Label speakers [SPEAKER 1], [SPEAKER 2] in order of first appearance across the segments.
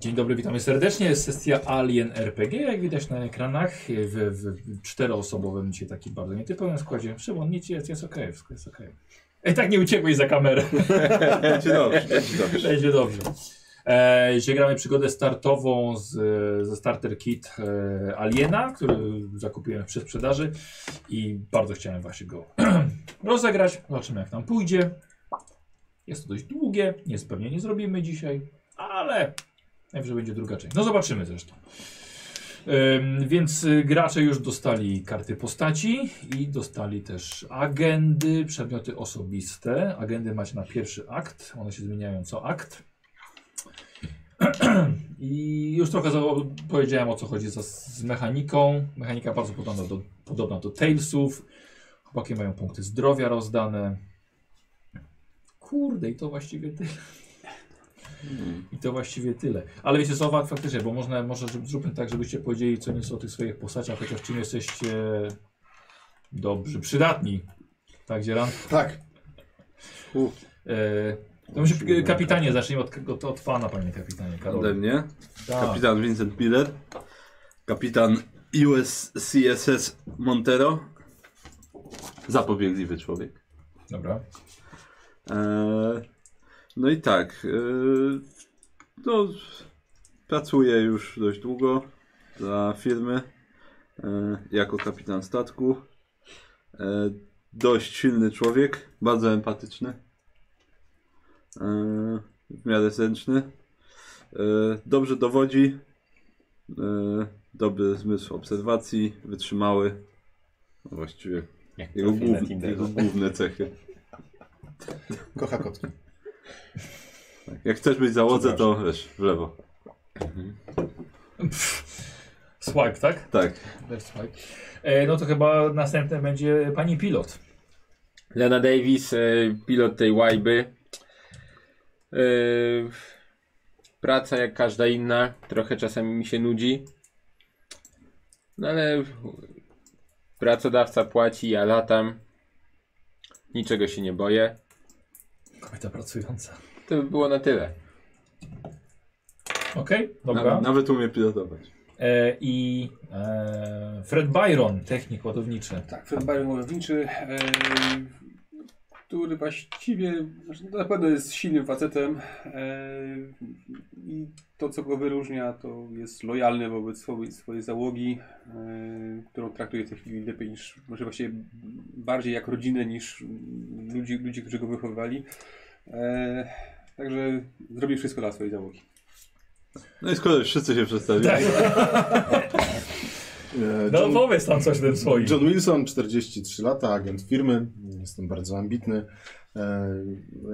[SPEAKER 1] Dzień dobry, witamy serdecznie. Jest sesja Alien RPG, jak widać na ekranach, w, w czteroosobowym, dzisiaj taki bardzo nietypowym składzie. Szymon, nic jest, jest okej, wszystko jest okej. Ej, tak nie uciekłeś za kamerę.
[SPEAKER 2] Będzie dobrze, będzie dobrze.
[SPEAKER 1] Będzie dobrze. E, dzisiaj gramy przygodę startową z, ze Starter Kit e, Aliena, który zakupiłem w przedsprzedaży i bardzo chciałem właśnie go rozegrać. Zobaczymy jak nam pójdzie. Jest to dość długie, nic pewnie nie zrobimy dzisiaj, ale najwyżej będzie druga część. No zobaczymy zresztą. Ym, Więc y, gracze już dostali karty postaci i dostali też agendy, przedmioty osobiste. Agendy macie na pierwszy akt, one się zmieniają co akt. I już trochę za, powiedziałem o co chodzi za, z mechaniką. Mechanika bardzo podobna do, podobna do Talesów. Chłopaki mają punkty zdrowia rozdane. Kurde, i to właściwie tyle. I to właściwie tyle. Ale wiecie co, wa- faktycznie, bo można, może żeby- zróbmy tak, żebyście powiedzieli co nieco o tych swoich postaciach, chociaż czym jesteście dobrzy, przydatni. Tak, Dzieran?
[SPEAKER 2] Tak. U,
[SPEAKER 1] E, to myślę, kapitanie, zacznijmy od, od, od pana, panie kapitanie.
[SPEAKER 2] tak. ode
[SPEAKER 1] Karol.
[SPEAKER 2] mnie.
[SPEAKER 1] Tak.
[SPEAKER 2] Kapitan Vincent Miller. Kapitan USCSS Montero. Zapobiegliwy człowiek.
[SPEAKER 1] Dobra.
[SPEAKER 2] Eee, no i tak. Eee, no, pracuję już dość długo dla firmy eee, jako kapitan statku. Eee, dość silny człowiek, bardzo empatyczny. Eee, w miarę zręczny. Eee, dobrze dowodzi. Eee, dobry zmysł obserwacji, wytrzymały. No Właściwie
[SPEAKER 3] Jak
[SPEAKER 2] jego,
[SPEAKER 3] profil na
[SPEAKER 2] głów,
[SPEAKER 3] Tinderze.
[SPEAKER 2] jego główne cechy.
[SPEAKER 4] Kocha kotki.
[SPEAKER 2] Jak chcesz być w załodze, to wiesz, w lewo.
[SPEAKER 1] Swipe, tak?
[SPEAKER 2] Tak.
[SPEAKER 1] Left swipe. E, no to chyba następne będzie pani pilot.
[SPEAKER 3] Lena Davis, e, pilot tej łajby. E, Praca jak każda inna, trochę czasami mi się nudzi. No ale pracodawca płaci, ja latam. Niczego się nie boję.
[SPEAKER 1] Kobieta pracująca.
[SPEAKER 3] To by było na tyle.
[SPEAKER 1] Okej, dobra.
[SPEAKER 2] Na, nawet umie pilotować.
[SPEAKER 1] E, I e, Fred Byron, technik ładowniczy.
[SPEAKER 5] Tak, Fred Byron Łowniczy, e, który właściwie znaczy, na pewno jest silnym facetem e, i to, co go wyróżnia, to jest lojalny wobec swojej, swojej załogi, e, którą traktuje w tej chwili lepiej niż, może właściwie bardziej jak rodzinę niż mm, ludzi, ludzi którzy go wychowywali. E, Także zrobi wszystko dla swojej załogi.
[SPEAKER 2] No i skoro już wszyscy się przedstawili.
[SPEAKER 1] Tak.
[SPEAKER 4] E,
[SPEAKER 1] No
[SPEAKER 4] John-
[SPEAKER 1] powiedz tam coś tym swoim.
[SPEAKER 4] John Wilson, 43 lata, agent firmy. Jestem bardzo ambitny. E,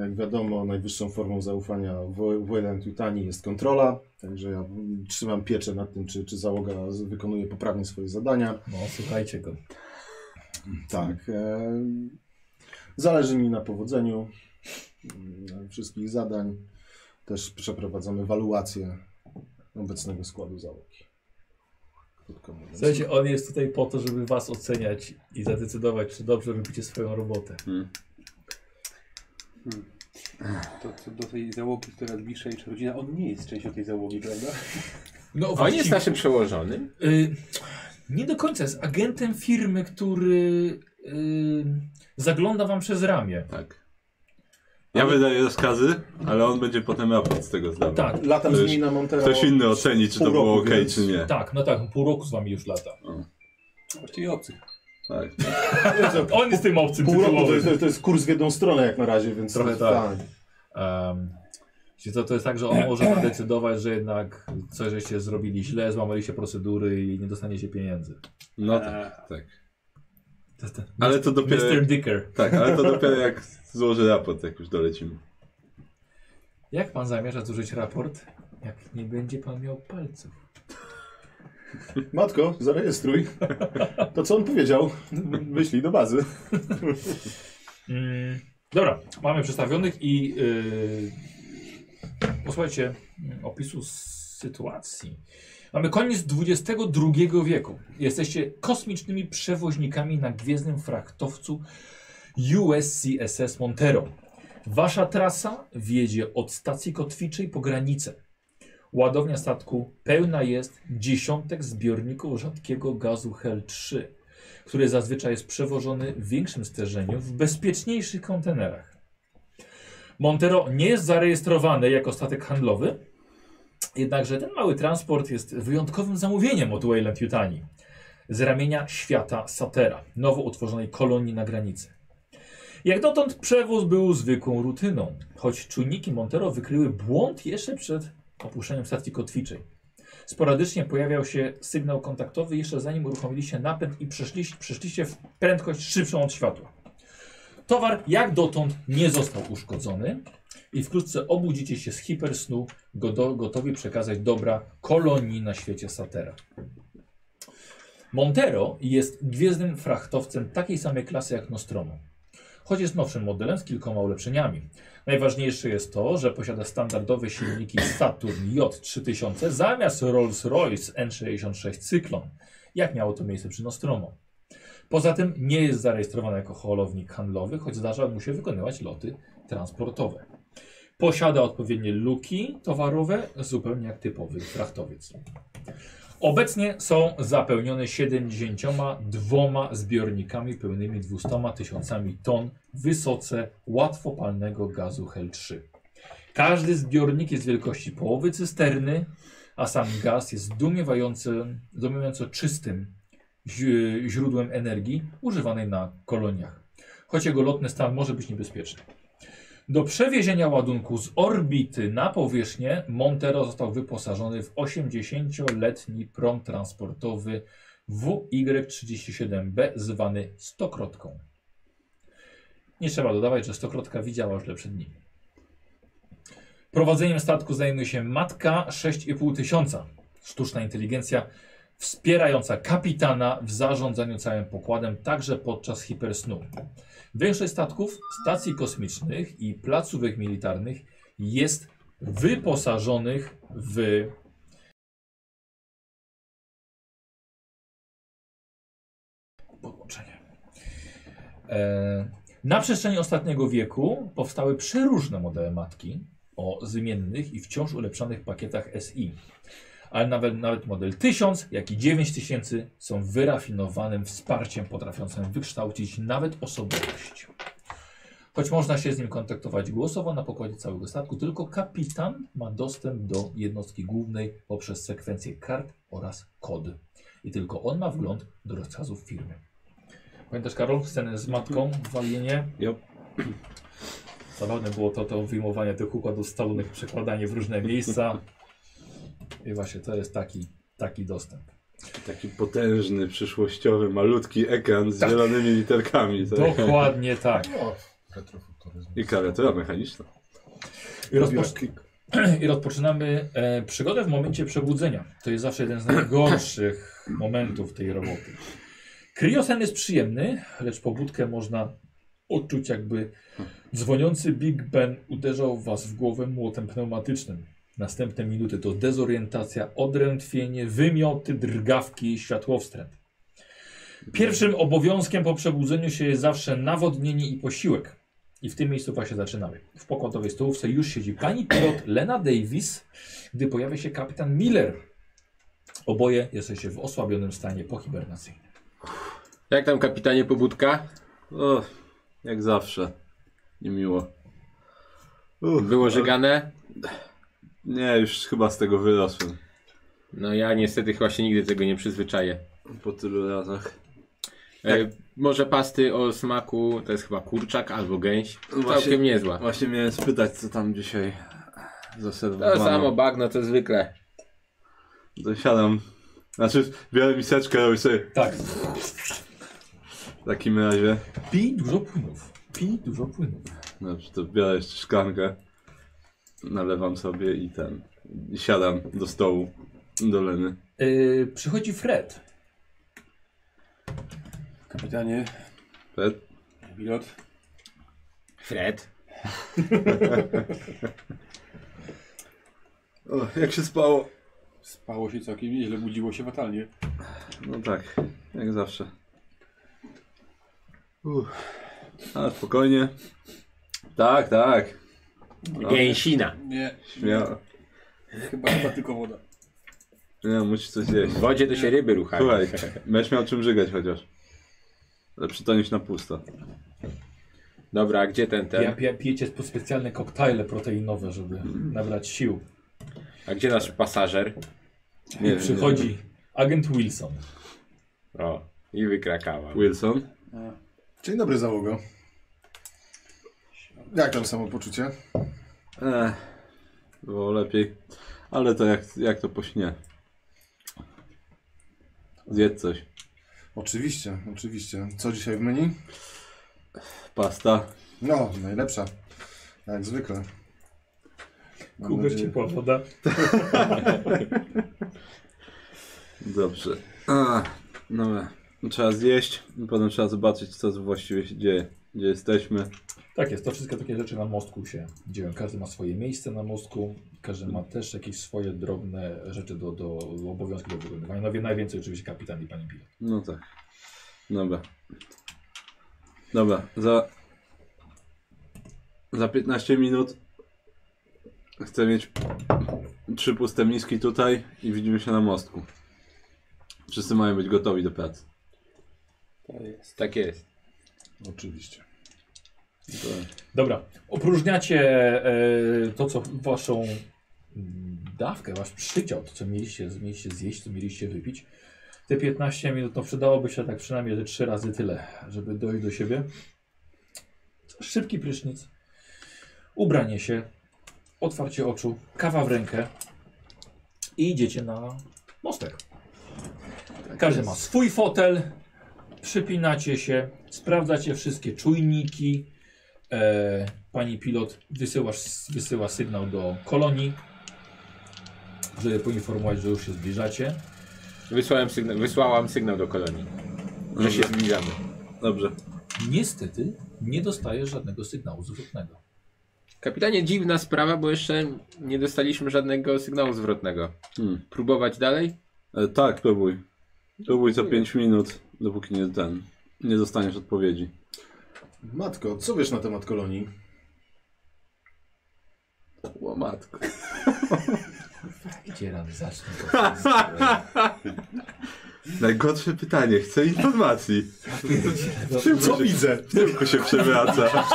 [SPEAKER 4] Jak wiadomo, najwyższą formą zaufania w Wayland Tutani jest kontrola. Także ja mm, trzymam pieczę nad tym, czy, czy załoga z- wykonuje poprawnie swoje zadania.
[SPEAKER 1] No słuchajcie go.
[SPEAKER 4] Tak. e, Zależy mi na powodzeniu mm, wszystkich zadań. Też przeprowadzamy waluację obecnego składu załogi. Krótko mówiąc.
[SPEAKER 1] Słuchajcie, on jest tutaj po to, żeby was oceniać i zadecydować, czy dobrze robicie swoją robotę.
[SPEAKER 2] Mm.
[SPEAKER 5] Hmm. To, co do tej załogi, która bliższa niż rodzina, on nie jest częścią tej załogi, prawda?
[SPEAKER 1] No
[SPEAKER 3] On jest naszym przełożonym.
[SPEAKER 1] Y, nie do końca jest agentem firmy, który y, zagląda wam przez ramię.
[SPEAKER 2] Tak. Ja wydaję rozkazy, ale on będzie potem raport z tego zdawał.
[SPEAKER 1] Tak,
[SPEAKER 4] Latam
[SPEAKER 2] Ktoś-
[SPEAKER 4] z nimi na Montero.
[SPEAKER 2] Ktoś inny oceni, czy to
[SPEAKER 4] Pół
[SPEAKER 2] było
[SPEAKER 4] roku,
[SPEAKER 2] ok,
[SPEAKER 4] więc-
[SPEAKER 2] czy nie.
[SPEAKER 1] tak, no tak, pół roku z wami już lata.
[SPEAKER 5] Właściwie obcych.
[SPEAKER 2] Tak.
[SPEAKER 1] On jest tym obcym
[SPEAKER 4] Pół roku to
[SPEAKER 1] tytułowym.
[SPEAKER 4] jest, to jest kurs w jedną stronę jak na razie, więc
[SPEAKER 1] Trochę tak. Em, Czyli to, to jest tak, że on może zadecydować, że jednak coś żeście zrobili źle, złamali się procedury i nie dostaniecie pieniędzy.
[SPEAKER 2] No tak,
[SPEAKER 5] Eee,
[SPEAKER 2] tak.
[SPEAKER 1] To jest ten
[SPEAKER 2] Ale to dopiero.
[SPEAKER 1] Mr. Dicker.
[SPEAKER 2] Tak, ale to dopiero jak złoży raport, jak już dolecimy.
[SPEAKER 1] Jak pan zamierza zużyć raport, jak nie będzie pan miał palców? tak.
[SPEAKER 4] Matko, zarejestruj. To co on powiedział? Wyślij do bazy.
[SPEAKER 1] Mm, dobra, mamy przedstawionych i yy, posłuchajcie mm, opisu s- sytuacji. Mamy koniec XXI wieku. Jesteście kosmicznymi przewoźnikami na gwiezdnym frachtowcu USCSS Montero. Wasza trasa wiedzie od stacji kotwiczej po granicę. Ładownia statku pełna jest dziesiątek zbiorników rzadkiego gazu HEL-3, który zazwyczaj jest przewożony w większym stężeniu w bezpieczniejszych kontenerach. Montero nie jest zarejestrowany jako statek handlowy, jednakże ten mały transport jest wyjątkowym zamówieniem od Wayland Yutani z ramienia świata Satera, nowo utworzonej kolonii na granicy. Jak dotąd przewóz był zwykłą rutyną, choć czujniki Montero wykryły błąd jeszcze przed opuszczeniem stacji kotwiczej. Sporadycznie pojawiał się sygnał kontaktowy jeszcze zanim uruchomiliście napęd i przeszliście, przeszliście w prędkość szybszą od światła. Towar jak dotąd nie został uszkodzony i wkrótce obudzicie się z hipersnu, godo- gotowi przekazać dobra kolonii na świecie Satera. Montero jest gwiezdnym frachtowcem takiej samej klasy jak Nostromo, choć jest nowszym modelem z kilkoma ulepszeniami. Najważniejsze jest to, że posiada standardowe silniki Saturn J3000 zamiast Rolls-Royce N66 Cyklon, jak miało to miejsce przy Nostromo. Poza tym nie jest zarejestrowany jako holownik handlowy, choć zdarza mu się wykonywać loty transportowe. Posiada odpowiednie luki towarowe, zupełnie jak typowy frachtowiec. Obecnie są zapełnione 72 zbiornikami pełnymi 200 tysiącami ton wysoce łatwopalnego gazu HEL-3. Każdy zbiornik jest wielkości połowy cysterny, a sam gaz jest zdumiewającym- zdumiewająco czystym ź- źródłem energii używanej na koloniach, choć jego lotny stan może być niebezpieczny. Do przewiezienia ładunku z orbity na powierzchnię Montero został wyposażony w 80-letni prom transportowy Y WY-37B zwany Stokrotką. Nie trzeba dodawać, że Stokrotka widziała źle przed nim. Prowadzeniem statku zajmuje się matka 6,5 tysiąca, sztuczna inteligencja wspierająca kapitana w zarządzaniu całym pokładem także podczas hipersnu. Większość statków, stacji kosmicznych i placówek militarnych jest wyposażonych w podłączenie. E, na przestrzeni ostatniego wieku powstały przeróżne modele matki o zmiennych i wciąż ulepszanych pakietach SI. Ale nawet, nawet model 1000, jak i 9000 są wyrafinowanym wsparciem potrafiącym wykształcić nawet osobowość. Choć można się z nim kontaktować głosowo na pokładzie całego statku, tylko kapitan ma dostęp do jednostki głównej poprzez sekwencję kart oraz kod. I tylko on ma wgląd do rozkazów firmy. Pamiętasz Karol, scenę z matką w Alienie?
[SPEAKER 2] Yep.
[SPEAKER 1] Zabawne było to, to wyjmowanie tych układów stalowych, przekładanie w różne miejsca. I właśnie to jest taki, taki dostęp.
[SPEAKER 2] Taki potężny, przyszłościowy, malutki ekran z zielonymi literkami. Tak?
[SPEAKER 1] Tak. Dokładnie tak.
[SPEAKER 4] O, retrofuturyzm.
[SPEAKER 2] I klawiatura mechaniczna.
[SPEAKER 1] I, rozpoc- I rozpoczynamy e, przygodę w momencie przebudzenia. To jest zawsze jeden z najgorszych momentów tej roboty. Kriosen jest przyjemny, lecz pobudkę można odczuć jakby dzwoniący Big Ben uderzał was w głowę młotem pneumatycznym. Następne minuty to dezorientacja, odrętwienie, wymioty, drgawki i światłowstręt. Pierwszym obowiązkiem po przebudzeniu się jest zawsze nawodnienie i posiłek. I w tym miejscu właśnie zaczynamy. W pokładowej stołówce już siedzi pani pilot Lena Davis, gdy pojawia się kapitan Miller. Oboje jesteście w osłabionym stanie pohibernacyjnym.
[SPEAKER 3] Jak tam kapitanie pobudka?
[SPEAKER 2] O, jak zawsze. Niemiło. Uff,
[SPEAKER 3] Było
[SPEAKER 2] ale-
[SPEAKER 3] żegane?
[SPEAKER 2] Nie, już chyba z tego wyrosłem.
[SPEAKER 3] No ja niestety chyba się nigdy tego nie przyzwyczaję.
[SPEAKER 2] Po tylu razach.
[SPEAKER 3] E, może pasty o smaku, to jest chyba kurczak albo gęś.
[SPEAKER 2] Właśnie-
[SPEAKER 3] Całkiem niezła.
[SPEAKER 2] Właśnie miałem spytać, co tam dzisiaj
[SPEAKER 3] To
[SPEAKER 2] zaserwowano.
[SPEAKER 3] samo bagno, co zwykle.
[SPEAKER 2] To siadam. Znaczy, biorę miseczkę, robię sobie
[SPEAKER 1] Tak,
[SPEAKER 2] w takim razie.
[SPEAKER 1] pij dużo płynów. Pij dużo płynów.
[SPEAKER 2] Dobrze, Znaczy, to biorę jeszcze szklankę. Nalewam sobie i ten. I siadam do stołu. Do Leny.
[SPEAKER 1] Yy, przychodzi Fred.
[SPEAKER 5] Kapitanie,
[SPEAKER 2] Fred?
[SPEAKER 5] pilot.
[SPEAKER 3] Fred?
[SPEAKER 2] O, jak się spało?
[SPEAKER 5] Spało się całkiem nieźle, budziło się fatalnie.
[SPEAKER 2] No tak, jak zawsze. Uff. Ale spokojnie. Tak, tak.
[SPEAKER 3] Gęsina.
[SPEAKER 5] Nie.
[SPEAKER 2] Śmiało.
[SPEAKER 5] Chyba, chyba tylko woda.
[SPEAKER 2] No, musi coś jeść.
[SPEAKER 3] W wodzie to się ryby ruchają.
[SPEAKER 2] Słuchaj, będziesz miał czym żygać chociaż. Lepszy to niż na pusto.
[SPEAKER 3] Dobra, a gdzie ten,
[SPEAKER 1] Ja,
[SPEAKER 3] ten?
[SPEAKER 1] ja pijecie po specjalne koktajle proteinowe, żeby nabrać sił.
[SPEAKER 3] A gdzie nasz pasażer?
[SPEAKER 2] Nie,
[SPEAKER 1] I przychodzi agent Wilson.
[SPEAKER 3] O, i wykrakała.
[SPEAKER 2] nie. Wilson?
[SPEAKER 4] Dzień dobry, załogo. Jak tam samopoczucie?
[SPEAKER 2] Eee, było lepiej. Ale to jak, jak to pośnie. Zjedz coś.
[SPEAKER 4] Oczywiście, oczywiście. Co dzisiaj w menu?
[SPEAKER 2] Pasta.
[SPEAKER 4] No, najlepsza. Jak zwykle. Mam
[SPEAKER 1] Kuber
[SPEAKER 4] nadzieję-
[SPEAKER 1] ciepła woda.
[SPEAKER 2] Dobrze. A, no dobra. trzeba zjeść, potem trzeba zobaczyć co właściwie się dzieje. Gdzie jesteśmy.
[SPEAKER 1] Tak jest, to wszystkie takie rzeczy na mostku się dzieją. Każdy ma swoje miejsce na mostku, każdy ma też jakieś swoje drobne rzeczy do, do obowiązku do wykonywania. Najwię- Najwięcej oczywiście kapitan i pani pilot.
[SPEAKER 2] No tak. Dobra. Dobra, za... Za 15 minut chcę mieć trzy puste miski tutaj i widzimy się na mostku. Wszyscy mają być gotowi do pracy.
[SPEAKER 5] To jest.
[SPEAKER 3] Tak jest.
[SPEAKER 4] Oczywiście.
[SPEAKER 1] Dobra, opróżniacie e, to, co waszą mm, dawkę, wasz przydział, to co mieliście, mieliście zjeść, co mieliście wypić. Te 15 minut, no przydałoby się tak przynajmniej ze trzy razy tyle, żeby dojść do siebie. Szybki prysznic, ubranie się, otwarcie oczu, kawa w rękę i idziecie na mostek. Każdy ma swój fotel, przypinacie się, sprawdzacie wszystkie czujniki, E, pani pilot wysyłasz, wysyła sygnał do kolonii, żeby poinformować, że już się zbliżacie.
[SPEAKER 3] Wysłałem sygnał, wysłałam sygnał do kolonii, że się zbliżamy.
[SPEAKER 2] Dobrze.
[SPEAKER 1] Niestety nie dostajesz żadnego sygnału zwrotnego.
[SPEAKER 3] Kapitanie, dziwna sprawa, bo jeszcze nie dostaliśmy żadnego sygnału zwrotnego.
[SPEAKER 2] Hmm.
[SPEAKER 3] Próbować dalej?
[SPEAKER 2] E, tak, próbuj. Próbuj co 5 minut, dopóki nie ten. Nie dostaniesz odpowiedzi.
[SPEAKER 4] Matko, co wiesz na temat kolonii?
[SPEAKER 2] Łomatko.
[SPEAKER 1] Gdzie rany zacznie?
[SPEAKER 2] Najgorsze pytanie, chcę informacji.
[SPEAKER 1] No,
[SPEAKER 4] Co widzę?
[SPEAKER 2] Tylko się przewraca.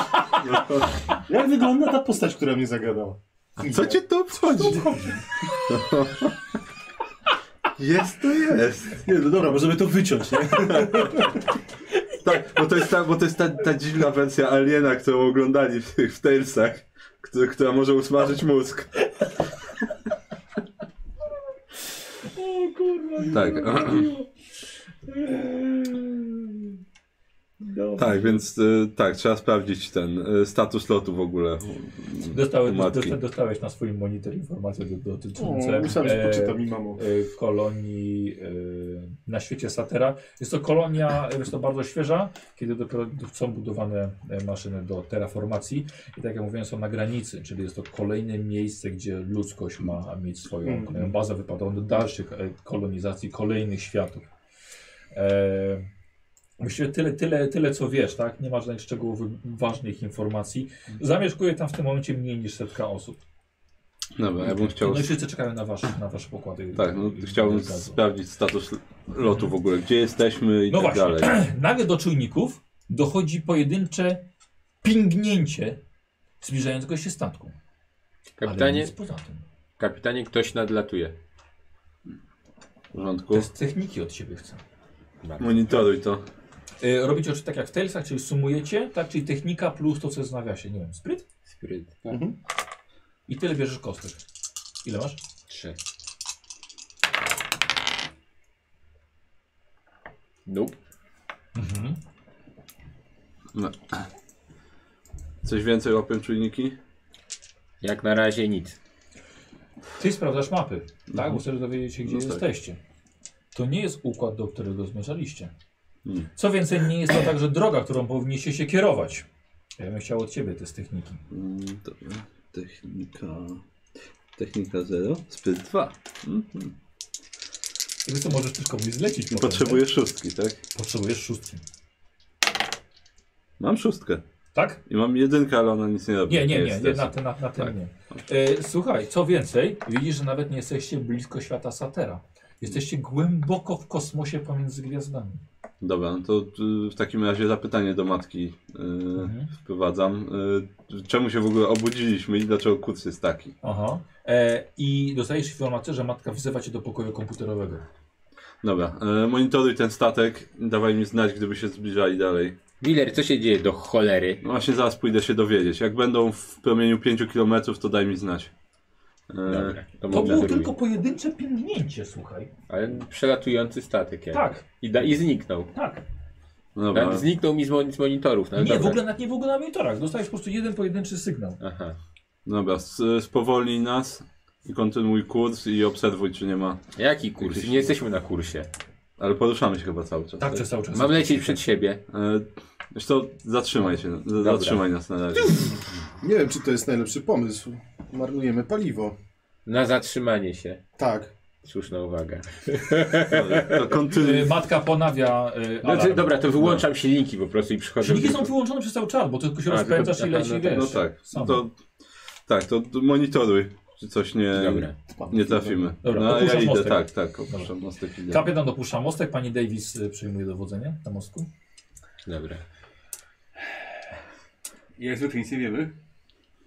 [SPEAKER 4] Jak wygląda ta postać, która mnie zagadała?
[SPEAKER 2] Co cię to obchodzi? Jest to jest.
[SPEAKER 4] Nie, no dobra, możemy to wyciąć, nie?
[SPEAKER 2] Tak, bo to jest ta, bo to jest ta, ta dziwna wersja Aliena, którą oglądali w, tych- w Talesach, która, która może usmażyć mózg.
[SPEAKER 1] O kurwa. nie
[SPEAKER 2] Tak.
[SPEAKER 1] zrobiło. Dobra.
[SPEAKER 2] Tak, więc y, tak, trzeba sprawdzić ten y, status lotu w ogóle.
[SPEAKER 1] Dostałeś,
[SPEAKER 2] U matki.
[SPEAKER 1] dosta- dostałeś na swoim monitor informacje do- dotyczące
[SPEAKER 4] O, myślałem, że
[SPEAKER 1] e,
[SPEAKER 4] poczyta mi mamo.
[SPEAKER 1] e, kolonii e, na świecie Satera. Jest to kolonia, e, jest to bardzo świeża, kiedy dopiero są budowane e, maszyny do terraformacji i tak jak mówiłem są na granicy, czyli jest to kolejne miejsce, gdzie ludzkość ma mieć swoją
[SPEAKER 4] Mhm.
[SPEAKER 1] e, bazę wypadową do dalszych e, kolonizacji kolejnych światów. E, Myślę, tyle, tyle, tyle co wiesz, tak? Nie ma żadnych szczegółowych, ważnych informacji. Zamieszkuje tam w tym momencie mniej niż setka osób.
[SPEAKER 2] Dobra, ja bym chciał.
[SPEAKER 1] No i wszyscy czekają na wasze, na wasze pokłady.
[SPEAKER 2] Tak, no, chciałbym
[SPEAKER 1] Gazu.
[SPEAKER 2] sprawdzić status lotu w ogóle, gdzie jesteśmy i
[SPEAKER 1] No
[SPEAKER 2] tak
[SPEAKER 1] właśnie.
[SPEAKER 2] dalej.
[SPEAKER 1] Nagle do czujników dochodzi pojedyncze pingnięcie zbliżającego się statku. Ale
[SPEAKER 3] Kapitanie,
[SPEAKER 1] nic poza tym.
[SPEAKER 3] kapitanie, ktoś nadlatuje.
[SPEAKER 2] W porządku.
[SPEAKER 1] To jest techniki od siebie chcę. tak.
[SPEAKER 2] Monitoruj to.
[SPEAKER 1] E, robicie oczy tak jak w Telsach, czyli sumujecie, tak? Czyli technika plus to, co jest w nawiasie. Nie wiem, spryt?
[SPEAKER 3] Spiryt.
[SPEAKER 1] I tyle bierzesz kostek. Ile masz?
[SPEAKER 3] Trzy. Nope.
[SPEAKER 2] No. Coś więcej łapią czujniki?
[SPEAKER 3] Jak na razie nic.
[SPEAKER 1] Ty sprawdzasz mapy, tak? Bo chcesz dowiedzieć się, gdzie
[SPEAKER 2] Mhm. No tak.
[SPEAKER 1] jesteście. To nie jest układ, do którego zmierzaliście.
[SPEAKER 2] Hmm.
[SPEAKER 1] Co więcej, nie jest to także droga, którą powinniście się kierować. Ja bym chciał od ciebie test techniki.
[SPEAKER 2] Mm, Dobra. Technika. Technika 0. Spyt 2.
[SPEAKER 1] I Wiesz co, możesz też komuś zlecić. potem,
[SPEAKER 2] Potrzebuję szóstki, tak?
[SPEAKER 1] nie? Potrzebujesz szóstki.
[SPEAKER 2] Mam szóstkę.
[SPEAKER 1] Tak?
[SPEAKER 2] I mam jedynkę, ale ona nic nie robi.
[SPEAKER 1] Nie, nie, nie.
[SPEAKER 2] Jest
[SPEAKER 1] Tak? nie
[SPEAKER 2] też.
[SPEAKER 1] na ten, na, na ten
[SPEAKER 2] Tak.
[SPEAKER 1] nie. E, słuchaj, co więcej, widzisz, że nawet nie jesteście blisko świata Satera. Jesteście głęboko w kosmosie pomiędzy gwiazdami.
[SPEAKER 2] Dobra, no to y, w takim razie zapytanie do matki y,
[SPEAKER 1] Mhm.
[SPEAKER 2] wprowadzam. Y, czemu się w ogóle obudziliśmy i dlaczego kurs jest taki?
[SPEAKER 1] Aha. E, I dostajesz informację, że matka wzywa cię do pokoju komputerowego.
[SPEAKER 2] Dobra, y, monitoruj ten statek, dawaj mi znać, gdyby się zbliżali dalej.
[SPEAKER 3] Willer, co się dzieje do cholery?
[SPEAKER 2] No właśnie zaraz pójdę się dowiedzieć. Jak będą w promieniu 5 km, to daj mi znać. Y,
[SPEAKER 3] Dobra, to,
[SPEAKER 1] E, To
[SPEAKER 3] może
[SPEAKER 1] było
[SPEAKER 3] zrobię.
[SPEAKER 1] tylko pojedyncze pingnięcie, słuchaj.
[SPEAKER 3] Ale przelatujący statek jak.
[SPEAKER 1] Tak,
[SPEAKER 3] I, da, I zniknął.
[SPEAKER 1] tak.
[SPEAKER 2] No Dobra.
[SPEAKER 3] Nawet Zniknął mi z, mon- z monitorów. No, ale
[SPEAKER 1] Nie, w
[SPEAKER 3] dobra.
[SPEAKER 1] ogóle nawet nie w ogóle na monitorach. Dostajesz po prostu jeden pojedynczy sygnał. Tak
[SPEAKER 3] Aha.
[SPEAKER 2] Dobra, s- spowolnij nas i kontynuuj kurs i obserwuj, czy nie ma.
[SPEAKER 3] Jaki kurs? Nie jesteśmy na kursie.
[SPEAKER 2] Ale poruszamy się chyba cały czas.
[SPEAKER 1] Tak przez cały czas.
[SPEAKER 3] Mam lecieć przed siebie.
[SPEAKER 2] E, Zresztą zatrzymaj się, z- zatrzymaj nas na razie.
[SPEAKER 4] Nie wiem, czy to jest najlepszy pomysł. Marnujemy paliwo.
[SPEAKER 3] Na zatrzymanie się.
[SPEAKER 4] Tak.
[SPEAKER 3] Słuszna uwaga.
[SPEAKER 2] To kontynuuj.
[SPEAKER 1] Y, Matka ponawia y,
[SPEAKER 3] Znaczy,
[SPEAKER 1] alarm.
[SPEAKER 3] dobra, to wyłączam silniki po prostu i przychodzę.
[SPEAKER 1] Silniki
[SPEAKER 3] tylko-
[SPEAKER 1] są wyłączone przez cały czas, bo ty tylko się
[SPEAKER 3] A,
[SPEAKER 1] rozpędzasz i
[SPEAKER 3] tylko-
[SPEAKER 1] leci,
[SPEAKER 3] aha,
[SPEAKER 1] wiesz.
[SPEAKER 2] No tak,
[SPEAKER 1] Sam.
[SPEAKER 2] to, tak, to monitoruj, czy coś nie,
[SPEAKER 3] Dobra.
[SPEAKER 2] nie trafimy.
[SPEAKER 1] Dobra,
[SPEAKER 2] no, a ja
[SPEAKER 1] opuszczasz
[SPEAKER 2] idę,
[SPEAKER 1] mostek.
[SPEAKER 2] tak, tak, opuszczam mostek idę.
[SPEAKER 1] Kapitan dopuszcza mostek, pani Davis y, przejmuje dowodzenie na mostku.
[SPEAKER 3] Dobra.
[SPEAKER 5] Jak zwykle nic nie wiemy.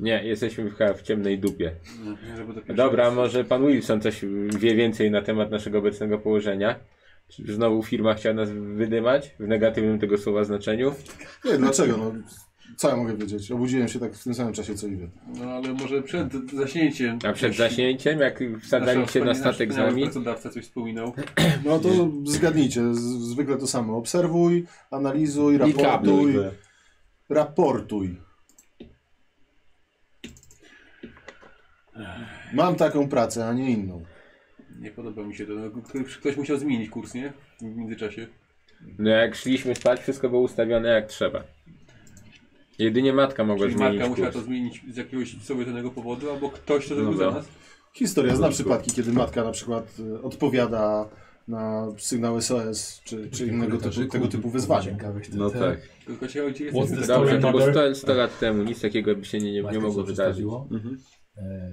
[SPEAKER 3] Nie, jesteśmy chyba w ciemnej dupie.
[SPEAKER 5] Żeby to pierwszy
[SPEAKER 3] Dobra,
[SPEAKER 5] raz-
[SPEAKER 3] może pan Wilson coś wie więcej na temat naszego obecnego położenia. Czy Znowu firma chciała nas wydymać w negatywnym tego słowa znaczeniu.
[SPEAKER 4] Nie, dlaczego? No, co ja mogę wiedzieć? Obudziłem się tak w tym samym czasie, co Iwy.
[SPEAKER 5] No ale może przed zaśnięciem.
[SPEAKER 3] A przed zaśnięciem, jak wsadzali się na statek z nami.
[SPEAKER 5] pracodawca coś wspominał.
[SPEAKER 4] No to zgadnijcie, z, zwykle to samo. Obserwuj, analizuj, raportuj.
[SPEAKER 2] Idę.
[SPEAKER 4] Raportuj. Mam taką pracę, a nie inną.
[SPEAKER 5] Nie podoba mi się to. No, k- ktoś musiał zmienić kurs, nie? W międzyczasie.
[SPEAKER 3] No jak szliśmy spać, wszystko było ustawione jak trzeba. Jedynie matka mogła
[SPEAKER 5] Czyli
[SPEAKER 3] zmienić
[SPEAKER 5] Marka musiała
[SPEAKER 3] kurs. No
[SPEAKER 5] to zmienić z jakiegoś sowietowego powodu, albo ktoś to zrobił
[SPEAKER 2] Dobra.
[SPEAKER 5] za nas.
[SPEAKER 4] Historia zna przypadki, kiedy matka na przykład y, odpowiada na sygnał SOS czy, czy innego typu, tego typu wyzwania.
[SPEAKER 2] No tak.
[SPEAKER 5] Tylko się ojciec
[SPEAKER 1] What's
[SPEAKER 5] jest.
[SPEAKER 1] the
[SPEAKER 3] Dobrze,
[SPEAKER 1] Story
[SPEAKER 3] to było
[SPEAKER 1] mother.
[SPEAKER 3] 100, 100 lat temu, nic takiego by się nie, nie, nie mogło wydarzyć.
[SPEAKER 1] przedstawiło.
[SPEAKER 2] Mhm.
[SPEAKER 1] E,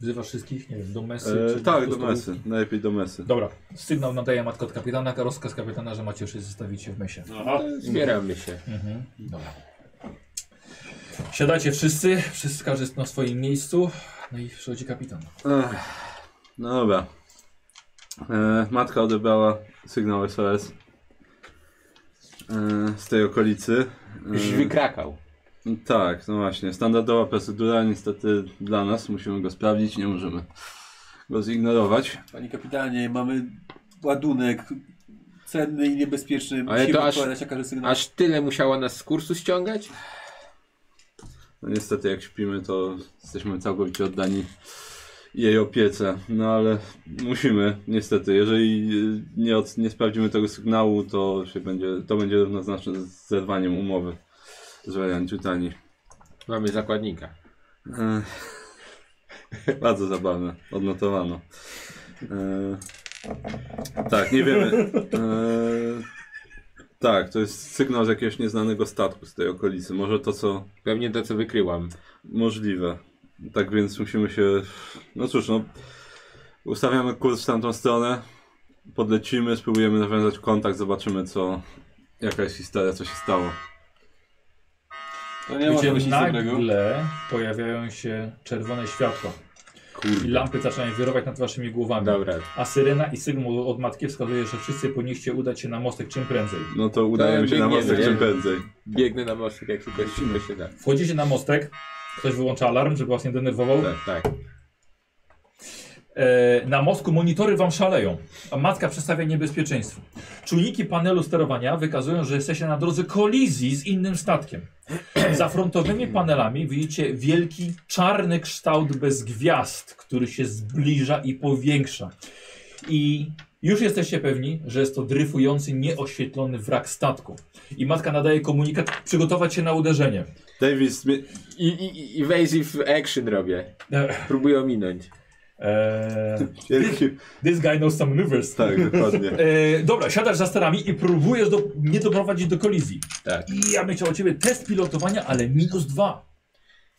[SPEAKER 1] Wzywasz wszystkich, nie wiem, do mesy.
[SPEAKER 2] E,
[SPEAKER 1] czy
[SPEAKER 2] tak,
[SPEAKER 1] po
[SPEAKER 2] do
[SPEAKER 1] prostu-
[SPEAKER 2] mesy, najlepiej do mesy.
[SPEAKER 1] Dobra, sygnał nadaje matka od kapitana, rozkaz kapitana, że macie się zostawić się w mesie.
[SPEAKER 5] Aha.
[SPEAKER 3] Zbieramy się.
[SPEAKER 1] Mhm. Dobra. Siadacie wszyscy, wszyscy każdy jest na swoim miejscu. No i przychodzi kapitan.
[SPEAKER 2] Ech, no dobra. E, matka odebrała sygnał SOS e, z tej okolicy.
[SPEAKER 3] Już
[SPEAKER 2] E,
[SPEAKER 3] wykrakał.
[SPEAKER 2] Tak, no właśnie. Standardowa procedura niestety dla nas. Musimy go sprawdzić, nie możemy go zignorować.
[SPEAKER 5] Panie kapitanie, mamy ładunek cenny i niebezpieczny.
[SPEAKER 3] Ale
[SPEAKER 5] Musimy
[SPEAKER 3] to aż-
[SPEAKER 5] odpowiadać na każdy sygnał.
[SPEAKER 3] Aż tyle musiała nas z kursu ściągać?
[SPEAKER 2] No niestety jak śpimy, to jesteśmy całkowicie oddani jej opiece. No ale musimy, niestety. Jeżeli y, nie, od, nie sprawdzimy tego sygnału, to, się będzie, to będzie równoznaczne z zerwaniem umowy z Royal Tutani.
[SPEAKER 3] Mamy zakładnika.
[SPEAKER 2] Ech. Bardzo zabawne, odnotowano. E, tak, nie wiemy. E, tak, to jest sygnał z jakiegoś nieznanego statku z tej okolicy. Może to co
[SPEAKER 3] Pewnie to, co wykryłam.
[SPEAKER 2] możliwe. Tak więc musimy się. No cóż, no. Ustawiamy kurs w tamtą stronę. Podlecimy, spróbujemy nawiązać kontakt, zobaczymy co. Jaka jest historia, co się stało.
[SPEAKER 5] To nie może
[SPEAKER 1] Gdzie
[SPEAKER 5] być nic dobrego.
[SPEAKER 1] nagle pojawiają się czerwone światła i
[SPEAKER 2] Kurde.
[SPEAKER 1] lampy zaczynają wirować nad waszymi głowami.
[SPEAKER 3] Dobra,
[SPEAKER 1] A syrena i sygnał od matki wskazuje, że wszyscy powinniście udać się na mostek czym prędzej.
[SPEAKER 2] No to udaje mi się na
[SPEAKER 3] Tak, biegniemy,
[SPEAKER 2] mostek czym
[SPEAKER 3] nie?
[SPEAKER 2] prędzej.
[SPEAKER 3] biegnę na mostek, jak tylko szybko się da.
[SPEAKER 1] Wchodzicie na mostek, ktoś wyłącza alarm, żeby was nie denerwował.
[SPEAKER 3] Tak, tak.
[SPEAKER 1] E, na mostku monitory wam szaleją, a matka przedstawia niebezpieczeństwo. Czujniki panelu sterowania wykazują, że jesteście na drodze kolizji z innym statkiem. Za frontowymi panelami widzicie wielki czarny kształt bez gwiazd, który się zbliża i powiększa. I już jesteście pewni, że jest to dryfujący, nieoświetlony wrak statku. I matka nadaje komunikat, przygotować się na uderzenie.
[SPEAKER 2] Davis, mie-
[SPEAKER 3] I, i, i evasive action robię.
[SPEAKER 1] E,
[SPEAKER 3] Próbuję ominąć.
[SPEAKER 1] e,
[SPEAKER 2] wielki
[SPEAKER 1] this guy knows some maneuvers.
[SPEAKER 2] Tak, dokładnie.
[SPEAKER 1] E, dobra, siadasz za sterami i próbujesz do, nie doprowadzić do kolizji.
[SPEAKER 3] Tak.
[SPEAKER 1] I ja bym chciał od ciebie test pilotowania, ale minus dwa.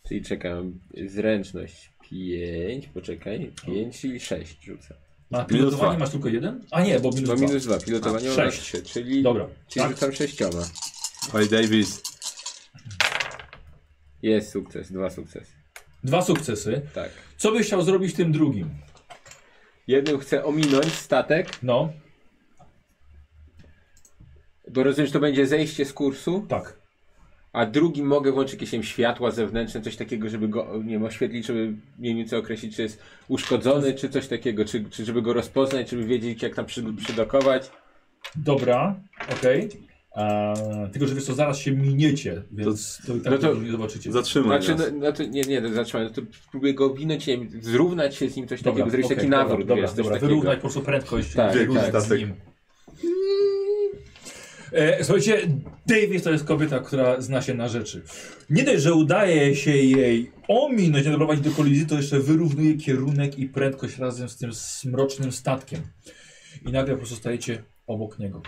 [SPEAKER 3] Czyli czekam. Zręczność 5, poczekaj. 5 i 6 rzucę.
[SPEAKER 1] A
[SPEAKER 2] dwa.
[SPEAKER 1] pilotowanie masz tylko jeden? A nie, bo
[SPEAKER 3] Bo
[SPEAKER 1] minus, minus
[SPEAKER 3] minus 2, pilotowanie
[SPEAKER 1] A,
[SPEAKER 3] mam
[SPEAKER 1] sześć.
[SPEAKER 3] 3, czyli,
[SPEAKER 1] Dobra.
[SPEAKER 3] czyli
[SPEAKER 1] Tak.
[SPEAKER 3] rzucam sześcioma.
[SPEAKER 2] Oj, Davis.
[SPEAKER 3] Jest sukces, dwa sukcesy.
[SPEAKER 1] Dwa sukcesy.
[SPEAKER 3] Tak.
[SPEAKER 1] Co byś chciał zrobić tym drugim?
[SPEAKER 3] Jednym chcę ominąć statek,
[SPEAKER 1] No,
[SPEAKER 3] bo rozumiem, że to będzie zejście z kursu,
[SPEAKER 1] tak.
[SPEAKER 3] a drugim mogę włączyć jakieś nie wiem, światła zewnętrzne, coś takiego, żeby go nie wiem, oświetlić, żeby mniej więcej określić, czy jest uszkodzony, czy coś takiego, czy, czy żeby go rozpoznać, żeby wiedzieć, jak tam przy, przydokować.
[SPEAKER 1] Dobra, okej. Eee, Tylko, że wiesz co, zaraz się miniecie, więc to, i tak
[SPEAKER 3] no to-
[SPEAKER 1] nie zobaczycie.
[SPEAKER 2] Zatrzymaj
[SPEAKER 3] Znaczy,
[SPEAKER 2] znaczy,
[SPEAKER 3] no,
[SPEAKER 2] nas.
[SPEAKER 3] no to nie, nie, to zatrzymaj, no to spróbuję go owinąć, nie wiem, zrównać się z nim, coś takiego, zrobić
[SPEAKER 1] okej,
[SPEAKER 3] taki nawrót,
[SPEAKER 1] Dobra,
[SPEAKER 3] wiesz,
[SPEAKER 1] dobra, dobra.
[SPEAKER 3] coś takiego.
[SPEAKER 1] wyrównać po prostu prędkość.
[SPEAKER 3] Tak,
[SPEAKER 1] Biegun
[SPEAKER 3] tak.
[SPEAKER 1] z nim. E, słuchajcie, Davis to jest kobieta, która zna się na rzeczy. Nie dość, że udaje się jej ominąć, nie doprowadzić do kolizji, to jeszcze wyrównuje kierunek i prędkość razem z tym smrocznym statkiem. I nagle po prostu stajecie obok niego.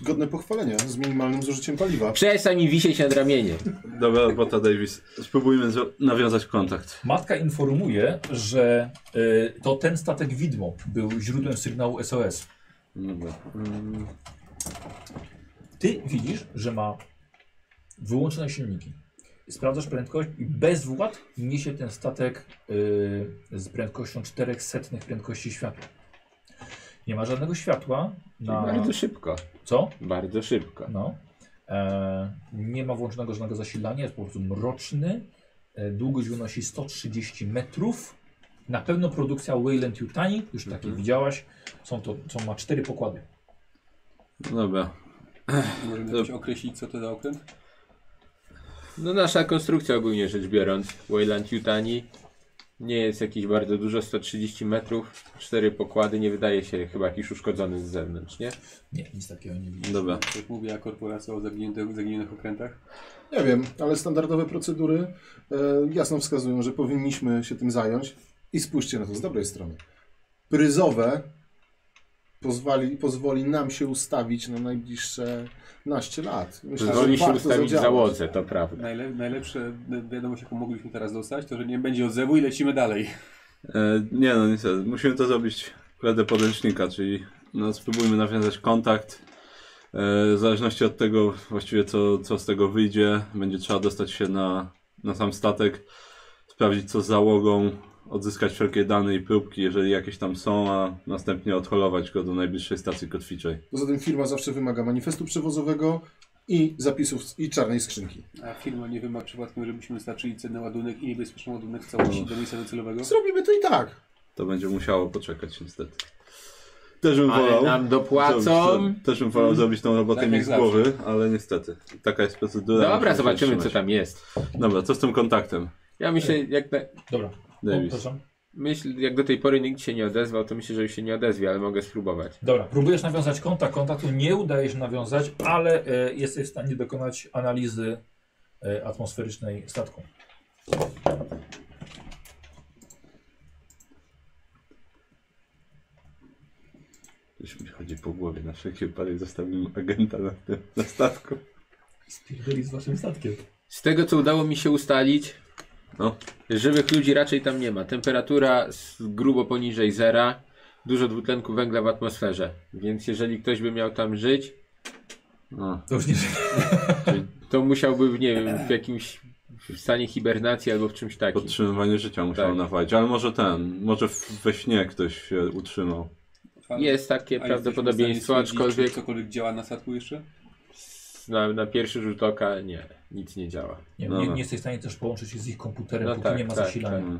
[SPEAKER 4] Godne pochwalenia z minimalnym zużyciem paliwa.
[SPEAKER 3] Przestań mi wisieć nad ramieniem.
[SPEAKER 2] Dobra robota, Davis. Spróbujmy zro- nawiązać kontakt.
[SPEAKER 1] Matka informuje, że e, to ten statek widmo był źródłem sygnału SOS.
[SPEAKER 2] Dobra. Mm,
[SPEAKER 1] Ty widzisz, że ma wyłączone silniki. Sprawdzasz prędkość i bez wład niesie ten statek yy, z prędkością 400 prędkości światła. Nie ma żadnego światła na...
[SPEAKER 3] Bardzo szybko,
[SPEAKER 1] Co?
[SPEAKER 3] bardzo szybko.
[SPEAKER 1] No. E, nie ma włączonego żadnego zasilania, jest po prostu mroczny. E, długość wynosi 130 metrów. Na pewno produkcja Wayland Yutani, już takie
[SPEAKER 3] Mhm.
[SPEAKER 1] widziałaś. Są to, są, ma cztery pokłady.
[SPEAKER 2] Dobra.
[SPEAKER 5] Możemy jakoś określić, co to za okręt?
[SPEAKER 3] No nasza konstrukcja ogólnie rzecz biorąc, Wayland Yutani, nie jest jakiś bardzo dużo, 130 metrów, cztery pokłady, nie wydaje się chyba jakiś uszkodzony z zewnątrz, nie?
[SPEAKER 1] Nie, nic takiego nie widzisz.
[SPEAKER 2] Dobra.
[SPEAKER 5] Jak mówię, korporacja o zaginiętych, zaginionych okrętach.
[SPEAKER 4] Nie wiem, ale standardowe procedury e, jasno wskazują, że powinniśmy się tym zająć i spójrzcie na to z dobrej strony. Pryzowe pozwoli, pozwoli nam się ustawić na najbliższe naście lat. Myślę, że
[SPEAKER 3] Pozwoli się
[SPEAKER 4] warto
[SPEAKER 3] ustawić
[SPEAKER 4] zadziałać.
[SPEAKER 3] załodze, to prawda.
[SPEAKER 5] Najle najlepsza wiadomość, jaką mogliśmy teraz dostać, to że nie będzie odzewu i lecimy dalej.
[SPEAKER 2] E, nie no, niestety. Musimy to zrobić wedle podręcznika, czyli no, spróbujmy nawiązać kontakt. E, w zależności od tego właściwie co, co z tego wyjdzie, będzie trzeba dostać się na, na sam statek, sprawdzić co z załogą, odzyskać wszelkie dane i próbki, jeżeli jakieś tam są, a następnie odholować go do najbliższej stacji kotwiczej.
[SPEAKER 4] Poza tym firma zawsze wymaga manifestu przewozowego i zapisów z- i czarnej skrzynki.
[SPEAKER 5] A firma nie wymaga przypadkiem, żebyśmy dostarczyli cenny ładunek i niebezpieczny ładunek w całości do miejsca docelowego.
[SPEAKER 4] Zrobimy to i tak.
[SPEAKER 2] To będzie musiało poczekać niestety. Też bym
[SPEAKER 3] Ale
[SPEAKER 2] wolał.
[SPEAKER 3] nam dopłacą. Mhm.
[SPEAKER 2] zrobić to- Też bym wolał zrobić tą robotę
[SPEAKER 5] Tak
[SPEAKER 2] mi
[SPEAKER 5] jak
[SPEAKER 2] z
[SPEAKER 5] zawsze.
[SPEAKER 2] głowy, ale niestety. Taka jest procedura. musimy
[SPEAKER 3] Dobra,
[SPEAKER 2] się
[SPEAKER 3] zobaczymy co
[SPEAKER 2] trzymać.
[SPEAKER 3] tam jest.
[SPEAKER 2] Dobra, co z tym kontaktem?
[SPEAKER 3] Ja myślę, jak, na,
[SPEAKER 1] Dobra, o,
[SPEAKER 2] Davis.
[SPEAKER 1] przepraszam.
[SPEAKER 3] myśl, jak do tej pory nikt się nie odezwał, to myślę, że już się nie odezwie, ale mogę spróbować.
[SPEAKER 1] Dobra, próbujesz nawiązać kontakt, kontaktu nie udaje się nawiązać, ale e, jesteś w stanie dokonać analizy e, atmosferycznej statku.
[SPEAKER 2] Już mi chodzi po głowie, na wszelki wypadek zostawimy agenta na, tym, na statku.
[SPEAKER 1] Spierdoli z waszym statkiem.
[SPEAKER 3] Z tego co udało mi się ustalić,
[SPEAKER 2] No,
[SPEAKER 3] Żywych ludzi raczej tam nie ma. Temperatura z- grubo poniżej zera, dużo dwutlenku węgla w atmosferze. Więc jeżeli ktoś by miał tam żyć,
[SPEAKER 2] no.
[SPEAKER 1] To już nie
[SPEAKER 3] to musiałby, w- nie wiem, w jakimś w stanie hibernacji albo w czymś takim.
[SPEAKER 2] Podtrzymywanie życia musiało
[SPEAKER 3] Tak.
[SPEAKER 2] nawalić, ale może ten, może w- we śnie ktoś się utrzymał.
[SPEAKER 3] Jest takie
[SPEAKER 5] A
[SPEAKER 3] prawdopodobieństwo,
[SPEAKER 5] jesteśmy w stanie stwierdzić,
[SPEAKER 3] aczkolwiek
[SPEAKER 5] czy Cokolwiek działa na statku jeszcze?
[SPEAKER 3] na, na pierwszy rzut oka nie, nic nie działa.
[SPEAKER 1] nie, nie,
[SPEAKER 2] Dobra.
[SPEAKER 1] nie jesteś w stanie też połączyć się z ich komputerem,
[SPEAKER 3] No
[SPEAKER 1] póki
[SPEAKER 3] tak,
[SPEAKER 1] nie ma
[SPEAKER 3] tak,
[SPEAKER 1] zasilania.
[SPEAKER 2] No,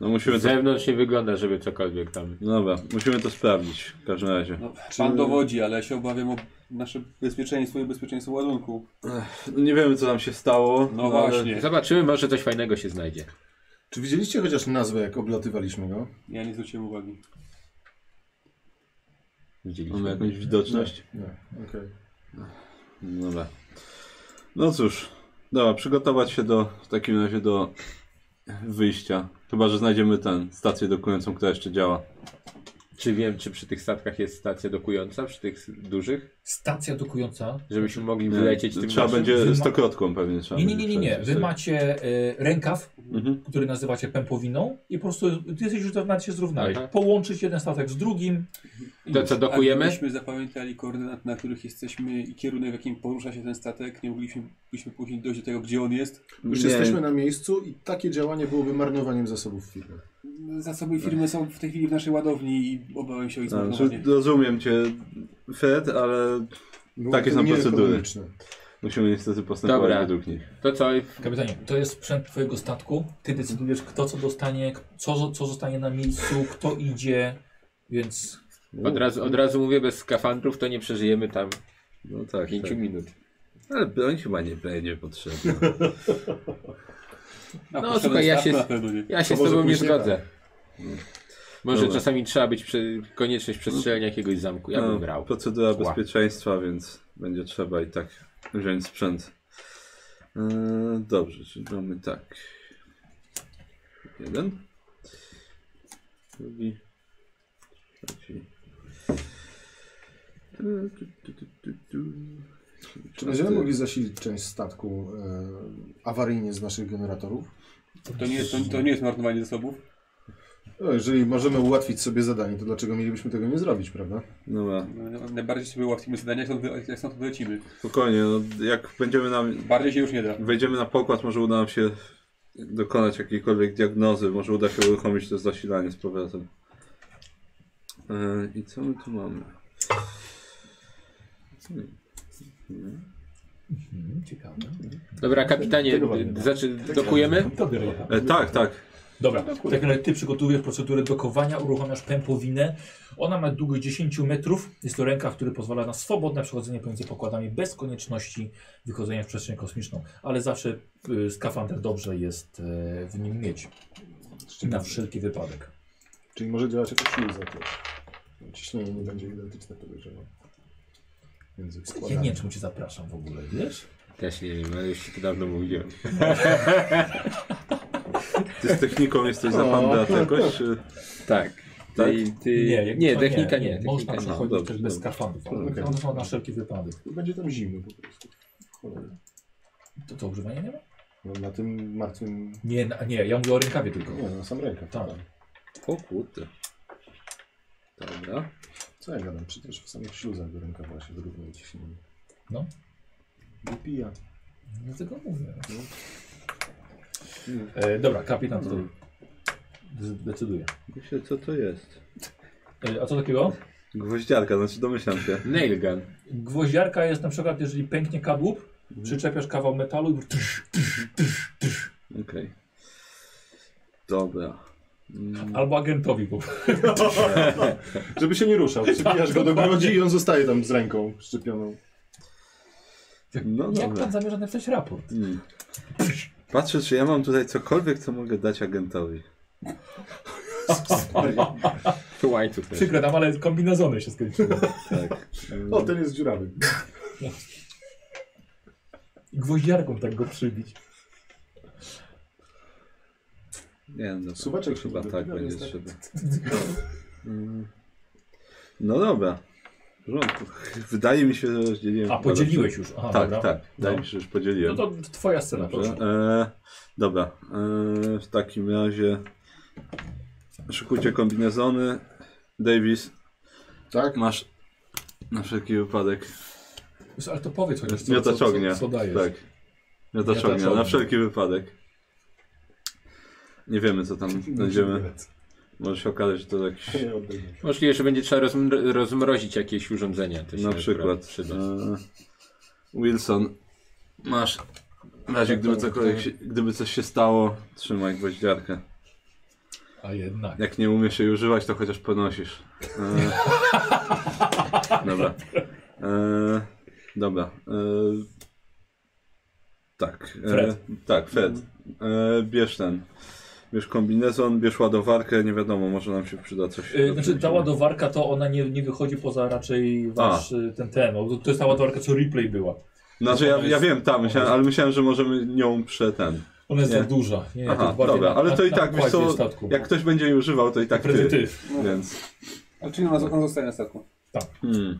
[SPEAKER 2] no musimy
[SPEAKER 3] Z
[SPEAKER 2] to, no
[SPEAKER 3] zewnątrz nie wygląda, żeby cokolwiek tam.
[SPEAKER 2] dobra, musimy to sprawdzić w każdym razie.
[SPEAKER 5] No,
[SPEAKER 4] Czy-
[SPEAKER 5] Pan dowodzi, ale ja się obawiam o nasze bezpieczeństwo i bezpieczeństwo ładunku.
[SPEAKER 2] No, nie wiemy co tam się stało.
[SPEAKER 5] No
[SPEAKER 2] ale-
[SPEAKER 5] właśnie.
[SPEAKER 3] Zobaczymy, może coś fajnego się znajdzie.
[SPEAKER 4] Czy widzieliście chociaż nazwę, jak oblatywaliśmy go?
[SPEAKER 5] Ja nie zwróciłem uwagi.
[SPEAKER 2] Mamy
[SPEAKER 3] Widzieliśmy.
[SPEAKER 2] jakąś widoczność.
[SPEAKER 4] Nie, okej.
[SPEAKER 2] Dobra. No cóż, dobra, przygotować się do, w takim razie do wyjścia. Chyba, że znajdziemy ten, stację dokującą, która jeszcze działa.
[SPEAKER 3] Czy wiem, czy przy tych statkach jest stacja dokująca, przy tych dużych,
[SPEAKER 1] Stacja dokująca.
[SPEAKER 3] żebyśmy mogli wylecieć
[SPEAKER 2] Nie,
[SPEAKER 3] tym
[SPEAKER 2] Trzeba
[SPEAKER 3] naszym?
[SPEAKER 1] Wy ma-
[SPEAKER 2] będzie stokrotką pewnie tak? trzeba
[SPEAKER 1] Nie, nie, nie, nie.
[SPEAKER 2] będzie
[SPEAKER 1] nie.
[SPEAKER 2] przejść.
[SPEAKER 1] Wy macie y, rękaw,
[SPEAKER 2] Mhm.
[SPEAKER 1] który nazywacie pępowiną i po prostu ty jesteś już nawet się zrównałeś.
[SPEAKER 3] Aha.
[SPEAKER 1] Połączyć jeden statek z drugim.
[SPEAKER 3] To co, dokujemy?
[SPEAKER 5] Gdybyśmy zapamiętali koordynat, na których jesteśmy i kierunek, w jakim porusza się ten statek, nie mogliśmy byśmy później dojść do tego, gdzie on jest.
[SPEAKER 4] Już
[SPEAKER 2] Nie,
[SPEAKER 4] jesteśmy na miejscu i takie działanie byłoby marnowaniem zasobów firmy.
[SPEAKER 5] Zasoby firmy są w tej chwili w naszej ładowni i obawiam się o ich
[SPEAKER 2] a,
[SPEAKER 5] zmarnowanie.
[SPEAKER 2] czy- Rozumiem cię, Fred, ale
[SPEAKER 4] Byłoby
[SPEAKER 2] Takie są procedury.
[SPEAKER 4] nieekonomiczne.
[SPEAKER 2] musimy niestety postępować
[SPEAKER 3] Dobra.
[SPEAKER 2] według nich.
[SPEAKER 3] To co?
[SPEAKER 1] Kapitanie, to jest sprzęt twojego statku. Ty decydujesz kto co dostanie, co, co zostanie na miejscu, kto idzie, więc
[SPEAKER 3] Od razu, od razu mówię, bez skafandrów to nie przeżyjemy tam
[SPEAKER 2] No tak,
[SPEAKER 3] 5
[SPEAKER 2] tak.
[SPEAKER 3] minut.
[SPEAKER 2] Ale broń chyba nie będzie potrzebna.
[SPEAKER 5] Na
[SPEAKER 3] No,
[SPEAKER 5] potrzebę
[SPEAKER 3] słuchaj, ja
[SPEAKER 5] statku
[SPEAKER 3] się-
[SPEAKER 5] Na pewno nie.
[SPEAKER 3] Ja się
[SPEAKER 4] To
[SPEAKER 3] z
[SPEAKER 4] może
[SPEAKER 3] tobą nie
[SPEAKER 4] później
[SPEAKER 3] zgodzę. Może
[SPEAKER 2] tak. Dobra. No,
[SPEAKER 3] czasami trzeba być prze... konieczność przestrzelenia jakiegoś zamku. Ja bym grał.
[SPEAKER 2] Procedura
[SPEAKER 3] Ła.
[SPEAKER 2] bezpieczeństwa, więc będzie trzeba i tak wziąć sprzęt. Eee, dobrze, czyli mamy tak. Jeden. Drugi. Trzeci. E, Tu, tu, tu, tu, tu, tu.
[SPEAKER 4] Czy będziemy mogli zasilić część statku e, awaryjnie z naszych generatorów?
[SPEAKER 5] To nie jest, to, to nie jest marnowanie zasobów.
[SPEAKER 4] No, jeżeli możemy ułatwić sobie zadanie, to dlaczego mielibyśmy tego nie zrobić, prawda?
[SPEAKER 2] Dobra,
[SPEAKER 5] No, Najbardziej sobie ułatwimy zadania, jak stąd wy- jak stąd wylecimy.
[SPEAKER 2] spokojnie. No, jak będziemy na,
[SPEAKER 5] Bardziej się już nie da.
[SPEAKER 2] wejdziemy na pokład, może uda nam się dokonać jakiejkolwiek diagnozy, może uda się uruchomić to zasilanie z powrotem. E, I co my tu mamy? Hmm.
[SPEAKER 1] mhm, ciekawe.
[SPEAKER 3] Dobra, kapitanie,
[SPEAKER 4] Tego ładnie, no.
[SPEAKER 3] znaczy,
[SPEAKER 2] Tak.
[SPEAKER 3] dokujemy?
[SPEAKER 1] Dobry
[SPEAKER 2] E, tak, tak.
[SPEAKER 1] Dobra, w takim razie ty przygotowujesz procedurę dokowania, uruchamiasz pępowinę. Ona ma długość 10 metrów. Jest to rękaw, który pozwala na swobodne przechodzenie pomiędzy pokładami bez konieczności wychodzenia w przestrzeń kosmiczną. Ale zawsze y, skafander dobrze jest y, w nim mieć. Na wszelki wypadek.
[SPEAKER 4] Czyli może działać jako śluza też. Ciśnienie nie będzie identyczne, podejrzewam. Między
[SPEAKER 1] Ja nie
[SPEAKER 4] składami.
[SPEAKER 1] wiem, czemu cię zapraszam w ogóle, wiesz?
[SPEAKER 3] Też nie wiem, ale już ci to dawno mówiłem.
[SPEAKER 2] Ty z techniką jesteś za pandat jakoś? czy-
[SPEAKER 3] Tak.
[SPEAKER 2] Tak?
[SPEAKER 3] Ty, ty...
[SPEAKER 1] Nie,
[SPEAKER 3] Nie,
[SPEAKER 1] jakby to
[SPEAKER 3] technika nie. technika
[SPEAKER 1] Można
[SPEAKER 3] nie.
[SPEAKER 1] przechodzić
[SPEAKER 2] Dobrze,
[SPEAKER 1] też bez
[SPEAKER 2] dobrze.
[SPEAKER 1] skafandrów, ale
[SPEAKER 4] Okej.
[SPEAKER 1] one są na wszelki wypadek.
[SPEAKER 4] Będzie tam zimno po prostu. Cholera.
[SPEAKER 1] To, to używanie nie ma?
[SPEAKER 4] No, na tym martwym...
[SPEAKER 1] Nie, na- nie, ja mówię o rękawie tylko.
[SPEAKER 4] Nie, na sam rękaw.
[SPEAKER 1] Tak.
[SPEAKER 2] O kurde. Dobra.
[SPEAKER 4] Co ja gadam? Przecież w samych śluzach do rękawa się wyrównuje ciśnienie.
[SPEAKER 1] No.
[SPEAKER 4] Wypija.
[SPEAKER 1] Dlatego mówię.
[SPEAKER 2] Mm.
[SPEAKER 1] E, dobra, kapitan tutaj decyduje.
[SPEAKER 2] Myślę, co to jest?
[SPEAKER 1] E, a co takiego?
[SPEAKER 2] Gwoździarka, znaczy domyślam się.
[SPEAKER 3] Nail gun.
[SPEAKER 1] Gwoździarka jest na przykład, jeżeli pęknie kadłub,
[SPEAKER 2] Mm.
[SPEAKER 1] przyczepiasz kawał metalu i tsz, tsz, tsz, tsz.
[SPEAKER 2] Okej. Dobra. Mm,
[SPEAKER 1] albo agentowi. Bo...
[SPEAKER 4] Żeby się nie ruszał. Przybijasz go do grudzi i on zostaje tam z ręką szczepioną.
[SPEAKER 2] No
[SPEAKER 1] Jak
[SPEAKER 2] dobra.
[SPEAKER 1] pan zamierza napisać raport?
[SPEAKER 2] Mm. Patrzę, czy ja mam tutaj cokolwiek, co mogę dać agentowi.
[SPEAKER 3] Tu łańcuch też.
[SPEAKER 1] Przykro nam, ale kombinezony się skończyły.
[SPEAKER 2] Tak.
[SPEAKER 4] O, ten jest dziurawy.
[SPEAKER 1] Gwoździarką tak go przybić.
[SPEAKER 2] Nie wiem, dobra,
[SPEAKER 4] Suwaczek
[SPEAKER 2] to chyba
[SPEAKER 4] się
[SPEAKER 2] tak
[SPEAKER 4] dobiera,
[SPEAKER 2] będzie
[SPEAKER 4] więc
[SPEAKER 2] trzeba. Mm. No dobra. W porządku. Wydaje mi się, że rozdzieliłem.
[SPEAKER 1] A
[SPEAKER 2] chyba
[SPEAKER 1] podzieliłeś już. Aha,
[SPEAKER 2] dobrze. Tak,
[SPEAKER 1] dobra.
[SPEAKER 2] tak. Wydaje
[SPEAKER 1] No.
[SPEAKER 2] mi się, że już podzieliłem.
[SPEAKER 1] No to twoja scena,
[SPEAKER 2] Dobrze.
[SPEAKER 1] proszę.
[SPEAKER 2] E, dobra. E, w takim razie szykujcie kombinezony. Davis,
[SPEAKER 4] Tak?
[SPEAKER 2] masz na wszelki wypadek.
[SPEAKER 1] Wiesz, Ale to powiedz chociaż, co, co,
[SPEAKER 2] Miotacz
[SPEAKER 1] co,
[SPEAKER 2] ognia.
[SPEAKER 1] co dajesz.
[SPEAKER 2] Tak. Miotacz
[SPEAKER 1] Miotacz
[SPEAKER 2] ognia,
[SPEAKER 1] ognia.
[SPEAKER 2] na wszelki wypadek. Nie wiemy co tam znajdziemy. Może się okazać, że to jakiś
[SPEAKER 4] Nie, odejdę.
[SPEAKER 3] Możliwe, że będzie trzeba rozm- rozmrozić jakieś urządzenia. To się
[SPEAKER 2] Na
[SPEAKER 3] akurat
[SPEAKER 2] przykład
[SPEAKER 3] przyda.
[SPEAKER 2] e, Wilson, masz w razie
[SPEAKER 1] Tak,
[SPEAKER 2] gdyby cokolwiek, się, gdyby coś się stało, trzymaj gwoździarkę.
[SPEAKER 1] A jednak.
[SPEAKER 2] Jak nie umiesz jej używać, to chociaż ponosisz. E, dobra. E, dobra. E, tak. E,
[SPEAKER 1] Fred.
[SPEAKER 2] Tak, Fred. E, bierz ten. Bierz kombinezon, bierz ładowarkę, nie wiadomo, może nam się przyda coś.
[SPEAKER 1] Y, Znaczy ta ładowarka to ona nie, nie wychodzi poza raczej wasz y, ten ten. no, To jest ta ładowarka co replay była.
[SPEAKER 2] Znaczy ja, ja wiem tam, myślałem, ale myślałem, że możemy nią prze ten.
[SPEAKER 1] Ona jest
[SPEAKER 2] Nie.
[SPEAKER 1] za duża. Nie, to
[SPEAKER 2] Aha,
[SPEAKER 1] jest bardziej
[SPEAKER 2] dobra,
[SPEAKER 1] na-
[SPEAKER 2] ale
[SPEAKER 1] na-
[SPEAKER 2] to i
[SPEAKER 1] na
[SPEAKER 2] tak, wiesz
[SPEAKER 1] pokładzie
[SPEAKER 2] co,
[SPEAKER 1] statku.
[SPEAKER 2] jak ktoś będzie jej używał, to i tak ty,
[SPEAKER 1] Prezytyw.
[SPEAKER 2] więc
[SPEAKER 5] Ale czyli on, on zostaje na statku.
[SPEAKER 2] Hmm.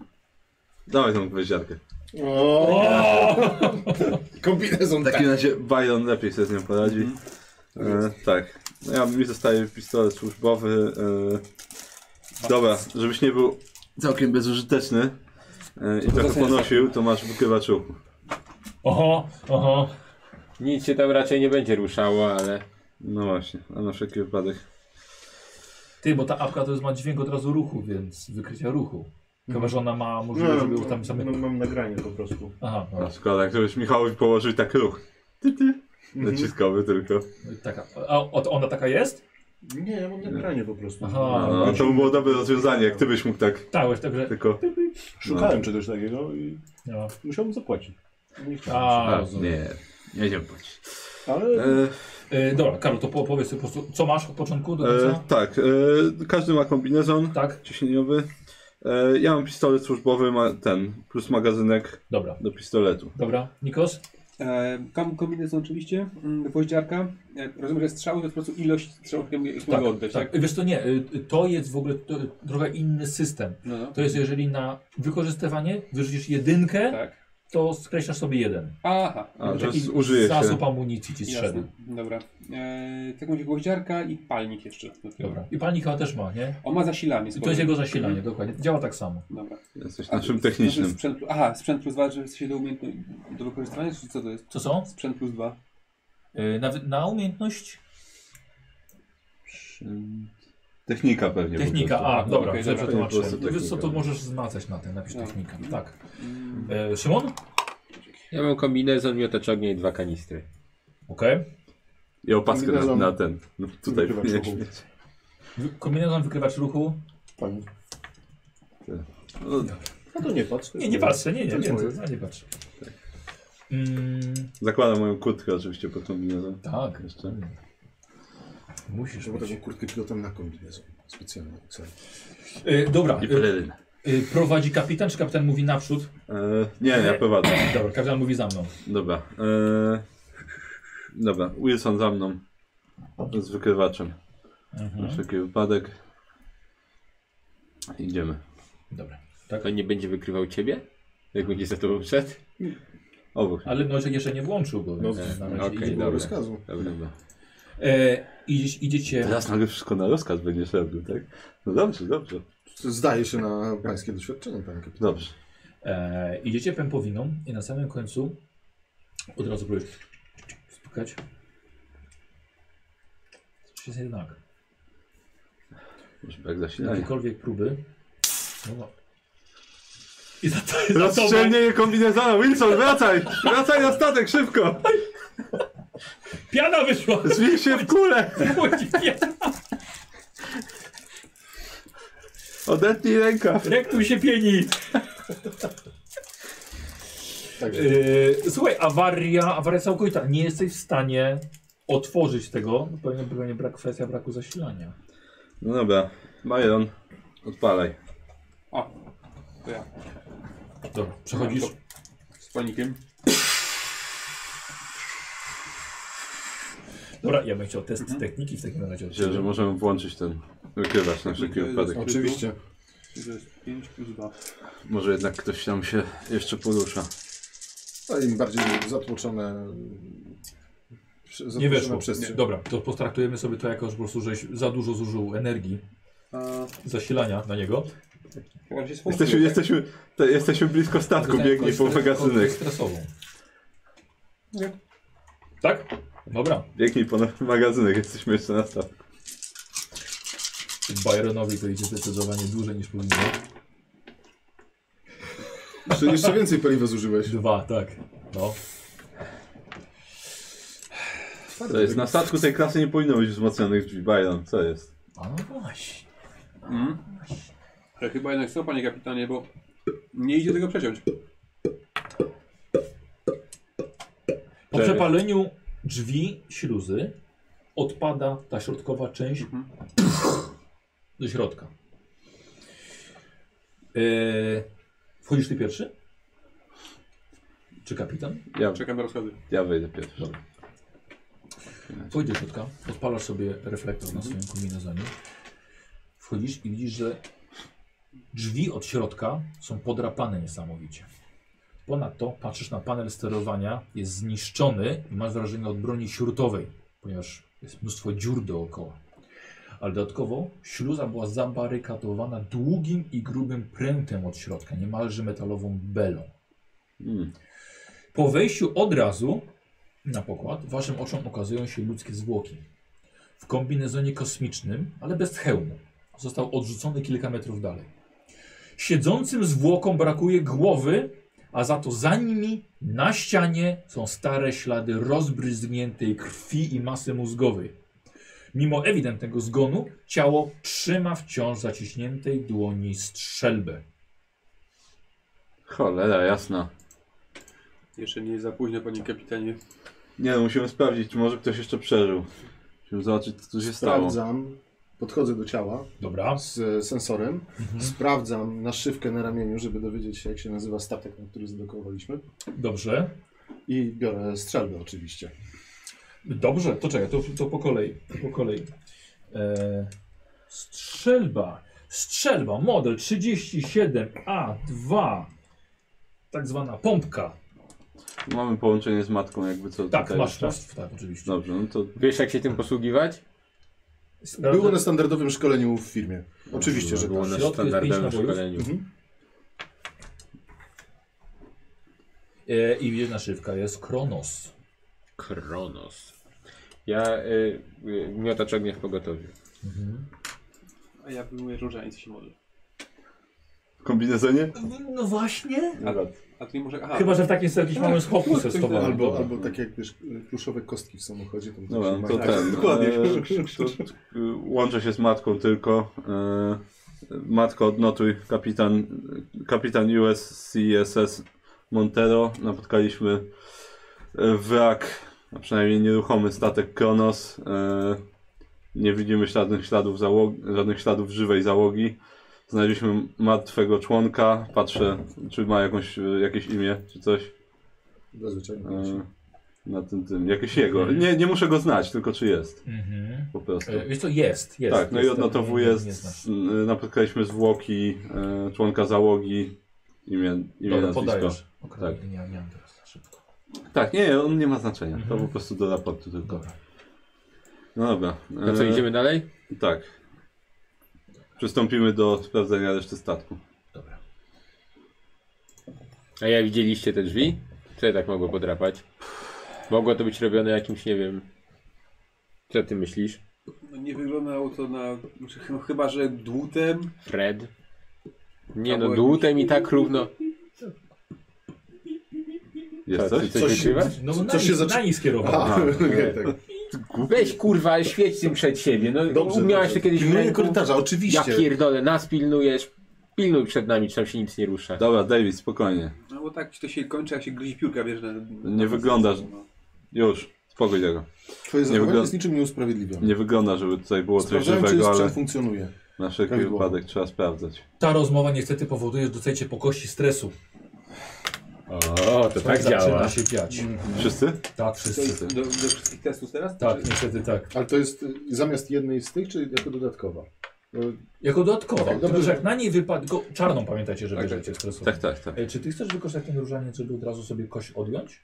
[SPEAKER 2] Dawaj tą gwoździarkę.
[SPEAKER 4] Kombinezon
[SPEAKER 2] W
[SPEAKER 1] Tak.
[SPEAKER 4] taki.
[SPEAKER 2] takim razie Byron lepiej sobie z nią poradzi.
[SPEAKER 1] Mhm.
[SPEAKER 2] E, tak. No ja mi zostaje pistolet służbowy. E, dobra, żebyś nie był całkiem bezużyteczny e, i trochę ponosił, to masz wykrywa czułku.
[SPEAKER 1] Oho, oho.
[SPEAKER 3] Nic się tam raczej nie będzie ruszało, ale
[SPEAKER 2] No właśnie, a na wszelki wypadek.
[SPEAKER 1] Ty, bo ta apka to jest ma dźwięk od razu ruchu, więc wykrycia ruchu. Chyba, że ona ma możliwość, żeby tam same...
[SPEAKER 4] no, mam nagranie po prostu.
[SPEAKER 1] Aha,
[SPEAKER 2] A
[SPEAKER 1] dobra.
[SPEAKER 2] szkoda, jak żebyś Michałowi położył tak ruch. Ty,
[SPEAKER 1] Mhm.
[SPEAKER 2] ty. Naciskowy tylko.
[SPEAKER 1] Taka. A o- to ona taka jest?
[SPEAKER 4] Nie, ja mam nagranie po prostu.
[SPEAKER 1] Aha.
[SPEAKER 2] No, no, to by było dobre rozwiązanie, jak ty byś mógł tak
[SPEAKER 1] Tak, właśnie, także...
[SPEAKER 2] tylko...
[SPEAKER 6] Szukałem czegoś takiego i
[SPEAKER 1] No.
[SPEAKER 6] musiałem zapłacić. Nie chciałem.
[SPEAKER 1] A,
[SPEAKER 2] A,
[SPEAKER 1] rozumiem.
[SPEAKER 2] nie, nie będziemy płacić.
[SPEAKER 6] Ale
[SPEAKER 2] E,
[SPEAKER 1] Y, dobra, Karol, to po, powiedz sobie po prostu, co masz od początku do
[SPEAKER 2] e,
[SPEAKER 1] końca?
[SPEAKER 2] tak, e, każdy ma kombinezon
[SPEAKER 1] Tak?
[SPEAKER 2] ciśnieniowy. E, ja mam pistolet służbowy, ma ten, plus magazynek
[SPEAKER 1] Dobra.
[SPEAKER 2] do pistoletu.
[SPEAKER 1] Dobra. Nikos?
[SPEAKER 5] E, tam kombinezon oczywiście, mm, gwoździarka. E, rozumiem, że strzały to jest po prostu ilość strzałów, które mogę tak, oddać, tak?
[SPEAKER 1] Wiesz to nie, y, to jest w ogóle to, y, trochę inny system.
[SPEAKER 5] No, no.
[SPEAKER 1] To jest jeżeli na wykorzystywanie wyrzucisz jedynkę,
[SPEAKER 5] Tak.
[SPEAKER 1] to skreślasz sobie jeden.
[SPEAKER 5] Aha.
[SPEAKER 2] A,
[SPEAKER 5] dobrze.
[SPEAKER 2] że
[SPEAKER 1] Taki
[SPEAKER 2] zużyje się.
[SPEAKER 1] zasób amunicji ci
[SPEAKER 5] Jasne.
[SPEAKER 1] strzeli.
[SPEAKER 5] Dobra. E, tak mówię, gwoździarka i palnik jeszcze. do tego.
[SPEAKER 1] Dobra. I pani chyba też ma, nie?
[SPEAKER 5] On ma zasilanie.
[SPEAKER 1] I to
[SPEAKER 5] swoje.
[SPEAKER 1] jest jego zasilanie, dokładnie. Działa tak samo.
[SPEAKER 5] Dobra.
[SPEAKER 2] Jesteś
[SPEAKER 5] A,
[SPEAKER 2] naszym
[SPEAKER 5] to jest
[SPEAKER 2] technicznym.
[SPEAKER 5] Sprzęt, plus- aha, sprzęt plus dwa, że jesteś do umiejętności, do wykorzystania, czy co to jest?
[SPEAKER 1] Co są?
[SPEAKER 5] Sprzęt plus dwa.
[SPEAKER 1] Y, na, wy- na umiejętność?
[SPEAKER 2] Technika pewnie. po
[SPEAKER 1] Technika.
[SPEAKER 2] prostu. No,
[SPEAKER 1] A, dobra,
[SPEAKER 5] Okej,
[SPEAKER 1] okay,
[SPEAKER 5] dobra.
[SPEAKER 1] przetłumaczę.
[SPEAKER 2] Po prostu
[SPEAKER 1] Wiesz co, to
[SPEAKER 2] technika.
[SPEAKER 1] możesz zmacać na tym, napisz
[SPEAKER 5] No.
[SPEAKER 1] technika. Tak.
[SPEAKER 5] Mm,
[SPEAKER 1] Y, Szymon?
[SPEAKER 3] ja mam kombinezon, miotacz ognia i dwa kanistry.
[SPEAKER 1] Okej.
[SPEAKER 2] I opaskę na,
[SPEAKER 4] Kombinezon.
[SPEAKER 2] na ten. No, tutaj
[SPEAKER 4] Wykrywa
[SPEAKER 2] powinieneś
[SPEAKER 4] czołgów.
[SPEAKER 2] mieć.
[SPEAKER 1] Wy- Kombinezon wykrywacz ruchu.
[SPEAKER 4] tak. Pani.
[SPEAKER 2] No,
[SPEAKER 4] No to nie patrz. to
[SPEAKER 1] Nie,
[SPEAKER 4] jest
[SPEAKER 1] nie
[SPEAKER 4] moje.
[SPEAKER 1] patrzę, nie, nie,
[SPEAKER 4] To
[SPEAKER 1] nie,
[SPEAKER 4] jest
[SPEAKER 1] to,
[SPEAKER 4] moje.
[SPEAKER 1] no, nie patrzę. Mm,
[SPEAKER 2] zakładam moją kurtkę oczywiście pod kombinezon.
[SPEAKER 1] tak,
[SPEAKER 2] Jeszcze.
[SPEAKER 1] Musisz.
[SPEAKER 4] Trzeba taką kurtkę pilotem na kombinezon. Specjalnie. co?
[SPEAKER 1] Y, dobra,
[SPEAKER 2] I
[SPEAKER 1] y,
[SPEAKER 2] peleryn.
[SPEAKER 1] y, prowadzi kapitan, czy kapitan mówi naprzód?
[SPEAKER 2] E, nie, ja prowadzę.
[SPEAKER 1] Dobra, kapitan mówi za mną.
[SPEAKER 2] Dobra. E, dobra, Wilson za mną. Z wykrywaczem. Na wszelki wypadek. Idziemy.
[SPEAKER 1] Dobra. Tak?
[SPEAKER 3] To nie będzie wykrywał ciebie? Jak będzie za tobą przed?
[SPEAKER 2] Obok.
[SPEAKER 1] Ale nożek jeszcze nie włączył go, więc
[SPEAKER 4] No,
[SPEAKER 1] na razie
[SPEAKER 3] okej,
[SPEAKER 1] idzie.
[SPEAKER 4] Było
[SPEAKER 3] Dobra.
[SPEAKER 4] rozkazu.
[SPEAKER 3] Dobra.
[SPEAKER 1] E, idzie, idziecie,
[SPEAKER 2] no. Teraz nagle wszystko na rozkaz będziesz robił, tak? No dobrze, dobrze.
[SPEAKER 4] Zdaje się na pańskie doświadczenie, panie kapitanie.
[SPEAKER 2] Dobrze.
[SPEAKER 1] e, idziecie pępowiną i na samym końcu od razu próbujesz stukać. Coś jest tak. jednak.
[SPEAKER 2] Może jak zasilanie.
[SPEAKER 1] Jakiekolwiek próby. No. I za to jest za tobą.
[SPEAKER 2] Rozstrzelnienie kombinezona! Wilson, wracaj! Wracaj na statek, szybko!
[SPEAKER 1] Piana wyszła!
[SPEAKER 2] Zwij się w kulę!
[SPEAKER 1] Chodzi piana.
[SPEAKER 2] Odetnij rękaw!
[SPEAKER 1] Rektum się pieni!
[SPEAKER 4] Także
[SPEAKER 1] Yy, słuchaj, awaria, awaria całkowita. Nie jesteś w stanie otworzyć tego. Pewnie, pewnie brak, kwestia braku zasilania.
[SPEAKER 2] No dobra, Byron, odpalaj.
[SPEAKER 5] O, to ja.
[SPEAKER 1] Dobra, przechodzisz.
[SPEAKER 5] Mam to Z panikiem.
[SPEAKER 1] Dobra, ja bym chciał test techniki w takim razie.
[SPEAKER 2] Myślę, że możemy włączyć ten wykrywacz na wszelki wypadek.
[SPEAKER 4] oczywiście.
[SPEAKER 5] To jest 5 plus 2.
[SPEAKER 2] Może jednak ktoś tam się jeszcze porusza.
[SPEAKER 4] A Im bardziej zatłoczone. prze-
[SPEAKER 1] Nie
[SPEAKER 4] zatłoczona
[SPEAKER 1] weszło. Nie,
[SPEAKER 4] przestrzeń.
[SPEAKER 1] dobra, to potraktujemy sobie to jako że po prostu, żeś za dużo zużył energii zasilania na niego.
[SPEAKER 5] Chyba że się sforsuje,
[SPEAKER 2] Jesteśmy, jesteśmy, te, jesteśmy blisko statku, biegnij po magazynek.
[SPEAKER 1] stresową.
[SPEAKER 5] Nie.
[SPEAKER 1] Tak? Dobra.
[SPEAKER 2] Biegnij po na- magazynek, jesteśmy jeszcze na statku.
[SPEAKER 1] Byronowi to idzie zdecydowanie dłużej niż powinno.
[SPEAKER 4] Jeszcze, jeszcze więcej paliwa zużyłeś.
[SPEAKER 1] Dwa, tak. No.
[SPEAKER 2] To jest, na statku tej klasy nie powinno być wzmocnionych drzwi. Byron, co jest?
[SPEAKER 1] A no właśnie.
[SPEAKER 5] tak? Ja chyba jednak co, panie kapitanie, bo nie idzie tego przeciąć.
[SPEAKER 1] Po
[SPEAKER 2] Cztery.
[SPEAKER 1] przepaleniu drzwi śluzy odpada ta środkowa część do środka. Eee, wchodzisz ty pierwszy? Czy kapitan?
[SPEAKER 2] Ja,
[SPEAKER 5] Czekam na rozkazy.
[SPEAKER 2] ja wejdę pierwszy.
[SPEAKER 1] Dobra. Wchodź do środka, odpalasz sobie reflektor na swoim kombinezonie. Wchodzisz i widzisz, że Drzwi od środka są podrapane niesamowicie. Ponadto patrzysz na panel sterowania, jest zniszczony i masz wrażenie od broni śrutowej, ponieważ jest mnóstwo dziur dookoła. Ale dodatkowo śluza była zabarykadowana długim i grubym prętem od środka, niemalże metalową belą.
[SPEAKER 2] Mm.
[SPEAKER 1] Po wejściu od razu na pokład waszym oczom okazują się ludzkie zwłoki. W kombinezonie kosmicznym, ale bez hełmu. Został odrzucony kilka metrów dalej. Siedzącym zwłokom brakuje głowy, a za to za nimi na ścianie są stare ślady rozbryzgniętej krwi i masy mózgowej. Mimo ewidentnego zgonu, ciało trzyma wciąż zaciśniętej dłoni strzelbę.
[SPEAKER 2] Cholera, jasna.
[SPEAKER 5] Jeszcze nie jest za późno, panie kapitanie.
[SPEAKER 2] Nie no, musimy sprawdzić, czy może ktoś jeszcze przeżył. Musimy zobaczyć, co tu się stało.
[SPEAKER 4] Sprawdzam, podchodzę do ciała
[SPEAKER 1] Dobra.
[SPEAKER 4] z e, sensorem,
[SPEAKER 2] Mhm.
[SPEAKER 4] sprawdzam naszywkę na ramieniu, żeby dowiedzieć się, jak się nazywa statek, na który zdokowaliśmy
[SPEAKER 1] Dobrze.
[SPEAKER 4] i biorę strzelbę oczywiście.
[SPEAKER 1] Dobrze, to czekaj, to, to po kolei. to Po kolei. E, strzelba. Strzelba, model 37A2. Tak zwana pompka.
[SPEAKER 2] Mamy połączenie z matką, jakby co
[SPEAKER 1] Tak,
[SPEAKER 2] tutaj
[SPEAKER 1] masz
[SPEAKER 2] jeszcze.
[SPEAKER 1] czas. Tak, oczywiście.
[SPEAKER 2] Dobrze, no to
[SPEAKER 3] Wiesz jak się tym posługiwać?
[SPEAKER 1] Sprawdzę.
[SPEAKER 4] Było na standardowym szkoleniu w firmie. Oczywiście, że
[SPEAKER 3] Było
[SPEAKER 4] tak.
[SPEAKER 3] na
[SPEAKER 1] Środki jest pięć
[SPEAKER 3] standardowym
[SPEAKER 1] nabojów.
[SPEAKER 3] szkoleniu.
[SPEAKER 1] E, I jedna szywka jest Kronos.
[SPEAKER 3] Kronos. Ja y, y, miotacz ognia w pogotowiu.
[SPEAKER 5] A ja byłem różańcy się modlę.
[SPEAKER 2] w kombinezonie?
[SPEAKER 1] No właśnie.
[SPEAKER 5] A ty nie może. Aha,
[SPEAKER 1] Chyba, że w takim jakimś małym schowku
[SPEAKER 5] Coś
[SPEAKER 1] se
[SPEAKER 5] tam.
[SPEAKER 1] schowałem.
[SPEAKER 4] Albo,
[SPEAKER 1] Dobra.
[SPEAKER 4] albo takie jak wiesz, pluszowe kostki w samochodzie. Tam
[SPEAKER 2] Dobra,
[SPEAKER 4] się
[SPEAKER 2] no to
[SPEAKER 4] ma-
[SPEAKER 2] ten.
[SPEAKER 4] Dokładnie.
[SPEAKER 2] E, to, y, łączę się z matką tylko. E, matko, odnotuj, kapitan, kapitan US CSS Montero. Napotkaliśmy e, wrak, a przynajmniej nieruchomy statek Kronos. E, nie widzimy żadnych śladów, załogi, żadnych śladów żywej załogi. Znaleźliśmy martwego członka. Patrzę, czy ma jakąś, e, jakieś imię, czy coś.
[SPEAKER 4] Bez zwyczajnego
[SPEAKER 2] E, Na tym, tym. Jakieś jego. Nie, nie muszę go znać, tylko czy jest.
[SPEAKER 1] Mhm.
[SPEAKER 2] Po prostu.
[SPEAKER 1] E, Wiesz co, jest, jest.
[SPEAKER 2] tak, no i
[SPEAKER 1] jest,
[SPEAKER 2] odnotowuję,
[SPEAKER 1] nie- nie znasz.
[SPEAKER 2] z- y, napotkaliśmy zwłoki e, członka załogi, imię, imię
[SPEAKER 1] Dobra,
[SPEAKER 2] nazwisko.
[SPEAKER 1] podajesz. Okej,
[SPEAKER 2] Tak.
[SPEAKER 1] nie, nie mam teraz na szybko.
[SPEAKER 2] Tak, nie, on nie ma znaczenia, to
[SPEAKER 1] Mhm.
[SPEAKER 2] po prostu do raportu tylko.
[SPEAKER 1] Dobra.
[SPEAKER 2] No dobra.
[SPEAKER 3] No co,
[SPEAKER 2] e,
[SPEAKER 3] idziemy dalej?
[SPEAKER 2] Tak. Przystąpimy do sprawdzenia reszty statku.
[SPEAKER 1] Dobra.
[SPEAKER 3] A jak widzieliście te drzwi? Co je tak mogło podrapać? Mogło to być robione jakimś, nie wiem... Co ty myślisz?
[SPEAKER 5] No nie wyglądało to na. znaczy, ch- Chyba, że dłutem.
[SPEAKER 3] Fred? Nie
[SPEAKER 5] Albo
[SPEAKER 3] no,
[SPEAKER 5] jakiś-
[SPEAKER 3] dłutem i tak równo...
[SPEAKER 1] Tak,
[SPEAKER 2] Jest
[SPEAKER 3] Co,
[SPEAKER 2] coś?
[SPEAKER 3] ty coś
[SPEAKER 4] Coś-
[SPEAKER 3] wykrywasz?
[SPEAKER 1] No,
[SPEAKER 4] Co-
[SPEAKER 1] na,
[SPEAKER 4] coś
[SPEAKER 1] nich,
[SPEAKER 4] się
[SPEAKER 1] zaczy...
[SPEAKER 4] zaczy-
[SPEAKER 1] na nich skierował.
[SPEAKER 4] Aha, okej, tak.
[SPEAKER 3] Weź kurwa, świeć tym przed siebie. No,
[SPEAKER 4] Dobrze,
[SPEAKER 3] miałeś
[SPEAKER 4] dobrze.
[SPEAKER 3] to kiedyś w
[SPEAKER 4] Pilnuję
[SPEAKER 3] ręku?
[SPEAKER 4] korytarza,
[SPEAKER 3] Ja
[SPEAKER 4] oczywiście.
[SPEAKER 3] pierdolę, nas pilnujesz. Pilnuj przed nami, czy tam się nic nie rusza.
[SPEAKER 2] Dobra, David, spokojnie.
[SPEAKER 5] No bo tak to się kończy, jak się gryzi piłka, wiesz, na, na
[SPEAKER 2] Nie wyglądasz.
[SPEAKER 5] No.
[SPEAKER 2] Już, spokój tego.
[SPEAKER 4] Twoje zachowanie
[SPEAKER 2] wygląda-
[SPEAKER 4] jest niczym nieusprawiedliwione.
[SPEAKER 2] Nie wygląda, żeby tutaj było coś
[SPEAKER 4] Sprawdzałem, czy
[SPEAKER 2] żywego, ale
[SPEAKER 4] sprzęt funkcjonuje.
[SPEAKER 2] na wszelki
[SPEAKER 4] prawidłowo.
[SPEAKER 2] wypadek trzeba sprawdzać.
[SPEAKER 1] Ta rozmowa niestety powoduje, że docenicie po kości stresu.
[SPEAKER 3] O, to tak
[SPEAKER 1] zaczyna
[SPEAKER 3] działa.
[SPEAKER 1] się dziać.
[SPEAKER 2] Mm. Wszyscy?
[SPEAKER 1] Tak,
[SPEAKER 5] To
[SPEAKER 1] wszyscy.
[SPEAKER 5] jest do, do wszystkich testów teraz?
[SPEAKER 1] Tak,
[SPEAKER 5] Czy-
[SPEAKER 1] niestety tak.
[SPEAKER 4] Ale to jest y, zamiast jednej z tych, czy jako dodatkowa? Y,
[SPEAKER 1] Jako dodatkowa.
[SPEAKER 4] Tak,
[SPEAKER 1] tylko,
[SPEAKER 4] dobrze.
[SPEAKER 1] że jak na niej wypadł, czarną pamiętajcie, że
[SPEAKER 5] Tak,
[SPEAKER 1] bierzecie stresu.
[SPEAKER 2] Tak, tak, tak.
[SPEAKER 1] E, Czy ty chcesz wykorzystać ten różaniec, żeby od razu sobie kość odjąć?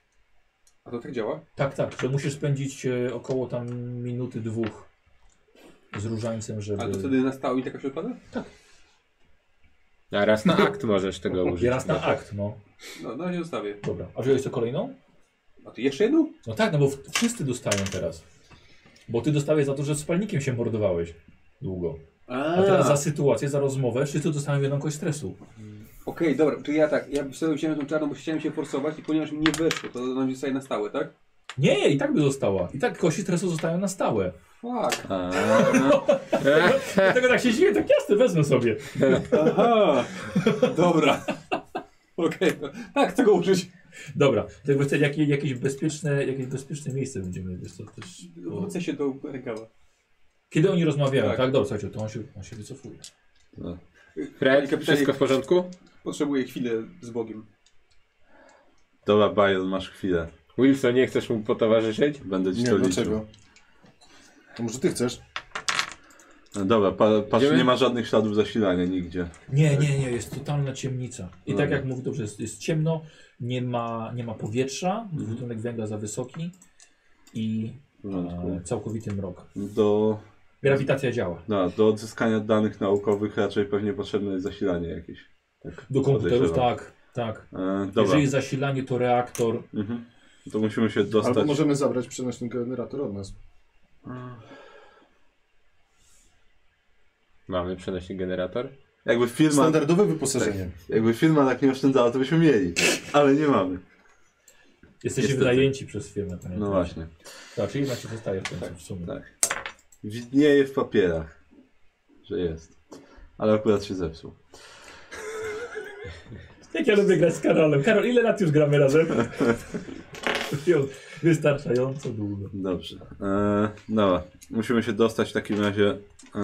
[SPEAKER 5] A to tak działa?
[SPEAKER 1] Tak, tak, że musisz spędzić e, około tam minuty, dwóch z różańcem, żeby...
[SPEAKER 5] Ale to wtedy na stałe i taka się odpada?
[SPEAKER 3] A raz na akt możesz tego użyć.
[SPEAKER 1] Raz na akt, no.
[SPEAKER 5] No, no nie zostawię.
[SPEAKER 1] Dobra. A wziąłeś co kolejną?
[SPEAKER 5] A ty jeszcze jedną?
[SPEAKER 1] No tak, no bo w- wszyscy dostają teraz. Bo ty dostałeś za to, że z palnikiem się mordowałeś długo. A teraz za sytuację, za rozmowę wszyscy dostają jedną kość stresu.
[SPEAKER 5] Okej, dobra, czyli ja tak, ja sobie wziąłem tą czarną, bo chciałem się forsować i ponieważ mi nie weszło, to nam zostaje na stałe, tak?
[SPEAKER 1] Nie, i tak by została. I tak kości stresu zostają na stałe.
[SPEAKER 5] Fuck.
[SPEAKER 2] A,
[SPEAKER 1] Dlatego tak się dziwię, tak jasne, wezmę sobie.
[SPEAKER 5] Aha. dobra. Okej, no. tak, chcę go użyć.
[SPEAKER 1] Dobra, tak wiesz, jak, jakieś, bezpieczne, jakieś bezpieczne miejsce będziemy, wiesz co, też... No, Bo...
[SPEAKER 5] Wrócę się do rękawa.
[SPEAKER 1] Kiedy oni rozmawiają, tak?
[SPEAKER 5] Tak.
[SPEAKER 1] Dobra, słuchajcie, to on się, on się wycofuje.
[SPEAKER 3] Fred,
[SPEAKER 5] Kapitanie-
[SPEAKER 3] wszystko w porządku?
[SPEAKER 5] Potrzebuję chwilę z Bogiem.
[SPEAKER 2] dobra, Bajon, masz chwilę.
[SPEAKER 3] Wilson, nie chcesz mu potowarzyszyć?
[SPEAKER 2] Będę ci
[SPEAKER 4] Nie,
[SPEAKER 2] to liczył.
[SPEAKER 4] dlaczego? To może ty chcesz?
[SPEAKER 2] No dobra, pa, patrz,
[SPEAKER 3] Idziemy?
[SPEAKER 2] nie ma żadnych śladów zasilania nigdzie.
[SPEAKER 1] Nie, nie, nie, jest totalna ciemnica. I tak
[SPEAKER 2] Dobra.
[SPEAKER 1] jak mówi dobrze, jest, jest ciemno, nie ma, nie ma powietrza, dwutlenek węgla za wysoki i
[SPEAKER 2] W
[SPEAKER 1] e,
[SPEAKER 2] porządku.
[SPEAKER 1] całkowity mrok.
[SPEAKER 2] Do,
[SPEAKER 1] Grawitacja działa.
[SPEAKER 2] no, do odzyskania danych naukowych raczej pewnie potrzebne jest zasilanie jakieś.
[SPEAKER 1] Do komputerów
[SPEAKER 2] Podejrzewam.
[SPEAKER 1] tak, tak.
[SPEAKER 2] E, dobra,
[SPEAKER 1] Jeżeli jest zasilanie, to reaktor.
[SPEAKER 2] mhm. to musimy się
[SPEAKER 4] Albo
[SPEAKER 2] dostać.
[SPEAKER 4] możemy zabrać przenośny generator od nas.
[SPEAKER 3] Mamy przenośny generator?
[SPEAKER 2] Jakby firma,
[SPEAKER 4] Standardowe wyposażenie.
[SPEAKER 2] jakby firma tak nie oszczędzała, to byśmy mieli, ale nie mamy.
[SPEAKER 1] Jesteście
[SPEAKER 2] Niestety.
[SPEAKER 1] wynajęci przez firmę. pamiętajcie.
[SPEAKER 2] No właśnie,
[SPEAKER 1] Tak, czyli macie zostaje w końcu w sumie.
[SPEAKER 2] tak. Widnieje w papierach, że jest, ale akurat się zepsuł.
[SPEAKER 1] Tak Jak ja lubię grać z Karolem. Karol, ile lat już gramy razem? Wystarczająco długo.
[SPEAKER 2] Dobrze. E, dobra. Musimy się dostać w takim razie e,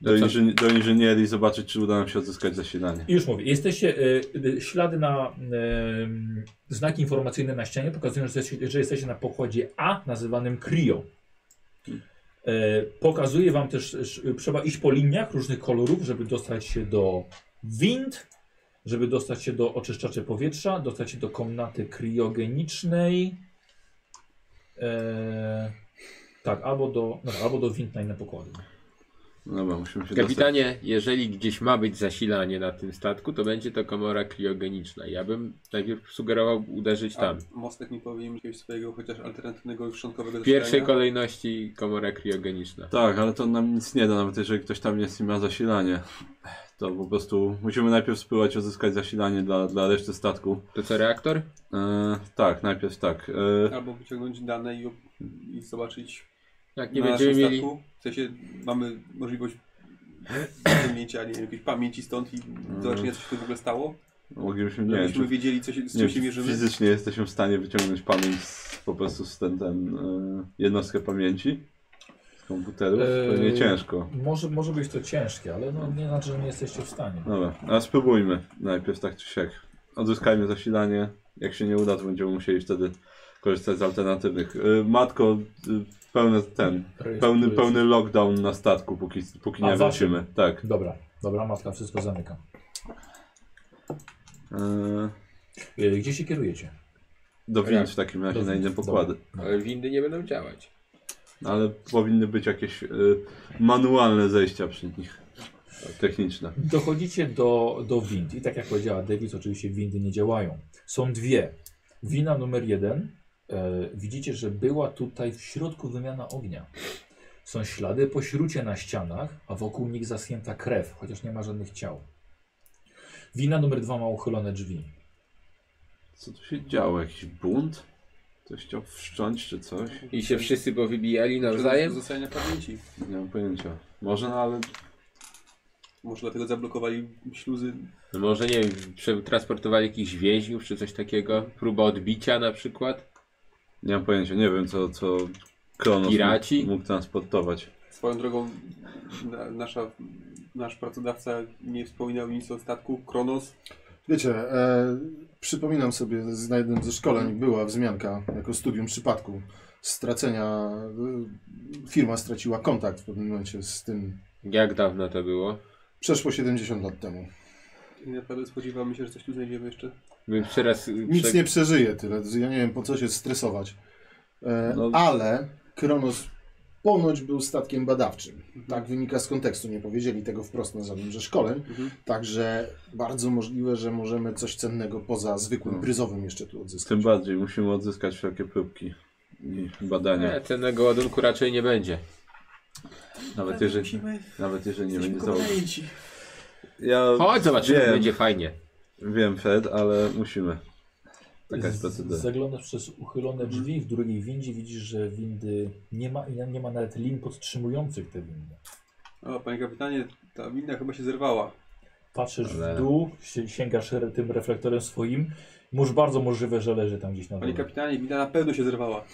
[SPEAKER 2] do,
[SPEAKER 3] Do co?
[SPEAKER 2] inżyni- do inżynierii i zobaczyć, czy uda nam się odzyskać zasilanie.
[SPEAKER 1] I już mówię, jesteście, y, y, ślady na y, znaki informacyjne na ścianie pokazują, że jesteście, że jesteście na pokładzie A nazywanym Cryo. Y, pokazuje wam też, y, trzeba iść po liniach różnych kolorów, żeby dostać się do wind, żeby dostać się do oczyszczaczy powietrza, dostać się do komnaty kriogenicznej. E, tak, albo do, no, albo do wind na inne pokłady.
[SPEAKER 2] Dobra, musimy się dostać.
[SPEAKER 3] Kapitanie, jeżeli gdzieś ma być zasilanie na tym statku, to będzie to komora kriogeniczna. Ja bym najpierw sugerował uderzyć tam.
[SPEAKER 5] A Mostek mi powie im jakiegoś swojego chociaż alternatywnego szczątkowego
[SPEAKER 3] W pierwszej
[SPEAKER 5] zasilania?
[SPEAKER 3] kolejności komora kriogeniczna.
[SPEAKER 2] Tak, ale to nam nic nie da, nawet jeżeli ktoś tam jest i ma zasilanie. To po prostu musimy najpierw spróbować odzyskać zasilanie dla, dla reszty statku.
[SPEAKER 3] To co, reaktor?
[SPEAKER 2] E, tak, najpierw tak. E,
[SPEAKER 5] Albo wyciągnąć dane i, i zobaczyć
[SPEAKER 3] Jak nie
[SPEAKER 5] na
[SPEAKER 3] będziemy
[SPEAKER 5] naszym
[SPEAKER 3] mieli...
[SPEAKER 5] statku. W sensie mamy możliwość pamięci, a nie jakiejś pamięci stąd i zobaczenia co się tu w ogóle stało.
[SPEAKER 2] moglibyśmy, Mhm. nie wiem,
[SPEAKER 5] Żebyśmy
[SPEAKER 2] czy,
[SPEAKER 5] wiedzieli co się, z
[SPEAKER 2] nie,
[SPEAKER 5] czym się
[SPEAKER 2] wiem, czy
[SPEAKER 5] mierzymy.
[SPEAKER 2] fizycznie jesteśmy w stanie wyciągnąć pamięć z, po prostu z ten, ten e, jednostkę pamięci z komputerów.
[SPEAKER 1] E,
[SPEAKER 2] Pewnie
[SPEAKER 5] Eee.
[SPEAKER 2] ciężko.
[SPEAKER 1] Może, może być to ciężkie, ale no, nie znaczy, że nie jesteście w stanie.
[SPEAKER 2] Dobra, a spróbujmy najpierw tak czy siak. Odzyskajmy zasilanie. Jak się nie uda, to będziemy musieli wtedy korzystać z alternatywnych. Y, matko, y, pełny ten,
[SPEAKER 1] Rejestr-
[SPEAKER 2] pełny, pełny lockdown na statku, póki, póki
[SPEAKER 1] A,
[SPEAKER 2] nie
[SPEAKER 1] wasze.
[SPEAKER 2] wrócimy. Tak.
[SPEAKER 1] Dobra, dobra, matka wszystko zamyka.
[SPEAKER 2] Y,
[SPEAKER 1] E, Gdzie się kierujecie?
[SPEAKER 2] do wind w takim razie
[SPEAKER 1] Do
[SPEAKER 2] na
[SPEAKER 1] wind,
[SPEAKER 2] inne pokłady.
[SPEAKER 3] Ale windy nie będą działać.
[SPEAKER 2] Ale powinny być jakieś y, manualne zejścia przy nich. Techniczne.
[SPEAKER 1] Dochodzicie do, do wind i tak jak powiedziała Davis, oczywiście windy nie działają. Są dwie. Wina numer jeden. E, widzicie, że była tutaj w środku wymiana ognia. Są ślady po śrucie na ścianach, a wokół nich zaschnięta krew, chociaż nie ma żadnych ciał. Wina numer dwa ma uchylone drzwi.
[SPEAKER 2] Co tu się działo? Jakiś bunt? Ktoś chciał wszcząć czy coś?
[SPEAKER 3] I się wszyscy powybijali
[SPEAKER 5] Do
[SPEAKER 3] nawzajem?
[SPEAKER 5] Zostania pamięci.
[SPEAKER 2] Nie mam pojęcia. Może, no ale
[SPEAKER 5] Może dlatego zablokowali śluzy.
[SPEAKER 3] No może nie wiem, przetransportowali jakichś więźniów czy coś takiego? Próba odbicia na przykład?
[SPEAKER 2] Nie mam pojęcia, nie wiem co, co Kronos
[SPEAKER 3] Piraci?
[SPEAKER 2] mógł, mógł transportować.
[SPEAKER 5] Swoją drogą na, nasza, nasz pracodawca nie wspominał nic o statku Kronos.
[SPEAKER 4] Wiecie, e, przypominam sobie, z- na jednym ze szkoleń była wzmianka jako studium przypadku stracenia. e, Firma straciła kontakt w pewnym momencie z tym.
[SPEAKER 3] Jak dawno to było?
[SPEAKER 4] Przeszło 70 lat temu.
[SPEAKER 5] I naprawdę spodziewamy się, że coś tu znajdziemy jeszcze.
[SPEAKER 3] Bym teraz... y,
[SPEAKER 4] Nic nie przeżyje tyle. Ja nie wiem po co się stresować. E,
[SPEAKER 2] No.
[SPEAKER 4] Ale Kronos ponoć był statkiem badawczym. Tak wynika z kontekstu. Nie powiedzieli tego wprost na żadnym ze szkoleń.
[SPEAKER 5] Mhm.
[SPEAKER 4] Także bardzo możliwe, że możemy coś cennego poza zwykłym
[SPEAKER 2] No.
[SPEAKER 4] pryzowym jeszcze tu
[SPEAKER 2] Tym
[SPEAKER 4] odzyskać.
[SPEAKER 2] bardziej musimy odzyskać wszelkie próbki i badania.
[SPEAKER 3] Nie, cennego ładunku raczej nie będzie.
[SPEAKER 2] Nawet jeżeli, nawet jeżeli nie będzie załogi.
[SPEAKER 5] pamięci.
[SPEAKER 2] Ja
[SPEAKER 3] Chodź, zobaczymy,
[SPEAKER 2] wiem,
[SPEAKER 3] będzie fajnie.
[SPEAKER 2] Wiem Fred, ale musimy. Taka jest
[SPEAKER 1] Z-
[SPEAKER 2] procedura.
[SPEAKER 1] Zaglądasz przez uchylone drzwi, w drugiej windzie widzisz, że windy nie ma, nie ma nawet lin podtrzymujących te windy.
[SPEAKER 5] O, panie kapitanie, ta winda chyba się zerwała.
[SPEAKER 1] Patrzysz
[SPEAKER 2] Ale-
[SPEAKER 1] w dół, si- sięgasz re- tym reflektorem swoim. Może bardzo możliwe, że leży tam gdzieś na
[SPEAKER 5] Panie
[SPEAKER 2] Mhm.
[SPEAKER 1] dole.
[SPEAKER 5] kapitanie, winda na pewno się zerwała.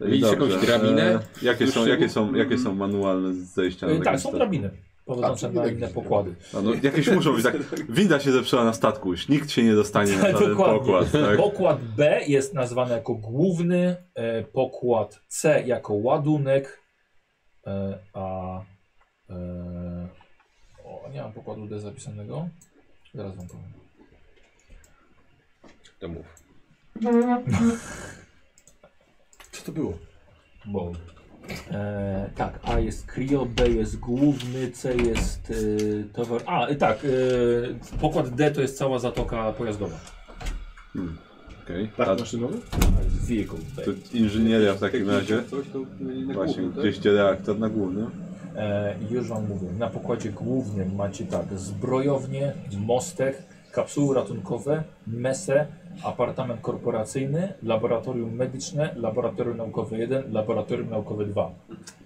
[SPEAKER 3] Widzisz jakąś
[SPEAKER 2] Dobrze,
[SPEAKER 3] drabinę?
[SPEAKER 2] E, jakie, są,
[SPEAKER 5] Już
[SPEAKER 2] jakie,
[SPEAKER 5] się-
[SPEAKER 2] są, jakie są manualne zejścia? na
[SPEAKER 1] E,
[SPEAKER 2] takim
[SPEAKER 1] Tak, są
[SPEAKER 2] statku?
[SPEAKER 1] drabiny
[SPEAKER 4] A,
[SPEAKER 1] prowadzące
[SPEAKER 4] czyli
[SPEAKER 1] na
[SPEAKER 4] jakieś
[SPEAKER 1] inne
[SPEAKER 4] drabiny.
[SPEAKER 1] pokłady.
[SPEAKER 2] A No, jakieś muszą być tak. Winda się zepsuła na statku już. Nikt się nie dostanie na ten
[SPEAKER 1] Dokładnie.
[SPEAKER 2] pokład. Tak?
[SPEAKER 1] Pokład B jest nazwany jako główny, e, pokład C jako ładunek, E, a... E, o, nie mam pokładu D zapisanego. Zaraz wam powiem.
[SPEAKER 3] To mów.
[SPEAKER 4] Co to było?
[SPEAKER 1] Bo. E, tak, A jest Cryo, B jest główny, C jest y, towar. A, y, tak, y, pokład D to jest cała zatoka pojazdowa.
[SPEAKER 2] Okej.
[SPEAKER 4] Tak
[SPEAKER 2] A
[SPEAKER 4] maszynowy?
[SPEAKER 1] A jest Vehicle B.
[SPEAKER 2] To inżynieria w takim razie.
[SPEAKER 5] Coś, to na
[SPEAKER 2] Właśnie,
[SPEAKER 5] głowie, tak?
[SPEAKER 2] gdzieś gdzie reaktor na główny.
[SPEAKER 1] E, już wam mówię, na pokładzie głównym macie tak, zbrojownię, mostek, kapsuły ratunkowe, mesę, apartament korporacyjny, laboratorium medyczne, laboratorium naukowe 1, laboratorium naukowe 2.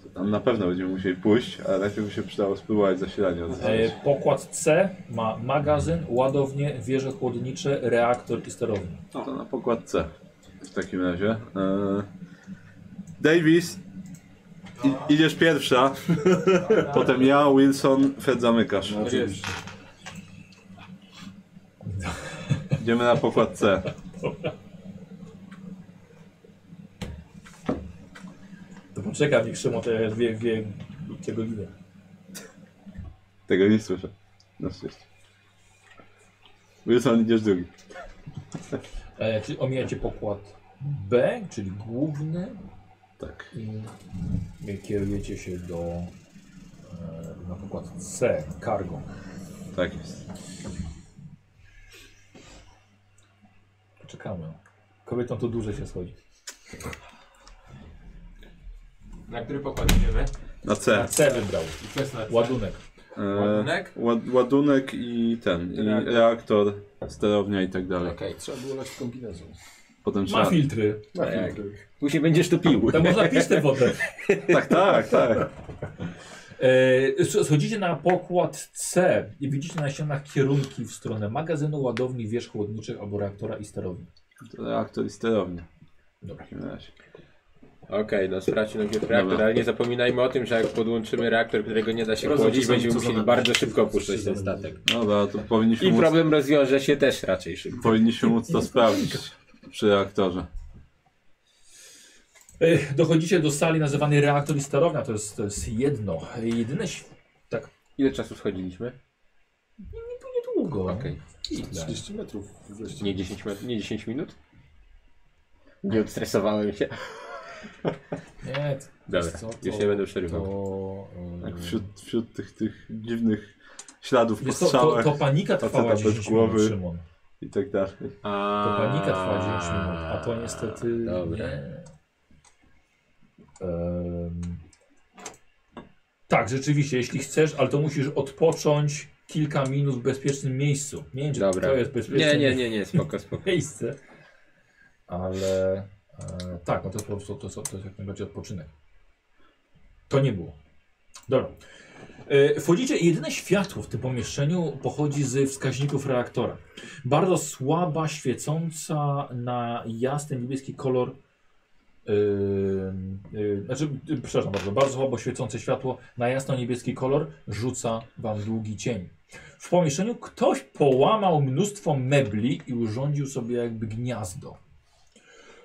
[SPEAKER 2] To tam na pewno będziemy musieli pójść, ale najpierw by się przydało spróbować zasilanie odzyskać.
[SPEAKER 1] E, pokład C ma magazyn, ładownię, wieże chłodnicze, reaktor i sterownię.
[SPEAKER 2] To na pokład C. W takim razie. E, Davis, i, idziesz pierwsza. Potem ja, Wilson, Fred zamykasz.
[SPEAKER 5] Tak
[SPEAKER 4] No, oczywiście.
[SPEAKER 2] Idziemy na pokład C.
[SPEAKER 1] To poczekam, niech Szymon te dwie, dwie, tego linie.
[SPEAKER 2] Tego nie słyszę. Na szczęście. Wilson, idziesz drugi.
[SPEAKER 1] E, czyli omijacie pokład B, czyli główny
[SPEAKER 2] Tak.
[SPEAKER 1] i kierujecie się do e, na pokład C, cargo.
[SPEAKER 2] Tak jest.
[SPEAKER 1] Czekamy. Kobietom to dłużej się schodzi.
[SPEAKER 3] Na który pokład idziemy?
[SPEAKER 2] Na C.
[SPEAKER 1] Na C wybrał.
[SPEAKER 3] I co jest na C?
[SPEAKER 1] Ładunek.
[SPEAKER 2] E,
[SPEAKER 3] Ładunek?
[SPEAKER 2] ład, ładunek i ten. I
[SPEAKER 3] Reaktor.
[SPEAKER 2] reaktor, sterownia i tak dalej.
[SPEAKER 3] Okej.
[SPEAKER 4] Trzeba było lać w kombinezon.
[SPEAKER 2] Potem trzeba.
[SPEAKER 1] Ma filtry.
[SPEAKER 4] Na
[SPEAKER 3] Tak.
[SPEAKER 4] filtry.
[SPEAKER 3] Później będziesz to pił.
[SPEAKER 1] Tam można pić tę wodę.
[SPEAKER 2] Tak, tak, tak.
[SPEAKER 1] E, s- schodzicie na pokład C i widzicie na ścianach kierunki w stronę magazynu, ładowni, wież chłodniczych albo reaktora i sterowni.
[SPEAKER 2] To reaktor i sterownia.
[SPEAKER 1] Dobra.
[SPEAKER 2] W takim razie.
[SPEAKER 3] Okej, no sprawdźmy najpierw reaktor,
[SPEAKER 2] Dobra.
[SPEAKER 3] ale nie zapominajmy o tym, że jak podłączymy reaktor, którego nie da się
[SPEAKER 4] Rozumiem,
[SPEAKER 3] chłodzić,
[SPEAKER 4] co są-
[SPEAKER 3] będziemy
[SPEAKER 4] co są
[SPEAKER 3] musieli
[SPEAKER 4] na-
[SPEAKER 3] bardzo szybko opuszczać
[SPEAKER 4] co
[SPEAKER 3] ten
[SPEAKER 4] są-
[SPEAKER 3] statek.
[SPEAKER 2] Dobra, to powinniśmy
[SPEAKER 3] I
[SPEAKER 2] móc,
[SPEAKER 3] problem rozwiąże się też raczej szybko.
[SPEAKER 2] powinniśmy móc to sprawdzić przy reaktorze.
[SPEAKER 1] E, Dochodzicie do sali nazywanej reaktor i sterownia, to jest, to jest jedno. Jedyne ś- tak
[SPEAKER 3] Ile czasu schodziliśmy?
[SPEAKER 1] niedługo.
[SPEAKER 3] Okej.
[SPEAKER 4] 30 metrów wreszcie.
[SPEAKER 3] Nie 10, met- nie 10 minut? Nie odstresowałem się.
[SPEAKER 1] Nie,
[SPEAKER 3] Dobra,
[SPEAKER 1] wiesz co,
[SPEAKER 3] już
[SPEAKER 1] to-
[SPEAKER 3] nie będę przerywał.
[SPEAKER 1] to, e,
[SPEAKER 2] Tak wśród, wśród tych, tych dziwnych śladów po
[SPEAKER 1] wiesz co, to,
[SPEAKER 2] strzałach
[SPEAKER 1] to panika
[SPEAKER 2] faceta
[SPEAKER 1] trwała
[SPEAKER 2] bez
[SPEAKER 1] 10 minut,
[SPEAKER 2] głowy.
[SPEAKER 1] Szymon.
[SPEAKER 2] i tak dalej.
[SPEAKER 3] A...
[SPEAKER 1] To panika trwała 10 minut, a to niestety
[SPEAKER 3] Dobra.
[SPEAKER 1] nie. Em, tak, rzeczywiście, jeśli chcesz, ale to musisz odpocząć kilka minut w bezpiecznym miejscu. Nie wiem, czy
[SPEAKER 3] Dobra.
[SPEAKER 1] to jest bezpieczne
[SPEAKER 3] Nie, nie, nie, nie, spoko, spoko.
[SPEAKER 1] miejsce, ale e, tak, no to jest po prostu to, to, to jest jak najbardziej odpoczynek. To nie było. Dobra. E, Wchodzicie i jedyne światło w tym pomieszczeniu pochodzi z wskaźników reaktora. Bardzo słaba, świecąca na jasny niebieski kolor. Yy, yy, znaczy, y, przepraszam bardzo, bardzo słabo świecące światło na jasno niebieski kolor rzuca wam długi cień. W pomieszczeniu ktoś połamał mnóstwo mebli i urządził sobie jakby gniazdo.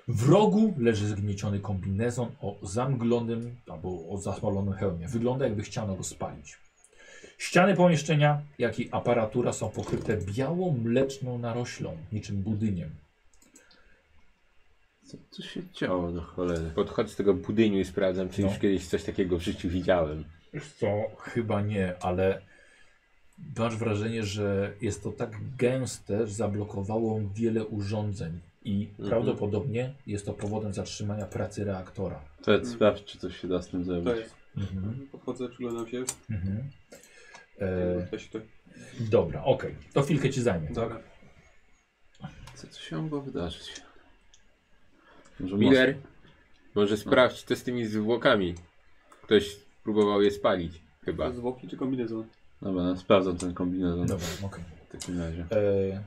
[SPEAKER 1] W rogu leży zgnieciony kombinezon o zamglonym albo o zasmolonym hełmie. Wygląda jakby chciano go spalić. Ściany pomieszczenia, jak i aparatura są pokryte białą, mleczną naroślą, niczym budyniem.
[SPEAKER 2] Co tu się działo do cholery?
[SPEAKER 3] Podchodzę z tego budyniu i sprawdzam, czy
[SPEAKER 1] No.
[SPEAKER 3] już kiedyś coś takiego w życiu widziałem.
[SPEAKER 1] Wiesz co, chyba nie, ale masz wrażenie, że jest to tak gęste, że zablokowało wiele urządzeń i prawdopodobnie jest to powodem zatrzymania pracy reaktora.
[SPEAKER 2] Fred, sprawdź, czy coś się da z tym
[SPEAKER 5] To
[SPEAKER 2] zrobić.
[SPEAKER 5] jest. Mhm. Podchodzę, przyglądam się.
[SPEAKER 1] Mhm. E,
[SPEAKER 5] Da się to.
[SPEAKER 1] dobra, okej. To chwilkę ci zajmie.
[SPEAKER 5] Dobra.
[SPEAKER 2] Tak. Co tu się mogło wydarzyć? Może
[SPEAKER 3] Miller,
[SPEAKER 1] No.
[SPEAKER 3] może sprawdź to z tymi zwłokami. Ktoś próbował je spalić, chyba.
[SPEAKER 5] Zwłoki czy kombinezon?
[SPEAKER 2] most- Dobra, no, sprawdzam ten kombinezon
[SPEAKER 1] Dobra, okej.
[SPEAKER 2] w takim razie.
[SPEAKER 1] E,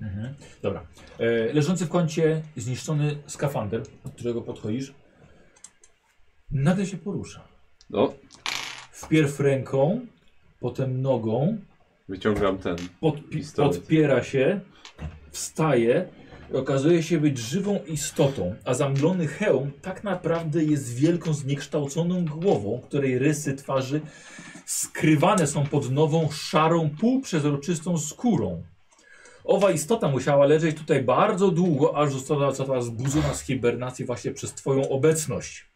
[SPEAKER 1] Mhm. Dobra. E, leżący w kącie zniszczony skafander, od którego podchodzisz, nagle się porusza.
[SPEAKER 2] O,
[SPEAKER 1] Wpierw ręką, potem nogą,
[SPEAKER 2] wyciągam ten.
[SPEAKER 1] podpi-
[SPEAKER 2] Pistolet.
[SPEAKER 1] podpiera się, wstaje Okazuje się być żywą istotą, a zamglony hełm tak naprawdę jest wielką, zniekształconą głową, której rysy twarzy skrywane są pod nową, szarą, półprzezroczystą skórą. Owa istota musiała leżeć tutaj bardzo długo, aż została, została zbudzona z hibernacji właśnie przez twoją obecność.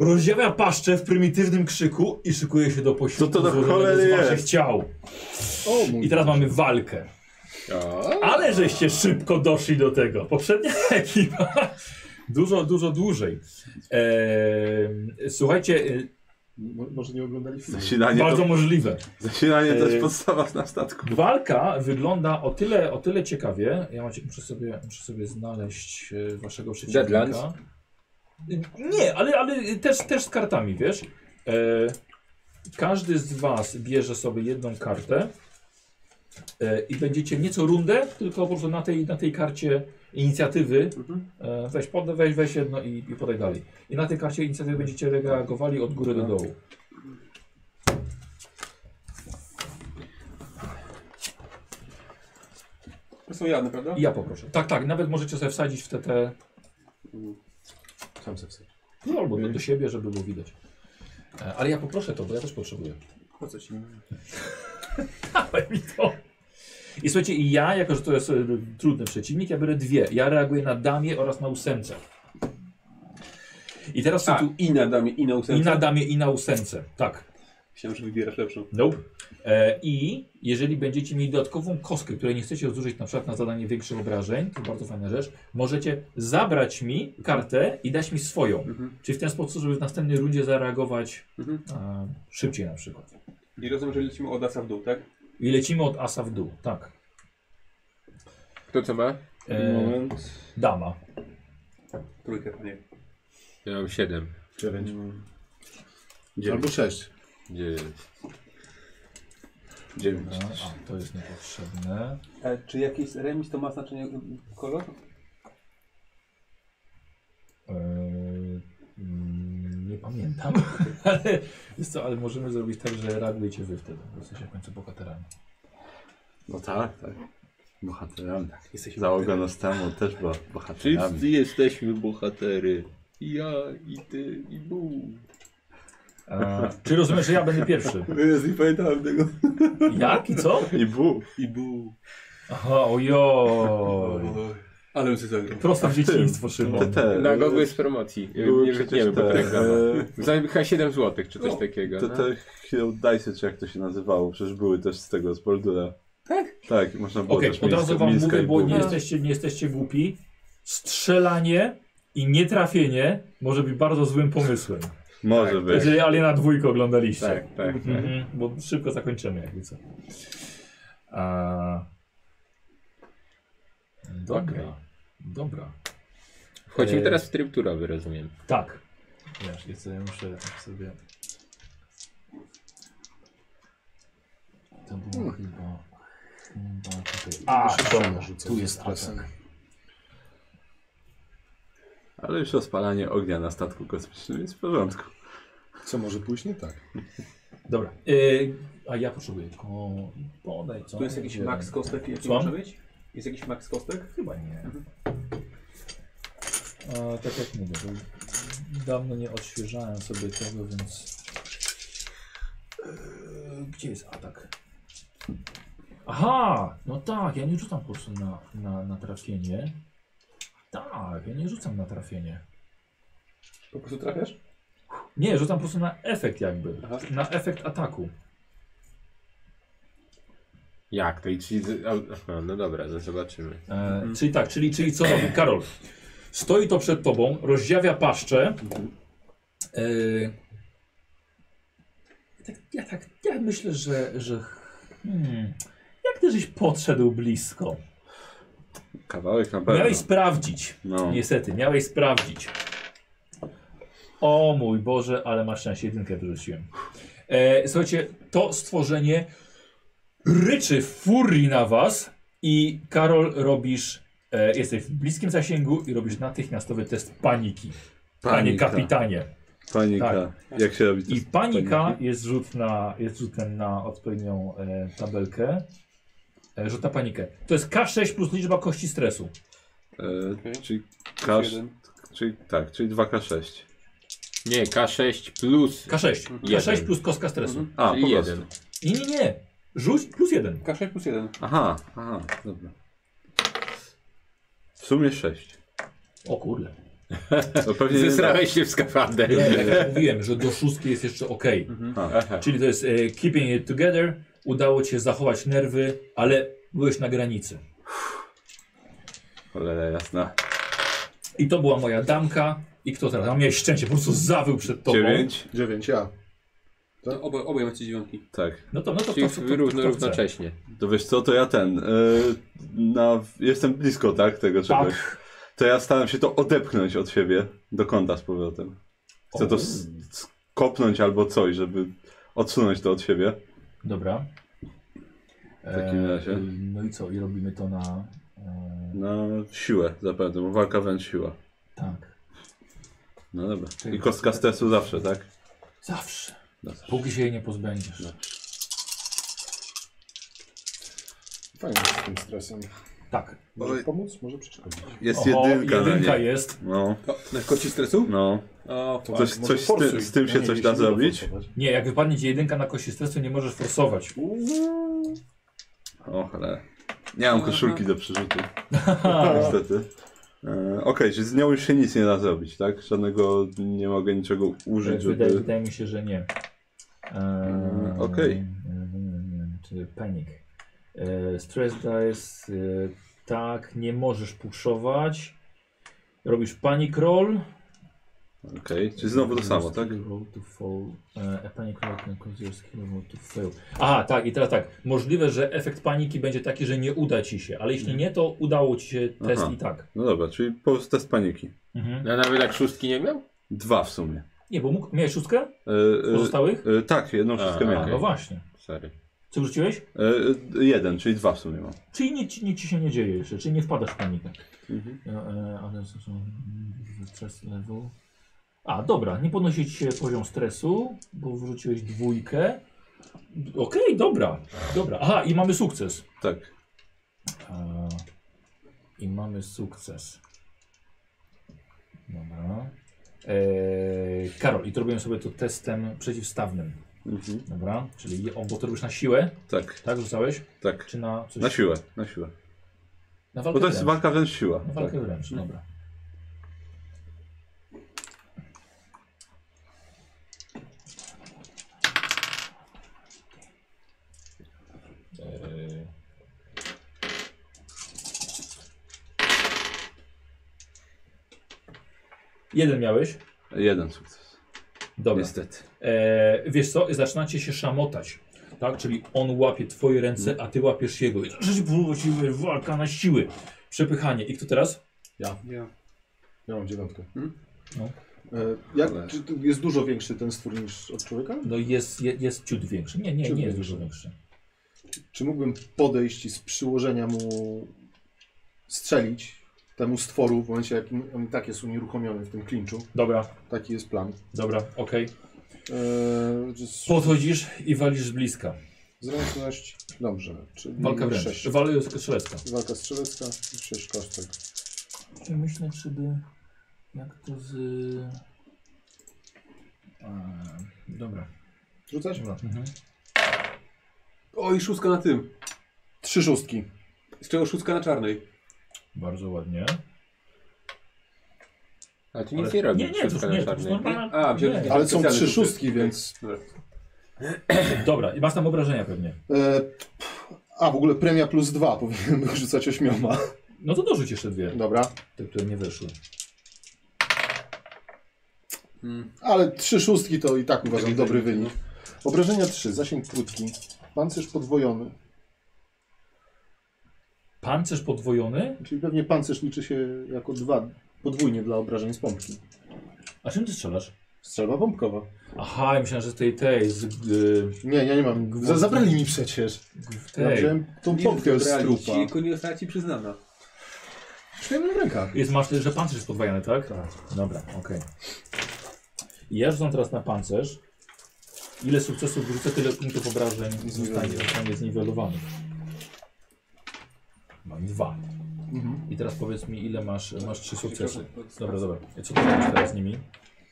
[SPEAKER 1] Rozdziawia paszczę w prymitywnym krzyku i szykuje się do posiłku
[SPEAKER 2] to do
[SPEAKER 1] złożonego
[SPEAKER 2] cholery
[SPEAKER 1] z waszych
[SPEAKER 2] jest?
[SPEAKER 1] ciał.
[SPEAKER 4] O mój
[SPEAKER 1] I teraz mamy walkę. Ale żeście szybko doszli do tego. Poprzednia ekipa. Dużo, dużo dłużej. Eee, słuchajcie, e,
[SPEAKER 4] Mo- Może nie oglądali filmu.
[SPEAKER 2] Zasilanie,
[SPEAKER 1] bardzo
[SPEAKER 2] to,
[SPEAKER 1] możliwe.
[SPEAKER 2] zasilanie to
[SPEAKER 1] Eee.
[SPEAKER 2] jest podstawa na statku.
[SPEAKER 1] Walka wygląda o tyle, o tyle ciekawie. Ja macie, muszę, sobie, muszę sobie znaleźć e, waszego przeciwnika.
[SPEAKER 3] Deadlands?
[SPEAKER 1] Y, Nie, ale, ale też, też z kartami, wiesz. E, każdy z was bierze sobie jedną kartę e, i będziecie nieco rundę, tylko po prostu na tej, na tej karcie inicjatywy e, weź, pod, weź, weź jedno i, i podaj dalej. I na tej karcie inicjatywy będziecie reagowali od góry do dołu.
[SPEAKER 5] To są jadne, prawda?
[SPEAKER 1] I ja poproszę. Tak, tak, nawet możecie sobie wsadzić w te, te
[SPEAKER 4] Sam se wsadź.
[SPEAKER 1] No albo do, do siebie, żeby było widać. E, Ale ja poproszę to, bo ja też potrzebuję.
[SPEAKER 5] Po co ci?
[SPEAKER 1] Dawaj mi to. I słuchajcie, i ja, jako że to jest e, trudny przeciwnik, ja biorę dwie. Ja reaguję na damie oraz na ósemce. I teraz są
[SPEAKER 5] A,
[SPEAKER 1] tu
[SPEAKER 5] i na damie, i na
[SPEAKER 1] i
[SPEAKER 5] ósemce.
[SPEAKER 1] na damie, i na ósemce. Tak.
[SPEAKER 5] Myślałem, że wybierasz lepszą.
[SPEAKER 1] Nope. E, I jeżeli będziecie mieli dodatkową kostkę, której nie chcecie zużyć na przykład na zadanie większych obrażeń, to bardzo fajna rzecz, możecie zabrać mi kartę i dać mi swoją.
[SPEAKER 5] Mhm.
[SPEAKER 1] Czyli w ten sposób, żeby w następnej rundzie zareagować
[SPEAKER 5] Mhm.
[SPEAKER 1] e, szybciej na przykład.
[SPEAKER 5] I rozumiem, że lecimy od asa w dół, tak?
[SPEAKER 1] I lecimy od asa w dół, tak.
[SPEAKER 3] Kto co ma?
[SPEAKER 1] E,
[SPEAKER 2] Moment.
[SPEAKER 1] dama.
[SPEAKER 5] Trójkę, panie.
[SPEAKER 3] Ja mam 7.
[SPEAKER 4] Dziewięć.
[SPEAKER 2] Dziewięć.
[SPEAKER 4] Albo sześć.
[SPEAKER 3] 9.
[SPEAKER 2] Dziewięć.
[SPEAKER 1] A, a, to jest niepotrzebne.
[SPEAKER 5] E, czy jakiś remis to ma znaczenie y, kolor?
[SPEAKER 1] E, mm, nie pamiętam. ale, jest co, ale możemy zrobić tak, że reagujecie wy wtedy. Bo jesteście w końcu bohaterami.
[SPEAKER 2] No tak, tak. Bohaterami.
[SPEAKER 5] Jesteś
[SPEAKER 2] Załoga Nostemo też była bohaterami.
[SPEAKER 3] Wszyscy jesteśmy bohatery. I ja, i ty, i bu.
[SPEAKER 1] E, czy rozumiesz, że ja będę pierwszy?
[SPEAKER 2] Jezu, nie pamiętałem tego.
[SPEAKER 1] Jak i co?
[SPEAKER 2] I bu.
[SPEAKER 5] I bu.
[SPEAKER 1] Aha, ojoj.
[SPEAKER 5] Oj. Ale bym sobie zagrał.
[SPEAKER 1] Prosto w dzieciństwo, Szymon.
[SPEAKER 2] te.
[SPEAKER 3] Na gogle z promocji.
[SPEAKER 2] Były
[SPEAKER 3] nie
[SPEAKER 2] przecież
[SPEAKER 3] wytniemy, bo to
[SPEAKER 2] te,
[SPEAKER 3] reklama.
[SPEAKER 2] e,
[SPEAKER 3] Za chyba 7 zł czy coś
[SPEAKER 5] No,
[SPEAKER 3] takiego.
[SPEAKER 2] Te,
[SPEAKER 3] no.
[SPEAKER 2] te Hill Dice, czy jak to się nazywało, przecież były też z tego, z Boldura.
[SPEAKER 5] Tak?
[SPEAKER 2] Tak, można było
[SPEAKER 1] Okej,
[SPEAKER 2] też
[SPEAKER 1] od razu
[SPEAKER 2] miska-
[SPEAKER 1] wam
[SPEAKER 2] miska
[SPEAKER 1] mówię,
[SPEAKER 2] i
[SPEAKER 1] bo nie
[SPEAKER 2] było.
[SPEAKER 1] jesteście, nie jesteście głupi. Strzelanie i nietrafienie może być bardzo złym pomysłem.
[SPEAKER 2] Może być.
[SPEAKER 1] Jeżeli Aliena dwójkę oglądaliście.
[SPEAKER 3] Tak, tak.
[SPEAKER 1] Mhm, bo szybko zakończymy, jakby co. A... Dobra.
[SPEAKER 3] Okej.
[SPEAKER 1] Dobra.
[SPEAKER 3] Wchodzimy
[SPEAKER 1] E,
[SPEAKER 3] teraz w tryb turowy, rozumiem.
[SPEAKER 1] Tak. Wiesz, ja sobie muszę tak sobie. To
[SPEAKER 4] Hmm.
[SPEAKER 1] było chyba. chyba tutaj. A, dobra,
[SPEAKER 4] Tu jest stresek.
[SPEAKER 2] Ale już rozpalanie ognia na statku kosmicznym jest w porządku.
[SPEAKER 4] Co może pójść nie tak?
[SPEAKER 1] Dobra. Y, a ja potrzebuję. Ko... Podaj co.
[SPEAKER 5] Tu jest jakiś
[SPEAKER 1] będzie.
[SPEAKER 5] max kostek, jaki
[SPEAKER 1] Słucham?
[SPEAKER 5] może być? Jest jakiś max kostek?
[SPEAKER 1] Chyba nie.
[SPEAKER 5] Mhm.
[SPEAKER 1] A, tak jak mówię, bo dawno nie odświeżałem sobie tego, więc... Eee, Gdzie jest atak? Aha! No tak, ja nie rzucam po prostu na, na, na trafienie. Tak, ja nie rzucam na trafienie.
[SPEAKER 5] Po prostu trafiasz?
[SPEAKER 1] Nie, rzucam po prostu na efekt jakby.
[SPEAKER 5] Aha.
[SPEAKER 1] Na efekt ataku.
[SPEAKER 3] Jak to i czyli. a, a, No dobra, no zobaczymy.
[SPEAKER 1] E, Czyli tak, czyli, czyli co robi Karol? Stoi to przed tobą, rozdziawia paszczę. E, tak, ja tak, ja myślę, że, że hmm, jak ty żeś podszedł blisko?
[SPEAKER 2] Kawałek na pewno.
[SPEAKER 1] Miałeś sprawdzić,
[SPEAKER 2] No.
[SPEAKER 1] niestety, miałeś sprawdzić. O mój Boże, ale masz szczęście, jedynkę wyrzuciłem. E, słuchajcie, to stworzenie ryczy w furii na was i Karol robisz, e, jesteś w bliskim zasięgu i robisz natychmiastowy test paniki. Panie
[SPEAKER 2] Panika.
[SPEAKER 1] kapitanie.
[SPEAKER 2] Panika. Jak się robi to
[SPEAKER 1] tak. I
[SPEAKER 2] z
[SPEAKER 1] panika
[SPEAKER 2] paniki?
[SPEAKER 1] jest rzut na, jest rzutem na odpowiednią e, tabelkę. E, rzut na panikę. To jest K6 plus liczba kości stresu.
[SPEAKER 2] E,
[SPEAKER 5] Okej.
[SPEAKER 2] czyli,
[SPEAKER 5] Plus
[SPEAKER 2] K,
[SPEAKER 5] jeden.
[SPEAKER 2] czyli tak, czyli 2K6.
[SPEAKER 3] Nie, K6 plus.
[SPEAKER 1] K6. K6
[SPEAKER 3] Jeden.
[SPEAKER 1] plus kostka stresu.
[SPEAKER 5] Mhm.
[SPEAKER 2] A, po
[SPEAKER 3] czyli
[SPEAKER 2] prostu.
[SPEAKER 3] jeden.
[SPEAKER 1] Nie, nie, nie. Rzuć plus jeden.
[SPEAKER 5] K6 plus 1.
[SPEAKER 2] Aha, aha, dobra. W sumie 6.
[SPEAKER 1] O kurde.
[SPEAKER 2] To pewnie nie
[SPEAKER 3] Zesrałeś się w skafander.
[SPEAKER 1] Nie, tak jak mówiłem, że do szóstki jest jeszcze ok.
[SPEAKER 2] Mhm.
[SPEAKER 3] Aha.
[SPEAKER 1] Czyli to jest e, keeping it together. Udało cię zachować nerwy, ale byłeś na granicy.
[SPEAKER 2] da. Cholera jasna.
[SPEAKER 1] I to była moja damka. I kto teraz? A miałeś szczęście, po prostu zawył przed tobą.
[SPEAKER 2] 9?
[SPEAKER 4] 9 ja.
[SPEAKER 5] To oboje, oboje macie dziewiątki.
[SPEAKER 2] Tak.
[SPEAKER 1] No to, no to, to,
[SPEAKER 3] Czyli
[SPEAKER 1] to, to, to,
[SPEAKER 3] równo,
[SPEAKER 1] to chce.
[SPEAKER 3] równocześnie.
[SPEAKER 2] To wiesz co, to ja ten. y, na, jestem blisko, tak? Tego czegoś. To ja staram się to odepchnąć od siebie do kąta z powrotem. Chcę to s- skopnąć albo coś, żeby odsunąć to od siebie.
[SPEAKER 1] Dobra.
[SPEAKER 2] takim razie.
[SPEAKER 1] No i co? I robimy to na... E,
[SPEAKER 2] Na siłę zapewne, bo walka wręcz siła.
[SPEAKER 1] tak.
[SPEAKER 2] No dobra. I kostka stresu zawsze, tak?
[SPEAKER 1] Zawsze.
[SPEAKER 2] Zawsze.
[SPEAKER 1] Póki się jej nie pozbędziesz.
[SPEAKER 4] Fajnie jest z tym stresem.
[SPEAKER 1] Tak.
[SPEAKER 4] Może
[SPEAKER 2] Oj.
[SPEAKER 4] pomóc? Może przeszkodzić.
[SPEAKER 2] Jest
[SPEAKER 1] Oho,
[SPEAKER 2] jedynka, na
[SPEAKER 1] jedynka
[SPEAKER 2] niej.
[SPEAKER 1] jest.
[SPEAKER 2] No,
[SPEAKER 5] O, na kości stresu?
[SPEAKER 2] no.
[SPEAKER 5] O,
[SPEAKER 4] To
[SPEAKER 2] Coś,
[SPEAKER 4] może
[SPEAKER 2] coś z, ty,
[SPEAKER 4] forsuj.
[SPEAKER 2] z tym się
[SPEAKER 6] nie,
[SPEAKER 2] coś
[SPEAKER 6] nie,
[SPEAKER 2] da
[SPEAKER 6] nie
[SPEAKER 2] zrobić?
[SPEAKER 6] forsować.
[SPEAKER 1] Nie, jak wypadnie ci jedynka na kości stresu, nie możesz forsować.
[SPEAKER 2] O cholera. Nie mam koszulki do przerzutu, niestety. E, Okej, czyli z nią już się nic nie da zrobić, tak? Żadnego, nie mogę niczego użyć,
[SPEAKER 1] Wydaje,
[SPEAKER 2] żeby...
[SPEAKER 1] wydaje mi się, że nie.
[SPEAKER 2] Mm,
[SPEAKER 1] Eee,
[SPEAKER 2] okej.
[SPEAKER 1] Czy panik. Eee, stress dice. Eee, tak, nie możesz puszować. Robisz panic roll.
[SPEAKER 2] Okej, czyli znowu to samo, tak?
[SPEAKER 1] Roll to fall. Eee, a panic roll can cause your skill roll to fail. Aha, tak, i teraz tak. Możliwe, że efekt paniki będzie taki, że nie uda ci się, ale jeśli nie, to udało ci się test
[SPEAKER 2] Aha.
[SPEAKER 1] i tak. Mhm.
[SPEAKER 2] No dobra, czyli po prostu test paniki.
[SPEAKER 3] No nawet jak szóstki nie miał?
[SPEAKER 2] Dwa w sumie.
[SPEAKER 1] Nie, bo mógł, miałeś szóstkę
[SPEAKER 2] E, e,
[SPEAKER 1] pozostałych?
[SPEAKER 2] e, tak, jedną wszystko
[SPEAKER 3] A,
[SPEAKER 1] A,
[SPEAKER 2] miałem.
[SPEAKER 1] no właśnie.
[SPEAKER 3] Sorry.
[SPEAKER 1] Co wrzuciłeś?
[SPEAKER 2] E, e, jeden, czyli dwa w sumie mam.
[SPEAKER 1] Czyli nic, nic ci się nie dzieje jeszcze, czyli nie wpadasz w panikę.
[SPEAKER 2] Mhm.
[SPEAKER 1] Ja, e, Ale są- są stres level. A, dobra, nie podnosi ci się poziom stresu, bo wrzuciłeś dwójkę. Okej, dobra, dobra. Aha, i mamy sukces.
[SPEAKER 2] Tak.
[SPEAKER 1] E, I mamy sukces. Dobra. E, Karol, i to robimy sobie to testem przeciwstawnym.
[SPEAKER 2] Mhm.
[SPEAKER 1] Dobra, czyli o, bo to robisz na siłę,
[SPEAKER 2] Tak,
[SPEAKER 1] tak? Rzucałeś?
[SPEAKER 2] tak.
[SPEAKER 1] Czy na coś?
[SPEAKER 2] Na siłę, na siłę.
[SPEAKER 1] Na
[SPEAKER 2] Bo
[SPEAKER 1] walkę
[SPEAKER 2] to jest
[SPEAKER 1] wręcz.
[SPEAKER 2] walka wręcz siła.
[SPEAKER 1] Na
[SPEAKER 2] Tak.
[SPEAKER 1] walkę wręcz, dobra. Eee. Jeden miałeś?
[SPEAKER 2] Jeden sukces.
[SPEAKER 1] Dobra.
[SPEAKER 2] Niestety.
[SPEAKER 1] Eee, wiesz co, zaczynacie się szamotać. Tak? Czyli on łapie twoje ręce, a ty łapiesz jego. I to rzeczywiście właściwie walka na siły. Przepychanie. I kto teraz?
[SPEAKER 5] Ja.
[SPEAKER 4] Ja mam dziewiątkę.
[SPEAKER 5] Mhm.
[SPEAKER 1] No.
[SPEAKER 4] E, jak,
[SPEAKER 2] Ale-
[SPEAKER 4] czy tu jest dużo większy ten stwór niż od człowieka?
[SPEAKER 1] No jest, jest, jest ciut większy. Nie, nie,
[SPEAKER 4] Ciut
[SPEAKER 1] nie jest
[SPEAKER 4] większy.
[SPEAKER 1] dużo większy.
[SPEAKER 4] Czy mógłbym podejść i z przyłożenia mu strzelić temu stworu w momencie, jakim on i tak jest unieruchomiony w tym klinczu?
[SPEAKER 1] Dobra,
[SPEAKER 4] Taki jest plan.
[SPEAKER 1] dobra, okej.
[SPEAKER 4] Eee, z-
[SPEAKER 1] Podchodzisz i walisz z bliska.
[SPEAKER 4] Zręczność. Dobrze. Czyli
[SPEAKER 1] Walka wręcz.
[SPEAKER 4] sześć.
[SPEAKER 1] Walę strzelecka.
[SPEAKER 4] Walka strzelecka, 6 kostek.
[SPEAKER 1] Czy myślę, czy by... Jak to z... dobra.
[SPEAKER 4] Rzucać?
[SPEAKER 1] dobra.
[SPEAKER 5] O, i szóstka na tym.
[SPEAKER 4] Trzy szóstki.
[SPEAKER 5] Z czego szóstka na czarnej?
[SPEAKER 1] Bardzo ładnie.
[SPEAKER 3] A ty nic
[SPEAKER 1] Ale-
[SPEAKER 3] nie
[SPEAKER 1] Nie,
[SPEAKER 3] robisz.
[SPEAKER 1] nie, to już
[SPEAKER 3] szóstka
[SPEAKER 1] nie,
[SPEAKER 3] na
[SPEAKER 1] to już
[SPEAKER 3] czarnej.
[SPEAKER 1] normalna...
[SPEAKER 5] A, wziąłeś-
[SPEAKER 1] nie.
[SPEAKER 4] Ale są
[SPEAKER 5] Specjalny
[SPEAKER 4] trzy
[SPEAKER 5] sukces.
[SPEAKER 4] szóstki, więc.
[SPEAKER 5] Dobra.
[SPEAKER 1] Dobra, i masz tam obrażenia pewnie.
[SPEAKER 4] E, a w ogóle premia plus dwa powinienem był rzucać ośmioma.
[SPEAKER 1] No to dorzuć jeszcze dwie,
[SPEAKER 4] Dobra.
[SPEAKER 1] te, które nie wyszły.
[SPEAKER 5] Mm.
[SPEAKER 4] Ale trzy szóstki to i tak uważam
[SPEAKER 5] Taki
[SPEAKER 4] dobry
[SPEAKER 5] wynik,
[SPEAKER 4] wynik. Obrażenia 3, zasięg krótki, pancerz podwojony,
[SPEAKER 1] Pancerz podwojony?
[SPEAKER 4] czyli pewnie pancerz liczy się jako dwa podwójnie dla obrażeń z pompki.
[SPEAKER 1] A czym ty strzelasz?
[SPEAKER 4] Strzelba pompkowa.
[SPEAKER 1] Aha, ja myślałem, że z tej, tej, z... Yy,
[SPEAKER 4] Nie, ja nie mam. Za, zabrali mi przecież. Ja
[SPEAKER 1] tej.
[SPEAKER 4] wziąłem tą pompkę z
[SPEAKER 5] zabrali
[SPEAKER 4] trupa.
[SPEAKER 5] ci, tylko nie została ci przyznana.
[SPEAKER 4] Przyjemny w rękach.
[SPEAKER 1] Jest, masz, że pancerz jest podwajany, tak? Dobra, okej. I Ja rzucam teraz na pancerz. Ile sukcesów wrzucę, tyle punktów obrażeń zostanie, zostanie zniwelowanych. Mam No, dwa.
[SPEAKER 4] Mhm.
[SPEAKER 1] I teraz powiedz mi, ile masz, masz trzy sukcesy. Dobra, dobra. I co ty robisz teraz z nimi?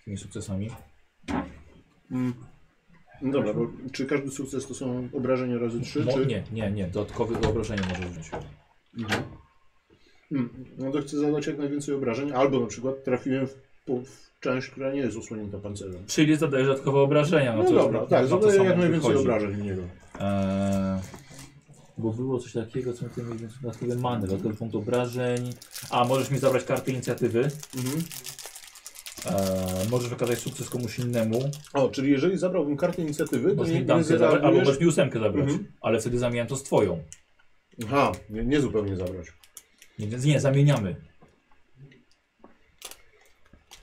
[SPEAKER 1] Tymi sukcesami?
[SPEAKER 6] No dobra, bo
[SPEAKER 4] Czy każdy sukces to są obrażenia razy 3?
[SPEAKER 1] Mo-
[SPEAKER 4] czy...
[SPEAKER 1] nie, nie, nie. Dodatkowe wyobrażenie możesz wziąć.
[SPEAKER 4] Mm, No to chcę zadać jak najwięcej obrażeń, albo na przykład trafiłem w, po, w część, która nie jest osłonięta pancerzem.
[SPEAKER 1] Czyli zadajesz dodatkowe obrażenia.
[SPEAKER 4] No,
[SPEAKER 1] to już
[SPEAKER 4] dobra,
[SPEAKER 1] na-
[SPEAKER 4] tak,
[SPEAKER 1] na to
[SPEAKER 4] zadaję
[SPEAKER 1] samo
[SPEAKER 4] jak najwięcej
[SPEAKER 1] wychodzi.
[SPEAKER 4] obrażeń w niego.
[SPEAKER 1] Eee, bo było coś takiego, co mi tym dodatkowe many, dodatkowy punkt obrażeń. A, możesz mi zabrać kartę inicjatywy. Eee, możesz okazać sukces komuś innemu.
[SPEAKER 4] O, czyli jeżeli zabrałbym kartę inicjatywy, to
[SPEAKER 1] Możesz
[SPEAKER 4] nie,
[SPEAKER 1] mi
[SPEAKER 4] nie
[SPEAKER 1] damkę zabrać, albo
[SPEAKER 4] zareagujesz...
[SPEAKER 1] możesz mi ósemkę zabrać.
[SPEAKER 4] Mhm.
[SPEAKER 1] Ale wtedy zamieniam to z twoją.
[SPEAKER 4] Aha, nie, nie zupełnie zabrać.
[SPEAKER 1] Nie, więc nie zamieniamy.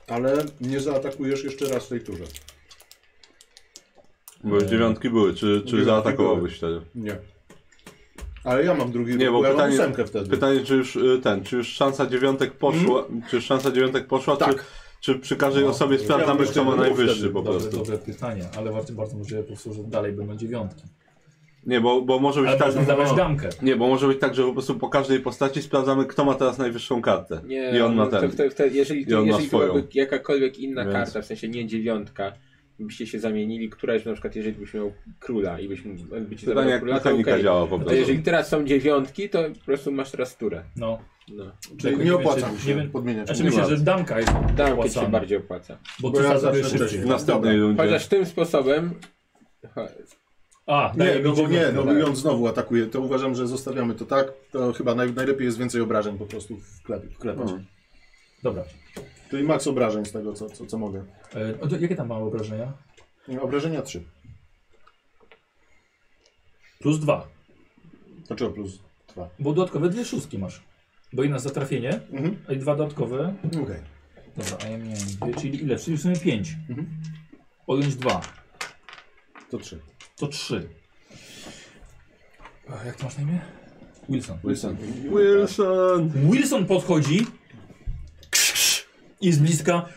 [SPEAKER 4] Ale nie zaatakujesz jeszcze raz w tej turze.
[SPEAKER 2] Bo już dziewiątki były, czy, czy
[SPEAKER 4] Dziewiątki
[SPEAKER 2] zaatakowałbyś wtedy?
[SPEAKER 4] Nie. Ale ja mam drugi
[SPEAKER 2] Nie,
[SPEAKER 4] ruch,
[SPEAKER 2] bo
[SPEAKER 4] ja mam
[SPEAKER 2] pytanie-
[SPEAKER 4] ósemkę wtedy. Mhm.
[SPEAKER 2] Pytanie, czy już y, ten, czy już szansa dziewiątek poszła, czy już szansa dziewiątek poszła,
[SPEAKER 4] Tak.
[SPEAKER 2] czy, czy przy każdej
[SPEAKER 1] No.
[SPEAKER 2] osobie sprawdzamy,
[SPEAKER 4] myślę,
[SPEAKER 2] kto ma
[SPEAKER 4] że było
[SPEAKER 2] najwyższy
[SPEAKER 4] wtedy.
[SPEAKER 2] po
[SPEAKER 1] Dobre,
[SPEAKER 2] prostu.
[SPEAKER 1] dobre pytanie, ale bardzo, bardzo możliwe po prostu, że dalej będą dziewiątki.
[SPEAKER 2] Nie, bo, bo może
[SPEAKER 1] Ale
[SPEAKER 2] być tak.
[SPEAKER 1] można zabrać damkę.
[SPEAKER 2] Nie, bo może być tak, że po prostu po każdej postaci sprawdzamy, kto ma teraz najwyższą kartę.
[SPEAKER 3] Nie, no,
[SPEAKER 2] I on ma
[SPEAKER 3] To,
[SPEAKER 2] ten.
[SPEAKER 3] to, to, jeżeli
[SPEAKER 2] I
[SPEAKER 3] to,
[SPEAKER 2] on ma
[SPEAKER 3] jeżeli to
[SPEAKER 2] swoją.
[SPEAKER 3] byłaby jakakolwiek inna
[SPEAKER 2] Więc-
[SPEAKER 3] karta, w sensie nie dziewiątka, byście się zamienili, któraś na przykład, jeżeli byś miał króla i byś mógł być
[SPEAKER 2] Pytanie, jak
[SPEAKER 3] króla, to
[SPEAKER 2] mechanika
[SPEAKER 3] okej. No
[SPEAKER 2] działa po
[SPEAKER 3] To
[SPEAKER 2] prostu.
[SPEAKER 3] jeżeli teraz są dziewiątki, to po prostu masz teraz turę.
[SPEAKER 1] No.
[SPEAKER 3] No.
[SPEAKER 4] Czyli
[SPEAKER 1] Tylko
[SPEAKER 4] nie
[SPEAKER 1] wiem,
[SPEAKER 4] opłacam
[SPEAKER 1] czy-
[SPEAKER 4] się
[SPEAKER 1] nie wiem-
[SPEAKER 4] podmieniać.
[SPEAKER 1] Znaczy
[SPEAKER 4] Nie
[SPEAKER 1] myślę,
[SPEAKER 4] ma.
[SPEAKER 1] że damka jest
[SPEAKER 3] Damkę ci się
[SPEAKER 1] opłacana,
[SPEAKER 3] bardziej opłaca.
[SPEAKER 1] bo
[SPEAKER 4] Bo
[SPEAKER 1] ty
[SPEAKER 4] ja
[SPEAKER 1] startujesz
[SPEAKER 4] zawsze
[SPEAKER 1] szybciej.
[SPEAKER 2] W
[SPEAKER 4] wcześniej.
[SPEAKER 2] następnej rundzie.
[SPEAKER 3] Chociaż tym sposobem. Aha,
[SPEAKER 1] A,
[SPEAKER 4] Nie,
[SPEAKER 1] daje
[SPEAKER 4] no
[SPEAKER 1] mi
[SPEAKER 4] bo nie, no
[SPEAKER 1] dziewiątkę.
[SPEAKER 4] bo i on znowu atakuje, to uważam, że zostawiamy to tak, to chyba naj, najlepiej jest więcej obrażeń po prostu wklep- wklepać.
[SPEAKER 2] Mhm.
[SPEAKER 1] Dobra.
[SPEAKER 4] Czyli maks obrażeń z tego, co, co, co mogę.
[SPEAKER 1] E, o, to jakie tam mamy obrażenia?
[SPEAKER 4] Obrażenia 3.
[SPEAKER 1] Plus dwa.
[SPEAKER 4] Znaczy plus 2.
[SPEAKER 1] Bo dodatkowe dwie szóstki masz. Bo jedna za trafienie,
[SPEAKER 4] Mhm.
[SPEAKER 1] a i dwa dodatkowe.
[SPEAKER 4] Okej.
[SPEAKER 1] Dobra, a ja miałem dwie, czyli ile? Czyli w sumie pięć.
[SPEAKER 4] Mhm.
[SPEAKER 1] Odjąć dwa,
[SPEAKER 4] To 3.
[SPEAKER 1] to trzy. A jak to masz na imię? Wilson.
[SPEAKER 2] Wilson. Wilson!
[SPEAKER 1] Wilson podchodzi krz, krz, i z bliska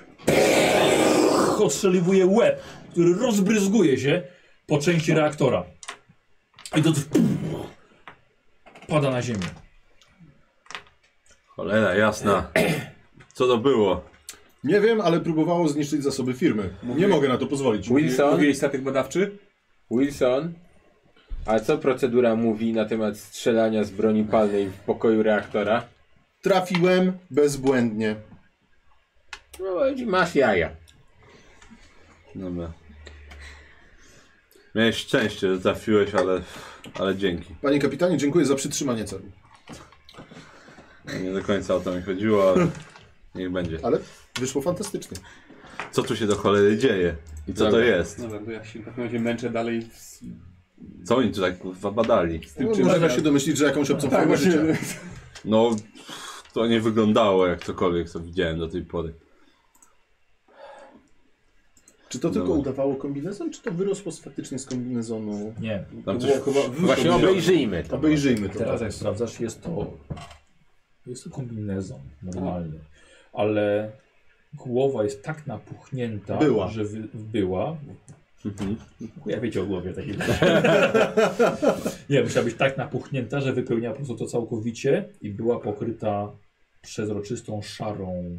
[SPEAKER 1] ostrzeliwuje łeb, który rozbryzguje się po części reaktora. I to pada na ziemię.
[SPEAKER 2] Cholera, jasna. Co to było?
[SPEAKER 4] Nie wiem, ale próbowało zniszczyć zasoby firmy. Nie mogę na to pozwolić.
[SPEAKER 3] Wilson,
[SPEAKER 5] Mówiłeś statek badawczy?
[SPEAKER 3] Wilson. A co procedura mówi na temat strzelania z broni palnej w pokoju reaktora?
[SPEAKER 4] Trafiłem bezbłędnie.
[SPEAKER 3] No, masz jaja.
[SPEAKER 2] Dobra. Miałeś szczęście, że trafiłeś, ale, ale dzięki.
[SPEAKER 4] Panie kapitanie, dziękuję za przytrzymanie celu.
[SPEAKER 2] Nie do końca o to mi chodziło, ale niech będzie.
[SPEAKER 4] Ale wyszło fantastycznie.
[SPEAKER 2] Co tu się do cholery dzieje? I co to
[SPEAKER 3] Dobra.
[SPEAKER 2] jest?
[SPEAKER 5] Dobra, to ja się w takim razie męczę dalej z,
[SPEAKER 2] Co oni tu tak kurwa badali?
[SPEAKER 5] z
[SPEAKER 4] No,
[SPEAKER 5] tym, czy
[SPEAKER 4] można się domyślić, że jakąś obcą
[SPEAKER 5] Tak,
[SPEAKER 4] formę
[SPEAKER 5] właśnie.
[SPEAKER 4] życia.
[SPEAKER 2] No, pff, to nie wyglądało jak cokolwiek, co widziałem do tej pory.
[SPEAKER 4] Czy to tylko
[SPEAKER 2] Dobra.
[SPEAKER 4] udawało kombinezon, czy to wyrosło z- faktycznie z kombinezonu?
[SPEAKER 1] Nie,
[SPEAKER 2] Tam
[SPEAKER 4] To
[SPEAKER 2] coś...
[SPEAKER 4] było chyba-
[SPEAKER 3] Właśnie
[SPEAKER 4] Wilson.
[SPEAKER 3] obejrzyjmy to.
[SPEAKER 4] Obejrzyjmy to.
[SPEAKER 1] teraz jak sprawdzasz, jest to. Jest to kombinezon normalny, ale głowa jest tak napuchnięta,
[SPEAKER 4] Była.
[SPEAKER 1] że wy, była.
[SPEAKER 2] Mhm.
[SPEAKER 1] Ja wiecie o głowie takiej. Nie, musiała być tak napuchnięta, że wypełniała po prostu to całkowicie i była pokryta przezroczystą, szarą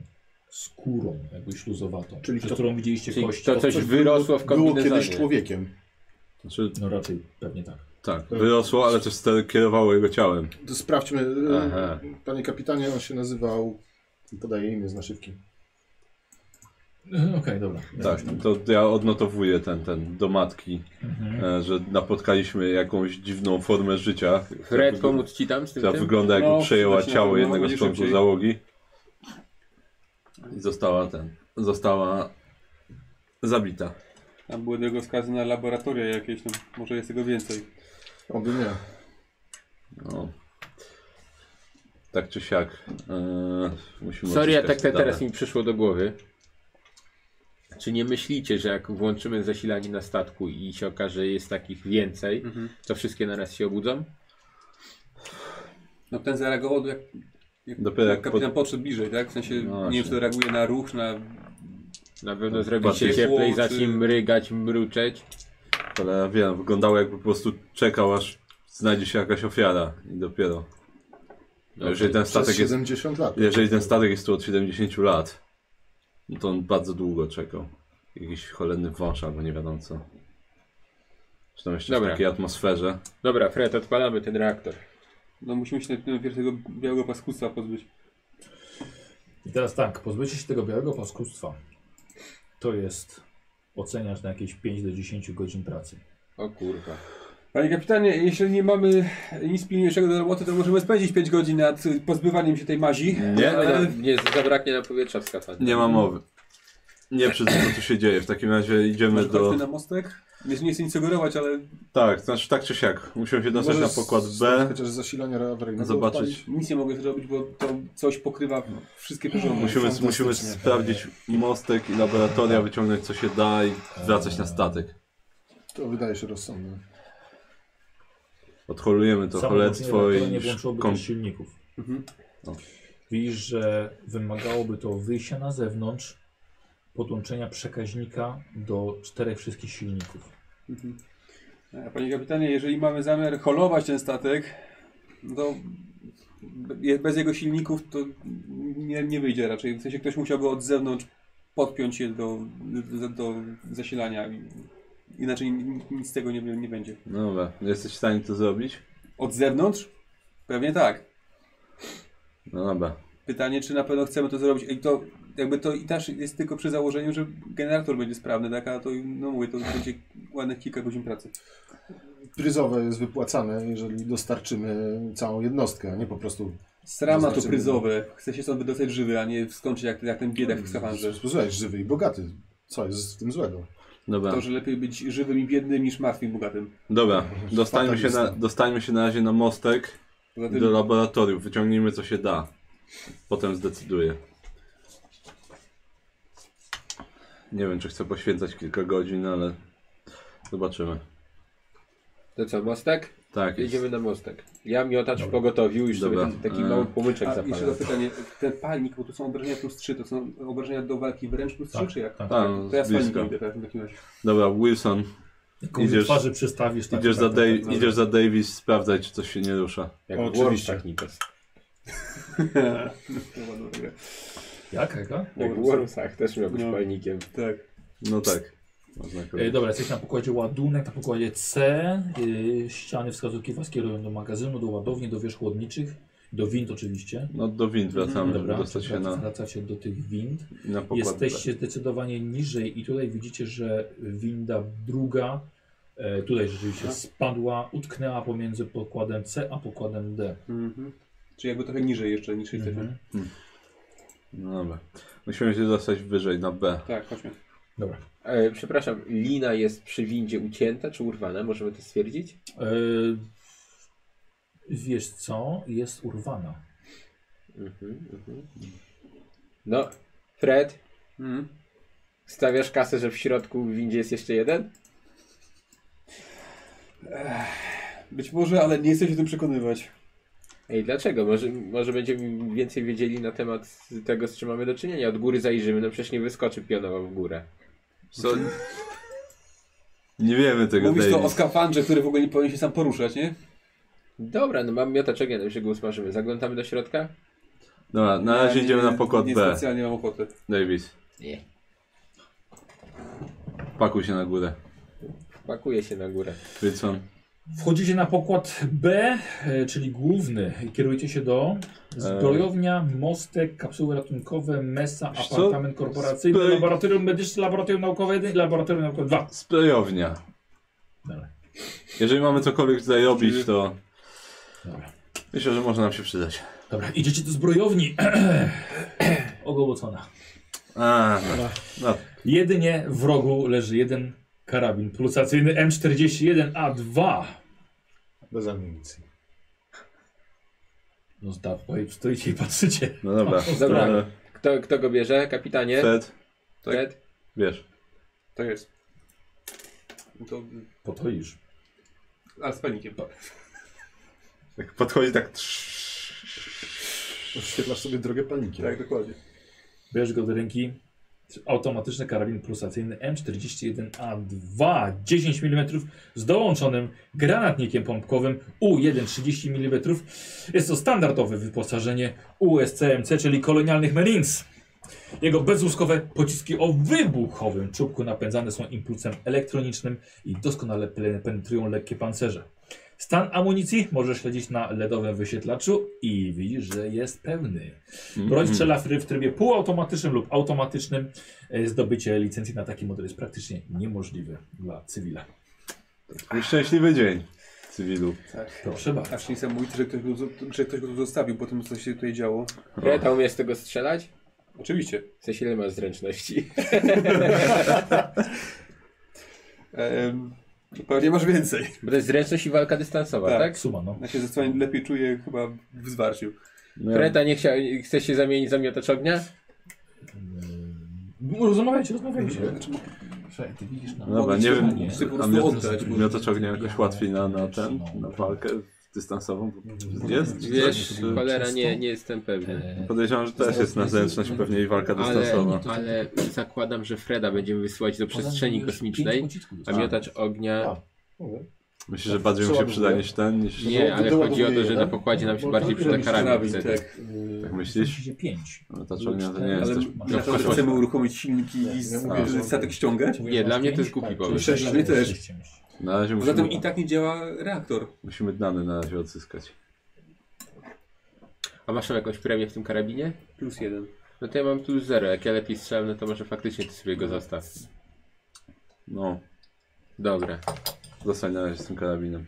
[SPEAKER 1] skórą, jakby śluzowatą,
[SPEAKER 4] Czyli
[SPEAKER 1] przez
[SPEAKER 4] to-
[SPEAKER 1] którą widzieliście
[SPEAKER 3] Czyli
[SPEAKER 1] kość.
[SPEAKER 3] to coś wyrosło w
[SPEAKER 4] Było kiedyś
[SPEAKER 3] kombinezonie.
[SPEAKER 4] człowiekiem.
[SPEAKER 2] Znaczy,
[SPEAKER 1] No raczej pewnie tak.
[SPEAKER 2] tak, wyrosło, ale też stery kierowało jego ciałem.
[SPEAKER 4] To sprawdźmy. y,
[SPEAKER 2] Aha.
[SPEAKER 4] Panie kapitanie, on się nazywał... Podaję imię z naszywki.
[SPEAKER 1] E, Okej, dobra.
[SPEAKER 2] Tak, to ja odnotowuję ten, ten do matki,
[SPEAKER 1] Mhm.
[SPEAKER 2] e, że napotkaliśmy jakąś dziwną formę życia.
[SPEAKER 3] Fred,
[SPEAKER 2] która
[SPEAKER 3] pomóc ci tam z tym?
[SPEAKER 2] która
[SPEAKER 3] tym?
[SPEAKER 2] wygląda jakby
[SPEAKER 5] No,
[SPEAKER 2] przejęła
[SPEAKER 5] przyda się
[SPEAKER 2] ciało
[SPEAKER 5] na pewno,
[SPEAKER 2] jednego z
[SPEAKER 5] będzie
[SPEAKER 2] członków
[SPEAKER 5] szybciej.
[SPEAKER 2] załogi i została ten, została zabita.
[SPEAKER 5] Tam były do jego skazy na laboratoria jakieś, no, może jest tego więcej.
[SPEAKER 4] Oby nie.
[SPEAKER 2] No. Tak czy siak. Yy, musimy
[SPEAKER 3] Sorry, a
[SPEAKER 2] odzyskać
[SPEAKER 3] tak
[SPEAKER 2] te
[SPEAKER 3] te
[SPEAKER 2] dane.
[SPEAKER 3] teraz mi przyszło do głowy. Czy nie myślicie, że jak włączymy zasilanie na statku i się okaże, że jest takich więcej, to wszystkie naraz się obudzą?
[SPEAKER 5] No ten zareagował jak, jak,
[SPEAKER 2] Dopiero
[SPEAKER 5] jak
[SPEAKER 2] jak
[SPEAKER 5] kapitan
[SPEAKER 2] pod-
[SPEAKER 5] podszedł bliżej, tak? W sensie
[SPEAKER 2] No
[SPEAKER 5] nie
[SPEAKER 2] właśnie.
[SPEAKER 5] wiem, czy to reaguje na ruch, na...
[SPEAKER 3] Na pewno zrobi się
[SPEAKER 2] Patrzcie.
[SPEAKER 3] cieplej,
[SPEAKER 5] Ciepło,
[SPEAKER 3] zacznie
[SPEAKER 5] czy-
[SPEAKER 3] mrygać, mruczeć.
[SPEAKER 2] Ale ja wiem, wyglądało jakby po prostu czekał aż znajdzie się jakaś ofiara i dopiero. Jeżeli ten
[SPEAKER 4] Przez
[SPEAKER 2] statek jest
[SPEAKER 4] 70 lat.
[SPEAKER 2] Jeżeli ten statek jest tu od 70 lat, no to on bardzo długo czekał. Jakiś cholerny wąż albo nie wiadomo co. Zresztą jeszcze
[SPEAKER 3] Dobra.
[SPEAKER 2] w takiej atmosferze.
[SPEAKER 3] Dobra, Fred, odpalamy ten reaktor.
[SPEAKER 5] No musimy się najpierw tego białego paskudstwa pozbyć.
[SPEAKER 1] I teraz tak, pozbycie się tego białego paskustwa to jest, oceniasz na jakieś 5 do 10 godzin pracy.
[SPEAKER 3] O kurwa.
[SPEAKER 5] Panie kapitanie, jeśli nie mamy nic pilniejszego do roboty, to możemy spędzić 5 godzin nad y, pozbywaniem się tej mazi.
[SPEAKER 2] Nie, tak.
[SPEAKER 5] ale...
[SPEAKER 3] Nie, zabraknie nam powietrza w skafandrze.
[SPEAKER 2] Nie ma mowy. Nie przez co tu się dzieje. W takim razie idziemy
[SPEAKER 5] Masz
[SPEAKER 2] do.
[SPEAKER 1] tak
[SPEAKER 5] do... na mostek? Nie, nie chcę nic sugerować, ale
[SPEAKER 2] Tak, znaczy tak czy siak. Musimy się dostać na pokład B.
[SPEAKER 4] Chociaż zasilanie awaryjnego.
[SPEAKER 2] Zobaczyć.
[SPEAKER 5] nic nie mogę zrobić, bo to coś pokrywa wszystkie poziomy.
[SPEAKER 2] Musimy,
[SPEAKER 4] Fantastycznie.
[SPEAKER 2] musimy sprawdzić mostek i laboratoria, wyciągnąć co się da i wracać na statek.
[SPEAKER 4] To wydaje się rozsądne.
[SPEAKER 2] Odholujemy to
[SPEAKER 1] Samo
[SPEAKER 2] cholerstwo
[SPEAKER 1] włączenie
[SPEAKER 2] i
[SPEAKER 1] nie włączyłoby
[SPEAKER 2] kom-
[SPEAKER 1] też silników.
[SPEAKER 5] Mhm.
[SPEAKER 2] No.
[SPEAKER 1] Widzisz, że wymagałoby to wyjścia na zewnątrz, podłączenia przekaźnika do czterech wszystkich silników.
[SPEAKER 5] Mhm. E, Panie kapitanie, jeżeli mamy zamiar holować ten statek, to be- bez jego silników to nie, nie wyjdzie raczej. W sensie ktoś musiałby od zewnątrz podpiąć je do, do, do zasilania. i- Inaczej ni- nic z tego nie, nie będzie.
[SPEAKER 2] No dobra, jesteś w stanie to zrobić?
[SPEAKER 5] Od zewnątrz? Pewnie tak.
[SPEAKER 2] No dobra.
[SPEAKER 5] Pytanie, czy na pewno chcemy to zrobić. I to jakby to i też jest tylko przy założeniu, że generator będzie sprawny, tak? A to, no mówię, to będzie ładnych kilka godzin pracy.
[SPEAKER 4] Pryzowe jest wypłacane, jeżeli dostarczymy całą jednostkę, a nie po prostu.
[SPEAKER 5] Srama to
[SPEAKER 4] Zaznaczymy.
[SPEAKER 5] pryzowe. Chce się stąd wydostać żywy, a nie skończyć jak, jak ten biedak w skafandrze.
[SPEAKER 4] Słuchaj, żywy i bogaty. Co jest w tym złego?
[SPEAKER 2] Dobra.
[SPEAKER 5] To, że lepiej być żywym i biednym niż martwym i bogatym.
[SPEAKER 2] Dobra, dostańmy się, na,
[SPEAKER 4] Fatalista.
[SPEAKER 2] dostańmy się na razie na mostek i
[SPEAKER 5] Zatem
[SPEAKER 2] do laboratoriów, wyciągnijmy co się da. Potem zdecyduję. Nie wiem, czy chcę poświęcać kilka godzin, ale zobaczymy.
[SPEAKER 3] To co, mostek?
[SPEAKER 2] Tak, jest.
[SPEAKER 3] Jedziemy na mostek. Ja miotacz w pogotowiu już sobie
[SPEAKER 2] Dobra.
[SPEAKER 3] ten, taki
[SPEAKER 2] Eee.
[SPEAKER 3] mały pomyczek
[SPEAKER 5] a jeszcze to
[SPEAKER 3] zapalam.
[SPEAKER 5] pytanie, ten palnik, bo tu są obrażenia plus 3, to są obrażenia do walki wręcz plus 3,
[SPEAKER 1] Tak,
[SPEAKER 5] czy jak?
[SPEAKER 1] tak.
[SPEAKER 2] A,
[SPEAKER 5] To ja z palnikiem
[SPEAKER 2] blisko.
[SPEAKER 5] idę teraz w takim razie.
[SPEAKER 2] Dobra, Wilson,
[SPEAKER 1] Jaką
[SPEAKER 2] Idziesz-
[SPEAKER 1] twarzy przystawisz. tak,
[SPEAKER 2] idziesz,
[SPEAKER 1] tak,
[SPEAKER 2] za
[SPEAKER 1] tak,
[SPEAKER 2] Dave,
[SPEAKER 1] tak, tak.
[SPEAKER 2] idziesz za Davis, sprawdzaj, czy coś się nie rusza.
[SPEAKER 3] Jak
[SPEAKER 6] Oczywiście.
[SPEAKER 3] Wormsak Nikos.
[SPEAKER 5] Dobra, dobra.
[SPEAKER 1] Jak, jaka?
[SPEAKER 3] Jak
[SPEAKER 5] Wormsak.
[SPEAKER 3] Wormsak też miał być
[SPEAKER 5] No.
[SPEAKER 3] palnikiem.
[SPEAKER 5] Tak.
[SPEAKER 2] No tak. Można
[SPEAKER 1] E, dobra, jesteś na pokładzie ładunek, na pokładzie C. E, ściany wskazówki was kierują do magazynu, do ładowni, do wież chłodniczych, do wind oczywiście.
[SPEAKER 2] No do wind wracamy, żeby
[SPEAKER 1] Dobra,
[SPEAKER 2] dostać się na,
[SPEAKER 1] wracacie do tych wind.
[SPEAKER 2] na pokład.
[SPEAKER 1] Jesteście zdecydowanie niżej i tutaj widzicie, że winda druga, e, tutaj rzeczywiście spadła, utknęła pomiędzy pokładem C a pokładem D.
[SPEAKER 5] Mhm. Czyli jakby trochę niżej jeszcze niż jesteśmy.
[SPEAKER 1] Mhm.
[SPEAKER 2] No dobra. Musimy się dostać wyżej, na B.
[SPEAKER 5] Tak, chodźmy.
[SPEAKER 1] Dobra.
[SPEAKER 3] E, przepraszam, lina jest przy windzie ucięta czy urwana? Możemy to stwierdzić?
[SPEAKER 1] E, wiesz co? Jest urwana.
[SPEAKER 3] Mhm, mhm. No, Fred,
[SPEAKER 5] Mhm.
[SPEAKER 3] stawiasz kasę, że w środku w windzie jest jeszcze jeden?
[SPEAKER 5] Być może, ale nie chcę się tym przekonywać.
[SPEAKER 3] Ej, dlaczego? Może, może będziemy więcej wiedzieli na temat tego, z czym mamy do czynienia. Od góry zajrzymy, no przecież nie wyskoczy pionowo w górę.
[SPEAKER 2] Co? Nie wiemy tego,
[SPEAKER 5] Mówisz to o
[SPEAKER 2] Davis.
[SPEAKER 5] skafandrze, który w ogóle nie powinien się sam poruszać, nie?
[SPEAKER 3] Dobra, no mam miotacz ognia, nam się go usmażymy. Zaglądamy do środka?
[SPEAKER 2] Dobra, na razie
[SPEAKER 5] nie-
[SPEAKER 2] idziemy na pokład
[SPEAKER 5] nie
[SPEAKER 2] B.
[SPEAKER 5] specjalnie mam ochoty.
[SPEAKER 2] Davis,
[SPEAKER 3] Nie.
[SPEAKER 2] pakuj się na górę.
[SPEAKER 3] Pakuje się na górę.
[SPEAKER 2] Wilson.
[SPEAKER 1] Wchodzicie na pokład B, e, czyli główny. i Kierujecie się do
[SPEAKER 2] E.
[SPEAKER 1] zbrojownia, mostek, kapsuły ratunkowe, mesa,
[SPEAKER 2] Wiesz co?
[SPEAKER 1] apartament korporacyjny,
[SPEAKER 2] Spej-
[SPEAKER 1] laboratorium medyczne, laboratorium naukowe 1 i laboratorium naukowe 2.
[SPEAKER 2] Sprejownia.
[SPEAKER 1] Dobra.
[SPEAKER 2] Jeżeli mamy cokolwiek tutaj robić, to
[SPEAKER 1] Dobra.
[SPEAKER 2] myślę, że może nam się przydać.
[SPEAKER 1] Dobra, idziecie do zbrojowni. Ogołocona.
[SPEAKER 2] A, no. no.
[SPEAKER 1] Jedynie w rogu leży jeden karabin pulsacyjny M41A2.
[SPEAKER 4] Bez amunicji.
[SPEAKER 1] No zdawaj, stoicie i patrzycie.
[SPEAKER 2] no dobra.
[SPEAKER 3] Dobra.
[SPEAKER 2] E,
[SPEAKER 3] Kto, kto go bierze? Kapitanie?
[SPEAKER 2] Fred,
[SPEAKER 3] Fred?
[SPEAKER 2] wiesz.
[SPEAKER 5] To Tak jest. No To,
[SPEAKER 1] Potoisz.
[SPEAKER 5] ale z palnikiem.
[SPEAKER 2] Jak podchodzi tak...
[SPEAKER 4] Oświetlasz sobie drogę paniki.
[SPEAKER 5] Tak, dokładnie.
[SPEAKER 1] Bierz go do ręki, Automatyczny karabin pulsacyjny M41A2 10 mm z dołączonym granatnikiem pompkowym U1 30 mm. Jest to standardowe wyposażenie USCMC, czyli kolonialnych Marines. Jego bezłuskowe pociski o wybuchowym czubku napędzane są impulsem elektronicznym i doskonale ple- penetrują lekkie pancerze. Stan amunicji możesz śledzić na LEDowym wyświetlaczu i widzisz, że jest pełny. Broń strzela w try- w trybie półautomatycznym lub automatycznym. E, Zdobycie licencji na taki model jest praktycznie niemożliwe dla cywila.
[SPEAKER 2] Był szczęśliwy dzień, cywilu.
[SPEAKER 1] Proszę bardzo.
[SPEAKER 5] Aż nie jestem mój, że ktoś, go, że ktoś go tu zostawił po tym, co się tutaj działo.
[SPEAKER 3] Kreta umie z tego strzelać?
[SPEAKER 5] Oczywiście.
[SPEAKER 3] W sensie ile masz zręczności?
[SPEAKER 5] Em, pewnie masz więcej.
[SPEAKER 3] Bo to jest zręczność i walka dystansowa,
[SPEAKER 5] Tak.
[SPEAKER 3] tak?
[SPEAKER 1] Suma, no.
[SPEAKER 5] Ja się zdecydowanie lepiej czuję chyba w zwarciu.
[SPEAKER 3] Kreta nie chcia, chce się zamienić za miotacz ognia?
[SPEAKER 1] Mm, Rozmawiajcie, rozmawiajcie.
[SPEAKER 5] Znaczy,
[SPEAKER 1] Słuchaj, ty widzisz na
[SPEAKER 2] No Dobra, nie wiem,
[SPEAKER 5] Chcę po
[SPEAKER 2] a
[SPEAKER 5] prostu oddać, bo-
[SPEAKER 2] miotacz ognia jakoś łatwiej na, na ten, na walkę dystansową jest? czy
[SPEAKER 3] Wiesz,
[SPEAKER 2] coś? Czy-
[SPEAKER 3] cholera, nie, nie jestem pewny.
[SPEAKER 2] Podejrzewam, że też jest na zręczność pewnie i walka dystansowa.
[SPEAKER 3] Ale, ale zakładam, że Freda będziemy wysyłać do przestrzeni kosmicznej, a
[SPEAKER 1] A
[SPEAKER 3] miotacz ognia...
[SPEAKER 6] A. Mówię.
[SPEAKER 2] Myślę, że bardziej mu się przyda niż ten, niż...
[SPEAKER 3] Nie, ale
[SPEAKER 6] Doładowuje
[SPEAKER 3] chodzi o to, że na
[SPEAKER 6] jeden?
[SPEAKER 3] pokładzie nam się
[SPEAKER 6] tak? Bo
[SPEAKER 3] bardziej
[SPEAKER 6] to
[SPEAKER 3] przyda
[SPEAKER 6] robisz
[SPEAKER 3] karabin
[SPEAKER 5] Karabin,
[SPEAKER 3] wtedy.
[SPEAKER 5] tak.
[SPEAKER 2] Tak
[SPEAKER 1] Myślisz?
[SPEAKER 2] myślisz?
[SPEAKER 1] E, pięć.
[SPEAKER 2] Miotacz ognia to nie
[SPEAKER 1] Ale-
[SPEAKER 2] jest
[SPEAKER 5] Ale
[SPEAKER 2] też...
[SPEAKER 5] na to, że chcemy uruchomić silniki i
[SPEAKER 6] Nie,
[SPEAKER 5] z,
[SPEAKER 6] nie mówię, że-
[SPEAKER 5] statek ściągać.
[SPEAKER 3] Nie, dla mnie to jest głupi pomysł.
[SPEAKER 5] Sześć, mnie też.
[SPEAKER 2] Na razie
[SPEAKER 5] Poza tym
[SPEAKER 2] musimy,
[SPEAKER 5] i tak nie działa reaktor.
[SPEAKER 2] musimy dane na razie odzyskać.
[SPEAKER 6] tak.
[SPEAKER 3] A masz tam jakąś premię w tym karabinie?
[SPEAKER 5] Plus jeden.
[SPEAKER 3] No to ja mam tu zero. Jak ja lepiej strzelam, no to może faktycznie ty sobie go zostaw.
[SPEAKER 2] No,
[SPEAKER 3] Dobra.
[SPEAKER 2] zostań na razie z tym karabinem.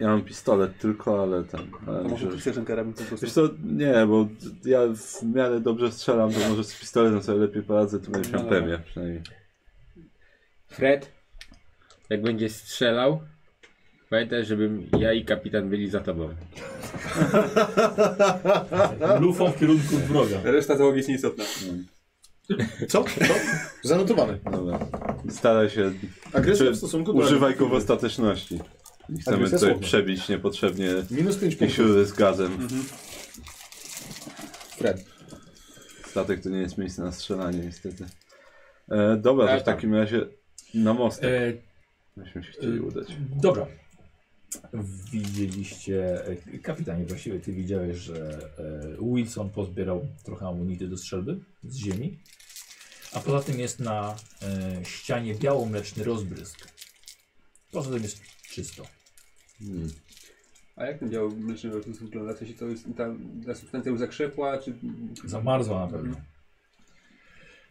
[SPEAKER 2] Ja mam pistolet tylko, ale ten... Ale
[SPEAKER 5] To może
[SPEAKER 2] myślę, że...
[SPEAKER 5] być ten karabin po prostu.
[SPEAKER 2] Wiesz co, nie, bo ja w miarę dobrze strzelam, to może z pistoletem sobie lepiej poradzę, to będę miał
[SPEAKER 5] No dobra.
[SPEAKER 2] pewnie przynajmniej.
[SPEAKER 3] Fred, jak będzie strzelał, pamiętaj, żebym ja i kapitan byli za tobą.
[SPEAKER 1] Lufą w kierunku wroga.
[SPEAKER 5] Reszta załogi jest nieistotna.
[SPEAKER 4] Co? Co? Zanotowane.
[SPEAKER 2] Dobra. Staraj
[SPEAKER 5] No
[SPEAKER 2] się.
[SPEAKER 4] Agresja
[SPEAKER 2] Czy
[SPEAKER 4] w stosunku do...
[SPEAKER 2] Używaj go w ostateczności. Nie
[SPEAKER 5] Tak
[SPEAKER 2] chcemy
[SPEAKER 4] Agresja
[SPEAKER 2] tutaj
[SPEAKER 4] słowna.
[SPEAKER 2] przebić niepotrzebnie
[SPEAKER 4] Minus 5
[SPEAKER 2] jakieś
[SPEAKER 4] punktów.
[SPEAKER 2] rury z gazem.
[SPEAKER 4] Fred.
[SPEAKER 2] Statek to nie jest miejsce na strzelanie niestety. E, dobra,
[SPEAKER 3] Ale
[SPEAKER 2] to w
[SPEAKER 3] tak.
[SPEAKER 2] takim razie na mostek.
[SPEAKER 1] E,
[SPEAKER 2] Myśmy się chcieli
[SPEAKER 1] e,
[SPEAKER 2] udać.
[SPEAKER 1] Dobra. Widzieliście, e, kapitanie właściwie ty widziałeś, że e, Wilson pozbierał trochę amunicji do strzelby z ziemi, a poza tym jest na e, ścianie biało-mleczny rozbrysk. Poza tym jest czysto.
[SPEAKER 2] Hmm.
[SPEAKER 5] A jak ten dział mleczny rozmus wygląda? W sensie to jest ta, ta substancja już zakrzepła, czy...
[SPEAKER 1] Zamarzła na pewno.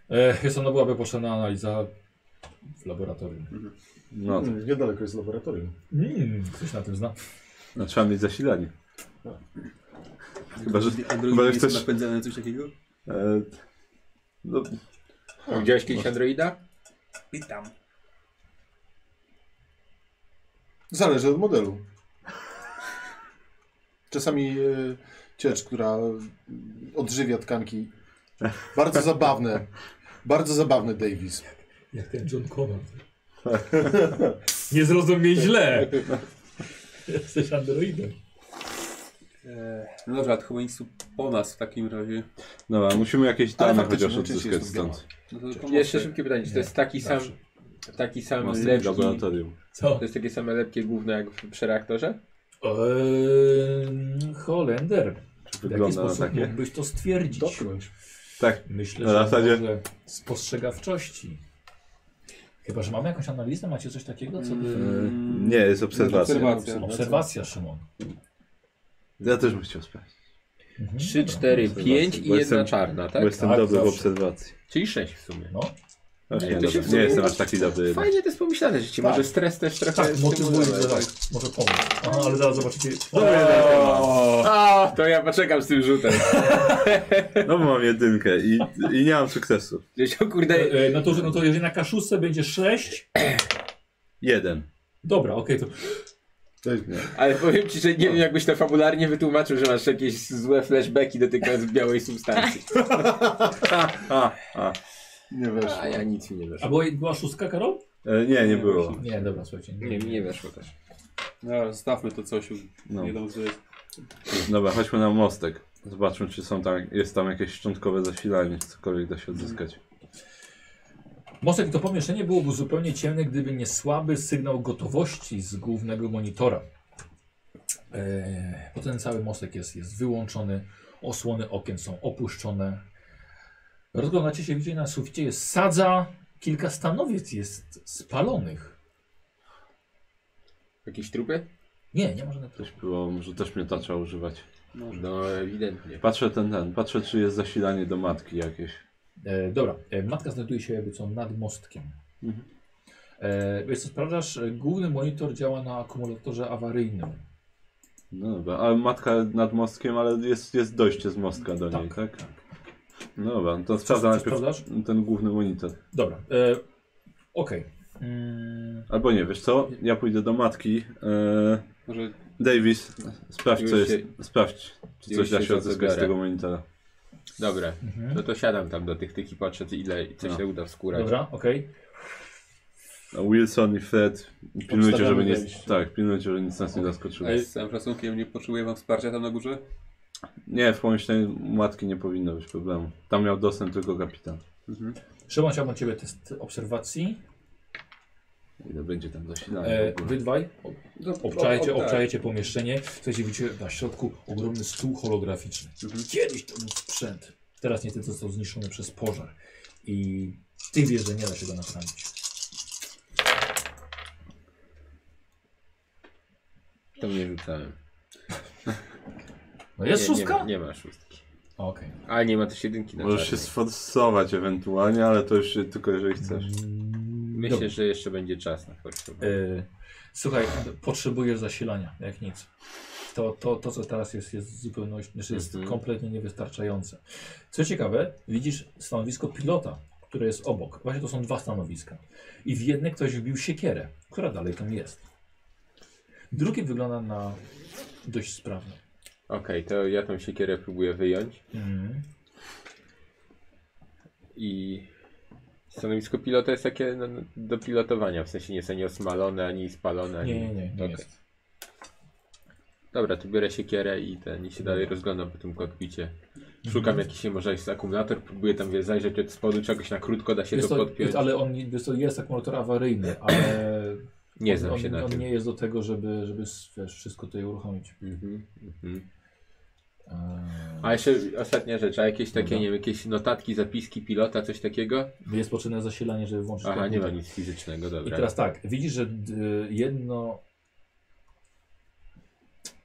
[SPEAKER 1] E, jest ona byłaby potrzebna analiza w laboratorium.
[SPEAKER 2] No, to,
[SPEAKER 4] Mm, Niedaleko jest laboratorium.
[SPEAKER 1] Mm, ktoś na tym zna.
[SPEAKER 2] no, trzeba mieć zasilanie. Chyba, że-
[SPEAKER 5] Android
[SPEAKER 2] chyba, że
[SPEAKER 5] jest
[SPEAKER 2] chcesz-
[SPEAKER 5] napędzany na coś takiego?
[SPEAKER 2] E, no,
[SPEAKER 3] Widziałeś kiedyś androida?
[SPEAKER 5] Pytam.
[SPEAKER 4] Zależy od modelu. Czasami e, ciecz, która e, odżywia tkanki. Bardzo zabawne. Bardzo zabawny Davis.
[SPEAKER 1] Jak ten John Connor. Nie zrozum mnie źle. Jesteś androidem.
[SPEAKER 5] Eee, no dobra, to chyba nic tu po nas w takim razie.
[SPEAKER 2] dobra, musimy jakieś
[SPEAKER 4] Ale
[SPEAKER 2] dane
[SPEAKER 4] faktycznie,
[SPEAKER 2] chociaż
[SPEAKER 4] no, czyś jest
[SPEAKER 2] odzyskać
[SPEAKER 4] to
[SPEAKER 2] stąd.
[SPEAKER 5] No to to
[SPEAKER 3] Jeszcze
[SPEAKER 5] może-
[SPEAKER 3] szybkie pytanie, czy to jest taki sam,
[SPEAKER 1] zawsze.
[SPEAKER 3] taki sam
[SPEAKER 2] Mostek w
[SPEAKER 3] lepki,
[SPEAKER 2] laboratorium.
[SPEAKER 1] Co?
[SPEAKER 3] to jest takie same lepkie gówno jak w- przy reaktorze?
[SPEAKER 1] Eee, Holender. W jaki
[SPEAKER 2] Wygląda na
[SPEAKER 1] sposób
[SPEAKER 2] takie.
[SPEAKER 1] mógłbyś to stwierdzić?
[SPEAKER 4] Dotknąć.
[SPEAKER 2] Tak,
[SPEAKER 1] Myślę,
[SPEAKER 2] Na
[SPEAKER 1] że
[SPEAKER 2] zasadzie-
[SPEAKER 1] może spostrzegawczości. Chyba, że mamy jakąś analizę, macie coś takiego? Co ty...
[SPEAKER 2] e,
[SPEAKER 5] Mm.
[SPEAKER 2] nie, jest obserwacja.
[SPEAKER 5] Obserwacja.
[SPEAKER 1] Obserwacja, Szymon.
[SPEAKER 2] Ja też bym chciał sprawdzić.
[SPEAKER 1] Mhm.
[SPEAKER 3] 3, 4,
[SPEAKER 2] Obserwacja,
[SPEAKER 3] 5 i
[SPEAKER 2] bo
[SPEAKER 3] jedna
[SPEAKER 2] jestem-
[SPEAKER 3] czarna,
[SPEAKER 2] Bo
[SPEAKER 3] tak?
[SPEAKER 2] jestem
[SPEAKER 1] Tak,
[SPEAKER 2] dobry w
[SPEAKER 1] zawsze.
[SPEAKER 2] obserwacji.
[SPEAKER 3] Czyli 6 w sumie.
[SPEAKER 1] No.
[SPEAKER 2] Aż
[SPEAKER 3] to
[SPEAKER 2] nie,
[SPEAKER 3] się
[SPEAKER 2] dobra,
[SPEAKER 3] w
[SPEAKER 2] nie
[SPEAKER 3] sumie-
[SPEAKER 2] jestem aż taki dobry. jednak.
[SPEAKER 3] Fajnie to jest pomyślane, że ci
[SPEAKER 1] Tak.
[SPEAKER 3] może stres też trochę
[SPEAKER 1] Tak, motywuje,
[SPEAKER 3] stymulować.
[SPEAKER 1] że tak. Może pomóc. Aha, ale zaraz zobaczycie.
[SPEAKER 3] O, to ja poczekam z tym rzutem.
[SPEAKER 2] No bo mam jedynkę i, i nie mam sukcesu.
[SPEAKER 3] Gdzieś, o kurde,
[SPEAKER 1] E, No to, że- no to jeżeli na kaszusce będzie 6,
[SPEAKER 2] Jeden.
[SPEAKER 1] dobra, okej, to
[SPEAKER 3] ale powiem ci, że nie wiem jakbyś to fabularnie wytłumaczył, że masz jakieś złe flashbacki dotykające białej substancji.
[SPEAKER 2] A, a.
[SPEAKER 4] Nie wiesz.
[SPEAKER 3] A ja nic mi nie
[SPEAKER 1] A
[SPEAKER 3] weszło.
[SPEAKER 1] była, była szóstka, Karol?
[SPEAKER 2] E, nie, nie było.
[SPEAKER 1] Nie, dobra, słuchajcie.
[SPEAKER 3] Nie, mi nie weszło też.
[SPEAKER 5] Dobra, zostawmy to coś.
[SPEAKER 2] No.
[SPEAKER 5] Nie dam zły.
[SPEAKER 2] Dobra, chodźmy na mostek. Zobaczmy, czy są tam, jest tam jakieś szczątkowe zasilanie, czy cokolwiek da się odzyskać.
[SPEAKER 1] Mostek to pomieszczenie byłoby zupełnie ciemne, gdyby nie słaby sygnał gotowości z głównego monitora. E, Bo ten cały mostek jest, jest wyłączony, osłony okien są opuszczone. Rozglądacie się, gdzie na suficie jest sadza, kilka stanowiec jest spalonych.
[SPEAKER 3] Jakieś trupy?
[SPEAKER 1] Nie, nie ma żadnych
[SPEAKER 2] Ktoś
[SPEAKER 1] trupów.
[SPEAKER 2] próbował, może też miotacza używać.
[SPEAKER 3] No ewidentnie.
[SPEAKER 2] Patrzę ten, ten, patrzę czy jest zasilanie do matki jakieś.
[SPEAKER 1] E, dobra, e, matka znajduje się jakby co nad mostkiem.
[SPEAKER 2] Mhm.
[SPEAKER 1] E, wiesz co, sprawdzasz, e, główny monitor działa na akumulatorze awaryjnym.
[SPEAKER 2] No dobra, ale matka nad mostkiem, ale jest, jest dojście z mostka do niej, tak? No dobra, no to sprawdzam
[SPEAKER 1] co
[SPEAKER 2] najpierw
[SPEAKER 1] sprawdzasz?
[SPEAKER 2] ten główny monitor.
[SPEAKER 1] Dobra, e, okej. Mm,
[SPEAKER 2] Albo nie, wiesz co? Ja pójdę do matki. E,
[SPEAKER 5] Może
[SPEAKER 2] Davis, sprawdź co
[SPEAKER 3] Już
[SPEAKER 2] jest.
[SPEAKER 3] się-
[SPEAKER 2] Sprawdź, czy
[SPEAKER 3] już
[SPEAKER 2] coś da
[SPEAKER 3] się
[SPEAKER 2] się odzyskać z
[SPEAKER 3] zabiorę.
[SPEAKER 2] tego monitora.
[SPEAKER 3] Dobra,
[SPEAKER 1] mhm.
[SPEAKER 3] no to siadam tam do tych tyki, patrzę co- ile co
[SPEAKER 2] No.
[SPEAKER 3] się uda wskórać.
[SPEAKER 1] Dobra, okej.
[SPEAKER 2] A No, Wilson i Fred, pilnujcie, żeby
[SPEAKER 6] Obstawiamy
[SPEAKER 2] nie.
[SPEAKER 6] wejście.
[SPEAKER 2] Tak, pilnujcie, żeby nic nas nie zaskoczyło.
[SPEAKER 5] z całym szacunkiem nie potrzebuję wam wsparcia tam na górze?
[SPEAKER 2] Nie, w pomieszczeniu matki nie powinno być problemu. Tam miał dostęp tylko kapitan.
[SPEAKER 1] Szymon, chciałbym ciebie test obserwacji.
[SPEAKER 3] no
[SPEAKER 2] Ile będzie tam zasilanie?
[SPEAKER 1] E,
[SPEAKER 2] No, w ogóle?
[SPEAKER 1] wy dwaj ob-
[SPEAKER 5] No,
[SPEAKER 1] obczajecie,
[SPEAKER 5] o, o, tak.
[SPEAKER 1] obczajecie pomieszczenie. Słuchajcie, widzicie na środku ogromny stół holograficzny. Kiedyś to był sprzęt. Teraz niestety został zniszczony przez pożar. I ty wiesz, że nie da się go naprawić.
[SPEAKER 3] To nie rzucałem.
[SPEAKER 1] No jest
[SPEAKER 3] nie, nie,
[SPEAKER 1] szóstka?
[SPEAKER 3] ma, nie ma szóstki.
[SPEAKER 1] Okej.
[SPEAKER 3] A nie ma też jedynki na
[SPEAKER 2] Możesz się
[SPEAKER 3] czarnej.
[SPEAKER 2] sforsować ewentualnie, ale to już tylko jeżeli chcesz.
[SPEAKER 1] Mm,
[SPEAKER 3] Myślę,
[SPEAKER 1] dobra.
[SPEAKER 3] że jeszcze będzie czas na kościół.
[SPEAKER 1] E, słuchaj, potrzebujesz zasilania, jak nic. To, to, to co teraz jest, jest zupełności, znaczy jest
[SPEAKER 2] Mhm.
[SPEAKER 1] kompletnie niewystarczające. Co ciekawe, widzisz stanowisko pilota, które jest obok. Właśnie to są dwa stanowiska. I w jedne ktoś wbił siekierę, która dalej tam jest. Drugie wygląda na dość sprawne.
[SPEAKER 3] Okej, to ja tą siekierę próbuję wyjąć
[SPEAKER 1] Mhm.
[SPEAKER 3] i stanowisko pilota jest takie no, no, do pilotowania, w sensie nie jest ani osmalone, ani spalone, ani...
[SPEAKER 1] Nie, nie, nie, nie
[SPEAKER 3] Okej.
[SPEAKER 1] jest.
[SPEAKER 3] Dobra, to biorę siekierę i ten, i się dalej rozglądam po tym kokpicie.
[SPEAKER 1] Mhm.
[SPEAKER 3] Szukam jakiś, nie, może jest akumulator, próbuję tam wiesz, zajrzeć od spodu, czegoś na krótko da się
[SPEAKER 1] Jest
[SPEAKER 3] to
[SPEAKER 1] to,
[SPEAKER 3] podpiąć.
[SPEAKER 1] ale on jest, to jest akumulator awaryjny, ale
[SPEAKER 3] Nie
[SPEAKER 1] on,
[SPEAKER 3] znam się
[SPEAKER 1] on,
[SPEAKER 3] na
[SPEAKER 1] on
[SPEAKER 3] tym.
[SPEAKER 1] nie jest do tego, żeby, żeby wiesz, wszystko tutaj uruchomić.
[SPEAKER 3] Mhm, mhm.
[SPEAKER 1] Eee,
[SPEAKER 3] A jeszcze ostatnia rzecz, a jakieś takie,
[SPEAKER 1] Dobra.
[SPEAKER 3] nie wiem, jakieś notatki, zapiski pilota, coś takiego?
[SPEAKER 1] Jest potrzebne zasilanie, żeby włączyć
[SPEAKER 3] Aha, nie
[SPEAKER 1] komputer.
[SPEAKER 3] ma nic fizycznego,
[SPEAKER 1] tak I
[SPEAKER 3] dobra.
[SPEAKER 1] teraz tak, widzisz, że y, jedno...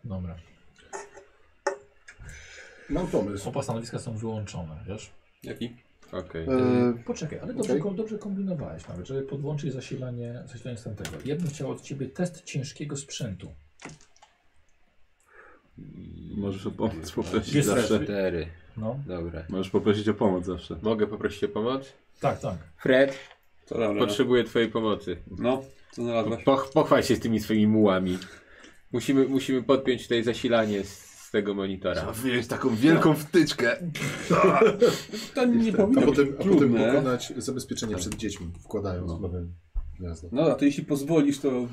[SPEAKER 1] Dobra.
[SPEAKER 4] Mam pomysł.
[SPEAKER 1] Oba stanowiska są wyłączone, wiesz?
[SPEAKER 5] Jaki?
[SPEAKER 3] Okej.
[SPEAKER 4] E,
[SPEAKER 1] Poczekaj, ale dobrze,
[SPEAKER 4] Okej.
[SPEAKER 1] kom- dobrze kombinowałeś nawet, żeby podłączyć zasilanie, zasilanie z tamtego. Ja bym chciał od Ciebie test ciężkiego sprzętu.
[SPEAKER 2] Możesz o pomoc poprosić
[SPEAKER 1] Jest
[SPEAKER 2] zawsze.
[SPEAKER 3] Cztery.
[SPEAKER 1] No,
[SPEAKER 3] Dobra.
[SPEAKER 2] Możesz poprosić o pomoc zawsze.
[SPEAKER 3] Mogę poprosić o pomoc?
[SPEAKER 1] tak, tak.
[SPEAKER 3] Fred,
[SPEAKER 5] To dobra.
[SPEAKER 3] potrzebuję twojej pomocy.
[SPEAKER 5] No, co znalazłaś?
[SPEAKER 3] Poch, pochwal się z tymi swoimi mułami. Musimy, musimy podpiąć tutaj zasilanie z, z tego monitora.
[SPEAKER 2] wyjąć taką wielką wtyczkę.
[SPEAKER 5] To nie
[SPEAKER 4] a
[SPEAKER 5] powinno być
[SPEAKER 4] potem, a potem
[SPEAKER 5] trudne.
[SPEAKER 4] pokonać zabezpieczenie przed dziećmi, wkładając w nowe gniazdo.
[SPEAKER 5] No, a to jeśli pozwolisz, to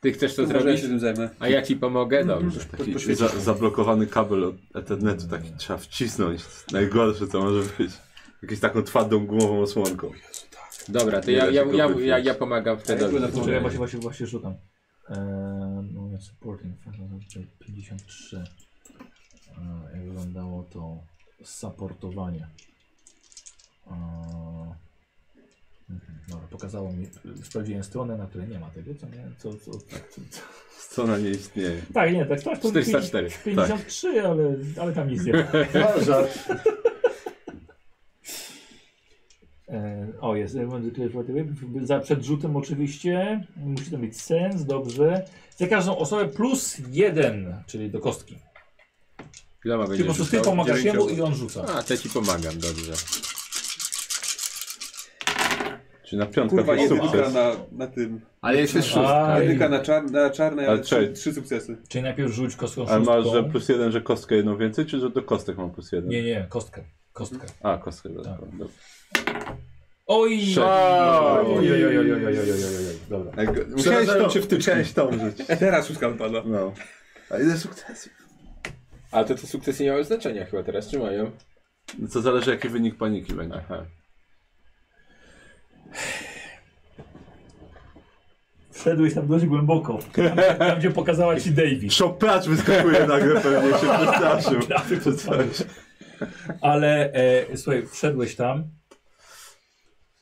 [SPEAKER 3] Ty chcesz to
[SPEAKER 5] to może ja
[SPEAKER 3] zrobić?
[SPEAKER 5] się tym zajmę.
[SPEAKER 3] A ja ci pomogę? Dobrze.
[SPEAKER 2] Taki za, zablokowany kabel od Ethernetu, taki trzeba wcisnąć. Najgorsze co może być. Jakąś taką twardą gumową osłonką.
[SPEAKER 3] Dobra, to
[SPEAKER 2] Nie
[SPEAKER 3] ja,
[SPEAKER 2] da
[SPEAKER 3] ja,
[SPEAKER 2] się go
[SPEAKER 3] ja,
[SPEAKER 2] wypiąć.
[SPEAKER 3] ja, ja pomagam
[SPEAKER 5] Ja
[SPEAKER 3] Fredowi.
[SPEAKER 5] byłem na
[SPEAKER 1] Poczekaj, No, ja właśnie,
[SPEAKER 5] Poczekaj.
[SPEAKER 1] właśnie, właśnie rzucam. Eee, no, nie, supporting, 53. Eee, jak wyglądało to supportowanie. Eee, mhm, dobra, pokazało mi, sprawdziłem stronę, na której nie ma tego, co nie, co, co, co, co.
[SPEAKER 2] Strona nie istnieje.
[SPEAKER 1] Tak, nie, tak, tak, to
[SPEAKER 3] 404.
[SPEAKER 1] 53, ale, ale tam nic nie ma.
[SPEAKER 4] A, żart.
[SPEAKER 1] Eee, o, jest. e, błędy kleryfikacyjne. Za przedrzutem oczywiście. Musi to mieć sens, dobrze. Za każdą osobę plus jeden, czyli do kostki. Czyli
[SPEAKER 3] Iloma
[SPEAKER 1] po
[SPEAKER 3] będziesz
[SPEAKER 1] prostu ty
[SPEAKER 3] rzucał?
[SPEAKER 1] pomagasz jemu i
[SPEAKER 3] Dziewięcioma.
[SPEAKER 1] on rzuca.
[SPEAKER 3] A, to ci pomagam, dobrze.
[SPEAKER 2] Czy na piątkę to
[SPEAKER 5] Kurwa,
[SPEAKER 2] jest
[SPEAKER 5] jedynka
[SPEAKER 2] sukces.
[SPEAKER 5] na, na tym.
[SPEAKER 3] Ale jest jeszcze
[SPEAKER 1] A,
[SPEAKER 3] szóstka.
[SPEAKER 5] Jedynka na, czar, na czarnej, ale
[SPEAKER 2] Ale
[SPEAKER 5] trzy,
[SPEAKER 2] czekaj.
[SPEAKER 5] trzy sukcesy.
[SPEAKER 1] Czyli najpierw rzuć kostką
[SPEAKER 2] Ale masz, że
[SPEAKER 1] szóstką.
[SPEAKER 2] plus jeden, że kostkę jedną więcej, czy że do kostek mam plus jeden?
[SPEAKER 1] Nie, nie, kostkę. Kostkę.
[SPEAKER 2] A, kostkę dodatkowo.
[SPEAKER 1] Tak.
[SPEAKER 2] Dobra.
[SPEAKER 1] Oj!
[SPEAKER 2] Sześć.
[SPEAKER 1] Oj, oj, oj, oj, oj, oj, oj, oj, oj. Dobra.
[SPEAKER 2] Najgo- Musiałeś
[SPEAKER 4] Przerażają cię
[SPEAKER 2] tą,
[SPEAKER 4] wtyczki.
[SPEAKER 2] musiałeś tą żyć.
[SPEAKER 5] E, Teraz szóstka wypada.
[SPEAKER 2] No. A ile sukcesów?
[SPEAKER 3] Ale to te sukcesy nie mają znaczenia chyba teraz, czy mają?
[SPEAKER 2] No to zależy jaki wynik paniki będzie.
[SPEAKER 3] Aha.
[SPEAKER 1] Wszedłeś tam dość głęboko. Tam, gdzie pokazała ci Davis.
[SPEAKER 2] Szok pracz wyskakuje nagle pewnie, się wystraszył. Czy coś.
[SPEAKER 1] Ale e, słuchaj, wszedłeś tam.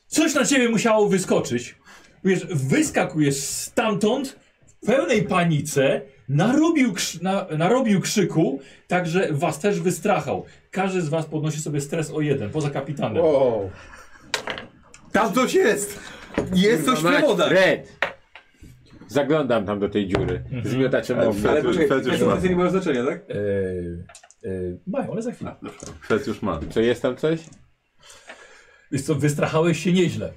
[SPEAKER 1] Coś na ciebie musiało wyskoczyć. Wiesz, wyskakujesz stamtąd w pełnej panice. Narobił, krz na, narobił krzyku, także was też wystrachał. Każdy z was podnosi sobie stres o jeden, poza kapitanem.
[SPEAKER 4] Wow.
[SPEAKER 2] Tam coś jest! Jest coś
[SPEAKER 3] Mać,
[SPEAKER 2] w woda!
[SPEAKER 3] Fred! Zaglądam tam do tej dziury. Z miotaczem ognia.
[SPEAKER 5] Ale
[SPEAKER 2] Fetysz-
[SPEAKER 5] poczekaj,
[SPEAKER 2] fetysz
[SPEAKER 5] fetysz
[SPEAKER 2] ładny.
[SPEAKER 5] nie mają znaczenia, tak?
[SPEAKER 1] E, e, mają, ale za chwilę.
[SPEAKER 2] Fred już ma.
[SPEAKER 3] Co, jest tam coś?
[SPEAKER 1] Wiesz co, wystrachałeś się nieźle,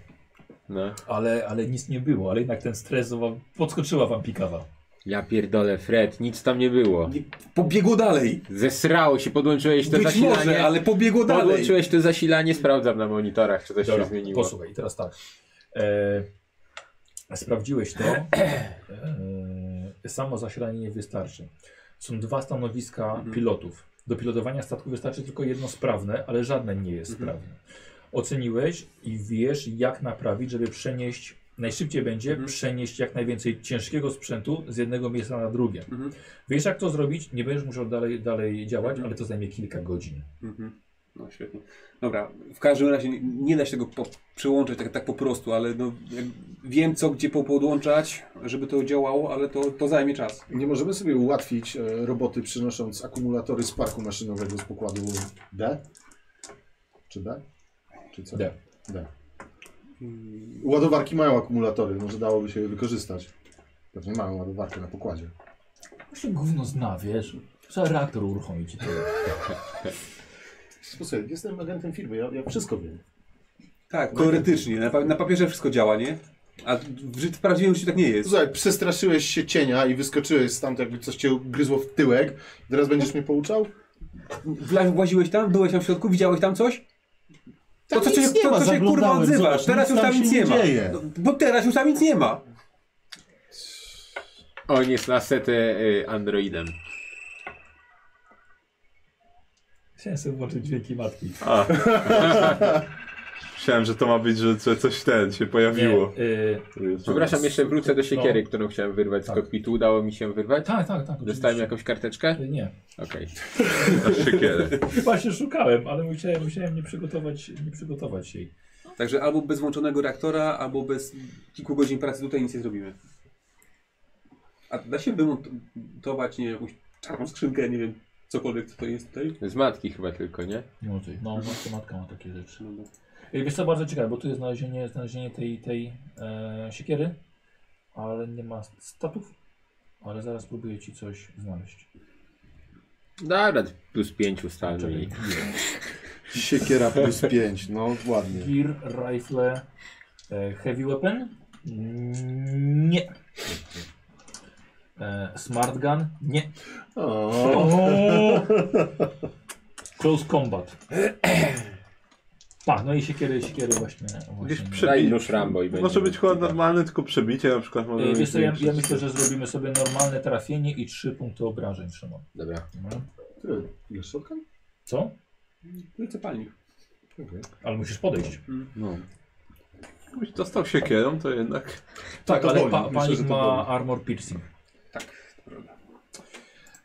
[SPEAKER 3] No.
[SPEAKER 1] ale, ale nic nie było. Ale jednak ten stres, wam- podskoczyła wam pikawa.
[SPEAKER 3] Ja pierdolę, Fred, nic tam nie było.
[SPEAKER 2] Pobiegło dalej!
[SPEAKER 3] Zesrało się, podłączyłeś to
[SPEAKER 2] Być
[SPEAKER 3] zasilanie.
[SPEAKER 2] może, ale pobiegło dalej!
[SPEAKER 3] Podłączyłeś to zasilanie, sprawdzam na monitorach, czy coś
[SPEAKER 1] Dobra,
[SPEAKER 3] się zmieniło.
[SPEAKER 1] posłuchaj, i teraz tak. E, sprawdziłeś to. E, samo zasilanie nie wystarczy. Są dwa stanowiska pilotów. Do pilotowania statku wystarczy tylko jedno sprawne, ale żadne nie jest sprawne. Oceniłeś i wiesz, jak naprawić, żeby przenieść. Najszybciej będzie przenieść jak najwięcej ciężkiego sprzętu z jednego miejsca na drugie.
[SPEAKER 5] Mhm.
[SPEAKER 1] Wiesz, jak to zrobić? Nie będziesz musiał dalej, dalej działać, ale to zajmie kilka godzin.
[SPEAKER 5] Mhm. No świetnie. Dobra, w każdym razie nie, nie da się tego po, przyłączać tak, tak po prostu, ale no, jak wiem co gdzie po- podłączać, żeby to działało, ale to, to zajmie czas.
[SPEAKER 4] Nie możemy sobie ułatwić e, roboty przynosząc akumulatory z parku maszynowego z pokładu D? Czy D? Czy co?
[SPEAKER 1] D.
[SPEAKER 4] D. Mm, Ładowarki mają akumulatory, może dałoby się je wykorzystać. Pewnie mają ładowarkę na pokładzie.
[SPEAKER 1] Właśnie gówno zna, wiesz. Trzeba reaktor uruchomić i tyle.
[SPEAKER 4] Słuchaj, jestem agentem firmy, ja, ja wszystko wiem.
[SPEAKER 5] Tak, teoretycznie. Na, pa- na papierze wszystko działa, nie? A w, ży- w prawdziwym życiu tak nie jest.
[SPEAKER 4] Słuchaj, przestraszyłeś się cienia i wyskoczyłeś stamtąd, jakby coś cię gryzło w tyłek. Teraz będziesz mnie pouczał?
[SPEAKER 5] Wla- Właziłeś tam, byłeś tam w środku, widziałeś tam coś? To
[SPEAKER 4] Tam
[SPEAKER 5] co się,
[SPEAKER 4] nic nie
[SPEAKER 5] to,
[SPEAKER 4] ma,
[SPEAKER 5] co się kurwa
[SPEAKER 4] zaglądałem,
[SPEAKER 5] odzywasz?
[SPEAKER 4] zobacz,
[SPEAKER 5] teraz
[SPEAKER 4] nic
[SPEAKER 5] już
[SPEAKER 4] tam
[SPEAKER 5] tam nic
[SPEAKER 4] się
[SPEAKER 5] nie ma.
[SPEAKER 4] nie dzieje.
[SPEAKER 5] No, bo teraz już tam nic nie ma.
[SPEAKER 3] On jest na setę y, Androidem.
[SPEAKER 1] Chciałem sobie włączyć dźwięki matki.
[SPEAKER 2] A. Myślałem, że to ma być, że co- coś ten się pojawiło.
[SPEAKER 1] Nie, y,
[SPEAKER 3] Przepraszam, jeszcze wrócę do siekiery, którą chciałem wyrwać z
[SPEAKER 1] Tak.
[SPEAKER 3] kokpitu. Udało mi się wyrwać?
[SPEAKER 1] tak, tak, tak.
[SPEAKER 3] Dostałem
[SPEAKER 1] oczywiście.
[SPEAKER 3] jakąś karteczkę?
[SPEAKER 1] Y, Nie.
[SPEAKER 3] Okej.
[SPEAKER 2] Aż siekierę.
[SPEAKER 1] Właśnie szukałem, ale musiałem, musiałem nie przygotować, nie przygotować jej.
[SPEAKER 5] Także albo bez włączonego reaktora, albo bez kilku godzin pracy tutaj nic nie zrobimy. A da się wymontować, nie wiem, jakąś czarną skrzynkę, nie wiem, cokolwiek co to jest tutaj?
[SPEAKER 3] Z matki chyba tylko, nie?
[SPEAKER 1] No, no matka, matka ma takie rzeczy.
[SPEAKER 5] No, no.
[SPEAKER 1] Y, Wiesz co, bardzo ciekawe, bo tu jest znalezienie, znalezienie tej, tej e, siekiery, ale nie ma statów. Ale zaraz próbuję ci coś znaleźć.
[SPEAKER 3] Dobra, plus pięć ustalmy. i-
[SPEAKER 4] Siekiera plus 5, no ładnie.
[SPEAKER 1] Gear, rifle, e, heavy weapon? Mm, Nie. E, smart gun? Nie.
[SPEAKER 4] O,
[SPEAKER 1] Close combat. Pa, no i siekiery, siekiery właśnie.
[SPEAKER 2] Gdzieś
[SPEAKER 1] właśnie.
[SPEAKER 2] przebi-
[SPEAKER 3] Daj nóż Rambo i będzie.
[SPEAKER 2] Może być chyba normalny, tylko przebicie na przykład może
[SPEAKER 1] Y,
[SPEAKER 2] mieć
[SPEAKER 1] Wiesz co, ja, ja
[SPEAKER 2] większe.
[SPEAKER 1] myślę, że zrobimy sobie normalne trafienie i trzy punkty obrażeń, Szymon.
[SPEAKER 3] Dobra.
[SPEAKER 1] Mhm.
[SPEAKER 4] Ty, ile szopka?
[SPEAKER 1] Co?
[SPEAKER 5] No i cepalnik.
[SPEAKER 1] Ale musisz podejść.
[SPEAKER 2] No. Jakbyś dostał siekierą, to jednak...
[SPEAKER 1] Tak,
[SPEAKER 4] to
[SPEAKER 1] ale
[SPEAKER 4] boli.
[SPEAKER 1] pa,
[SPEAKER 4] Myślę,
[SPEAKER 1] panik
[SPEAKER 4] że to
[SPEAKER 1] ma
[SPEAKER 4] boli.
[SPEAKER 1] armor piercing.
[SPEAKER 5] Tak, to prawda.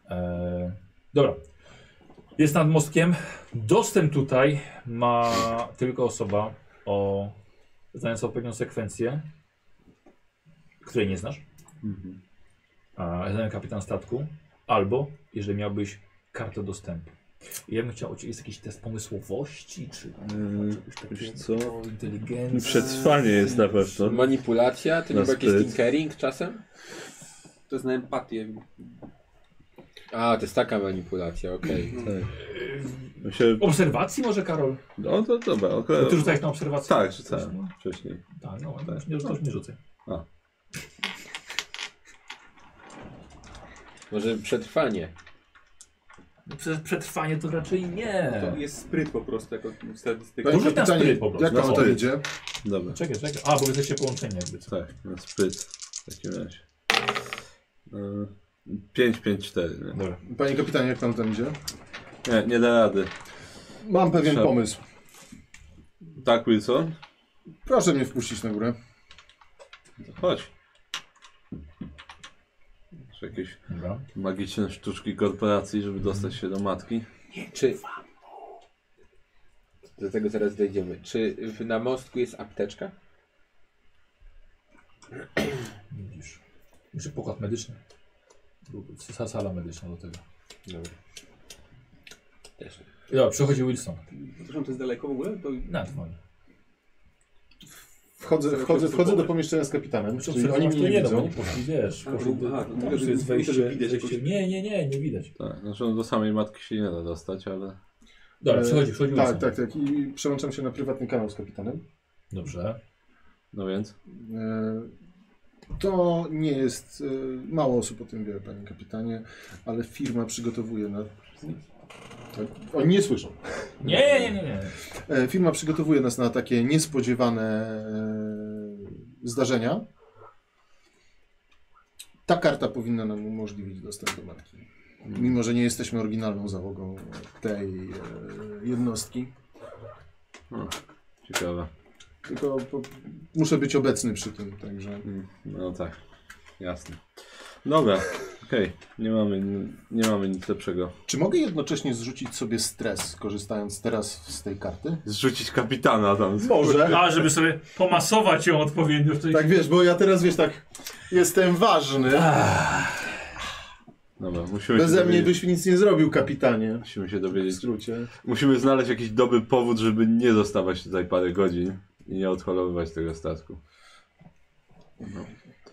[SPEAKER 1] E, dobra. Jest nad mostkiem. Dostęp tutaj ma tylko osoba o znająca odpowiednią sekwencję, której nie znasz. A znają kapitan statku. Albo, jeżeli miałbyś kartę dostępu. Ja bym chciał, jest jakiś test pomysłowości, czy
[SPEAKER 2] Yy,
[SPEAKER 1] czegoś takiego,
[SPEAKER 7] co?
[SPEAKER 1] inteligencji.
[SPEAKER 7] Przetrwanie jest na pewno.
[SPEAKER 3] Manipulacja, to
[SPEAKER 7] Na
[SPEAKER 3] nie był jakiś
[SPEAKER 7] spryt.
[SPEAKER 3] tinkering czasem?
[SPEAKER 5] To jest na empatię.
[SPEAKER 3] A, to jest taka manipulacja, okej.
[SPEAKER 7] Mi Się...
[SPEAKER 1] Obserwacji może, Karol?
[SPEAKER 2] No to dobra,
[SPEAKER 1] Bo
[SPEAKER 2] okej.
[SPEAKER 1] ty rzucałeś na obserwację?
[SPEAKER 2] Tak, rzucałem
[SPEAKER 1] No,
[SPEAKER 2] wcześniej.
[SPEAKER 1] tak, no, tak. Nie, to już nie rzucaj.
[SPEAKER 3] Może przetrwanie.
[SPEAKER 1] Prze- Przetrwanie No to raczej nie.
[SPEAKER 5] To jest spryt po prostu jako statystyka.
[SPEAKER 1] Rzuć na spryt po prostu.
[SPEAKER 4] Jak tam
[SPEAKER 1] No.
[SPEAKER 4] to idzie?
[SPEAKER 2] Dobra,
[SPEAKER 1] Czekaj, czekaj. A, bo wy jesteście połączeni jakby co.
[SPEAKER 2] tak, na spryt w takim razie. E, 5, 5, 4, nie?
[SPEAKER 1] Dobra.
[SPEAKER 4] Panie kapitanie, jak tam tam idzie?
[SPEAKER 2] Nie, nie da rady.
[SPEAKER 4] Mam pewien
[SPEAKER 2] Trzeba.
[SPEAKER 4] pomysł.
[SPEAKER 2] Tak, Wilson?
[SPEAKER 4] Proszę mnie wpuścić na górę.
[SPEAKER 2] Chodź. Czy jakieś
[SPEAKER 1] Dobra.
[SPEAKER 2] magiczne sztuczki korporacji, żeby dostać się do matki?
[SPEAKER 3] Czy... Do tego zaraz dojdziemy. Czy w, na mostku jest apteczka?
[SPEAKER 1] Widzisz. Muszę pokład medyczny. Byłby sa- Sala medyczna do tego.
[SPEAKER 3] Dobra. Też.
[SPEAKER 1] Dobra, przychodzi Wilson.
[SPEAKER 5] Przepraszam, to jest daleko w ogóle? To...
[SPEAKER 1] Na dzwoni.
[SPEAKER 4] Wchodzę, wchodzę, wchodzę do pomieszczenia z kapitanem.
[SPEAKER 1] Muszę
[SPEAKER 4] Czyli oni
[SPEAKER 1] obserwować
[SPEAKER 4] mnie
[SPEAKER 1] to nie,
[SPEAKER 4] nie
[SPEAKER 1] no bo
[SPEAKER 4] widzą.
[SPEAKER 1] nie poszli, wiesz.
[SPEAKER 5] A,
[SPEAKER 1] Poszli
[SPEAKER 5] aha,
[SPEAKER 1] do,
[SPEAKER 5] to
[SPEAKER 1] tam,
[SPEAKER 5] mówię,
[SPEAKER 1] tu
[SPEAKER 5] że
[SPEAKER 1] jest
[SPEAKER 5] myślę,
[SPEAKER 1] wejście,
[SPEAKER 5] że widać
[SPEAKER 1] wejście.
[SPEAKER 5] jakoś-
[SPEAKER 1] Nie, nie, nie, nie widać.
[SPEAKER 2] Tak, znaczy no do samej matki się nie da dostać, ale
[SPEAKER 1] Dobra,
[SPEAKER 4] E,
[SPEAKER 1] przychodzi, przychodzi
[SPEAKER 4] Tak,
[SPEAKER 1] Wilson.
[SPEAKER 4] tak, tak. I przełączam się na prywatny kanał z kapitanem.
[SPEAKER 1] Dobrze.
[SPEAKER 2] no więc.
[SPEAKER 4] E, To nie jest. e, Mało osób o tym wie, panie kapitanie, ale firma przygotowuje na. Tak? Oni nie słyszą.
[SPEAKER 1] Nie, nie, nie, nie.
[SPEAKER 4] E, Firma przygotowuje nas na takie niespodziewane e, zdarzenia. Ta karta powinna nam umożliwić dostęp do matki. Mimo, że nie jesteśmy oryginalną załogą tej e, jednostki,
[SPEAKER 2] Hmm, ciekawe.
[SPEAKER 4] tylko po, muszę być obecny przy tym, także.
[SPEAKER 2] Hmm, no tak, jasne. Dobra, okej, nie, mamy, nie mamy nic lepszego.
[SPEAKER 4] Czy mogę jednocześnie zrzucić sobie stres, korzystając teraz z tej karty?
[SPEAKER 2] Zrzucić kapitana tam.
[SPEAKER 4] Może.
[SPEAKER 7] A, żeby sobie pomasować ją odpowiednio w tej...
[SPEAKER 4] Tak wiesz, bo ja teraz wiesz tak, jestem ważny.
[SPEAKER 2] Dobra, musimy się
[SPEAKER 4] Beze mnie
[SPEAKER 2] dowiedzieć.
[SPEAKER 4] byś nic nie zrobił, kapitanie.
[SPEAKER 2] Musimy się
[SPEAKER 4] W
[SPEAKER 2] dowiedzieć.
[SPEAKER 4] skrócie.
[SPEAKER 2] Musimy znaleźć jakiś dobry powód, żeby nie zostawać tutaj parę godzin i nie odholowywać tego statku.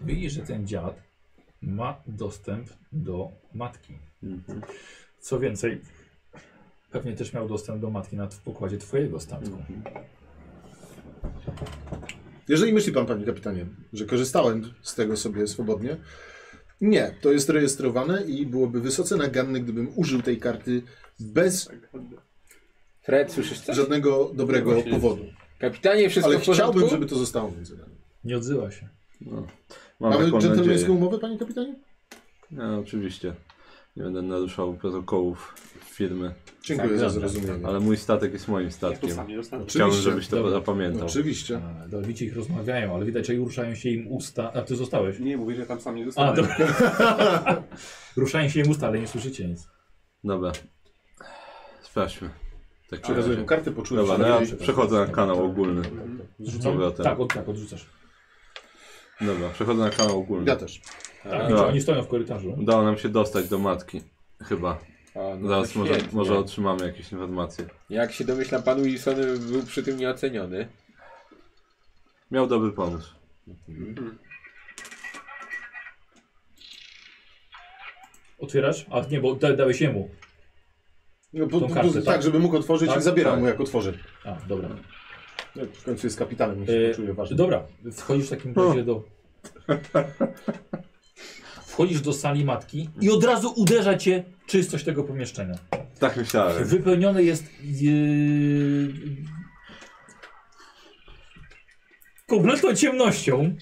[SPEAKER 1] Widzisz, że ten dziad ma dostęp do matki.
[SPEAKER 2] Mhm.
[SPEAKER 1] Co więcej, pewnie też miał dostęp do matki na w pokładzie twojego statku.
[SPEAKER 4] Jeżeli myśli pan, panie kapitanie, że korzystałem z tego sobie swobodnie, nie, to jest rejestrowane i byłoby wysoce naganne, gdybym użył tej karty bez
[SPEAKER 1] Tak,
[SPEAKER 3] Fred, słyszysz coś?
[SPEAKER 4] żadnego dobrego
[SPEAKER 3] Właśnie.
[SPEAKER 4] powodu.
[SPEAKER 3] Kapitanie, wszystko
[SPEAKER 4] Ale
[SPEAKER 3] w porządku?
[SPEAKER 4] chciałbym, żeby to zostało między nami.
[SPEAKER 1] Nie odzywa się.
[SPEAKER 2] No. Mam
[SPEAKER 4] Mamy
[SPEAKER 2] taką
[SPEAKER 4] dżentelmeńską
[SPEAKER 2] nadzieję.
[SPEAKER 4] umowę, panie kapitanie?
[SPEAKER 2] No, oczywiście. Nie będę naruszał protokołów firmy,
[SPEAKER 4] Dziękuję
[SPEAKER 1] Tak,
[SPEAKER 4] za
[SPEAKER 1] dobra.
[SPEAKER 4] zrozumienie.
[SPEAKER 2] ale mój statek jest moim
[SPEAKER 5] Jak to
[SPEAKER 2] statkiem.
[SPEAKER 5] sami dostanę?
[SPEAKER 2] Chciałbym,
[SPEAKER 4] Oczywiście. No,
[SPEAKER 2] żebyś to
[SPEAKER 1] Dobra.
[SPEAKER 2] zapamiętał.
[SPEAKER 4] Oczywiście.
[SPEAKER 1] A, do- Widzicie, ich rozmawiają, ale widać, że ruszają się im usta. A ty zostałeś?
[SPEAKER 5] Nie, mówię, że tam sam nie
[SPEAKER 1] A,
[SPEAKER 5] dostanę.
[SPEAKER 1] dobra. ruszają się im usta, ale nie słyszycie nic.
[SPEAKER 2] Dobra. Sprawdźmy. Tak czy
[SPEAKER 4] Przekazuję Tak. mu
[SPEAKER 2] razie.
[SPEAKER 4] kartę, poczułem
[SPEAKER 2] Dobra, no
[SPEAKER 4] że-
[SPEAKER 2] ja przechodzę na kanał ogólny.
[SPEAKER 1] Rzucam?
[SPEAKER 2] Dobra, tak.
[SPEAKER 1] Tak, od, tak, odrzucasz.
[SPEAKER 2] Dobra, przechodzę na kanał ogólny.
[SPEAKER 4] Ja też.
[SPEAKER 1] Tak,
[SPEAKER 2] dobra.
[SPEAKER 1] oni stoją w korytarzu.
[SPEAKER 2] Udało nam się dostać do matki. Chyba.
[SPEAKER 3] O, no
[SPEAKER 2] Zaraz
[SPEAKER 3] to
[SPEAKER 2] może,
[SPEAKER 3] świetnie.
[SPEAKER 2] może otrzymamy jakieś informacje.
[SPEAKER 3] Jak się domyślam, pan Wilson był przy tym nieoceniony.
[SPEAKER 2] Miał dobry pomysł.
[SPEAKER 1] Otwierasz? A nie, bo da, dałeś jemu.
[SPEAKER 4] No, po,
[SPEAKER 1] Tą
[SPEAKER 4] po,
[SPEAKER 1] kartę,
[SPEAKER 4] tak,
[SPEAKER 1] tak.
[SPEAKER 4] żeby mógł otworzyć
[SPEAKER 1] Tak,
[SPEAKER 4] i zabieram
[SPEAKER 2] tak.
[SPEAKER 4] mu, jak otworzy.
[SPEAKER 1] A, dobra.
[SPEAKER 4] No, W końcu jest kapitanem, niech się
[SPEAKER 1] E,
[SPEAKER 4] poczuje ważny.
[SPEAKER 1] Dobra, wchodzisz w takim razie do. Wchodzisz do sali matki i od razu uderza cię czystość tego pomieszczenia.
[SPEAKER 2] Tak myślałem.
[SPEAKER 1] Wypełnione jest. Yy, kompletną ciemnością,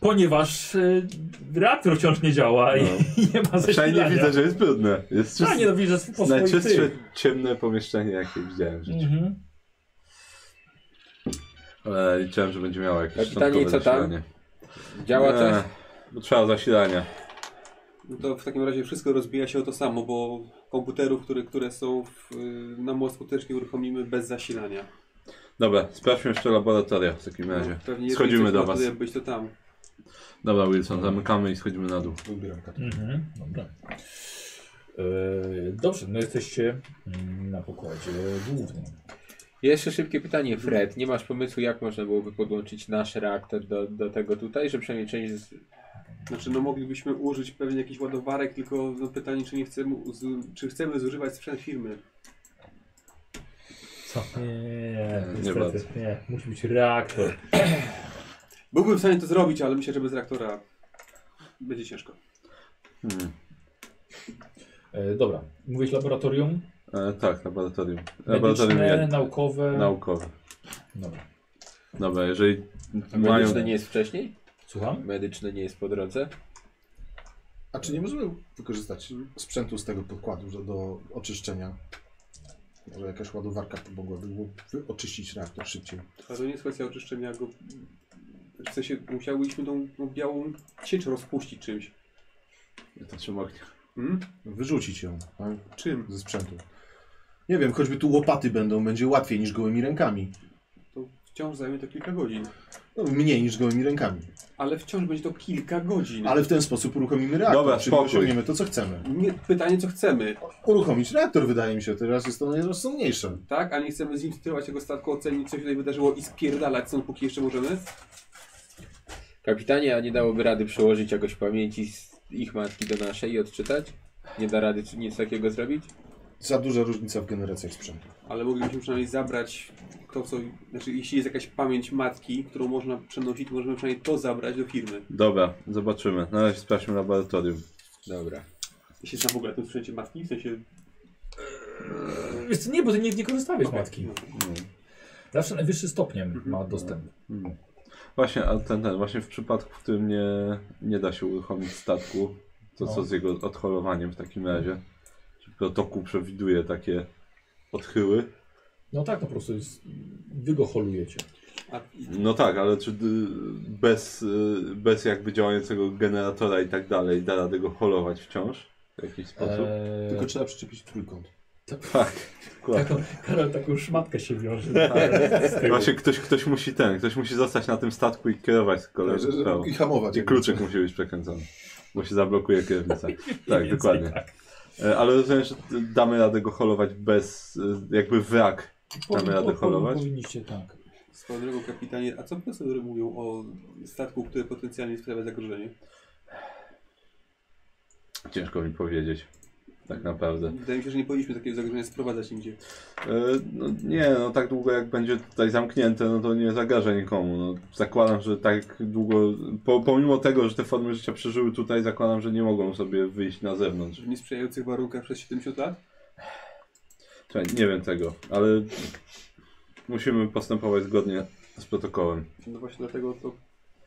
[SPEAKER 1] ponieważ yy, reaktor wciąż nie działa i,
[SPEAKER 2] No.
[SPEAKER 1] i nie ma
[SPEAKER 2] Przynajmniej
[SPEAKER 1] zasilania.
[SPEAKER 2] widzę, że jest brudne. Jest
[SPEAKER 1] A nie,
[SPEAKER 2] czyste.
[SPEAKER 1] no widzisz, że jest po swoich
[SPEAKER 2] Najczystsze
[SPEAKER 1] tych.
[SPEAKER 2] ciemne pomieszczenie, jakie widziałem w życiu.
[SPEAKER 1] Mhm.
[SPEAKER 2] Ale liczyłem, że będzie miało jakieś
[SPEAKER 3] Kapitanie,
[SPEAKER 2] szczątkowe
[SPEAKER 3] co tam?
[SPEAKER 2] zasilanie.
[SPEAKER 3] Działa
[SPEAKER 2] Eee,
[SPEAKER 3] coś?
[SPEAKER 2] bo Trzeba zasilania.
[SPEAKER 5] No to w takim razie wszystko rozbija się o to samo, bo komputerów, które, które są w, y, na mostku też nie uruchomimy bez zasilania.
[SPEAKER 2] Dobra, sprawdźmy jeszcze laboratoria w
[SPEAKER 3] No,
[SPEAKER 2] takim razie.
[SPEAKER 5] pewnie jeżeli
[SPEAKER 2] Schodzimy
[SPEAKER 5] coś
[SPEAKER 2] do
[SPEAKER 5] ma, to
[SPEAKER 2] was.
[SPEAKER 5] jak Być to tam.
[SPEAKER 2] Dobra Wilson,
[SPEAKER 3] Mhm.
[SPEAKER 2] zamykamy i schodzimy na dół.
[SPEAKER 4] Wybieram kartę.
[SPEAKER 1] Mhm. Dobra. Yy, dobrze, no jesteście mm, na pokładzie głównym.
[SPEAKER 3] Jeszcze szybkie pytanie, Fred. Nie masz pomysłu, jak można byłoby podłączyć nasz reaktor do, do tego tutaj, że przynajmniej część z...
[SPEAKER 2] Tak,
[SPEAKER 5] Znaczy, no moglibyśmy użyć pewnie jakiś ładowarek, tylko no, pytanie, czy nie chcemy, uzu- czy chcemy zużywać sprzęt firmy.
[SPEAKER 1] Co? Nie, nie,
[SPEAKER 2] Nie
[SPEAKER 1] niestety,
[SPEAKER 2] bardzo.
[SPEAKER 1] nie. Musi być reaktor.
[SPEAKER 5] Byłbym w stanie to zrobić, ale myślę, że bez reaktora będzie ciężko.
[SPEAKER 2] Hmm.
[SPEAKER 3] Mhm.
[SPEAKER 1] E, dobra, mówisz laboratorium?
[SPEAKER 2] E, tak, laboratorium. Laboratorium
[SPEAKER 1] Medyczne,
[SPEAKER 2] jak...
[SPEAKER 1] naukowe.
[SPEAKER 2] naukowe.
[SPEAKER 1] Dobra.
[SPEAKER 2] Dobra, jeżeli mają...
[SPEAKER 3] medyczne nie jest wcześniej?
[SPEAKER 1] Słucham?
[SPEAKER 3] Medyczne nie jest po drodze?
[SPEAKER 4] A czy nie możemy wykorzystać sprzętu z tego podkładu że do oczyszczenia? Może jakaś ładowarka pomogłaby mu wy- oczyścić reaktor szybciej.
[SPEAKER 5] A to nie jest kwestia oczyszczenia go. W sensie musiałyśmy tą, tą białą sieć rozpuścić czymś.
[SPEAKER 2] Ja to trzymam ognia.
[SPEAKER 5] Hmm?
[SPEAKER 4] No, Wyrzucić ją tak?
[SPEAKER 5] Czym?
[SPEAKER 4] ze sprzętu. Nie wiem, choćby tu łopaty będą, będzie łatwiej niż gołymi rękami.
[SPEAKER 5] To wciąż zajmie to kilka godzin.
[SPEAKER 4] No, mniej niż gołymi rękami.
[SPEAKER 5] Ale wciąż będzie to kilka godzin.
[SPEAKER 4] Ale w ten sposób uruchomimy reaktor,
[SPEAKER 2] Dobra,
[SPEAKER 4] czyli
[SPEAKER 2] spokój.
[SPEAKER 4] osiągniemy to, co chcemy.
[SPEAKER 5] Nie, pytanie co chcemy,
[SPEAKER 4] Uruchomić reaktor wydaje mi się, teraz jest to najrozsądniejsze.
[SPEAKER 5] tak? A nie chcemy zinfiltrować tego statku, ocenić co się tutaj wydarzyło i spierdalać stąd póki jeszcze możemy?
[SPEAKER 3] Kapitanie, a nie dałoby rady przełożyć jakoś pamięci z ich matki do naszej i odczytać? Nie da rady czy nic takiego zrobić?
[SPEAKER 4] Za duża różnica w generacjach sprzętu.
[SPEAKER 5] Ale moglibyśmy przynajmniej zabrać to, co... Znaczy, jeśli jest jakaś pamięć matki, którą można przenosić, to możemy przynajmniej to zabrać do firmy.
[SPEAKER 2] Dobra, zobaczymy. Na razie sprawdźmy laboratorium.
[SPEAKER 3] Dobra.
[SPEAKER 5] Ja się znam w ogóle na tym sprzęcie matki, w sensie...
[SPEAKER 1] Wiesz co, nie, bo ty nie, nie korzystałeś z matki.
[SPEAKER 2] Mm.
[SPEAKER 5] No.
[SPEAKER 1] Zawsze najwyższy
[SPEAKER 2] Mhm.
[SPEAKER 1] stopniem ma dostęp.
[SPEAKER 2] Właśnie, a ten, ten, właśnie w przypadku, w którym nie, nie da się uruchomić statku, to
[SPEAKER 1] No.
[SPEAKER 2] co z jego odchorowaniem w takim razie? Czy protokół przewiduje takie odchyły?
[SPEAKER 1] No tak, no po prostu jest, wy go holujecie.
[SPEAKER 5] A,
[SPEAKER 2] No tak, ale czy y, bez, y, bez jakby działającego generatora i tak dalej da radę go holować wciąż? W jakiś sposób?
[SPEAKER 1] Eee,
[SPEAKER 4] Tylko trzeba przyczepić trójkąt.
[SPEAKER 2] Tak. dokładnie.
[SPEAKER 1] taką, Karol taką szmatkę Yy, się wiąże.
[SPEAKER 2] Właśnie ktoś, ktoś musi ten, ktoś musi zostać na tym statku i kierować z kolei
[SPEAKER 1] Tak,
[SPEAKER 4] Że-
[SPEAKER 2] w
[SPEAKER 4] że-
[SPEAKER 2] prawo.
[SPEAKER 4] I hamować.
[SPEAKER 2] Gdzie kluczyk musi być przekręcony, bo się zablokuje kierownica. Tak, dokładnie.
[SPEAKER 1] Tak.
[SPEAKER 2] E, Ale rozumiem, że damy radę go holować bez, e, jakby wrak. Damy
[SPEAKER 1] Powin-
[SPEAKER 2] radę holować?
[SPEAKER 1] Powinniście, tak.
[SPEAKER 5] swoją drogą, kapitanie, a co profesory mówią o statku, który potencjalnie sprawia zagrożenie?
[SPEAKER 2] Ciężko mi powiedzieć, tak naprawdę.
[SPEAKER 5] Wydaje mi się, że nie powinniśmy takiego zagrożenia sprowadzać nigdzie.
[SPEAKER 2] E, No, nie, no tak długo jak będzie tutaj zamknięte, no to nie zagraża nikomu. No, zakładam, że tak długo, po, pomimo tego, że te formy życia przeżyły tutaj, zakładam, że nie mogą sobie wyjść na zewnątrz.
[SPEAKER 5] W niesprzyjających warunkach przez 70 lat?
[SPEAKER 2] Słuchaj, nie wiem tego, ale musimy postępować zgodnie z protokołem.
[SPEAKER 5] No właśnie dlatego to o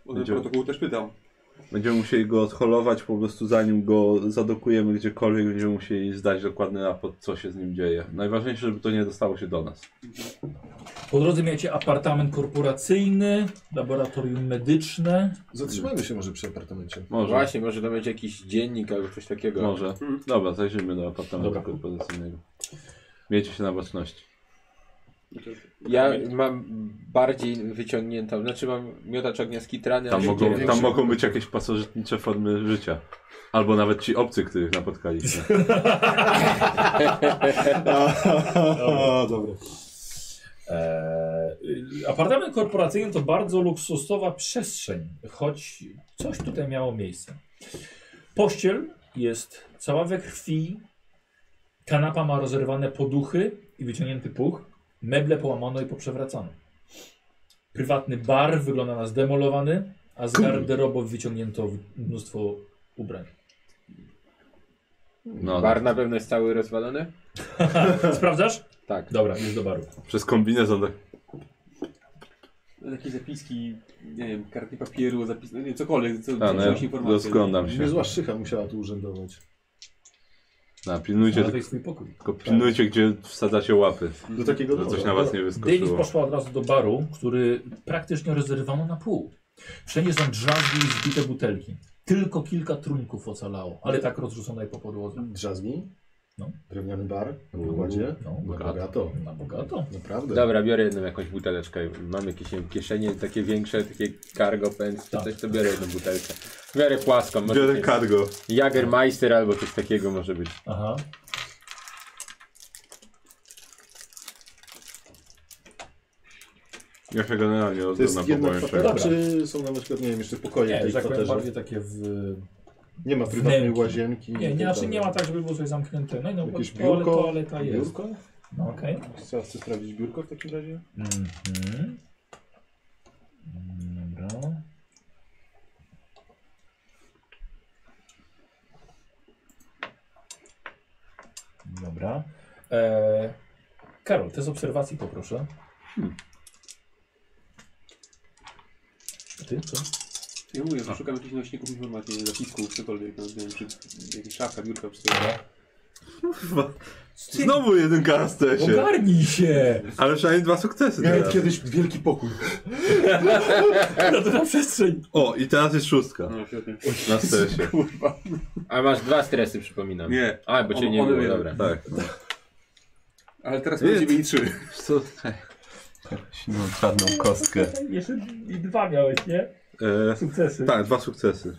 [SPEAKER 5] ten
[SPEAKER 2] Będzie-
[SPEAKER 5] protokół też pytał.
[SPEAKER 2] Będziemy musieli go odholować, po prostu zanim go zadokujemy gdziekolwiek, będziemy musieli zdać dokładny raport, co się z nim dzieje. Najważniejsze, żeby to nie dostało się do nas.
[SPEAKER 1] Po drodze macie apartament korporacyjny, laboratorium medyczne.
[SPEAKER 4] Zatrzymajmy się może przy apartamencie.
[SPEAKER 2] Może,
[SPEAKER 3] Właśnie, może to będzie jakiś dziennik albo coś takiego.
[SPEAKER 2] może.
[SPEAKER 5] Mhm.
[SPEAKER 2] Dobra, zajrzyjmy do apartamentu
[SPEAKER 1] Dobra.
[SPEAKER 2] korporacyjnego. Miejcie się na baczności.
[SPEAKER 5] Znaczy,
[SPEAKER 3] Ja mam bardziej wyciągniętą, znaczy mam miotacz ognia z kitrany,
[SPEAKER 2] Tam
[SPEAKER 3] ale
[SPEAKER 2] mogą,
[SPEAKER 3] nie-
[SPEAKER 2] tam mogą być jakieś pasożytnicze formy życia. Albo nawet ci obcy, których napotkaliśmy.
[SPEAKER 4] No.
[SPEAKER 6] A, dobra.
[SPEAKER 1] Eee, y, apartament korporacyjny to bardzo luksusowa przestrzeń, choć coś tutaj miało miejsce. Pościel jest cała we krwi, kanapa ma rozerwane poduchy i wyciągnięty puch, meble połamano i poprzewracano. Prywatny bar wygląda na zdemolowany, a z garderobów wyciągnięto mnóstwo ubrań.
[SPEAKER 2] No,
[SPEAKER 3] Bar na pewno jest cały rozwalony?
[SPEAKER 1] Sprawdzasz?
[SPEAKER 3] Tak.
[SPEAKER 1] Dobra, już do baru.
[SPEAKER 2] przez kombinezon tak.
[SPEAKER 5] No, Jakieś zapiski, nie wiem, karty papieru, zapis, no nie wiem, cokolwiek, co,
[SPEAKER 2] A,
[SPEAKER 5] co,
[SPEAKER 2] no,
[SPEAKER 5] jakieś informacje.
[SPEAKER 2] rozglądam się.
[SPEAKER 4] Niezła szycha musiała tu urzędować.
[SPEAKER 2] Na, pilnujcie,
[SPEAKER 1] Znalazłeś swój pokój.
[SPEAKER 2] tylko pilnujcie, gdzie wsadzacie łapy.
[SPEAKER 4] Do takiego
[SPEAKER 2] Żeby coś
[SPEAKER 4] dobra,
[SPEAKER 2] na was
[SPEAKER 4] dobra.
[SPEAKER 2] nie
[SPEAKER 1] Davis
[SPEAKER 2] wyskoczyło.
[SPEAKER 1] poszła od razu do baru, który praktycznie rozerwano na pół. Wszędzie są drzazgi i zbite butelki. Tylko kilka trunków ocalało, ale tak rozrzucone jak po podłodze.
[SPEAKER 4] Drzazgi,
[SPEAKER 1] No.
[SPEAKER 4] drewniany bar na pokładzie.
[SPEAKER 1] No,
[SPEAKER 4] No,
[SPEAKER 2] bogato.
[SPEAKER 4] bogato.
[SPEAKER 1] na bogato.
[SPEAKER 4] Naprawdę.
[SPEAKER 3] Dobra, biorę jedną jakąś buteleczkę. Mam jakieś nie wiem, kieszenie takie większe, takie cargo pants, czy
[SPEAKER 1] Tak.
[SPEAKER 3] coś, to biorę jedną butelkę. Biorę płaską, może
[SPEAKER 2] Biorę
[SPEAKER 3] być
[SPEAKER 2] cargo.
[SPEAKER 3] Jagermeister albo coś takiego może być.
[SPEAKER 1] Aha.
[SPEAKER 2] Ja się generalnie
[SPEAKER 4] To
[SPEAKER 2] rozglądam
[SPEAKER 4] jest
[SPEAKER 2] po
[SPEAKER 4] jedna
[SPEAKER 2] moim
[SPEAKER 4] kwatera,
[SPEAKER 1] Dobra.
[SPEAKER 4] czy są na przykład, nie wiem, jeszcze pokoje
[SPEAKER 1] Nie,
[SPEAKER 4] w tej
[SPEAKER 1] tak powiem,
[SPEAKER 4] kwaterze?
[SPEAKER 1] bardziej takie w...
[SPEAKER 4] Nie ma prywatnej
[SPEAKER 1] wnęki.
[SPEAKER 4] łazienki. i
[SPEAKER 1] Nie,
[SPEAKER 4] tak
[SPEAKER 1] nie, znaczy
[SPEAKER 4] dalej.
[SPEAKER 1] nie ma tak, żeby było coś zamknięte. No i no,
[SPEAKER 4] Jakieś
[SPEAKER 1] toale-
[SPEAKER 4] biurko?
[SPEAKER 1] toaleta jest.
[SPEAKER 4] Biurko?
[SPEAKER 1] No, okej.
[SPEAKER 4] Chcę, chcę sprawdzić biurko w takim razie?
[SPEAKER 1] Mhm. Dobra. Dobra. Eee, Karol, ty z obserwacji poproszę. Ty co?
[SPEAKER 5] Ja mówię, że szukam jakichś nośników informacji, nie wiem, zapisków, cokolwiek, no, nie wiem, czy jakieś szafka, biurka, czy coś.
[SPEAKER 2] Kurwa. Znowu jedynka na stresie.
[SPEAKER 1] Ogarnij się!
[SPEAKER 2] Ale przynajmniej dwa sukcesy
[SPEAKER 4] Miałem
[SPEAKER 2] teraz.
[SPEAKER 4] kiedyś wielki pokój.
[SPEAKER 1] No to na przestrzeń.
[SPEAKER 2] O, i teraz jest szóstka. No,
[SPEAKER 5] no,
[SPEAKER 2] Na stresie.
[SPEAKER 3] A masz dwa stresy, przypominam.
[SPEAKER 5] Nie.
[SPEAKER 3] A, bo cię
[SPEAKER 5] On-
[SPEAKER 3] nie
[SPEAKER 5] on
[SPEAKER 3] było,
[SPEAKER 5] wie.
[SPEAKER 3] dobra.
[SPEAKER 2] Tak. No.
[SPEAKER 5] Ale teraz
[SPEAKER 2] Nie.
[SPEAKER 5] będziemy mieli trzy.
[SPEAKER 2] Wiesz Co? No, czarną kostkę.
[SPEAKER 7] Jeszcze i dwa miałeś, nie?
[SPEAKER 2] E,
[SPEAKER 7] Sukcesy.
[SPEAKER 2] tak, dwa sukcesy.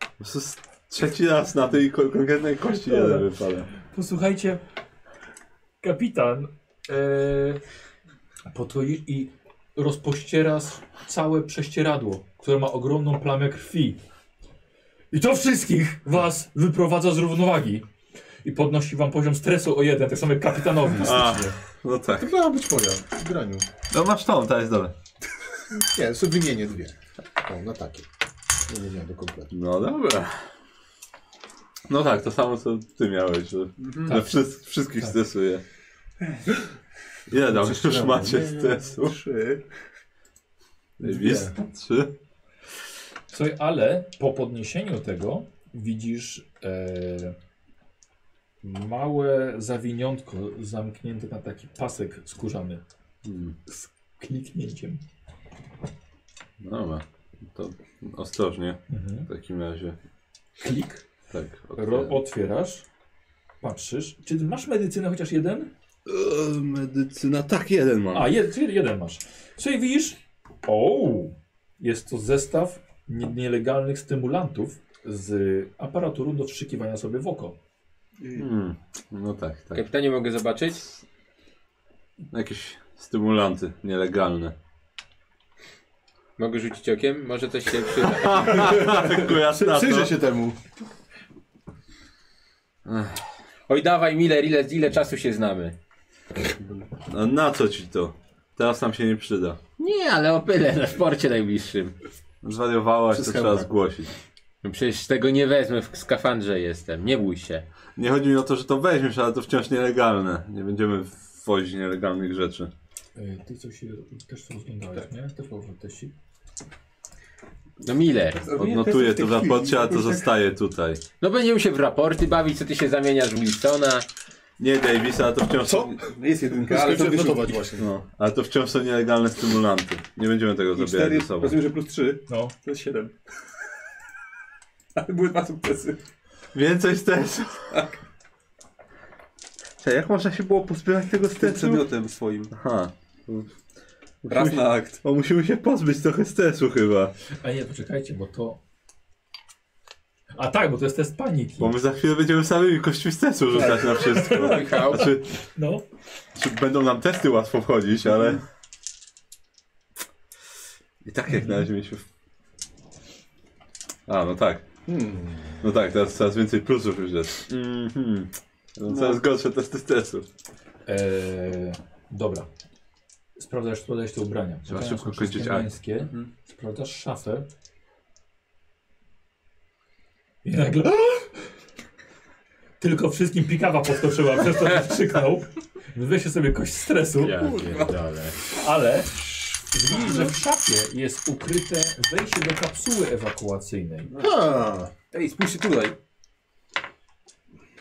[SPEAKER 2] Po prostu s- Trzeci raz na tej ko- konkretnej kości
[SPEAKER 7] Dobra.
[SPEAKER 2] jeden wypada.
[SPEAKER 1] Posłuchajcie, kapitan e, potoi i rozpościera s- całe prześcieradło, które ma ogromną plamę krwi. I to wszystkich was wyprowadza z równowagi. I podnosi wam poziom stresu o jeden, tak samo jak kapitanowi. E,
[SPEAKER 2] A, no tak.
[SPEAKER 6] To miała być moja w graniu.
[SPEAKER 2] No masz tą, ta jest dole.
[SPEAKER 6] Nie, sobie wymienię dwie.
[SPEAKER 4] O, na takie. Nie wiedziałem do kompletu.
[SPEAKER 2] No dobra. No tak, to samo co ty miałeś, że, że
[SPEAKER 1] Tak.
[SPEAKER 2] wszys- wszystkich stresuje. Ile dał? Już macie stresu. Trzy. Jest? Trzy?
[SPEAKER 1] Słuchaj, ale po podniesieniu tego widzisz e, małe zawiniątko zamknięte na taki pasek skórzany
[SPEAKER 2] Hmm.
[SPEAKER 1] z kliknięciem.
[SPEAKER 2] Dobra, to ostrożnie
[SPEAKER 1] Mhm.
[SPEAKER 2] w takim razie.
[SPEAKER 1] Klik,
[SPEAKER 2] Tak.
[SPEAKER 1] ro,
[SPEAKER 2] otwieram.
[SPEAKER 1] otwierasz, patrzysz. Czy ty masz medycynę chociaż jeden?
[SPEAKER 2] Eee, medycyna, tak, jeden mam.
[SPEAKER 1] A, jed, czyli jeden masz. Słuchaj, widzisz? O, jest to zestaw nie- nielegalnych stymulantów z aparaturu do wstrzykiwania sobie w oko.
[SPEAKER 2] Hmm. No tak, tak.
[SPEAKER 3] Kapitanie, mogę zobaczyć?
[SPEAKER 2] Jakieś stymulanty nielegalne.
[SPEAKER 3] Mogę rzucić okiem? Może coś się przyda.
[SPEAKER 2] Akurat na
[SPEAKER 6] Przyjrzę
[SPEAKER 2] to.
[SPEAKER 6] się temu.
[SPEAKER 3] Oj, dawaj, Miller, ile, ile czasu się znamy?
[SPEAKER 2] A No, na co ci to? Teraz nam się nie przyda.
[SPEAKER 3] Nie, ale opylę na sporcie najbliższym.
[SPEAKER 2] Zwariowałaś, to
[SPEAKER 6] Wszystko
[SPEAKER 2] trzeba
[SPEAKER 6] tak.
[SPEAKER 2] zgłosić.
[SPEAKER 3] No Przecież tego nie wezmę, w skafandrze jestem, nie bój się.
[SPEAKER 2] Nie chodzi mi o to, że to weźmiesz, ale to wciąż nielegalne. Nie będziemy wozić nielegalnych rzeczy.
[SPEAKER 1] E, ty coś się też rozglądałeś, nie? Też po teści.
[SPEAKER 3] No Miller,
[SPEAKER 2] Odnotuję to w raporcie, a to zostaje tutaj.
[SPEAKER 3] no będziemy się w raporty bawić, co ty się zamieniasz w Wilsona.
[SPEAKER 2] Nie Davisa, ale to wciąż
[SPEAKER 6] Co?
[SPEAKER 2] są...
[SPEAKER 5] No Jest jedynka, ale
[SPEAKER 6] Ale
[SPEAKER 5] to
[SPEAKER 6] się
[SPEAKER 5] wyszło.
[SPEAKER 6] notować właśnie.
[SPEAKER 2] No, ale to wciąż są nielegalne stymulanty. Nie będziemy tego
[SPEAKER 5] I
[SPEAKER 2] zabierać
[SPEAKER 5] cztery,
[SPEAKER 2] ze sobą.
[SPEAKER 5] rozumiem, że plus trzy,
[SPEAKER 1] No.
[SPEAKER 5] to jest siedem. Ale były dwa sukcesy.
[SPEAKER 2] Więcej stresu.
[SPEAKER 5] Tak.
[SPEAKER 2] Czekaj, jak można się było pozbywać tego
[SPEAKER 5] Tym
[SPEAKER 2] stresu?
[SPEAKER 5] przedmiotem swoim.
[SPEAKER 2] Aha.
[SPEAKER 5] Raz na akt.
[SPEAKER 2] O, musimy się pozbyć trochę stresu chyba.
[SPEAKER 1] A nie, poczekajcie, bo to... A tak, bo to jest test paniki.
[SPEAKER 2] Bo my za chwilę będziemy samymi kośćmi stresu rzucać na wszystko.
[SPEAKER 3] Michał,
[SPEAKER 2] Znaczy,
[SPEAKER 1] No.
[SPEAKER 2] czy będą nam testy łatwo wchodzić, ale... I tak
[SPEAKER 1] Mhm.
[SPEAKER 2] jak na razie mieliśmy... w- A, no tak.
[SPEAKER 6] Hmm.
[SPEAKER 2] No tak, teraz coraz więcej plusów już jest. Mhm. No, coraz gorsze testy stresu.
[SPEAKER 1] Eee, dobra. Sprawdzasz, sprawdzasz te ubrania.
[SPEAKER 2] Trzeba
[SPEAKER 1] Ubrania
[SPEAKER 2] szybko
[SPEAKER 1] są Tak, wszystkie
[SPEAKER 2] kończyć akt.
[SPEAKER 1] męskie.
[SPEAKER 5] Mhm.
[SPEAKER 1] Sprawdzasz szafę. I nagle... Tylko wszystkim pikawa podskoczyła, przez to też krzyknął. Weźcie sobie kość stresu,
[SPEAKER 3] ja pierdolę.
[SPEAKER 1] ale widzisz, że w szafie jest ukryte wejście do kapsuły ewakuacyjnej.
[SPEAKER 6] A,
[SPEAKER 5] Ej, spójrzcie tutaj.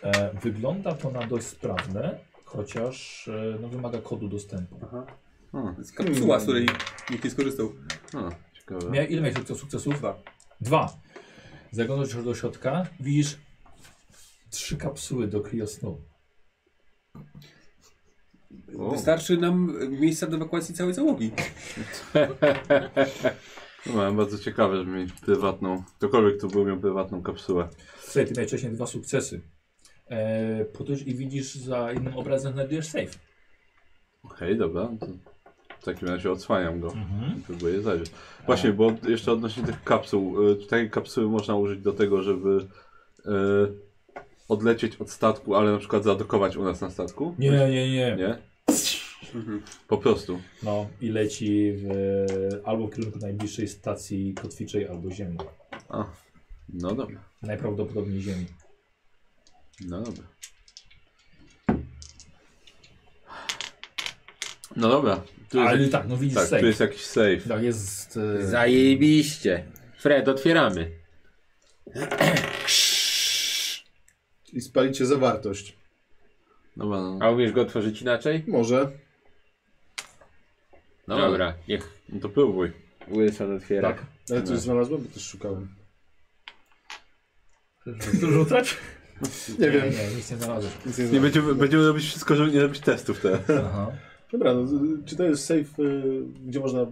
[SPEAKER 1] E, wygląda to na dość sprawne, chociaż e, no, wymaga kodu dostępu.
[SPEAKER 2] O,
[SPEAKER 5] To jest
[SPEAKER 4] Hmm.
[SPEAKER 5] kapsuła, z której nikt nie skorzystał.
[SPEAKER 2] o, ciekawe.
[SPEAKER 1] Mia, ile miałeś sukces- sukcesów?
[SPEAKER 5] Dwa.
[SPEAKER 1] Dwa. Zaglądasz już do środka, widzisz trzy kapsuły do kriosnu.
[SPEAKER 2] O.
[SPEAKER 5] Wystarczy nam miejsca do ewakuacji całej załogi.
[SPEAKER 2] No, Byłem bardzo ciekawe, żeby mieć prywatną, ktokolwiek tu był miał prywatną kapsułę.
[SPEAKER 1] Słuchaj, ty miałeś wcześniej dwa sukcesy. E, Podejrz i widzisz za innym obrazem znajdujesz safe.
[SPEAKER 2] Okej, dobra, no to w takim razie odsłaniam go.
[SPEAKER 1] Mhm.
[SPEAKER 2] Próbuję zajrzeć. Właśnie, bo jeszcze odnośnie tych kapsuł. y, Czy takie kapsuły można użyć do tego, żeby y, odlecieć od statku, ale na przykład zadokować u nas na statku?
[SPEAKER 1] Nie, nie, nie.
[SPEAKER 2] Nie? Po prostu.
[SPEAKER 1] No i leci w, albo w kierunku najbliższej stacji kotwiczej, albo ziemi.
[SPEAKER 2] A, no dobra,
[SPEAKER 1] Najprawdopodobniej ziemi.
[SPEAKER 2] no dobra. No dobra, tu jest,
[SPEAKER 1] Ale
[SPEAKER 2] jakiś,
[SPEAKER 1] tak, no widzisz
[SPEAKER 2] tak,
[SPEAKER 1] safe.
[SPEAKER 2] tu jest jakiś safe.
[SPEAKER 1] Tak, jest... E,
[SPEAKER 3] Zajebiście. Fred, otwieramy.
[SPEAKER 4] I spalicie zawartość.
[SPEAKER 2] Dobra, no.
[SPEAKER 3] A umiesz go otworzyć inaczej?
[SPEAKER 4] Może.
[SPEAKER 2] No.
[SPEAKER 3] Dobra, niech
[SPEAKER 2] no to próbuj.
[SPEAKER 3] Wilson otwiera.
[SPEAKER 1] Tak.
[SPEAKER 4] Ale coś znalazłem, bo też szukałem.
[SPEAKER 7] Chcesz rzucać?
[SPEAKER 4] Nie wiem.
[SPEAKER 1] Nie, nic nie znalazłeś.
[SPEAKER 4] Nic nie
[SPEAKER 2] Nie
[SPEAKER 4] znalazłem.
[SPEAKER 2] będziemy, będziemy robić wszystko, żeby nie robić testów teraz.
[SPEAKER 1] Aha.
[SPEAKER 4] Dobra, no, z- czy to jest safe, y, gdzie można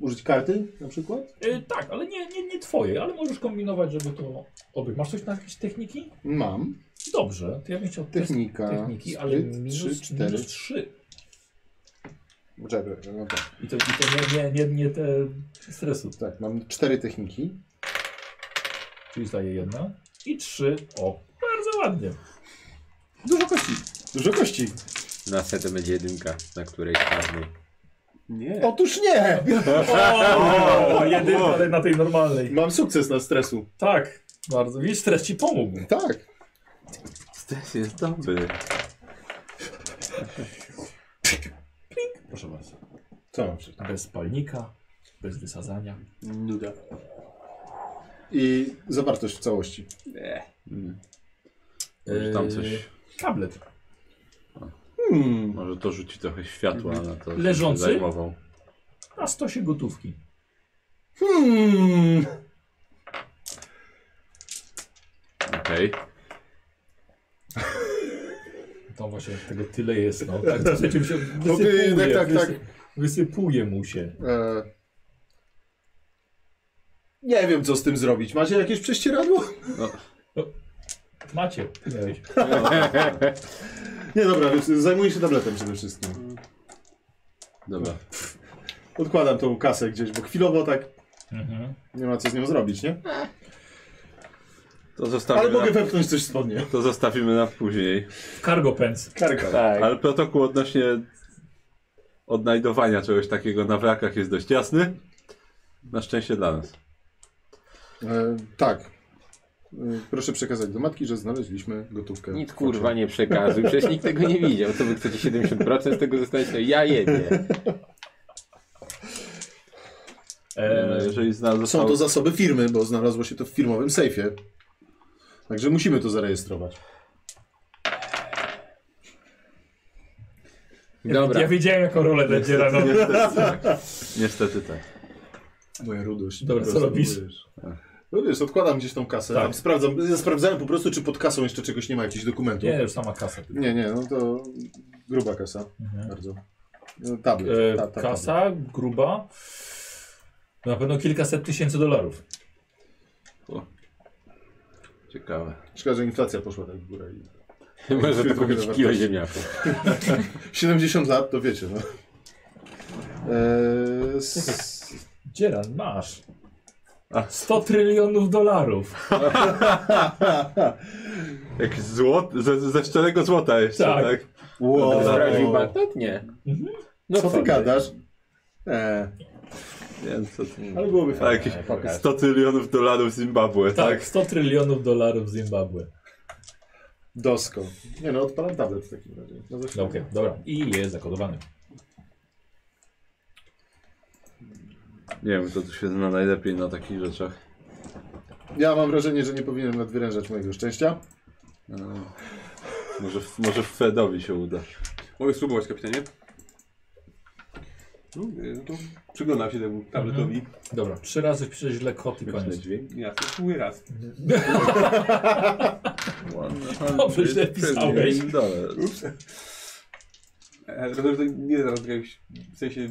[SPEAKER 4] użyć karty na przykład?
[SPEAKER 1] Y, tak, ale nie, nie, nie twoje, ale możesz kombinować, żeby to obyć. Masz coś na jakieś techniki?
[SPEAKER 4] Mam.
[SPEAKER 1] Dobrze, to ja bym chciał test
[SPEAKER 4] Technika.
[SPEAKER 1] techniki, ale
[SPEAKER 4] Spryt,
[SPEAKER 1] minus
[SPEAKER 4] trzy, cztery.
[SPEAKER 1] 3. trzy.
[SPEAKER 4] Czekaj, no tak.
[SPEAKER 1] I to, i to nie, nie, nie, nie te stresu.
[SPEAKER 4] tak, mam cztery techniki.
[SPEAKER 1] Czyli staje jedna i trzy. O, bardzo ładnie.
[SPEAKER 4] Dużo kości. Dużo kości.
[SPEAKER 3] Na setę będzie jedynka, na której spadnie.
[SPEAKER 5] Nie.
[SPEAKER 4] Otóż nie!
[SPEAKER 1] O, jedyny, ale na tej normalnej.
[SPEAKER 4] Mam sukces na stresu.
[SPEAKER 1] Tak, bardzo. Widzisz, stres ci pomógł.
[SPEAKER 4] Tak.
[SPEAKER 2] Stres jest dobry.
[SPEAKER 1] Proszę bardzo.
[SPEAKER 4] Co mam przed?
[SPEAKER 1] Bez palnika, bez wysadzania.
[SPEAKER 5] Nuda.
[SPEAKER 4] I zawartość w całości.
[SPEAKER 2] Mm. Może tam
[SPEAKER 1] Yy,
[SPEAKER 2] coś,
[SPEAKER 1] Tablet.
[SPEAKER 4] Hmm.
[SPEAKER 2] może to rzuci trochę światła na to, czym
[SPEAKER 1] Leżący?
[SPEAKER 2] się zajmował.
[SPEAKER 1] Na stosie gotówki.
[SPEAKER 4] Hmm.
[SPEAKER 2] Okej.
[SPEAKER 1] To właśnie tego tyle jest, no. Tak, to przecież się
[SPEAKER 4] Okej,
[SPEAKER 1] wysypuje,
[SPEAKER 4] tak, tak, tak.
[SPEAKER 1] wysy- wysypuje mu się.
[SPEAKER 4] E... Nie wiem, co z tym zrobić. Macie jakieś prześcieradło?
[SPEAKER 1] Macie. Miałeś.
[SPEAKER 4] Nie, dobra, więc zajmuję się tabletem przede wszystkim.
[SPEAKER 2] Dobra.
[SPEAKER 4] Odkładam tą kasę gdzieś, bo chwilowo tak
[SPEAKER 1] Mhm.
[SPEAKER 4] nie ma co z nią zrobić, nie?
[SPEAKER 3] Tak,
[SPEAKER 2] To
[SPEAKER 4] Ale
[SPEAKER 2] zostawimy,
[SPEAKER 4] mogę
[SPEAKER 2] na,
[SPEAKER 4] wepchnąć coś w spodnie.
[SPEAKER 2] to zostawimy na później.
[SPEAKER 1] W Cargo pants.
[SPEAKER 4] Karka.
[SPEAKER 3] Tak.
[SPEAKER 2] Ale protokół odnośnie odnajdowania czegoś takiego na wrakach jest dość jasny. Na szczęście dla nas.
[SPEAKER 4] E, tak. E, proszę przekazać do matki, że znaleźliśmy gotówkę.
[SPEAKER 3] Nic
[SPEAKER 4] w
[SPEAKER 3] kurwa
[SPEAKER 4] kocie.
[SPEAKER 3] nie przekazuj, przecież nikt tego nie widział. To wy chcecie 70% z tego zostać? No ja jebie.
[SPEAKER 2] E,
[SPEAKER 1] E,
[SPEAKER 2] Jeżeli znalazł
[SPEAKER 4] Są to zasoby firmy, bo znalazło się to w firmowym sejfie. Także musimy to zarejestrować.
[SPEAKER 3] Dobra,
[SPEAKER 1] Ja wiedziałem jaką rolę będzie rano.
[SPEAKER 2] Niestety tak. Niestety tak.
[SPEAKER 4] Moja rudość.
[SPEAKER 1] Dobra,
[SPEAKER 4] Po
[SPEAKER 1] co
[SPEAKER 4] prostu
[SPEAKER 1] robisz?
[SPEAKER 4] mówisz. No wiesz, odkładam gdzieś tą kasę.
[SPEAKER 1] Tak.
[SPEAKER 4] Tam sprawdzam, ja sprawdzałem po prostu, czy pod kasą jeszcze czegoś nie ma, jakichś dokumentów.
[SPEAKER 1] Nie, już sama kasa. tylko.
[SPEAKER 4] nie, nie, no to gruba kasa.
[SPEAKER 1] Mhm.
[SPEAKER 4] Bardzo. No, Tablet.
[SPEAKER 1] E,
[SPEAKER 4] ta- ta-
[SPEAKER 1] kasa gruba. Na pewno kilkaset tysięcy dolarów.
[SPEAKER 2] Ciekawe.
[SPEAKER 4] Szkoda, że inflacja poszła tak w górę. i-
[SPEAKER 3] może
[SPEAKER 4] Trochę
[SPEAKER 3] to kupić
[SPEAKER 4] zawartości.
[SPEAKER 3] kilo ziemniaków.
[SPEAKER 4] 70 lat, to wiecie, no. Eee, s-
[SPEAKER 1] Dzieran, masz.
[SPEAKER 2] A.
[SPEAKER 1] 100 trylionów dolarów.
[SPEAKER 2] Jak złot, ze, ze szczerego złota jeszcze,
[SPEAKER 1] Tak.
[SPEAKER 2] tak?
[SPEAKER 1] No,
[SPEAKER 4] wow.
[SPEAKER 3] Sprawdził bank? Nie.
[SPEAKER 1] Mhm.
[SPEAKER 3] No
[SPEAKER 4] Co ty gadasz? Eee,
[SPEAKER 2] Nie, co ty.
[SPEAKER 4] ale byłoby
[SPEAKER 2] A
[SPEAKER 4] fajnie.
[SPEAKER 2] jakieś 100 Tak. trylionów dolarów Zimbabwe,
[SPEAKER 1] Tak,
[SPEAKER 2] tak?
[SPEAKER 1] 100 trylionów dolarów z Zimbabwe.
[SPEAKER 4] Dosko. Nie no, odpalam tablet w takim razie. No,
[SPEAKER 1] No, okej, dobra. I jest zakodowany.
[SPEAKER 2] Nie wiem, kto tu się zna najlepiej na takich rzeczach.
[SPEAKER 4] Ja mam wrażenie, że nie powinienem nadwyrężać mojego szczęścia.
[SPEAKER 2] E, Może, może Fredowi się uda.
[SPEAKER 5] Mogę spróbować, kapitanie? No, y, no to przyglądam się temu tabletowi.
[SPEAKER 1] Dobra, trzy razy wpiszę źle kod i koniec.
[SPEAKER 2] Myślę dźwięk.
[SPEAKER 5] Ja to spróbuję raz.
[SPEAKER 1] Dobrze, źle pisałeś.
[SPEAKER 2] Dolar.
[SPEAKER 5] Ups. E, Rozumiem, że nie zaraz jakiegoś, w sensie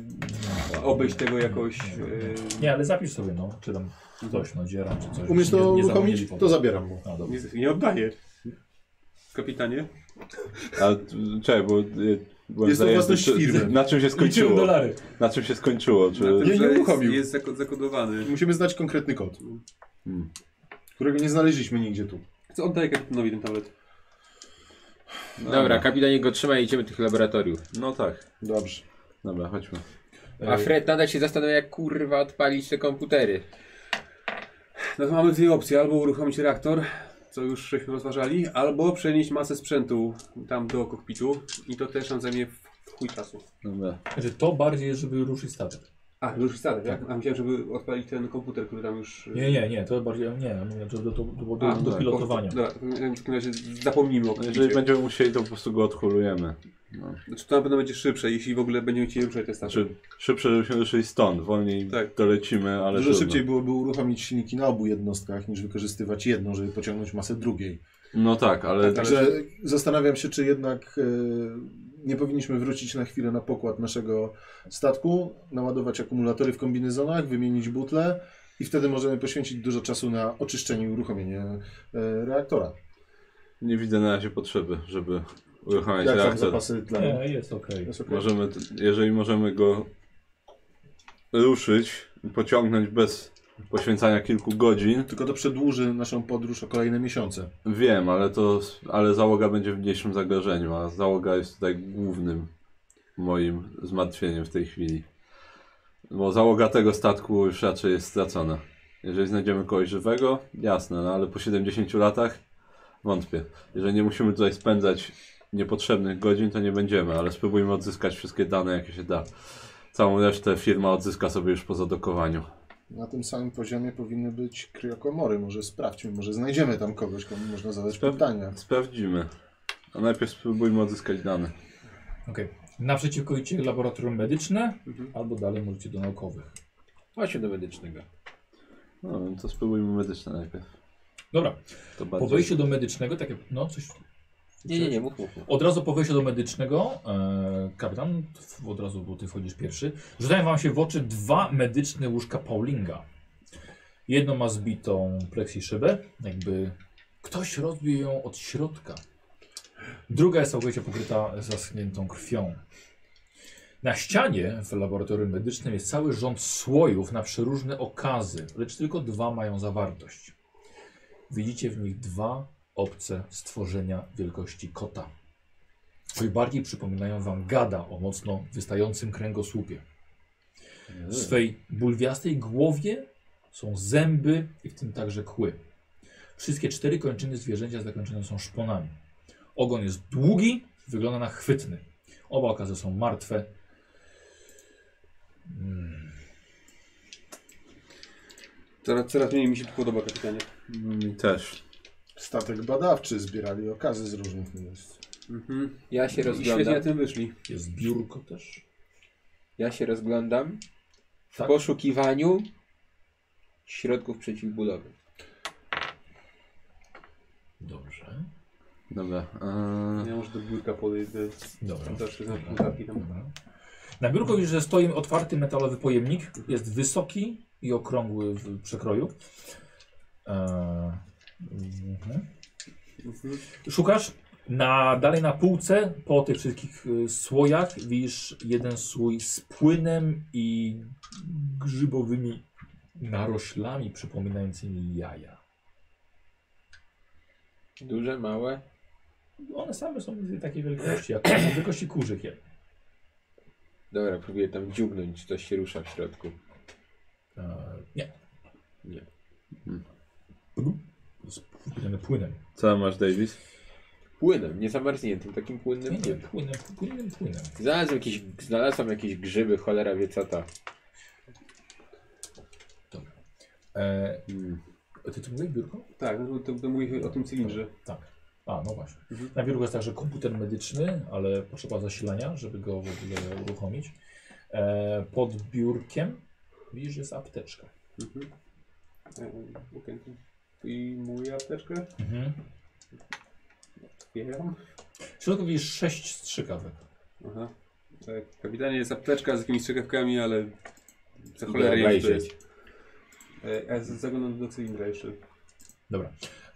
[SPEAKER 5] obejść tego jakoś. y,
[SPEAKER 1] Nie, ale zapisz sobie, no. Czy tam ktoś, no, dziera, czy coś.
[SPEAKER 4] Umiesz to
[SPEAKER 1] Nie- nie
[SPEAKER 4] uruchomić?
[SPEAKER 1] zapomnieli po-
[SPEAKER 4] To zabieram mu.
[SPEAKER 1] No, dobra.
[SPEAKER 5] Nie, nie oddaję. Kapitanie?
[SPEAKER 2] A t- czekaj, bo y, byłem
[SPEAKER 4] Jest to
[SPEAKER 2] zajęty,
[SPEAKER 4] własność
[SPEAKER 2] czy-
[SPEAKER 4] firmy.
[SPEAKER 2] Na czym się
[SPEAKER 1] Liczyłem
[SPEAKER 2] skończyło?
[SPEAKER 1] dolary.
[SPEAKER 2] Na czym się skończyło?
[SPEAKER 5] Na
[SPEAKER 2] Czy...
[SPEAKER 5] tym,
[SPEAKER 4] Nie, nie
[SPEAKER 5] że jest-
[SPEAKER 4] uruchomił.
[SPEAKER 5] Jest zako- zakodowany.
[SPEAKER 4] Musimy znać konkretny kod,
[SPEAKER 2] Hmm.
[SPEAKER 4] którego nie znaleźliśmy nigdzie tu.
[SPEAKER 5] Co oddaję kapitanowi ten tablet?
[SPEAKER 3] No. Dobra, kapitanie go trzymaj i idziemy do tych laboratoriów.
[SPEAKER 2] No tak.
[SPEAKER 4] Dobrze.
[SPEAKER 2] Dobra, chodźmy.
[SPEAKER 3] A Fred nadal się zastanawia, jak kurwa odpalić te komputery.
[SPEAKER 5] No to mamy dwie opcje. Albo uruchomić reaktor, co już żeśmy rozważali, albo przenieść masę sprzętu tam do kokpitu. I to też nam zajmie w chuj czasu.
[SPEAKER 2] Dobra.
[SPEAKER 1] Znaczy, to bardziej jest, żeby ruszyć statek.
[SPEAKER 5] A, że już stary, tak? A myślałem, żeby odpalić ten komputer, który tam już...
[SPEAKER 1] Nie, nie, nie, to bardziej, nie, ja mówię, to, to, to było do,
[SPEAKER 5] A,
[SPEAKER 1] do
[SPEAKER 5] tak,
[SPEAKER 1] pilotowania.
[SPEAKER 5] Dobra, to w takim razie zapomnijmy o
[SPEAKER 2] No, Jeżeli
[SPEAKER 5] komputerze.
[SPEAKER 2] będziemy musieli, to po prostu go odhulujemy. No.
[SPEAKER 5] Znaczy to na pewno będzie szybsze, jeśli w ogóle będziemy chcieli ruszać te stacje.
[SPEAKER 2] Znaczy, szybsze, żebyśmy ruszyli stąd, wolniej
[SPEAKER 5] Tak.
[SPEAKER 2] dolecimy, ale
[SPEAKER 6] Dużo
[SPEAKER 2] trudno.
[SPEAKER 6] szybciej byłoby uruchomić silniki na obu jednostkach, niż wykorzystywać jedną, żeby pociągnąć masę drugiej.
[SPEAKER 2] No tak, ale
[SPEAKER 5] Tak,
[SPEAKER 6] Także zastanawiam się, czy jednak e, nie powinniśmy wrócić na chwilę na pokład naszego statku, naładować akumulatory w kombinezonach, wymienić butle i wtedy możemy poświęcić dużo czasu na oczyszczenie i uruchomienie e, reaktora.
[SPEAKER 2] nie widzę na razie potrzeby, żeby uruchamiać
[SPEAKER 6] Jak tam
[SPEAKER 2] reaktor.
[SPEAKER 6] zapasy tlenu?
[SPEAKER 1] Nie, jest okej.
[SPEAKER 6] Jest okej.
[SPEAKER 2] Możemy, t- jeżeli możemy go ruszyć, pociągnąć bez poświęcania kilku godzin,
[SPEAKER 6] Tylko to przedłuży naszą podróż o kolejne miesiące.
[SPEAKER 2] wiem, ale to, ale załoga będzie w mniejszym zagrożeniu, a załoga jest tutaj głównym moim zmartwieniem w tej chwili. Bo załoga tego statku już raczej jest stracona. Jeżeli znajdziemy kogoś żywego, jasne, no ale po 70 latach wątpię. Jeżeli nie musimy tutaj spędzać niepotrzebnych godzin, to nie będziemy, ale spróbujmy odzyskać wszystkie dane, jakie się da. Całą resztę firma odzyska sobie już po zadokowaniu.
[SPEAKER 6] Na tym samym poziomie powinny być kryokomory. Może sprawdźmy, może znajdziemy tam kogoś, komu można zadać
[SPEAKER 2] Spew-
[SPEAKER 6] pytania.
[SPEAKER 2] Sprawdzimy. A najpierw spróbujmy odzyskać dane.
[SPEAKER 1] Okej. Naprzeciwko idzie laboratorium medyczne,
[SPEAKER 5] Mhm.
[SPEAKER 1] albo dalej możecie do naukowych.
[SPEAKER 3] Właśnie do medycznego.
[SPEAKER 2] No, to spróbujmy medyczne najpierw.
[SPEAKER 1] Dobra,
[SPEAKER 2] To
[SPEAKER 1] po wejściu do medycznego, tak jak, no coś...
[SPEAKER 3] Nie, nie, nie, mów, mów. mów.
[SPEAKER 1] Od razu po wejściu do medycznego, e, kapitan, w- od razu, bo ty wchodzisz pierwszy, rzucają wam się w oczy dwa medyczne łóżka Paulinga. Jedno ma zbitą plexi-szybę, jakby ktoś rozbił ją od środka. Druga jest całkowicie pokryta zaschniętą krwią. Na ścianie w laboratorium medycznym jest cały rząd słojów na przeróżne okazy, lecz tylko dwa mają zawartość. Widzicie w nich dwa obce stworzenia wielkości kota. Choć bardziej przypominają wam gada o mocno wystającym kręgosłupie. W swej bulwiastej głowie są zęby i w tym także kły. Wszystkie cztery kończyny zwierzęcia zakończone są szponami. Ogon jest długi, wygląda na chwytny. Oba okazy są martwe. Mm,
[SPEAKER 5] Coraz, coraz mniej mi się podoba kapitanie.
[SPEAKER 2] No, Mi też.
[SPEAKER 6] Statek badawczy zbierali okazy z różnych miejsc.
[SPEAKER 5] Mhm.
[SPEAKER 3] Ja się
[SPEAKER 5] I świetnie na
[SPEAKER 3] rozglądam.
[SPEAKER 5] tym wyszli.
[SPEAKER 1] Jest biurko też.
[SPEAKER 3] Ja się rozglądam w
[SPEAKER 1] Tak.
[SPEAKER 3] poszukiwaniu środków przeciwbólowych.
[SPEAKER 1] Dobrze.
[SPEAKER 2] Dobra. Eee,
[SPEAKER 5] Ja może do biurka podejdę.
[SPEAKER 1] Dobra.
[SPEAKER 5] Zawsze znam notatki tam.
[SPEAKER 1] Dobra. Na biurku widzisz, że stoi otwarty metalowy pojemnik. Jest wysoki i okrągły w przekroju. Eee, mhm.
[SPEAKER 5] Mhm.
[SPEAKER 1] Szukasz na, dalej na półce, po tych wszystkich y, słojach, widzisz jeden słój z płynem i grzybowymi naroślami przypominającymi jaja.
[SPEAKER 3] Duże, małe.
[SPEAKER 1] One same są takiej wielkości, jak są wielkości kurzyk. je.
[SPEAKER 3] Dobra, próbuję tam dziugnąć, coś się rusza w środku.
[SPEAKER 1] Eee, nie.
[SPEAKER 3] Nie.
[SPEAKER 1] Mhm. Z płynem. płynem.
[SPEAKER 2] co masz, Davis?
[SPEAKER 3] Płynem, niezamarzniętym, takim
[SPEAKER 1] Nie,
[SPEAKER 3] płynnym
[SPEAKER 1] nie,
[SPEAKER 3] płynem.
[SPEAKER 1] płynem, płynem, płynem.
[SPEAKER 3] Znalazłem jakieś, znalazłem jakieś grzyby, cholera wie co to.
[SPEAKER 1] Dobra. E,
[SPEAKER 2] Mm.
[SPEAKER 1] ty tu mówisz biurko?
[SPEAKER 5] Tak, no to, to mówię o tym cylindrze.
[SPEAKER 1] Tak. A, no właśnie.
[SPEAKER 5] Mhm.
[SPEAKER 1] Na biurku jest także komputer medyczny, ale potrzeba zasilania, żeby go w ogóle uruchomić. E, pod biurkiem widzisz, że jest apteczka.
[SPEAKER 5] Mhm. E, okej. I moja apteczkę?
[SPEAKER 1] Mhm.
[SPEAKER 5] Otwieram.
[SPEAKER 1] W środku widzisz sześć strzykawek.
[SPEAKER 5] Aha. Tak, kapitanie jest apteczka z jakimiś strzykawkami, ale
[SPEAKER 3] Idę
[SPEAKER 5] za cholerę jej to
[SPEAKER 3] obejrzeć.
[SPEAKER 5] jest. E, Ja z- zaglądam do cylindra jeszcze.
[SPEAKER 1] Dobra.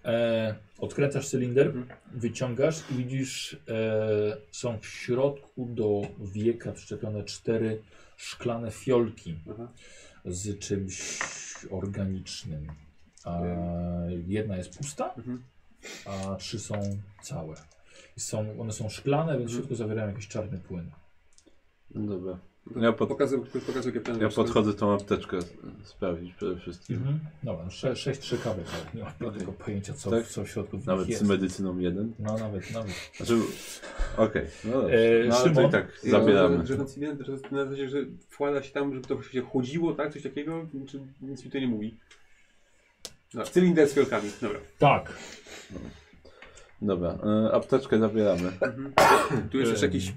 [SPEAKER 1] E, odkręcasz cylinder,
[SPEAKER 5] Mhm.
[SPEAKER 1] wyciągasz i widzisz, e, są w środku do wieka wszczepione cztery szklane fiolki.
[SPEAKER 5] Aha.
[SPEAKER 1] z czymś organicznym. A jedna jest pusta,
[SPEAKER 5] Mhm.
[SPEAKER 1] a trzy są całe. I Są, one są szklane, więc w
[SPEAKER 5] Mhm.
[SPEAKER 1] środku zawierają jakiś czarny płyn.
[SPEAKER 2] No Dobra. Ja, pod,
[SPEAKER 5] Pokazuję, pokazuję kapitanowi.
[SPEAKER 2] ja podchodzę tą apteczkę sprawdzić przede wszystkim.
[SPEAKER 1] Mhm. Dobra, 6-3 kawek, ale nie mam żadnego pojęcia co,
[SPEAKER 2] Tak?
[SPEAKER 1] co w środku w
[SPEAKER 2] Nawet
[SPEAKER 1] nich
[SPEAKER 2] z
[SPEAKER 1] jest.
[SPEAKER 2] medycyną jeden.
[SPEAKER 1] No nawet, nawet.
[SPEAKER 2] Znaczy, okej, no dobrze.
[SPEAKER 1] E,
[SPEAKER 2] No, ale to
[SPEAKER 1] Szymon?
[SPEAKER 2] i tak zabieramy.
[SPEAKER 5] Że, że, że, na zasadzie, że wkłada się tam, żeby to się chodziło, tak? Coś takiego? Czy nic mi to nie mówi? No, cylinder z fiolkami, dobra.
[SPEAKER 1] Tak.
[SPEAKER 2] Dobra, e, apteczkę zabieramy.
[SPEAKER 5] Tu jest jeszcze jakiś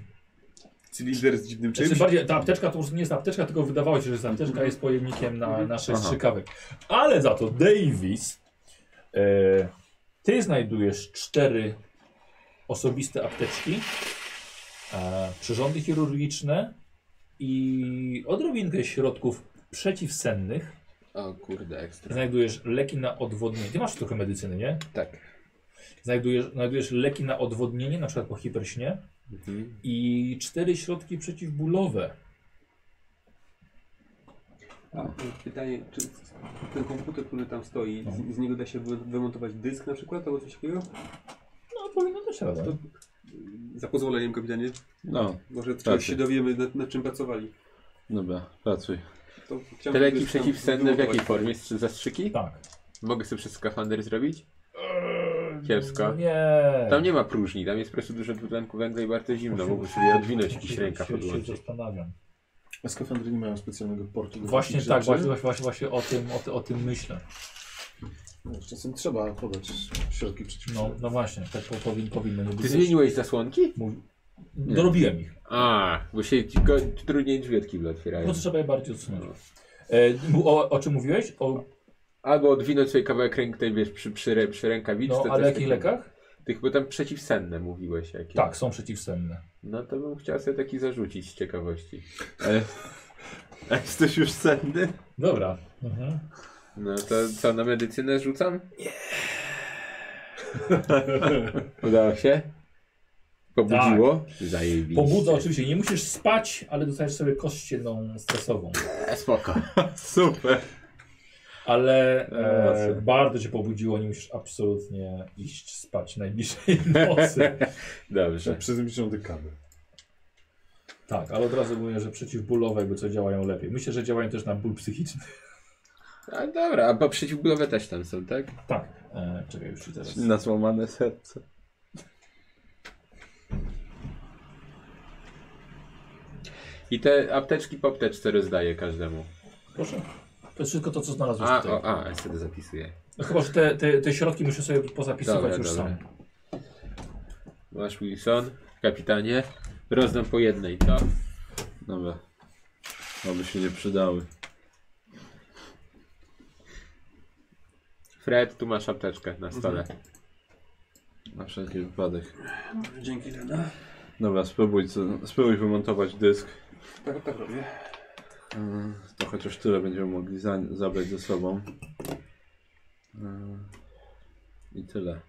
[SPEAKER 5] cylinder z dziwnym
[SPEAKER 1] Znaczy
[SPEAKER 5] czymś.
[SPEAKER 1] bardziej, ta apteczka to już nie jest apteczka, tylko wydawało się, że jest apteczka jest pojemnikiem na, na 6
[SPEAKER 2] Aha.
[SPEAKER 1] strzykawek. Ale za to Davis, e, ty znajdujesz cztery osobiste apteczki, e, przyrządy chirurgiczne i odrobinkę środków przeciwsennych.
[SPEAKER 3] O kurde, ekstra.
[SPEAKER 1] Znajdujesz leki na odwodnienie. Ty masz trochę medycyny, nie?
[SPEAKER 3] Tak.
[SPEAKER 1] Znajdujesz, znajdujesz leki na odwodnienie, na przykład po hiperśnie i cztery środki przeciwbólowe.
[SPEAKER 5] Pytanie, czy ten komputer, który tam stoi, z, z niego da się wy- wymontować dysk na przykład albo coś takiego?
[SPEAKER 1] No powinno też radę.
[SPEAKER 5] To- Za pozwoleniem kapitanie,
[SPEAKER 2] No,
[SPEAKER 5] może czegoś
[SPEAKER 2] Raczej.
[SPEAKER 5] się dowiemy, nad, nad czym pracowali.
[SPEAKER 2] dobra, pracuj.
[SPEAKER 5] To chciałbym
[SPEAKER 3] Te leki
[SPEAKER 5] gdzieś tam
[SPEAKER 3] przeciwsenne w jakiej
[SPEAKER 5] wymontować.
[SPEAKER 3] formie? Czy zastrzyki?
[SPEAKER 1] Tak.
[SPEAKER 3] Mogę sobie przez skafander zrobić? Kiepsko.
[SPEAKER 1] No Nie.
[SPEAKER 3] Tam nie no, ma próżni, tam jest po prostu dużo dwutlenku węgla i bardzo zimno. Mógłby sobie odwinąć jakiś rękaw
[SPEAKER 1] się, się
[SPEAKER 3] odłączyć.
[SPEAKER 1] zastanawiam.
[SPEAKER 6] A skafandry nie mają specjalnego portu. do
[SPEAKER 1] Właśnie
[SPEAKER 6] takich
[SPEAKER 1] tak,
[SPEAKER 6] rzeczy.
[SPEAKER 1] właśnie, właśnie, właśnie o, tym, o, ty- o tym myślę.
[SPEAKER 6] No, Czasem trzeba podać środki przeciwbólowe.
[SPEAKER 1] No, no właśnie, tak po- powin, powinno nie
[SPEAKER 3] Ty
[SPEAKER 1] być.
[SPEAKER 3] zmieniłeś zasłonki?
[SPEAKER 1] Mówi... Dorobiłem ich.
[SPEAKER 3] A, bo się ci go, trudniej drzwiotki by
[SPEAKER 1] Po
[SPEAKER 3] otwierają.
[SPEAKER 1] prostu trzeba je bardziej
[SPEAKER 3] No.
[SPEAKER 1] odsunąć. E, o, o czym mówiłeś? O, no,
[SPEAKER 3] Albo odwinąć sobie kawałek ręki, tutaj wiesz, przy, przy, przy rękawiczce.
[SPEAKER 1] no,
[SPEAKER 3] to
[SPEAKER 1] a
[SPEAKER 3] jest
[SPEAKER 1] jakich
[SPEAKER 3] taki-
[SPEAKER 1] lekach?
[SPEAKER 3] Tych, bo tam przeciwsenne mówiłeś jakieś.
[SPEAKER 1] Tak, są przeciwsenne.
[SPEAKER 3] No to bym chciał sobie taki zarzucić z ciekawości.
[SPEAKER 2] E, a jesteś już senny?
[SPEAKER 1] Dobra. Mhm.
[SPEAKER 3] No to co, na medycynę rzucam? Nie. Udało się? Pobudziło?
[SPEAKER 1] Tak.
[SPEAKER 3] Zajebiście.
[SPEAKER 1] Pobudza oczywiście, nie musisz spać, ale dostajesz sobie kość jedną stresową.
[SPEAKER 3] E, Spoko.
[SPEAKER 2] Super.
[SPEAKER 1] Ale
[SPEAKER 3] No,
[SPEAKER 2] Racja.
[SPEAKER 1] e, bardzo cię pobudziło, nie musisz absolutnie iść spać najbliższej nocy.
[SPEAKER 3] Dobrze.
[SPEAKER 6] Przez najbliższą dekadę.
[SPEAKER 1] tak, ale od razu mówię, że przeciwbólowe jakby co działają lepiej. Myślę, że działają też na ból psychiczny.
[SPEAKER 3] A dobra, a bo przeciwbólowe też tam są, tak?
[SPEAKER 1] Tak, e, czekaj już ci teraz.
[SPEAKER 2] Na złamane serce.
[SPEAKER 3] I te apteczki po apteczce rozdaję każdemu.
[SPEAKER 1] Proszę. To jest wszystko to, co znalazłeś
[SPEAKER 3] A,
[SPEAKER 1] tutaj.
[SPEAKER 3] o, a, ja sobie zapisuję.
[SPEAKER 1] No chyba, że te, te, te środki muszę sobie pozapisywać
[SPEAKER 3] Dobra,
[SPEAKER 1] już
[SPEAKER 3] dobra.
[SPEAKER 1] sam.
[SPEAKER 3] Masz Wilson, kapitanie. Rozdam po jednej, to.
[SPEAKER 2] Dobra. Oby się nie przydały.
[SPEAKER 3] Fred, tu masz apteczkę na stole.
[SPEAKER 1] Mhm.
[SPEAKER 2] Na wszelki wypadek.
[SPEAKER 5] Dzięki, Lena.
[SPEAKER 2] Dobra, spróbuj, co, spróbuj wymontować dysk.
[SPEAKER 5] Tak, tak robię.
[SPEAKER 2] E, To chociaż tyle będziemy mogli za, zabrać ze sobą. E, I tyle.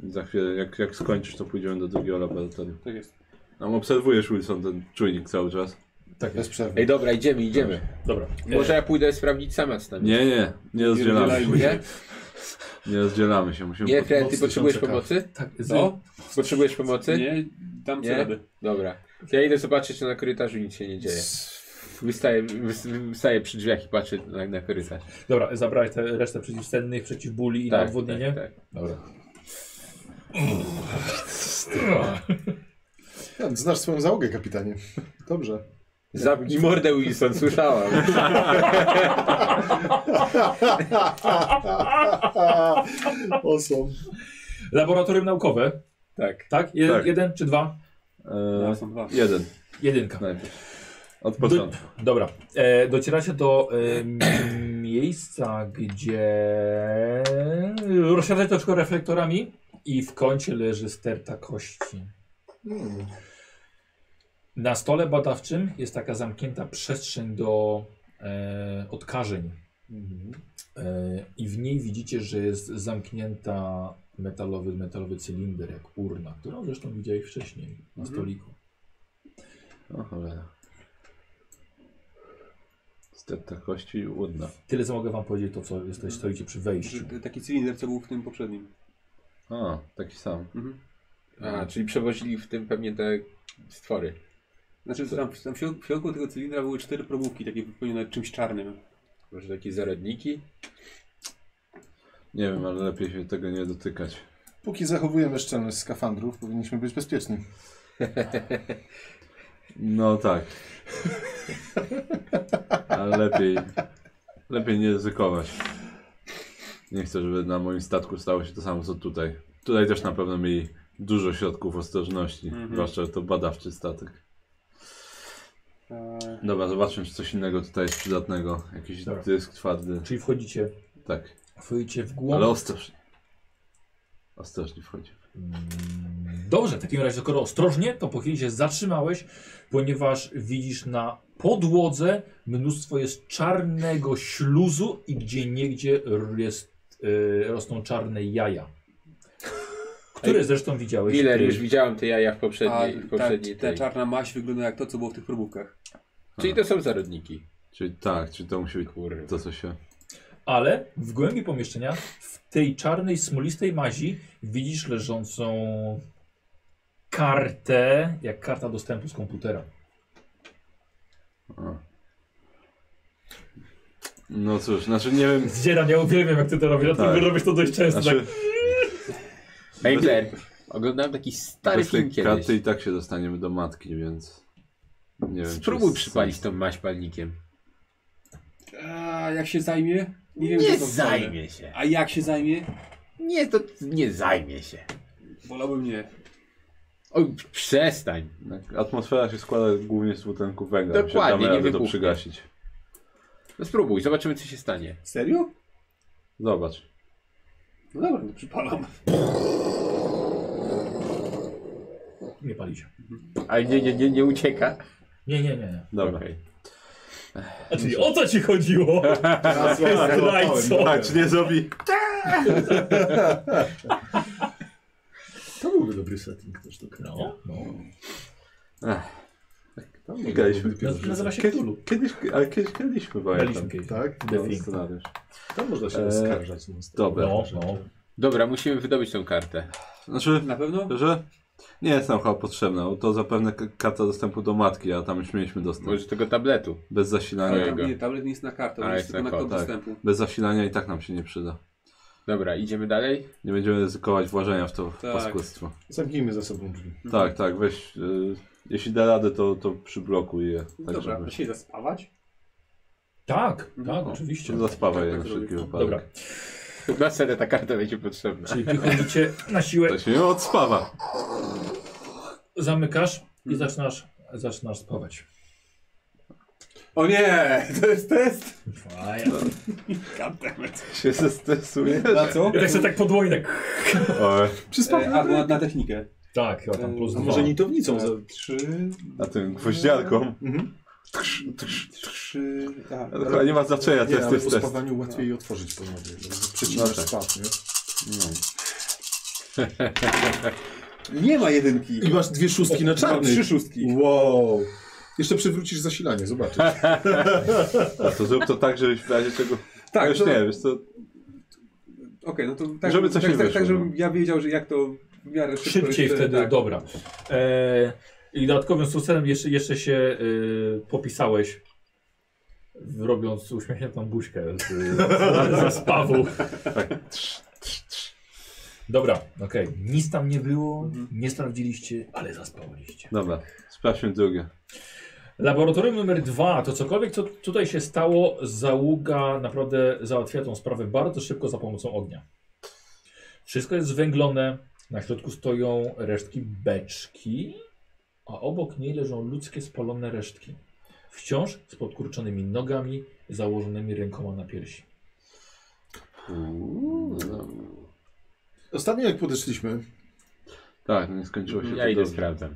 [SPEAKER 2] Za chwilę, jak, jak skończysz, to pójdziemy do drugiego laboratorium.
[SPEAKER 5] Tak jest.
[SPEAKER 2] Tam obserwujesz, Wilson, ten czujnik cały czas.
[SPEAKER 1] Tak
[SPEAKER 6] Bez
[SPEAKER 1] jest.
[SPEAKER 6] przerwy.
[SPEAKER 3] Ej, dobra, idziemy, idziemy.
[SPEAKER 1] Dobra.
[SPEAKER 3] Może ja pójdę sprawdzić sama tam.
[SPEAKER 2] Nie, nie, nie rozdzielamy się.
[SPEAKER 3] Nie?
[SPEAKER 2] Nie rozdzielamy się, musimy...
[SPEAKER 3] Nie,
[SPEAKER 2] po-
[SPEAKER 3] Fred, ty
[SPEAKER 6] Mocny
[SPEAKER 3] potrzebujesz
[SPEAKER 6] cząstek.
[SPEAKER 3] pomocy?
[SPEAKER 1] Tak,
[SPEAKER 3] Co? Potrzebujesz pomocy?
[SPEAKER 5] Nie, dam
[SPEAKER 3] Nie?
[SPEAKER 5] sobie radę.
[SPEAKER 3] Dobra. To Ja idę zobaczyć, czy na korytarzu nic się nie dzieje. Wystaję, wys- wystaję przy drzwiach i patrzę na, na korytarz.
[SPEAKER 1] Dobra, zabrałeś te resztę przeciwsennych, przeciwbóli i na odwodnienie?
[SPEAKER 3] Tak, tak.
[SPEAKER 1] Dobra.
[SPEAKER 6] Ja, Znasz swoją załogę, kapitanie. Dobrze.
[SPEAKER 3] Zamknij mordę, Wilson, słyszałam.
[SPEAKER 6] Osom.
[SPEAKER 1] Laboratorium naukowe,
[SPEAKER 3] tak.
[SPEAKER 1] tak? Jeden,
[SPEAKER 2] Tak.
[SPEAKER 1] jeden czy dwa?
[SPEAKER 5] No,
[SPEAKER 2] E,
[SPEAKER 5] są dwa.
[SPEAKER 2] jeden,
[SPEAKER 1] Jedynka.
[SPEAKER 2] najpierw. Od początku.
[SPEAKER 1] Dobra, e, docieracie do e, miejsca, gdzie E? rozsiadać to wszystko reflektorami i w kącie leży sterta kości.
[SPEAKER 6] Hmm.
[SPEAKER 1] Na stole badawczym jest taka zamknięta przestrzeń do e, odkażeń
[SPEAKER 3] Mhm.
[SPEAKER 1] e, i w niej widzicie, że jest zamknięta metalowy, metalowy cylinder jak urna, którą zresztą widziałeś wcześniej na
[SPEAKER 5] Mhm.
[SPEAKER 1] stoliku.
[SPEAKER 2] O cholera. Stepta kości i łudna.
[SPEAKER 1] Tyle co mogę wam powiedzieć, to co
[SPEAKER 3] Mhm.
[SPEAKER 1] jesteś, stoicie przy wejściu.
[SPEAKER 5] Że t- Taki cylinder, co był w tym poprzednim.
[SPEAKER 2] A, taki sam.
[SPEAKER 5] Mhm.
[SPEAKER 3] A, czyli przewozili w tym pewnie te stwory.
[SPEAKER 5] Znaczy tam, tam w środ- w środku tego cylindra były cztery probówki, takie wypełnione czymś czarnym.
[SPEAKER 3] Może takie zarodniki?
[SPEAKER 2] Nie wiem, ale lepiej się tego nie dotykać.
[SPEAKER 6] Póki zachowujemy szczelność skafandrów, powinniśmy być bezpieczni.
[SPEAKER 2] No tak. Ale lepiej, lepiej nie ryzykować. Nie chcę, żeby na moim statku stało się to samo co tutaj. Tutaj też na pewno mieli dużo środków ostrożności,
[SPEAKER 5] Mhm.
[SPEAKER 2] zwłaszcza to badawczy statek.
[SPEAKER 5] Eee,
[SPEAKER 2] Dobra, zobaczmy, czy coś innego tutaj jest przydatnego. Jakiś
[SPEAKER 1] Tak. Dobra.
[SPEAKER 2] dysk twardy.
[SPEAKER 1] Czyli wchodzicie,
[SPEAKER 2] Tak,
[SPEAKER 1] wchodzicie w głąb.
[SPEAKER 2] ale ostrożnie. Ostrożnie wchodzi.
[SPEAKER 1] Dobrze, w takim razie, skoro ostrożnie, to po chwili się zatrzymałeś, ponieważ widzisz na podłodze mnóstwo jest czarnego śluzu i gdzie niegdzie jest, e, rosną czarne jaja. Które zresztą widziałeś.
[SPEAKER 3] Miller,
[SPEAKER 1] ty-
[SPEAKER 3] już widziałem te jaja w
[SPEAKER 5] a tak,
[SPEAKER 3] poprzedniej, w
[SPEAKER 5] ta,
[SPEAKER 3] poprzedniej
[SPEAKER 5] ta
[SPEAKER 3] tej.
[SPEAKER 5] czarna maść wygląda jak to, co było w tych probówkach.
[SPEAKER 3] Czyli to są zarodniki.
[SPEAKER 2] Czyli tak, czy to musi być
[SPEAKER 3] Kurwa.
[SPEAKER 2] to, co się.
[SPEAKER 1] Ale w głębi pomieszczenia, w tej czarnej, smolistej mazi, widzisz leżącą kartę, jak karta dostępu z komputera.
[SPEAKER 2] A. No cóż, znaczy nie wiem.
[SPEAKER 1] Zdzieram, ja uwielbiam, jak ty to robisz, dlatego
[SPEAKER 2] Tak.
[SPEAKER 1] robisz to dość często.
[SPEAKER 2] Znaczy,
[SPEAKER 3] Ej, Miller, oglądałem taki stary
[SPEAKER 2] bez
[SPEAKER 3] film
[SPEAKER 2] tej
[SPEAKER 3] kiedyś.
[SPEAKER 2] karty i tak się dostaniemy do matki, więc. Nie wiem. czy
[SPEAKER 3] Spróbuj
[SPEAKER 2] jest
[SPEAKER 3] przypalić
[SPEAKER 2] sens.
[SPEAKER 3] tą maść palnikiem.
[SPEAKER 5] A jak się zajmie?
[SPEAKER 3] Nie
[SPEAKER 5] gdzie są strony.
[SPEAKER 3] zajmie się.
[SPEAKER 5] A jak się zajmie?
[SPEAKER 3] Nie, to nie zajmie się.
[SPEAKER 5] Wolałbym nie.
[SPEAKER 3] Oj, przestań.
[SPEAKER 2] Tak, Atmosfera się składa głównie z dwutlenku węgla.
[SPEAKER 3] Dokładnie,
[SPEAKER 2] Dokładnie,
[SPEAKER 3] nie
[SPEAKER 2] nie to
[SPEAKER 3] wybuchnie.
[SPEAKER 2] przygasić.
[SPEAKER 3] No spróbuj, zobaczymy co się stanie.
[SPEAKER 5] Serio?
[SPEAKER 2] Zobacz.
[SPEAKER 5] No dobra, to przypalam.
[SPEAKER 1] Nie palicie.
[SPEAKER 3] Ale nie, nie, nie, nie ucieka.
[SPEAKER 1] tak- Nie, nie, nie, nie.
[SPEAKER 2] Dobra.
[SPEAKER 3] Okej.
[SPEAKER 1] A
[SPEAKER 2] Znaczy-
[SPEAKER 1] czyli o co ci chodziło? tak,
[SPEAKER 4] Raz, raz,
[SPEAKER 1] Zdrajco.
[SPEAKER 2] A czy nie zrobi?
[SPEAKER 6] To byłby dobry setting też do kraju.
[SPEAKER 1] No, no.
[SPEAKER 6] Tak,
[SPEAKER 2] Nie graliśmy.
[SPEAKER 1] Naz- Nazywa się
[SPEAKER 2] Kiedy-
[SPEAKER 1] Cthulhu.
[SPEAKER 2] Kiedyś, ale kiedyś graliśmy chyba. ja
[SPEAKER 1] Byliśmy
[SPEAKER 2] tam.
[SPEAKER 1] kiedyś.
[SPEAKER 6] Tak? E,
[SPEAKER 1] The
[SPEAKER 2] No,
[SPEAKER 1] Thing.
[SPEAKER 2] scenariusz.
[SPEAKER 6] Tam można się
[SPEAKER 2] Eee,
[SPEAKER 6] oskarżać. non stop.
[SPEAKER 2] Dobra.
[SPEAKER 1] No, no.
[SPEAKER 3] Dobra, musimy wydobyć tą kartę.
[SPEAKER 2] Znaczy,
[SPEAKER 5] Na pewno?
[SPEAKER 2] że nie jest nam chyba potrzebna, bo to zapewne k- karta dostępu do matki, a tam już mieliśmy dostęp.
[SPEAKER 3] Może Tak. tego tabletu.
[SPEAKER 2] Bez
[SPEAKER 5] Ale
[SPEAKER 2] zasilania.
[SPEAKER 5] tam,
[SPEAKER 3] Mojego.
[SPEAKER 5] nie, tablet nie jest na kartę,
[SPEAKER 3] A,
[SPEAKER 5] on
[SPEAKER 3] jest
[SPEAKER 5] jest tylko
[SPEAKER 3] na
[SPEAKER 5] na kod
[SPEAKER 3] kod,
[SPEAKER 2] tak.
[SPEAKER 5] dostępu.
[SPEAKER 2] Bez zasilania i tak nam się nie przyda.
[SPEAKER 3] Dobra, idziemy dalej.
[SPEAKER 2] Nie będziemy ryzykować włażenia w to
[SPEAKER 5] Tak.
[SPEAKER 2] paskudstwo.
[SPEAKER 6] Zamknijmy za sobą drzwi.
[SPEAKER 2] Tak, tak, weź. Y, jeśli da radę, to, to przyblokuj je. Tak,
[SPEAKER 5] Dobra,
[SPEAKER 2] żeby
[SPEAKER 5] to się da spawać?
[SPEAKER 1] Tak, tak,
[SPEAKER 5] Mhm.
[SPEAKER 1] oczywiście.
[SPEAKER 2] się zaspawa
[SPEAKER 5] Tak,
[SPEAKER 2] je na
[SPEAKER 5] tak
[SPEAKER 2] wszelki
[SPEAKER 5] zrobię.
[SPEAKER 2] wypadek.
[SPEAKER 1] Dobra,
[SPEAKER 3] Na serio ta karta będzie potrzebna.
[SPEAKER 1] czyli ty chodzicie na siłę,
[SPEAKER 2] To się nie odspawa.
[SPEAKER 1] zamykasz i zaczynasz, zaczynasz spawać.
[SPEAKER 5] O nie! To jest test!
[SPEAKER 1] Faja.
[SPEAKER 5] Goddammit.
[SPEAKER 2] Się zestresuje.
[SPEAKER 5] Na co?
[SPEAKER 1] I tak sobie tak po dłoni tak.
[SPEAKER 2] Oj,
[SPEAKER 5] E, a na, na technikę. E,
[SPEAKER 1] Tak, chyba tam plus
[SPEAKER 5] A
[SPEAKER 6] A
[SPEAKER 1] dwa.
[SPEAKER 6] może nitownicą
[SPEAKER 5] Tak.
[SPEAKER 6] za trzy...
[SPEAKER 2] na tym gwoździarką.
[SPEAKER 6] Mhm.
[SPEAKER 5] Trzy... tak. Aha,
[SPEAKER 2] No, chyba nie ma znaczenia,
[SPEAKER 6] Nie,
[SPEAKER 2] test
[SPEAKER 6] ale
[SPEAKER 2] jest
[SPEAKER 6] po
[SPEAKER 2] test.
[SPEAKER 6] spawaniu łatwiej otworzyć ponownie. bo Przecinasz
[SPEAKER 2] No tak.
[SPEAKER 6] spaw, nie?
[SPEAKER 5] nie ma jedynki.
[SPEAKER 6] I masz dwie szóstki na
[SPEAKER 5] Mam trzy
[SPEAKER 6] czarnych.
[SPEAKER 5] szóstki.
[SPEAKER 6] Wow. Jeszcze przywrócisz zasilanie, zobaczysz.
[SPEAKER 2] No. A to zrób to tak, żebyś w razie czego.
[SPEAKER 5] Tak,
[SPEAKER 2] już
[SPEAKER 5] to-
[SPEAKER 2] nie, wiesz co.
[SPEAKER 5] Okej, no to tak,
[SPEAKER 2] Żeby coś
[SPEAKER 5] tak,
[SPEAKER 2] nie
[SPEAKER 5] tak,
[SPEAKER 2] wyszło,
[SPEAKER 5] tak,
[SPEAKER 2] no.
[SPEAKER 5] żebym ja wiedział, że jak to w miarę szybko
[SPEAKER 1] Szybciej
[SPEAKER 5] jeszcze-
[SPEAKER 1] wtedy,
[SPEAKER 5] tak.
[SPEAKER 1] dobra. E, I dodatkowym sukcesem jeszcze, jeszcze się y, popisałeś, w- robiąc uśmiechniętą buźkę z, z, ze spawu. Tak. Dobra, okej. Nic tam nie było, nie sprawdziliście, ale zaspałaliście.
[SPEAKER 2] Dobra, sprawdźmy drugie.
[SPEAKER 1] Laboratorium numer dwa, to cokolwiek, co tutaj się stało, załuga naprawdę załatwia tą sprawę bardzo szybko za pomocą ognia. Wszystko jest zwęglone, na środku stoją resztki beczki, a obok niej leżą ludzkie spalone resztki. Wciąż z podkurczonymi nogami, założonymi rękoma na piersi.
[SPEAKER 6] Ostatnio jak podeszliśmy,
[SPEAKER 2] Tak, nie skończyło się.
[SPEAKER 3] Ja
[SPEAKER 2] to
[SPEAKER 3] idę
[SPEAKER 2] dobrze.
[SPEAKER 3] sprawdzam.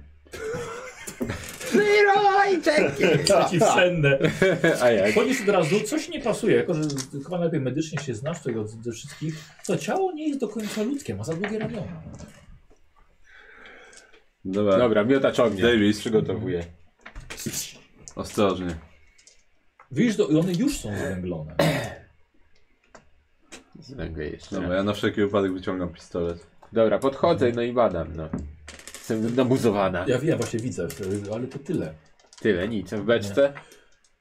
[SPEAKER 1] Przeciwsenne.
[SPEAKER 3] A jak?
[SPEAKER 1] Chodzisz od razu, coś nie pasuje, jako że chyba najlepiej medycznie się znasz tutaj od, ze wszystkich, to ciało nie jest do końca ludzkie, ma za długie ramiona.
[SPEAKER 2] Dobra.
[SPEAKER 3] Dobra, miotacz ognia.
[SPEAKER 2] Davis.
[SPEAKER 3] Przygotowuję.
[SPEAKER 2] Ostrożnie.
[SPEAKER 1] Widzisz, do, i one już są zwęglone.
[SPEAKER 3] Znajduję jeszcze.
[SPEAKER 2] Dobra, ja na wszelki wypadek wyciągam pistolet.
[SPEAKER 3] Dobra, podchodzę, no i badam, no. Jestem nabuzowana.
[SPEAKER 1] Ja wiem, właśnie widzę, ale to tyle.
[SPEAKER 3] Tyle, nic. A W beczce?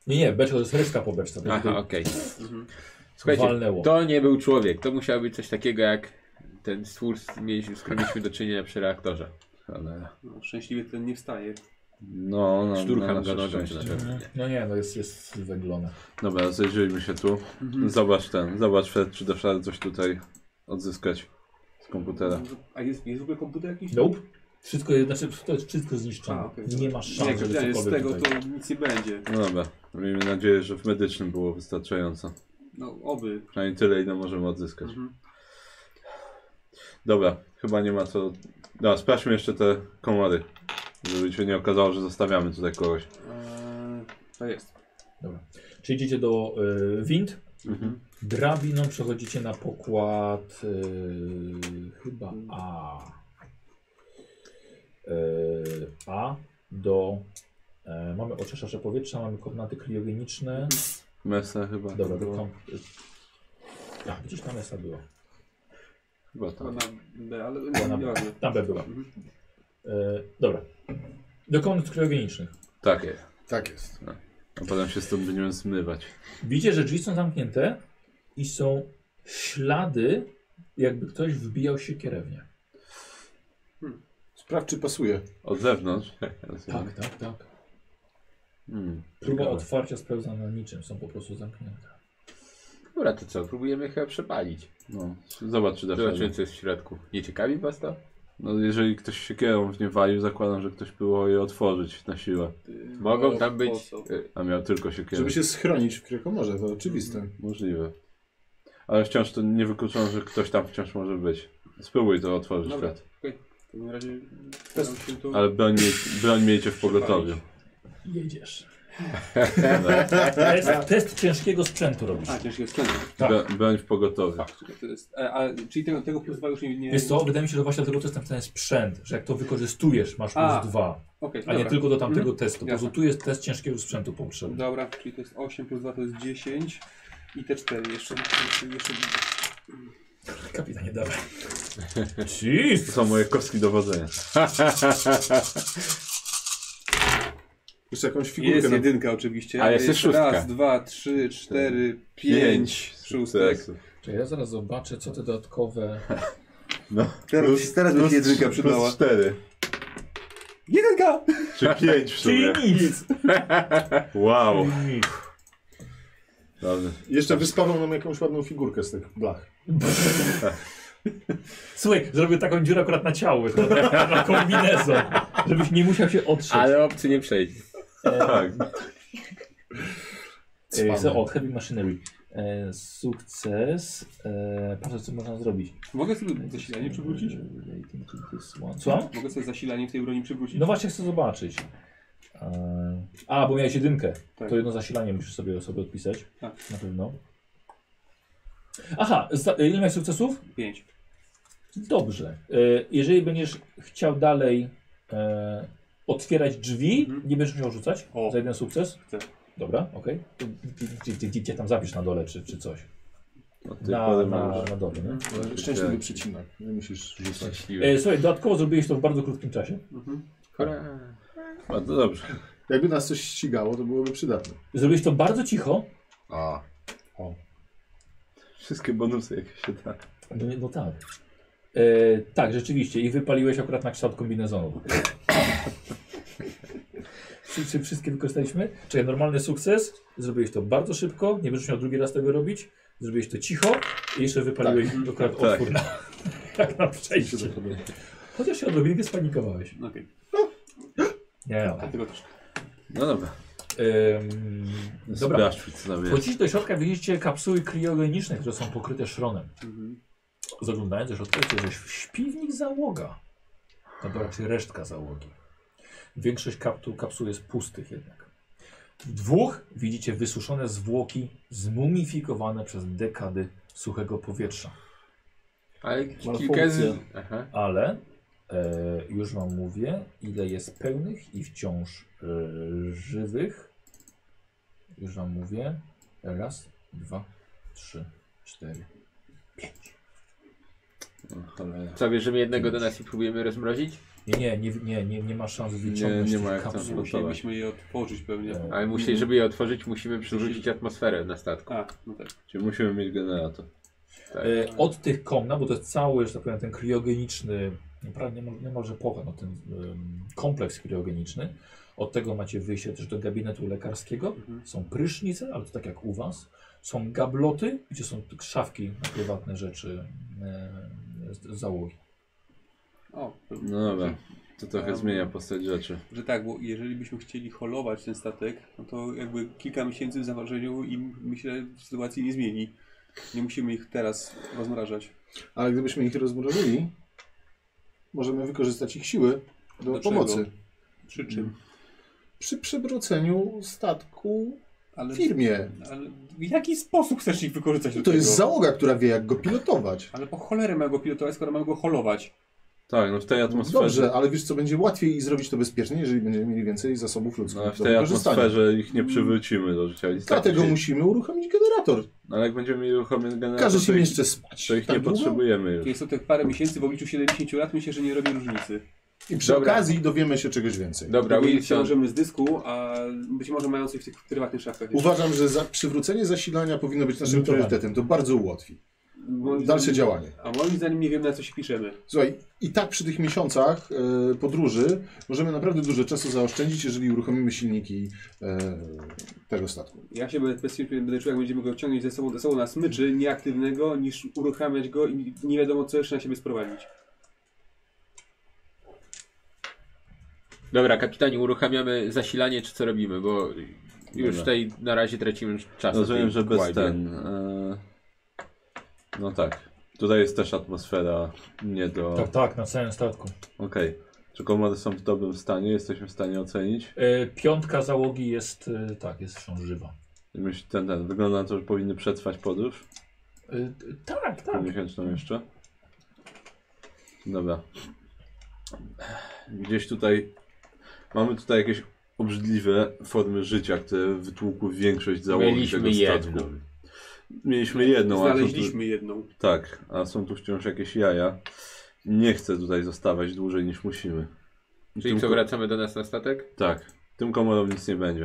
[SPEAKER 1] Nie, nie, beczka to jest reszka po beczce.
[SPEAKER 2] Tak.
[SPEAKER 1] bo
[SPEAKER 3] Aha,
[SPEAKER 1] tutaj
[SPEAKER 3] okej. Mhm. Słuchajcie,
[SPEAKER 1] walnęło.
[SPEAKER 3] to nie był człowiek. To musiało być coś takiego jak ten stwór, z mieliśmy- z którym mieliśmy do czynienia przy reaktorze.
[SPEAKER 2] Ale...
[SPEAKER 5] No, szczęśliwie ten nie wstaje.
[SPEAKER 2] No, no,
[SPEAKER 3] Szturcham
[SPEAKER 2] no,
[SPEAKER 3] go nogą.
[SPEAKER 1] No nie, no jest, jest węglone.
[SPEAKER 2] Dobra, zajrzyjmy się tu.
[SPEAKER 5] Mhm.
[SPEAKER 2] Zobacz ten, zobacz Fred, czy da się coś tutaj odzyskać z komputera.
[SPEAKER 5] A jest, jest w ogóle komputer jakiś?
[SPEAKER 1] Nope. Wszystko, je- znaczy to jest wszystko zniszczone.
[SPEAKER 5] A, okej.
[SPEAKER 1] Nie ma
[SPEAKER 5] Nie,
[SPEAKER 1] szans,
[SPEAKER 5] jak
[SPEAKER 1] żeby
[SPEAKER 5] widziałem, z
[SPEAKER 1] cokolwiek
[SPEAKER 5] tego
[SPEAKER 1] tutaj...
[SPEAKER 5] to nic nie będzie.
[SPEAKER 2] No dobra, miejmy nadzieję, że w medycznym było wystarczająco.
[SPEAKER 5] No, oby.
[SPEAKER 2] Przynajmniej tyle, ile możemy odzyskać.
[SPEAKER 5] Mhm.
[SPEAKER 2] Dobra, chyba nie ma co... No, sprawdźmy jeszcze te komory. Żeby się nie okazało, że zostawiamy tutaj kogoś.
[SPEAKER 5] Eee, to jest.
[SPEAKER 1] Czy idziecie do y, wind? Drabiną przechodzicie na pokład y, chyba A. Y, A do... E, mamy oczyszczacze powietrza, mamy komnaty kriogeniczne.
[SPEAKER 2] Mesa chyba.
[SPEAKER 1] Dobra, do kom... Tak, gdzieś tam mesa była.
[SPEAKER 2] Chyba tak.
[SPEAKER 5] To na B, ale
[SPEAKER 1] Była na
[SPEAKER 5] nie
[SPEAKER 1] B.
[SPEAKER 5] ważne.
[SPEAKER 1] Tam B była.
[SPEAKER 5] Mhm.
[SPEAKER 1] E, dobra. Do komnat kriogenicznych.
[SPEAKER 2] Tak jest.
[SPEAKER 4] Tak jest.
[SPEAKER 2] A potem się stąd będziemy zmywać.
[SPEAKER 1] Widzicie, że drzwi są zamknięte i są ślady, jakby ktoś wbijał się kierownię.
[SPEAKER 6] Sprawdź, czy pasuje.
[SPEAKER 2] Od zewnątrz?
[SPEAKER 1] Tak,
[SPEAKER 5] Mhm.
[SPEAKER 1] tak, tak.
[SPEAKER 2] Hmm,
[SPEAKER 1] Próba
[SPEAKER 2] ciekawe.
[SPEAKER 1] otwarcia spełza na niczym, są po prostu zamknięte.
[SPEAKER 3] Dobra, to co? Próbujemy chyba przepalić.
[SPEAKER 2] No, zobacz, czy da się.
[SPEAKER 3] Zobaczymy, co jest w środku. Nie ciekawi was to?
[SPEAKER 2] No, jeżeli ktoś się kierą w nie walił, zakładam, że ktoś było je otworzyć na siłę,
[SPEAKER 5] Ty-
[SPEAKER 3] Mogą
[SPEAKER 5] no,
[SPEAKER 3] tam
[SPEAKER 5] po
[SPEAKER 3] być...
[SPEAKER 5] co?
[SPEAKER 3] y,
[SPEAKER 2] a miał tylko się kierą.
[SPEAKER 6] Żeby się schronić w Kriokomorze, to oczywiste.
[SPEAKER 2] Możliwe. Ale wciąż to nie wykluczono, że ktoś tam wciąż może być. Spróbuj to otworzyć,
[SPEAKER 5] Dobra.
[SPEAKER 2] Fred.
[SPEAKER 5] W takim razie staram się tu...
[SPEAKER 2] Ale broń, mie broń miejcie w pogotowiu.
[SPEAKER 1] Jedziesz.
[SPEAKER 2] Dobra.
[SPEAKER 1] Test, test ciężkiego sprzętu robisz.
[SPEAKER 5] A, ciężkie skręty.
[SPEAKER 1] Tak.
[SPEAKER 2] Bro- Broń w pogotowiu.
[SPEAKER 5] To jest, e, a, czyli tego, tego plus 2 już nie... nie...
[SPEAKER 1] Wiesz co, wydaje mi się, że właśnie dlatego to jest napisane sprzęt, że jak to wykorzystujesz, masz
[SPEAKER 5] A.
[SPEAKER 1] plus dwa,
[SPEAKER 5] Okej,
[SPEAKER 1] a nie
[SPEAKER 5] dobra.
[SPEAKER 1] tylko do tamtego
[SPEAKER 5] Mhm.
[SPEAKER 1] testu. Po prostu tu jest test ciężkiego sprzętu potrzebny.
[SPEAKER 5] Dobra, czyli to jest 8 plus 2 to jest 10 i te 4 jeszcze. jeszcze, jeszcze...
[SPEAKER 1] Kapitanie, dawaj. Jeez.
[SPEAKER 2] To są moje kostki dowodzenia.
[SPEAKER 6] Jeszcze jakąś figurkę
[SPEAKER 5] Jest
[SPEAKER 6] na...
[SPEAKER 5] jedynka oczywiście.
[SPEAKER 3] A jest szóstka.
[SPEAKER 5] Raz, dwa, trzy, cztery, pięć szóstek.
[SPEAKER 2] sukcesów.
[SPEAKER 1] Czekaj, ja zaraz zobaczę, co te dodatkowe...
[SPEAKER 2] No.
[SPEAKER 5] Teraz- teraz by się jedynka
[SPEAKER 2] plus
[SPEAKER 5] przydała.
[SPEAKER 2] cztery.
[SPEAKER 5] Jedynka!
[SPEAKER 2] Czy pięć w sumie.
[SPEAKER 1] nic!
[SPEAKER 2] Wow. Dobrze.
[SPEAKER 6] Jeszcze wyspawał nam jakąś ładną figurkę z tych blach.
[SPEAKER 1] Słuchaj, zrobię taką dziurę akurat na ciało, na, na kombinezon, żebyś nie musiał się otrzeć.
[SPEAKER 3] Ale obcy nie przejdzie.
[SPEAKER 2] Tak.
[SPEAKER 1] Ej, so, e, o, heavy machinery. E, sukces. E, patrzę, co można zrobić.
[SPEAKER 5] Mogę sobie zasilanie przywrócić?
[SPEAKER 1] Relating to this one. Co?
[SPEAKER 5] Mogę sobie zasilanie w tej broni przywrócić?
[SPEAKER 1] No właśnie chcę zobaczyć. E, a, bo miałeś jedynkę.
[SPEAKER 5] Tak.
[SPEAKER 1] To jedno zasilanie musisz sobie, sobie odpisać.
[SPEAKER 5] Tak.
[SPEAKER 1] Na pewno. Aha, za, ile miałeś sukcesów?
[SPEAKER 5] 5.
[SPEAKER 1] Dobrze. E, jeżeli będziesz chciał dalej e, otwierać drzwi,
[SPEAKER 5] Mhm.
[SPEAKER 1] nie będziesz musiał rzucać
[SPEAKER 5] O.
[SPEAKER 1] za jeden sukces?
[SPEAKER 5] Chcę. Dobra.
[SPEAKER 1] Dobra, okej. To Gdzie, gdzie, gdzie, gdzie tam zapisz na dole czy, czy coś?
[SPEAKER 2] No, ty
[SPEAKER 1] Na,
[SPEAKER 2] potem
[SPEAKER 1] na,
[SPEAKER 2] możesz.
[SPEAKER 1] na dole, nie?
[SPEAKER 5] Mhm.
[SPEAKER 6] No, Szczęśliwy przycinek. Nie musisz rzucać.
[SPEAKER 3] Szczęśliwy.
[SPEAKER 1] E, słuchaj, dodatkowo zrobiłeś to w bardzo krótkim czasie.
[SPEAKER 5] Mhm.
[SPEAKER 3] Hurra.
[SPEAKER 2] Bardzo dobrze.
[SPEAKER 6] Jakby nas coś ścigało, to byłoby przydatne.
[SPEAKER 1] Zrobiłeś to bardzo cicho.
[SPEAKER 6] A.
[SPEAKER 2] Wszystkie bonusy, jakie się da.
[SPEAKER 1] No, nie- no tak. E, tak, rzeczywiście. I wypaliłeś akurat na kształt kombinezonu. czy, czy wszystkie wykorzystaliśmy? Czekaj, normalny sukces. Zrobiłeś to bardzo szybko. Nie będziesz miał drugi raz tego robić. Zrobiłeś to cicho i jeszcze wypaliłeś akurat
[SPEAKER 2] Tak.
[SPEAKER 1] otwór na, tak na przejście. Chociaż się odrobinkę spanikowałeś.
[SPEAKER 5] Okej,
[SPEAKER 1] Nie, no.
[SPEAKER 5] dlatego też.
[SPEAKER 2] No dobra.
[SPEAKER 1] Ym, dobra.
[SPEAKER 2] Sprawdźmy, co tam jest.
[SPEAKER 1] Wchodzicie do środka, widzicie kapsuły kriogeniczne, które są pokryte szronem.
[SPEAKER 5] Mhm.
[SPEAKER 1] Zaglądając do środka, widzicie, że śpiwnik załoga. To była raczej resztka załogi. Większość kaptu, kapsuł jest pustych jednak. W dwóch widzicie wysuszone zwłoki zmumifikowane przez dekady suchego powietrza.
[SPEAKER 3] Ale kilka
[SPEAKER 6] funkcję.
[SPEAKER 3] z... Aha.
[SPEAKER 1] Ale e, już wam mówię, ile jest pełnych i wciąż e, żywych. Już wam mówię. Raz, dwa, trzy, cztery.
[SPEAKER 2] O, cholera. No,
[SPEAKER 3] Co, bierzemy jednego do nas i próbujemy rozmrozić?
[SPEAKER 1] Nie, nie, nie, nie, nie, nie ma szans wyciągnąć
[SPEAKER 2] nie
[SPEAKER 1] tych
[SPEAKER 2] ma jak tam
[SPEAKER 1] kapsuł.
[SPEAKER 2] zmontować.
[SPEAKER 5] Musielibyśmy je otworzyć pewnie.
[SPEAKER 1] Tak.
[SPEAKER 3] Ale
[SPEAKER 2] Mhm.
[SPEAKER 3] musi, żeby je otworzyć, musimy przywrócić atmosferę na statku.
[SPEAKER 5] A, no tak.
[SPEAKER 2] Czyli musimy mieć generator.
[SPEAKER 1] E, Od tych komnat, bo to jest cały, że tak powiem, ten kriogeniczny, prawie niemal- niemalże połowę, no ten em, kompleks kriogeniczny. Od tego macie wyjście też do gabinetu lekarskiego.
[SPEAKER 5] Mhm.
[SPEAKER 1] Są prysznice, ale to tak jak u was. Są gabloty, gdzie są t- szafki na prywatne rzeczy e, z- z załogi.
[SPEAKER 5] O, to,
[SPEAKER 2] No dobra, to trochę
[SPEAKER 5] Em.
[SPEAKER 2] zmienia postać rzeczy.
[SPEAKER 5] Że tak, bo jeżeli byśmy chcieli holować ten statek, no to jakby kilka miesięcy w zaważeniu im myślę sytuacji nie zmieni. Nie musimy ich teraz rozmrażać.
[SPEAKER 6] Ale gdybyśmy ich rozmrożyli, możemy wykorzystać ich siły do,
[SPEAKER 5] Do
[SPEAKER 6] pomocy.
[SPEAKER 5] czego? Przy czym?
[SPEAKER 6] Przy przywróceniu statku
[SPEAKER 5] Ale,
[SPEAKER 6] firmie.
[SPEAKER 5] ale w jaki sposób chcesz ich wykorzystać do
[SPEAKER 6] To
[SPEAKER 5] tego?
[SPEAKER 6] jest załoga, która wie jak go pilotować.
[SPEAKER 5] Ale po cholerę mamy go pilotować, skoro mamy go holować.
[SPEAKER 2] Tak, no w tej atmosferze.
[SPEAKER 6] Dobrze, ale wiesz co, będzie łatwiej i zrobić to bezpiecznie, jeżeli będziemy mieli więcej zasobów ludzkich
[SPEAKER 2] No, w
[SPEAKER 6] do
[SPEAKER 2] tej
[SPEAKER 6] wykorzystania.
[SPEAKER 2] atmosferze ich nie przywrócimy do życia. I tak
[SPEAKER 6] Dlatego
[SPEAKER 2] się-
[SPEAKER 6] musimy uruchomić generator.
[SPEAKER 2] Ale jak będziemy mieli uruchomiony generator,
[SPEAKER 6] Każe
[SPEAKER 2] No, to
[SPEAKER 6] się
[SPEAKER 2] ich,
[SPEAKER 6] jeszcze spać.
[SPEAKER 2] to ich
[SPEAKER 6] tak
[SPEAKER 2] nie
[SPEAKER 6] długo?
[SPEAKER 2] potrzebujemy już.
[SPEAKER 5] Jest to tych parę miesięcy w obliczu 70 lat, myślę, że nie robi różnicy.
[SPEAKER 6] I przy
[SPEAKER 3] Dobra.
[SPEAKER 6] okazji dowiemy się czegoś więcej.
[SPEAKER 3] Dobra,
[SPEAKER 5] Dowiedzieć się
[SPEAKER 3] Wilson.
[SPEAKER 5] możemy z dysku, a być może mają coś w tych prywatnych szafkach. jeszcze.
[SPEAKER 6] Uważam, że za przywrócenie zasilania powinno być naszym
[SPEAKER 1] Zdecydowanie.
[SPEAKER 6] priorytetem. To bardzo ułatwi.
[SPEAKER 5] Moim
[SPEAKER 6] Dalsze
[SPEAKER 5] zdaniem-
[SPEAKER 6] działanie.
[SPEAKER 5] A moim zdaniem nie wiem na co się piszemy.
[SPEAKER 6] Słuchaj, i tak przy tych miesiącach e, podróży możemy naprawdę dużo czasu zaoszczędzić, jeżeli uruchomimy silniki e, tego statku.
[SPEAKER 5] Ja się będę, bezpiecznie będę czuł, jak będziemy go ciągnąć ze sobą, ze sobą na smyczy nieaktywnego, niż uruchamiać go i nie wiadomo co jeszcze na siebie sprowadzić.
[SPEAKER 3] Dobra, kapitanie, uruchamiamy zasilanie, czy co robimy, bo już
[SPEAKER 2] Dobra.
[SPEAKER 3] tutaj na razie tracimy czas. na
[SPEAKER 2] Rozumiem,
[SPEAKER 3] tej
[SPEAKER 2] że bez
[SPEAKER 3] kłajbie.
[SPEAKER 2] ten. E... No tak. Tutaj jest też atmosfera nie do.
[SPEAKER 1] Tak, tak, na całym statku.
[SPEAKER 2] Okej. Czy komody są w dobrym stanie? Jesteśmy w stanie ocenić?
[SPEAKER 1] E, piątka załogi jest, e, tak, jest wciąż żywa.
[SPEAKER 2] Myślę, ten, ten. Wygląda na to, że powinny przetrwać podróż.
[SPEAKER 1] E, t- tak, tak.
[SPEAKER 2] miesięczną jeszcze. Dobra. Gdzieś tutaj mamy tutaj jakieś obrzydliwe formy życia, które wytłukły większość załogi
[SPEAKER 3] Mieliśmy
[SPEAKER 2] tego statku.
[SPEAKER 3] jedną.
[SPEAKER 2] Mieliśmy jedną, No, a są tu,
[SPEAKER 5] Znaleźliśmy jedną.
[SPEAKER 2] tak, a są tu wciąż jakieś jaja. Nie chcę tutaj zostawać dłużej niż musimy.
[SPEAKER 3] Czyli
[SPEAKER 2] Tym
[SPEAKER 3] co,
[SPEAKER 2] ko-
[SPEAKER 3] wracamy do nas na statek?
[SPEAKER 2] Tak, tym komorom nic nie będzie.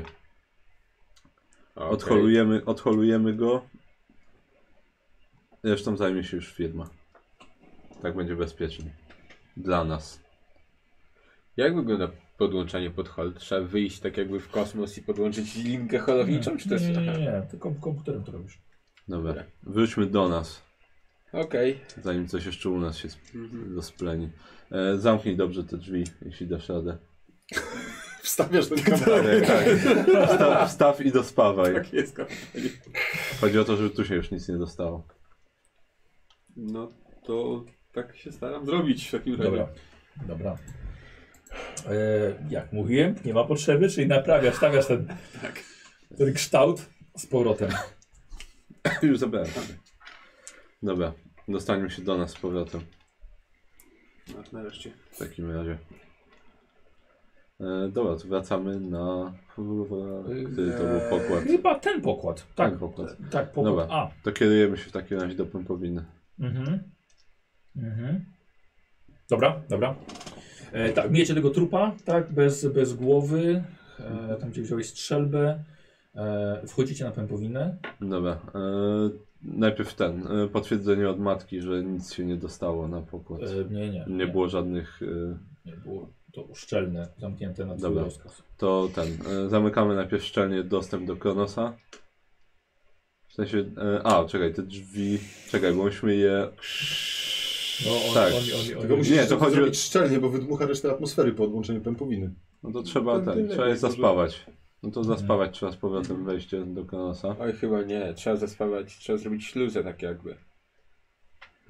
[SPEAKER 3] Okej.
[SPEAKER 2] Odholujemy, odholujemy go. Zresztą zajmie się już firma. Tak będzie bezpiecznie. Dla nas.
[SPEAKER 3] Jak wygląda podłączanie pod hol? Trzeba wyjść tak jakby w kosmos i podłączyć linkę holowniczą, czy też...
[SPEAKER 1] Nie, nie, nie,
[SPEAKER 3] Aha.
[SPEAKER 1] nie. tylko komputerem to robisz.
[SPEAKER 2] Dobra. Wróćmy do nas,
[SPEAKER 3] Okej.
[SPEAKER 2] zanim coś jeszcze u nas się sp-
[SPEAKER 5] Mhm.
[SPEAKER 2] rozpleni. E, zamknij dobrze te drzwi, jeśli dasz radę.
[SPEAKER 6] Wstawiasz ten kamerę.
[SPEAKER 2] Tak, tak. Wstaw, wstaw i dospawaj.
[SPEAKER 5] Tak jest. kochani.
[SPEAKER 2] Chodzi o to, żeby tu się już nic nie dostało.
[SPEAKER 5] No to tak się staram zrobić w takim razie.
[SPEAKER 1] Dobra. Dobra. E, jak mówiłem, nie ma potrzeby, czyli naprawiasz, stawiasz ten,
[SPEAKER 2] Tak.
[SPEAKER 1] ten kształt z powrotem.
[SPEAKER 2] Już zabrałem. Dobra. Dostańmy się do nas z powrotem.
[SPEAKER 5] No, nareszcie.
[SPEAKER 2] W takim razie. E, dobra, to wracamy na. Który to był pokład?
[SPEAKER 1] Chyba ten pokład. Tak,
[SPEAKER 2] Ten pokład.
[SPEAKER 1] tak pokład
[SPEAKER 2] Dobra.
[SPEAKER 1] A.
[SPEAKER 2] To kierujemy się w takim razie do pępowiny.
[SPEAKER 1] Mhm. Mhm. Dobra, dobra. E, tak, mijecie tego trupa, tak, bez, bez głowy, e, tam gdzie wziąłeś strzelbę. E, wchodzicie na pępowinę.
[SPEAKER 2] Dobra. E, najpierw ten. E, potwierdzenie od matki, że nic się nie dostało na pokład.
[SPEAKER 1] E, nie, nie.
[SPEAKER 2] Nie było żadnych. E,
[SPEAKER 1] Nie było to uszczelne, zamknięte na twój
[SPEAKER 2] Dobra.
[SPEAKER 1] rozkaz.
[SPEAKER 2] to ten. E, zamykamy najpierw szczelnie dostęp do Kronosa. W sensie. E, a, czekaj, te drzwi. Czekaj, bo myśmy je.
[SPEAKER 1] No, on,
[SPEAKER 2] tak.
[SPEAKER 1] oni- oni- oni-
[SPEAKER 6] Tylko musisz
[SPEAKER 2] Nie,
[SPEAKER 6] nie,
[SPEAKER 2] to chodzi o-
[SPEAKER 6] zrobić szczelnie, bo wydmucha resztę atmosfery po odłączeniu pępowiny.
[SPEAKER 2] No to trzeba
[SPEAKER 6] To
[SPEAKER 2] ten.
[SPEAKER 6] tyle Mhm.
[SPEAKER 2] Trzeba je
[SPEAKER 6] może.
[SPEAKER 2] zaspawać. No
[SPEAKER 1] Mhm.
[SPEAKER 2] to zaspawać trzeba z powrotem wejście do
[SPEAKER 6] Tak,
[SPEAKER 2] Kronosa.
[SPEAKER 3] Oj, chyba nie. Trzeba zaspawać, trzeba zrobić śluzę tak jakby.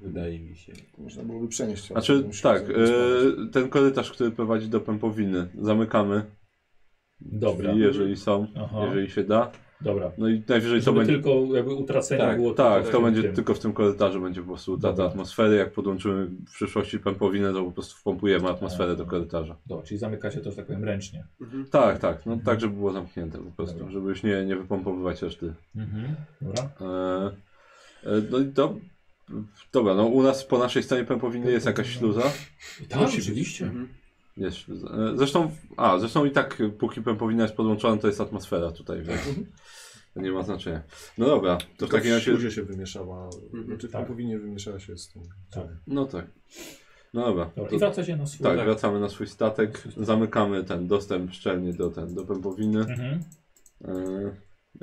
[SPEAKER 3] Wydaje mi się.
[SPEAKER 6] Można byłoby przenieść. ale
[SPEAKER 2] Znaczy,
[SPEAKER 6] musimy
[SPEAKER 2] tak,
[SPEAKER 6] sobie
[SPEAKER 2] e, ten korytarz, który prowadzi do pępowiny, zamykamy
[SPEAKER 1] Dobra,
[SPEAKER 2] drzwi, jeżeli są,
[SPEAKER 1] Aha.
[SPEAKER 2] jeżeli się da.
[SPEAKER 1] dobra.
[SPEAKER 2] No i najwyżej to
[SPEAKER 1] Żeby
[SPEAKER 2] będzie...
[SPEAKER 1] tylko jakby utracenie
[SPEAKER 2] Tak,
[SPEAKER 1] było
[SPEAKER 2] tak,
[SPEAKER 1] tylko
[SPEAKER 2] to
[SPEAKER 1] tym-
[SPEAKER 2] będzie
[SPEAKER 1] tym.
[SPEAKER 2] tylko w tym korytarzu będzie po prostu
[SPEAKER 1] Dobra.
[SPEAKER 2] data atmosfery. Jak podłączymy w przyszłości pępowinę, to po prostu wpompujemy atmosferę do korytarza.
[SPEAKER 1] Dobra, czyli zamykacie to, że tak powiem, ręcznie.
[SPEAKER 5] Mhm.
[SPEAKER 2] Tak, tak, no tak, żeby było zamknięte po prostu,
[SPEAKER 1] Dobra.
[SPEAKER 2] żeby już nie, nie wypompowywać reszty.
[SPEAKER 1] Mhm. Dobra.
[SPEAKER 2] E, e, no i to... Dobra, no u nas po naszej stronie pępowiny jest jakaś śluza.
[SPEAKER 1] Tak, oczywiście.
[SPEAKER 5] Mhm.
[SPEAKER 2] Wiesz, z- e, zresztą, a, zresztą i tak e, póki PEM powinna jest podłączona, to jest atmosfera tutaj, więc to nie ma znaczenia. No dobra, to w
[SPEAKER 4] Tylko
[SPEAKER 2] takim
[SPEAKER 4] w
[SPEAKER 2] razie...
[SPEAKER 4] śluzie się wymieszała,
[SPEAKER 5] Mhm,
[SPEAKER 4] znaczy w
[SPEAKER 7] tak.
[SPEAKER 4] powinien wymieszała się z tym.
[SPEAKER 2] No tak. No dobra.
[SPEAKER 7] Dobra,
[SPEAKER 2] to-
[SPEAKER 7] I wraca się na swój.
[SPEAKER 2] tak, wracamy na swój statek, zamykamy ten dostęp szczelnie do ten, do pępowiny.
[SPEAKER 7] Mhm.
[SPEAKER 2] Yy,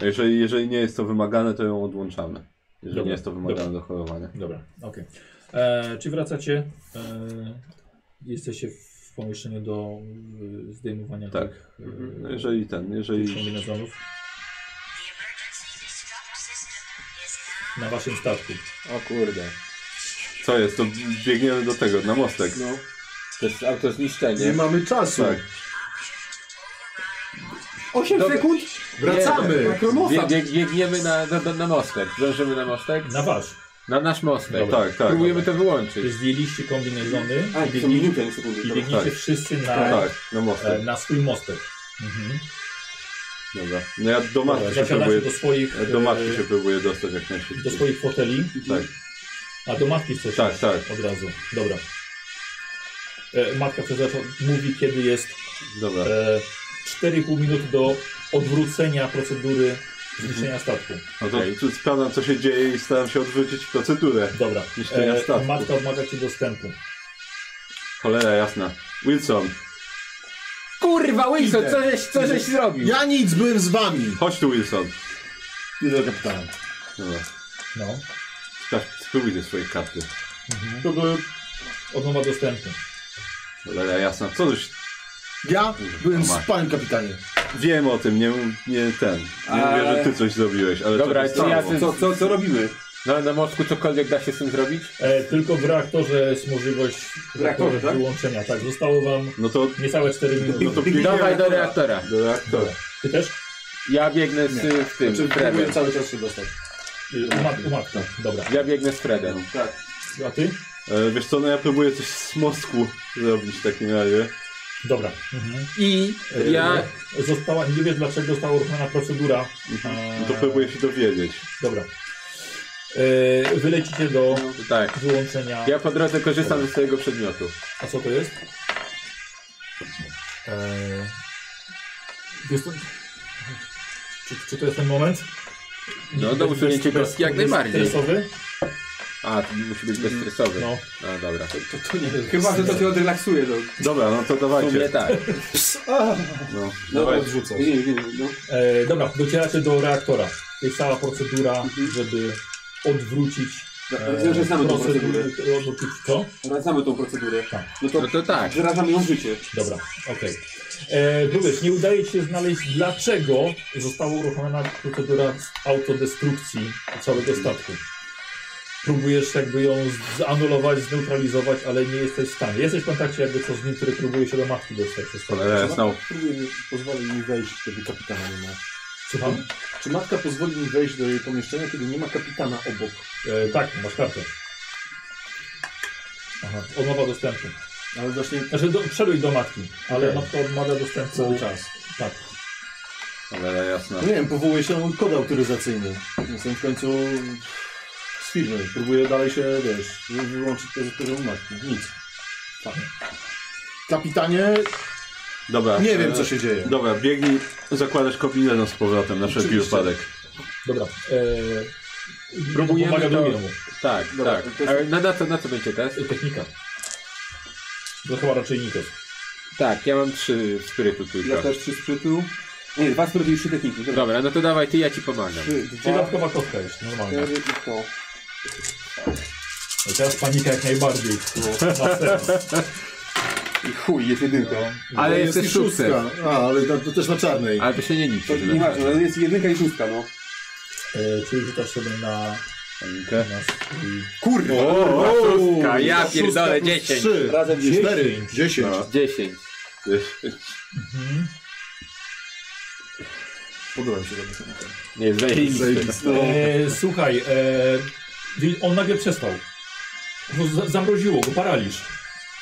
[SPEAKER 2] a Jeżeli, jeżeli nie jest to wymagane, to ją odłączamy. Jeżeli
[SPEAKER 7] Dobra,
[SPEAKER 2] nie jest to wymagane do chorowania.
[SPEAKER 7] Dobra, okej. E, Czy wracacie? E, jesteście w pomieszczeniu do e, zdejmowania
[SPEAKER 2] Tak.
[SPEAKER 7] tych,
[SPEAKER 2] No
[SPEAKER 7] e,
[SPEAKER 2] jeżeli ten,
[SPEAKER 7] tych
[SPEAKER 2] jeżeli...
[SPEAKER 7] kombinezonów na waszym statku.
[SPEAKER 3] O kurde.
[SPEAKER 2] Co jest, to biegniemy do tego, na mostek.
[SPEAKER 3] No. To jest auto zniszczenie.
[SPEAKER 4] Nie mamy czasu!
[SPEAKER 2] Tak.
[SPEAKER 5] 8
[SPEAKER 3] Dobra.
[SPEAKER 5] sekund?
[SPEAKER 4] Wracamy!
[SPEAKER 5] Kronosa!
[SPEAKER 3] Bieg, bieg, biegniemy na, na, na, na mostek. Zdążymy na No mostek.
[SPEAKER 7] Na wasz.
[SPEAKER 3] Na nasz mostek.
[SPEAKER 2] Dobra. Tak, tak.
[SPEAKER 3] Próbujemy to
[SPEAKER 7] Czyli
[SPEAKER 3] wyłączyć.
[SPEAKER 7] zdjęliście kombinezony
[SPEAKER 5] A,
[SPEAKER 7] i
[SPEAKER 5] to
[SPEAKER 7] biegnie-
[SPEAKER 5] minutę, nie sekundę.
[SPEAKER 7] i
[SPEAKER 5] Dobra.
[SPEAKER 7] biegniecie
[SPEAKER 2] Tak.
[SPEAKER 7] wszyscy na,
[SPEAKER 2] Tak, na mostek.
[SPEAKER 7] e, na swój mostek. Mhm.
[SPEAKER 2] Dobra. No ja do matki się próbuję,
[SPEAKER 7] Zasiadacie do swoich,
[SPEAKER 2] do
[SPEAKER 7] e,
[SPEAKER 2] matki się próbuję dostać jak
[SPEAKER 7] do
[SPEAKER 2] najszybciej.
[SPEAKER 7] swoich foteli.
[SPEAKER 2] Tak,
[SPEAKER 7] A do matki chcesz?
[SPEAKER 2] tak, tak.
[SPEAKER 7] Od razu. Dobra. E, matka przepraszam, mówi, kiedy jest
[SPEAKER 2] Dobra.
[SPEAKER 7] e, 4,5 minut do odwrócenia procedury zniszczenia statku.
[SPEAKER 2] No to tu sprawdzam co się dzieje i staram się odwrócić procedurę.
[SPEAKER 7] Dobra. E,
[SPEAKER 2] Zniszczenia statku.
[SPEAKER 7] matka odmawia ci dostępu.
[SPEAKER 2] Cholera jasna. Wilson,
[SPEAKER 3] Kurwa, Wilson, co żeś, co żeś zrobił?
[SPEAKER 4] Ja nic byłem z wami!
[SPEAKER 2] chodź tu Wilson.
[SPEAKER 4] Idę do kapitana.
[SPEAKER 2] Dobra.
[SPEAKER 7] No.
[SPEAKER 2] Tak, spróbuj te swoje karty.
[SPEAKER 7] Odmowa dostępu.
[SPEAKER 2] Cholera jasna. Co już
[SPEAKER 3] No
[SPEAKER 4] Ja byłem
[SPEAKER 2] Mama.
[SPEAKER 4] z panem kapitanie.
[SPEAKER 2] wiem o tym, nie, nie ten. Nie
[SPEAKER 5] Ale-
[SPEAKER 2] mówię, że ty coś zrobiłeś, ale
[SPEAKER 3] Dobra,
[SPEAKER 2] to
[SPEAKER 3] to ja
[SPEAKER 2] samo.
[SPEAKER 3] ty-
[SPEAKER 5] Co, co, co robimy?
[SPEAKER 3] Na, na mostku cokolwiek da się z tym zrobić?
[SPEAKER 7] E, tylko w reaktorze jest możliwość
[SPEAKER 5] W reaktorze, tak?
[SPEAKER 7] wyłączenia. Tak, zostało wam
[SPEAKER 2] No to,
[SPEAKER 7] niecałe 4
[SPEAKER 2] no
[SPEAKER 7] minuty.
[SPEAKER 2] to biegniemy
[SPEAKER 3] Dawaj do reaktora.
[SPEAKER 2] do reaktora.
[SPEAKER 7] Ty też?
[SPEAKER 3] Ja biegnę z y, w tym,
[SPEAKER 4] Znaczy,
[SPEAKER 3] z Fredem.
[SPEAKER 4] próbuję cały czas się dostać.
[SPEAKER 7] Y, U, mat, u matka. Dobra.
[SPEAKER 3] Ja biegnę z Fredem.
[SPEAKER 7] A ty?
[SPEAKER 2] E, wiesz co, no ja próbuję coś z mostku zrobić w takim razie.
[SPEAKER 7] Dobra. Mhm.
[SPEAKER 3] I
[SPEAKER 7] E,
[SPEAKER 3] ja...
[SPEAKER 7] Została, nie wiesz dlaczego została uruchomiona procedura.
[SPEAKER 2] No to
[SPEAKER 7] E,
[SPEAKER 2] próbuję się dowiedzieć.
[SPEAKER 7] Dobra. E, wylecicie do
[SPEAKER 3] Tak.
[SPEAKER 7] wyłączenia.
[SPEAKER 3] Ja po drodze korzystam ze swojego przedmiotu.
[SPEAKER 7] A co to jest? Eee, wiesz co? Czy, czy to jest ten moment?
[SPEAKER 3] No, do usunięcia kostki jak najbardziej.
[SPEAKER 7] Stresowy?
[SPEAKER 3] A, to musi być bezstresowy.
[SPEAKER 7] No.
[SPEAKER 3] A, dobra.
[SPEAKER 5] Chyba, że to cię odrelaksuje. No.
[SPEAKER 2] Dobra, no to
[SPEAKER 3] W sumie
[SPEAKER 2] dawajcie.
[SPEAKER 3] tak.
[SPEAKER 2] No,
[SPEAKER 5] No,
[SPEAKER 2] dawaj.
[SPEAKER 5] odrzucę. Nie, nie, nie. No.
[SPEAKER 7] Eee, dobra, docieracie do reaktora. To jest cała procedura, żeby odwrócić e,
[SPEAKER 5] Ale
[SPEAKER 7] Eee,
[SPEAKER 5] Rozumiem, że znamy Mhm. tą procedurę.
[SPEAKER 7] Odwrócić co?
[SPEAKER 5] Teraz Znamy tą procedurę.
[SPEAKER 7] Tak.
[SPEAKER 5] No to
[SPEAKER 3] No to tak.
[SPEAKER 5] wyrażamy ją w życie.
[SPEAKER 7] Dobra, okej. E, Również nie udaje ci się znaleźć, dlaczego została uruchomiona procedura autodestrukcji całego statku. Próbujesz jakby ją zanulować, zneutralizować, ale nie jesteś w stanie. Jesteś w kontakcie jakby co z nim, który próbuje się do matki dostać przez to.
[SPEAKER 2] Cholera jasna.
[SPEAKER 4] Próbuję pozwolić mi wejść, kiedy kapitana nie ma.
[SPEAKER 7] Słucham?
[SPEAKER 4] Czy matka pozwoli mi wejść do jej pomieszczenia, kiedy nie ma kapitana obok?
[SPEAKER 7] E, tak, masz kartę. Aha, odmowa dostępu.
[SPEAKER 4] Ale właśnie
[SPEAKER 7] Znaczy, do, wszedłeś do matki, ale matka odmawia dostępu.
[SPEAKER 4] cały czas.
[SPEAKER 7] Tak.
[SPEAKER 2] Cholera jasna.
[SPEAKER 4] No nie wiem, powołuję się na mój kod autoryzacyjny. Jestem w końcu z firmy. Próbuję dalej się, wiesz, wy- wyłączyć to z którego matki. Nic. Tak. Kapitanie,
[SPEAKER 2] Dobra.
[SPEAKER 4] nie
[SPEAKER 2] e,
[SPEAKER 4] wiem co się dzieje.
[SPEAKER 2] Dobra, biegnij, zakładasz kombinezon z powrotem na wszelki
[SPEAKER 4] Oczywiście.
[SPEAKER 2] wypadek.
[SPEAKER 7] Dobra. E,
[SPEAKER 3] Próbujemy
[SPEAKER 7] pomaga
[SPEAKER 3] to-
[SPEAKER 7] drugiemu.
[SPEAKER 3] Tak,
[SPEAKER 5] Dobra,
[SPEAKER 3] tak.
[SPEAKER 5] to jest-
[SPEAKER 3] Ale na, na, co, na co będzie test?
[SPEAKER 7] Technika. To chyba raczej Nikos.
[SPEAKER 3] Tak, ja mam trzy spirytu tylko.
[SPEAKER 2] Tak.
[SPEAKER 5] Ja też trzy sprytu. Nie, dwa spryty i trzy techniki. Dobra.
[SPEAKER 3] Dobra, no to dawaj ty, ja ci pomagam.
[SPEAKER 5] Trzy,
[SPEAKER 7] Czyli
[SPEAKER 5] dwa,
[SPEAKER 7] dodatkowa kostka jest, normalnie.
[SPEAKER 5] cztery i to.
[SPEAKER 7] A teraz panika jak najbardziej. Na serio.
[SPEAKER 5] I chuj, jest jedynka.
[SPEAKER 3] Ale
[SPEAKER 4] Jest
[SPEAKER 3] jesteś
[SPEAKER 4] i
[SPEAKER 3] szósty.
[SPEAKER 4] A, ale to, to też na czarnej.
[SPEAKER 3] Ale to się nie liczy.
[SPEAKER 5] To nie ważne, ale jest jedynka i szóstka, no.
[SPEAKER 7] E, czyli rzucasz sobie na...
[SPEAKER 2] Panikę.
[SPEAKER 7] na swój...
[SPEAKER 5] Kurwa!
[SPEAKER 3] Szóstka, ja
[SPEAKER 4] Szóstka
[SPEAKER 3] pierdolę,
[SPEAKER 4] plus
[SPEAKER 3] 10.
[SPEAKER 4] trzy,
[SPEAKER 5] Razem dziesięć.
[SPEAKER 4] Cztery, dziesięć.
[SPEAKER 2] No.
[SPEAKER 3] 10.
[SPEAKER 4] Podoba mi się to.
[SPEAKER 3] Nie, zajebiste.
[SPEAKER 2] No.
[SPEAKER 7] E, słuchaj, e, wi- on nagle przestał. No, za- zamroziło go, paraliż.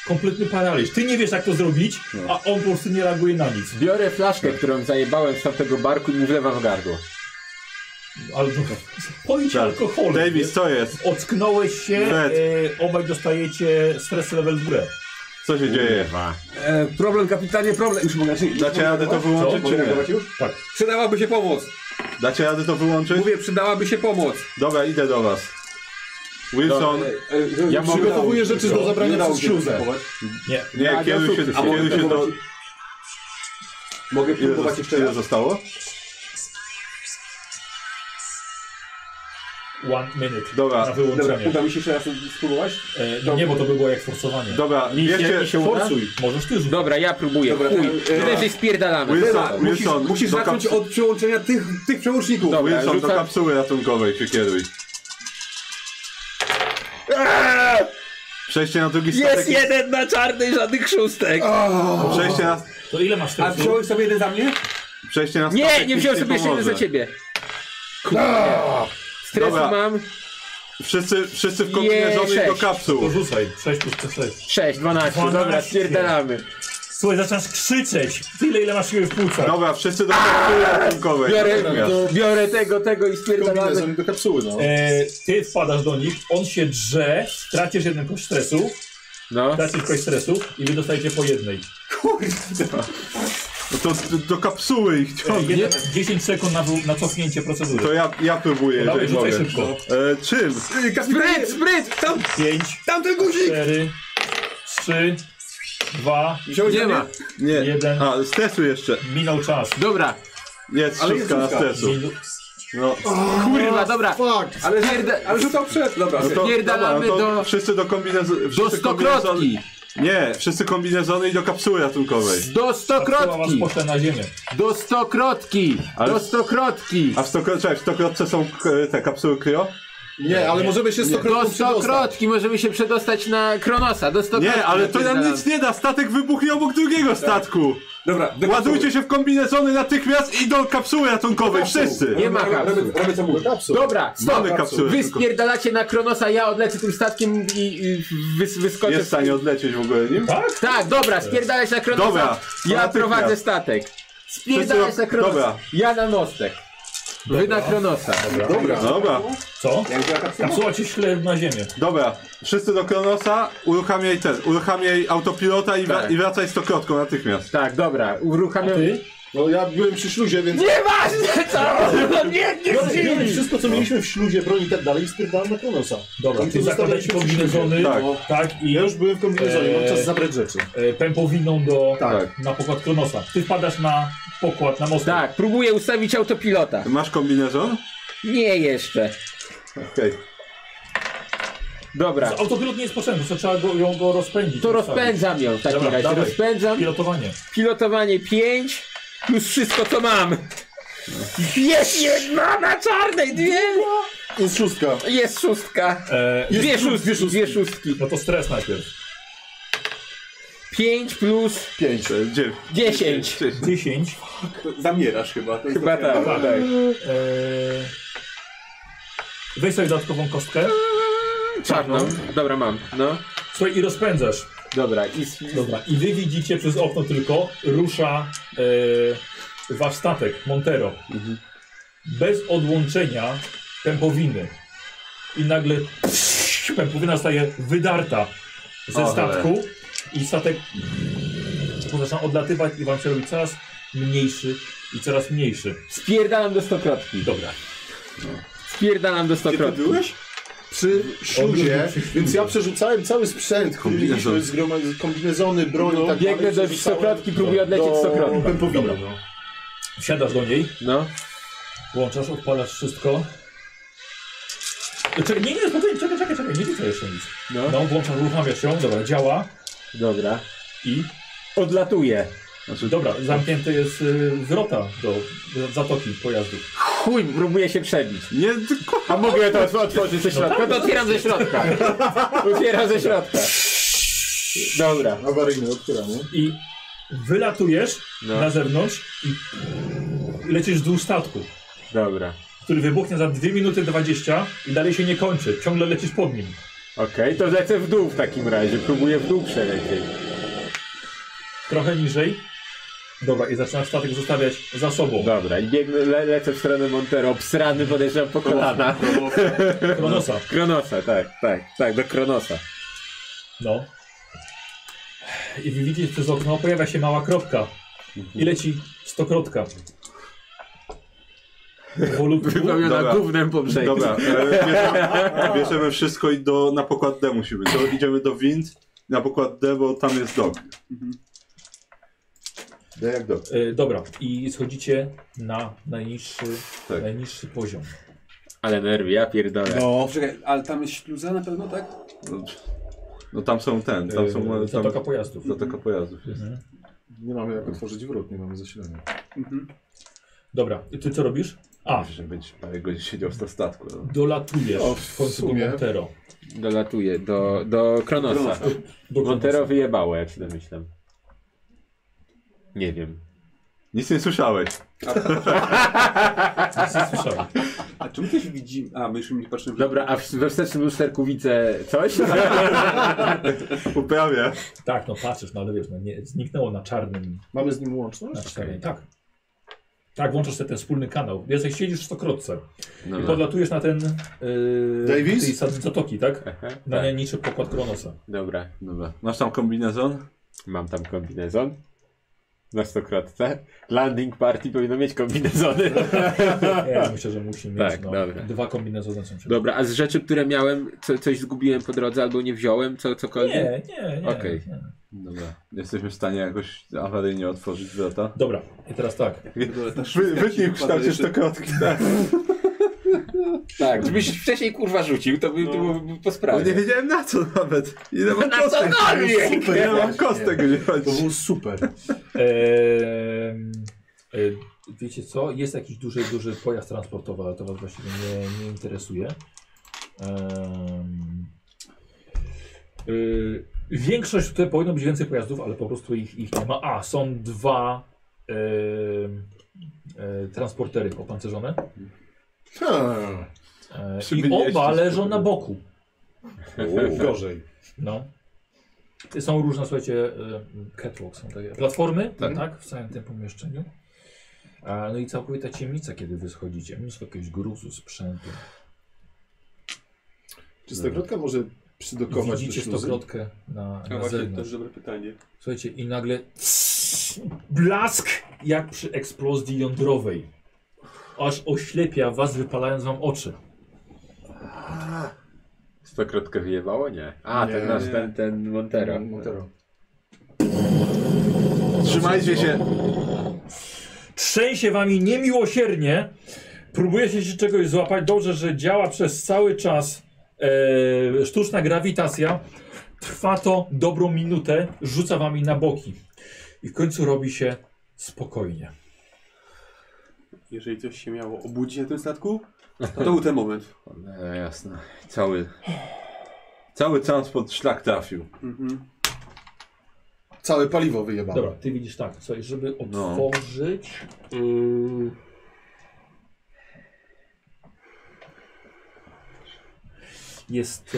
[SPEAKER 7] Kompletny paraliż. Ty nie wiesz jak to zrobić,
[SPEAKER 2] No.
[SPEAKER 7] a on po prostu nie reaguje na nic.
[SPEAKER 3] Biorę flaszkę, którą zajebałem z tamtego barku i mu wlewam w gardło.
[SPEAKER 7] Albo... Pojdź
[SPEAKER 2] Tak.
[SPEAKER 7] alkoholem.
[SPEAKER 2] Davis,
[SPEAKER 7] wiesz?
[SPEAKER 2] co jest?
[SPEAKER 7] Ocknąłeś się,
[SPEAKER 2] Fred.
[SPEAKER 7] e, obaj dostajecie stres level w górę.
[SPEAKER 2] Co się dzieje?
[SPEAKER 5] E, problem, kapitanie, problem. Już mogę, czyli...
[SPEAKER 2] Dacie radę to wyłączyć, czy nie?
[SPEAKER 5] już?
[SPEAKER 8] Przydałaby się pomoc!
[SPEAKER 2] Dacie radę to wyłączyć?
[SPEAKER 8] Mówię, przydałaby się pomoc!
[SPEAKER 2] Dobra, idę do was. Wilson,
[SPEAKER 5] Eee,
[SPEAKER 3] e,
[SPEAKER 5] Ja
[SPEAKER 4] Przygotowuję rzeczy do zabrania przez śluzę.
[SPEAKER 2] nie, kieruj się,
[SPEAKER 5] A mogę
[SPEAKER 2] kieruj się do...
[SPEAKER 5] próbować... Mogę
[SPEAKER 2] Ile,
[SPEAKER 5] próbować
[SPEAKER 2] zos-
[SPEAKER 5] jeszcze
[SPEAKER 2] ile
[SPEAKER 5] raz.
[SPEAKER 2] zostało?
[SPEAKER 7] One minute.
[SPEAKER 2] Dobra.
[SPEAKER 7] Na
[SPEAKER 5] Dobra,
[SPEAKER 7] wyłączenie.
[SPEAKER 5] uda mi się jeszcze raz spróbować?
[SPEAKER 7] E, no nie, bo to by było jak forsowanie.
[SPEAKER 2] Dobra, wiecie,
[SPEAKER 3] się uda?
[SPEAKER 7] Forsuj. Możesz ty rzucić.
[SPEAKER 3] Dobra, ja próbuję.
[SPEAKER 5] Dobra,
[SPEAKER 3] Chuj.
[SPEAKER 5] to, e,
[SPEAKER 3] Lepiej spierdalamy.
[SPEAKER 2] Wilson,
[SPEAKER 5] musisz
[SPEAKER 2] Wilson,
[SPEAKER 5] musisz
[SPEAKER 2] do
[SPEAKER 5] zacząć
[SPEAKER 2] kap-
[SPEAKER 5] od przyłączenia tych, tych przełączników.
[SPEAKER 3] Dobra.
[SPEAKER 2] Wilson do
[SPEAKER 3] rzucam-
[SPEAKER 2] kapsuły ratunkowej się kieruj. Przejście na drugi statek.
[SPEAKER 3] Eee! Jest jeden na czarnej, żadnych szóstek.
[SPEAKER 2] Przejście na,
[SPEAKER 7] To ile masz
[SPEAKER 5] A
[SPEAKER 7] teraz?
[SPEAKER 5] wziąłeś sobie jeden za mnie?
[SPEAKER 2] przejście na statek.
[SPEAKER 3] Nie, nie
[SPEAKER 2] nic
[SPEAKER 3] wziąłem sobie jeszcze
[SPEAKER 2] pomoże.
[SPEAKER 3] jeden za ciebie. Kurde. Stres
[SPEAKER 2] Dobra.
[SPEAKER 3] mam.
[SPEAKER 2] Wszyscy, wszyscy w kombinezonach
[SPEAKER 3] sześć.
[SPEAKER 2] do kapsuł.
[SPEAKER 7] To rzucaj. 6 plus 6.
[SPEAKER 3] 6, 12. Dobra,
[SPEAKER 7] 12.
[SPEAKER 3] spierdalamy.
[SPEAKER 7] Słuchaj, zaczynasz krzyczeć. Tyle, ile masz siły w płucach.
[SPEAKER 2] Dobra, wszyscy do kapsuły ratunkowej.
[SPEAKER 3] Biorę,
[SPEAKER 2] Natychmiast.
[SPEAKER 3] biorę tego, tego i spierdalamy.
[SPEAKER 4] Kombinezon do kapsuły, no.
[SPEAKER 7] E, ty wpadasz do nich, on się drze, tracisz jeden kość stresu,
[SPEAKER 3] No.
[SPEAKER 7] tracisz kość stresu i wy dostajecie po jednej.
[SPEAKER 2] No to do, do kapsuły ich
[SPEAKER 7] E,
[SPEAKER 2] ciągnie.
[SPEAKER 7] jeden, 10 sekund na, wy- na cofnięcie procedury.
[SPEAKER 2] To ja, ja próbuję,
[SPEAKER 7] Dawaj,
[SPEAKER 2] jeżeli
[SPEAKER 7] rzucaj
[SPEAKER 2] mogę.
[SPEAKER 7] szybko.
[SPEAKER 2] E, czym?
[SPEAKER 3] Spryt, spryt! Tam,
[SPEAKER 7] 5,
[SPEAKER 5] Tamten guzik!
[SPEAKER 7] 4, 3, 2,
[SPEAKER 5] Wziąłeś
[SPEAKER 3] nie
[SPEAKER 5] za mnie?
[SPEAKER 3] ma.
[SPEAKER 2] Nie.
[SPEAKER 7] Jeden.
[SPEAKER 2] A, z testu jeszcze.
[SPEAKER 7] minął czas.
[SPEAKER 3] Dobra,
[SPEAKER 2] Jest
[SPEAKER 5] Ale jest
[SPEAKER 2] szóstka na
[SPEAKER 5] szóstka.
[SPEAKER 2] stresu.
[SPEAKER 7] Minu-
[SPEAKER 2] No,
[SPEAKER 3] kurwa, dobra.
[SPEAKER 5] Ale,
[SPEAKER 3] Spierda-
[SPEAKER 5] ale rzucał przed, dobra.
[SPEAKER 2] no to,
[SPEAKER 3] Spierdalamy
[SPEAKER 2] dobra, no to
[SPEAKER 3] do-
[SPEAKER 2] wszyscy do kombinezonu.
[SPEAKER 3] Do stokrotki!
[SPEAKER 2] Nie, wszyscy kombinezony i do kapsuły ratunkowej.
[SPEAKER 3] Do
[SPEAKER 7] Kapsuła was
[SPEAKER 3] stokrotki!
[SPEAKER 7] poszła na ziemię.
[SPEAKER 3] Do stokrotki!
[SPEAKER 2] Ale-
[SPEAKER 3] Do stokrotki!
[SPEAKER 2] A w stokro... czekaj, w stokrotce są k- te kapsuły kryo?
[SPEAKER 4] Nie, ale możemy się
[SPEAKER 3] Do
[SPEAKER 4] stokrotnie przedostać.
[SPEAKER 3] stokrotki! Możemy się przedostać na Kronosa, do stokrotki!
[SPEAKER 2] Nie, ale to nam nic nie da. Statek wybuchnie obok drugiego statku.
[SPEAKER 5] Dobra, do
[SPEAKER 2] Ładujcie się w kombinezony natychmiast i do kapsuły ratunkowej. Wszyscy.
[SPEAKER 3] Nie ma
[SPEAKER 5] kapsuły.
[SPEAKER 3] kapsu.
[SPEAKER 5] Robię, robię co mówię.
[SPEAKER 3] Dobra, stop!
[SPEAKER 2] Mamy kapsuły.
[SPEAKER 3] Wy
[SPEAKER 2] tylko-
[SPEAKER 3] spierdalacie na Kronosa, ja odlecę tym statkiem i, i wys, wyskoczę.
[SPEAKER 2] Jest w stanie odlecieć w ogóle nim?
[SPEAKER 3] Tak, dobra, spierdalać na Kronosa.
[SPEAKER 2] Dobra,
[SPEAKER 3] Ja
[SPEAKER 2] natychmiast.
[SPEAKER 3] prowadzę statek. Spierdalać
[SPEAKER 2] Wszyscy-
[SPEAKER 3] na Kronosa.
[SPEAKER 2] dobra.
[SPEAKER 3] Ja na mostek. Wy na Kronosa.
[SPEAKER 5] Dobra.
[SPEAKER 2] Dobra,
[SPEAKER 7] Co?
[SPEAKER 5] Jak była kapsuła?
[SPEAKER 7] Kapsuła cię śle na ziemię.
[SPEAKER 2] dobra. Wszyscy do Kronosa, uruchamiaj ten, uruchamiaj autopilota i, wra-
[SPEAKER 3] Tak.
[SPEAKER 2] i wracaj stokrotką natychmiast.
[SPEAKER 3] Tak, dobra, uruchamiam.
[SPEAKER 7] Ty?
[SPEAKER 4] No ja byłem przy śluzie, więc...
[SPEAKER 3] Nieważne co! No nie, nie
[SPEAKER 4] Biorę, biorę
[SPEAKER 3] chcieli!
[SPEAKER 4] wszystko, co mieliśmy w śluzie, broń i tak dalej i spierdałem na Kronosa.
[SPEAKER 7] Dobra,
[SPEAKER 4] I
[SPEAKER 7] ty
[SPEAKER 4] zostawiam
[SPEAKER 7] zakładacie
[SPEAKER 4] się przy
[SPEAKER 7] kombinezony,
[SPEAKER 2] Tak.
[SPEAKER 7] tak, tak i
[SPEAKER 4] Ja już byłem w kombinezonie, mam
[SPEAKER 7] Eee.
[SPEAKER 4] czas zabrać rzeczy.
[SPEAKER 7] e, pępowiną do,
[SPEAKER 4] Tak.
[SPEAKER 7] na pokład Kronosa. Ty wpadasz na pokład, na most.
[SPEAKER 3] Tak, próbuję ustawić autopilota.
[SPEAKER 2] Masz kombinezon?
[SPEAKER 3] Nie jeszcze.
[SPEAKER 2] Okej.
[SPEAKER 3] Dobra,
[SPEAKER 7] Autopilot nie jest potrzebny, to trzeba go, ją go rozpędzić.
[SPEAKER 3] to
[SPEAKER 7] Ustawić.
[SPEAKER 3] rozpędzam ją w takim
[SPEAKER 7] Dobra,
[SPEAKER 3] razie.
[SPEAKER 7] dawaj.
[SPEAKER 3] Rozpędzam.
[SPEAKER 7] Pilotowanie.
[SPEAKER 3] Pilotowanie 5 plus wszystko co mam. Jest jedna na czarnej, dwie.
[SPEAKER 4] Jest szóstka.
[SPEAKER 3] Jest szóstka.
[SPEAKER 7] E,
[SPEAKER 3] Dwie szóstki, dwie szóstki.
[SPEAKER 7] no to stres najpierw.
[SPEAKER 3] 5 plus
[SPEAKER 2] Pięć. Dziew-
[SPEAKER 3] 10.
[SPEAKER 7] 10.
[SPEAKER 5] Zamierasz chyba. To jest
[SPEAKER 3] Chyba tak.
[SPEAKER 7] Tak.
[SPEAKER 3] tak.
[SPEAKER 7] E, weź sobie dodatkową kostkę.
[SPEAKER 3] Czarną. Dobra, mam. No.
[SPEAKER 7] Słuchaj, i rozpędzasz.
[SPEAKER 3] Dobra, i s-
[SPEAKER 7] Dobra. I wy widzicie przez okno tylko rusza e, wasz statek, Montero. Bez odłączenia pępowiny. I nagle pępowina staje wydarta ze
[SPEAKER 2] Ale.
[SPEAKER 7] statku i statek zaczyna odlatywać i wam się robi coraz mniejszy i coraz mniejszy.
[SPEAKER 3] spierdalam do stokrotki.
[SPEAKER 7] Dobra.
[SPEAKER 3] Spierdalam do stokrotki.
[SPEAKER 4] Przy śluzie,
[SPEAKER 7] On był przy
[SPEAKER 4] więc
[SPEAKER 7] śluzie.
[SPEAKER 4] ja przerzucałem cały sprzęt, który
[SPEAKER 2] Kombinezon.
[SPEAKER 4] mieliśmy zgromadzony, kombinezony, broń i tak
[SPEAKER 3] Biegnę do
[SPEAKER 4] dalej. przerzucałem No,
[SPEAKER 3] stokrotki, próbuję odlecieć
[SPEAKER 4] do
[SPEAKER 3] stokrotką.
[SPEAKER 4] pępowiny.
[SPEAKER 7] Wsiadasz do niej,
[SPEAKER 3] No.
[SPEAKER 7] włączasz, odpalasz wszystko. E, Czekaj, nie, nie, spokojnie, czekaj, czekaj, czekaj, nie widzę jeszcze nic.
[SPEAKER 3] No.
[SPEAKER 7] No, włączasz, uruchamiasz ją, dobra, działa
[SPEAKER 3] Dobra.
[SPEAKER 7] i...
[SPEAKER 3] Odlatuję.
[SPEAKER 2] Znaczy,
[SPEAKER 7] Dobra, zamknięte jest y, wrota do do zatoki pojazdu.
[SPEAKER 3] Chuj, próbuję się przebić.
[SPEAKER 2] Nie, ty ko-
[SPEAKER 3] A mogę to otw- otworzyć ze środka? Tak, No to otwieram ze środka. Otwieram ze środka. Dobra.
[SPEAKER 4] Awaryjny, otwieramy.
[SPEAKER 7] I wylatujesz
[SPEAKER 3] No.
[SPEAKER 7] na zewnątrz i lecisz wzdłuż statku,
[SPEAKER 3] Dobra.
[SPEAKER 7] który wybuchnie za 2 minuty 20 i dalej się nie kończy. Ciągle lecisz pod nim.
[SPEAKER 3] Okej, to lecę w dół w takim razie. Próbuję w dół przelecieć.
[SPEAKER 7] Trochę niżej. Dobra, i zaczynasz statek zostawiać za sobą.
[SPEAKER 3] Dobra, i biegnę, le, lecę w stronę Montero. Obsrany podejrzewam po kolana.
[SPEAKER 7] Kronosa.
[SPEAKER 3] Kronosa, tak, tak, tak, do Kronosa.
[SPEAKER 7] No.
[SPEAKER 1] No. i wy widzicie przez okno pojawia się mała kropka i leci stokrotka. Powolutku.
[SPEAKER 3] Wypełniona
[SPEAKER 2] Dobra.
[SPEAKER 3] gównem po brzegu.
[SPEAKER 2] Dobra, e, bierzemy, bierzemy wszystko i do, na pokład D musimy. To idziemy do wind, na pokład D, bo tam jest dog. D jak dog.
[SPEAKER 1] E, dobra, i schodzicie na najniższy,
[SPEAKER 2] Tak.
[SPEAKER 1] najniższy poziom.
[SPEAKER 3] Ale nerwy, ja pierdolę.
[SPEAKER 5] O, czekaj, No. ale tam jest śluza na pewno, tak?
[SPEAKER 2] No, no tam są ten, tam
[SPEAKER 7] Yy,
[SPEAKER 2] są...
[SPEAKER 1] E,
[SPEAKER 2] Tam,
[SPEAKER 1] Zatoka pojazdów.
[SPEAKER 2] zatoka pojazdów jest.
[SPEAKER 1] Mhm.
[SPEAKER 6] Nie mamy jak otworzyć wrót, nie mamy zasilania.
[SPEAKER 5] Mhm.
[SPEAKER 1] Dobra, i ty co robisz? A,
[SPEAKER 2] Że będziesz parę godzin siedział w tym statku. No.
[SPEAKER 1] dolatujesz
[SPEAKER 6] O,
[SPEAKER 1] w końcu do
[SPEAKER 6] sumie.
[SPEAKER 1] Montero.
[SPEAKER 3] Dolatuję do, do Kronosa.
[SPEAKER 1] Do
[SPEAKER 3] Montero wyjebało, jak się domyślam. Nie wiem.
[SPEAKER 2] Nic nie słyszałeś.
[SPEAKER 1] Kronosa. Słyszałem.
[SPEAKER 5] A czy my też widzimy? A, my już nie patrzymy.
[SPEAKER 3] Dobra, a w- we wstecznym lusterku widzę coś?
[SPEAKER 2] Uprawia.
[SPEAKER 1] Tak, no patrzysz, no ale wiesz, no, nie, zniknęło na czarnym,
[SPEAKER 6] Mamy z nim
[SPEAKER 1] na
[SPEAKER 6] łączność?
[SPEAKER 1] czarnej, tak. Tak, włączasz sobie ten wspólny kanał. Jesteś, siedzisz w stokrotce. I
[SPEAKER 2] Dobra.
[SPEAKER 1] podlatujesz na ten... Yy,
[SPEAKER 6] Davis?
[SPEAKER 1] tej sad- Zatoki, tak?
[SPEAKER 3] Aha,
[SPEAKER 1] Na
[SPEAKER 3] tak.
[SPEAKER 1] najniższy pokład Kronosa.
[SPEAKER 3] Dobra,
[SPEAKER 2] Dobra. Masz tam kombinezon?
[SPEAKER 3] mam tam kombinezon. Na stokrotce. Landing party powinno mieć kombinezony.
[SPEAKER 7] e,
[SPEAKER 1] Ja myślę, że musi mieć
[SPEAKER 3] Tak,
[SPEAKER 1] no,
[SPEAKER 3] dobra.
[SPEAKER 1] dwa kombinezony są przed
[SPEAKER 3] Dobra, a z rzeczy, które miałem, co, coś zgubiłem po drodze albo nie wziąłem, co, cokolwiek?
[SPEAKER 1] Nie, nie, nie.
[SPEAKER 3] Okej.
[SPEAKER 1] nie.
[SPEAKER 2] Dobra. Jesteśmy w stanie jakoś awaryjnie otworzyć wrota?
[SPEAKER 1] Dobra, i teraz tak.
[SPEAKER 2] Wy, wytnij w kształcie sztokotki.
[SPEAKER 3] Tak, gdybyś wcześniej kurwa rzucił, to by to byłoby po
[SPEAKER 2] Bo
[SPEAKER 3] sprawie.
[SPEAKER 2] nie wiedziałem na co nawet. Ile mam
[SPEAKER 3] Tak. Na
[SPEAKER 2] kostek? No,
[SPEAKER 3] cokolwiek!
[SPEAKER 2] Super, Ile mam kostek
[SPEAKER 6] To
[SPEAKER 2] używać?
[SPEAKER 6] był super.
[SPEAKER 1] Em, y, wiecie co? Jest jakiś duży, duży pojazd transportowy, ale to was właściwie nie, nie interesuje. Em, y, większość tutaj powinno być więcej pojazdów, ale po prostu ich, ich nie ma. A, są dwa em, e, transportery opancerzone.
[SPEAKER 6] Ha,
[SPEAKER 1] E, I
[SPEAKER 2] Przybyli
[SPEAKER 1] oba
[SPEAKER 2] jeszcze z
[SPEAKER 1] leżą na
[SPEAKER 2] powrotem.
[SPEAKER 1] boku.
[SPEAKER 6] gorzej.
[SPEAKER 1] No. Są różne, słuchajcie, y, catwalk, są takie platformy, tak, w całym tym pomieszczeniu. A, no i całkowita ciemnica, kiedy wy schodzicie. Mnóstwo jakiegoś gruzu, sprzętu.
[SPEAKER 6] Czy stokrotka może przydokować do
[SPEAKER 1] Widzicie
[SPEAKER 6] śluzy?
[SPEAKER 1] stokrotkę na,
[SPEAKER 5] No
[SPEAKER 1] na
[SPEAKER 5] właśnie, to
[SPEAKER 1] zewnątrz.
[SPEAKER 5] jest dobre pytanie.
[SPEAKER 1] Słuchajcie, i nagle blask jak przy eksplozji jądrowej. Aż oślepia was, wypalając wam oczy.
[SPEAKER 3] Stokrotkę wyjebało? Nie. A,
[SPEAKER 6] Nie,
[SPEAKER 3] ten nasz,
[SPEAKER 6] nie.
[SPEAKER 3] ten, ten Montero.
[SPEAKER 6] Montero.
[SPEAKER 2] Trzymajcie się.
[SPEAKER 1] trzęsie wami niemiłosiernie. Próbujecie się czegoś złapać. Dobrze, że działa przez cały czas e, sztuczna grawitacja. Trwa to dobrą minutę, rzuca wami na boki. I w końcu robi się spokojnie.
[SPEAKER 5] Jeżeli coś się miało obudzić na tym statku, to był ten moment.
[SPEAKER 2] No jasne. Cały... Cały transport szlak trafił.
[SPEAKER 5] Mhm.
[SPEAKER 6] Całe paliwo wyjebane.
[SPEAKER 1] Dobra, ty widzisz tak, co, żeby
[SPEAKER 2] No.
[SPEAKER 1] otworzyć. yy, Jest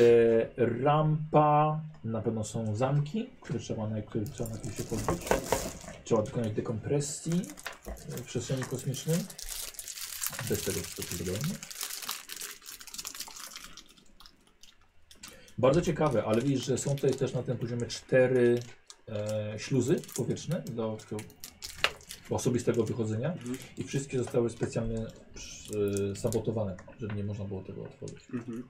[SPEAKER 1] e, rampa, na pewno są zamki, które trzeba na które trzeba najpierw się pozbyć. Trzeba dokonać dekompresji e, w przestrzeni kosmicznej. Bez tego przygotowania. Bardzo ciekawe, ale widzisz, że są tutaj też na tym poziomie cztery e, śluzy powietrzne do, do osobistego wychodzenia i wszystkie zostały specjalnie przy, y, sabotowane, żeby nie można było tego otworzyć.
[SPEAKER 5] Mhm.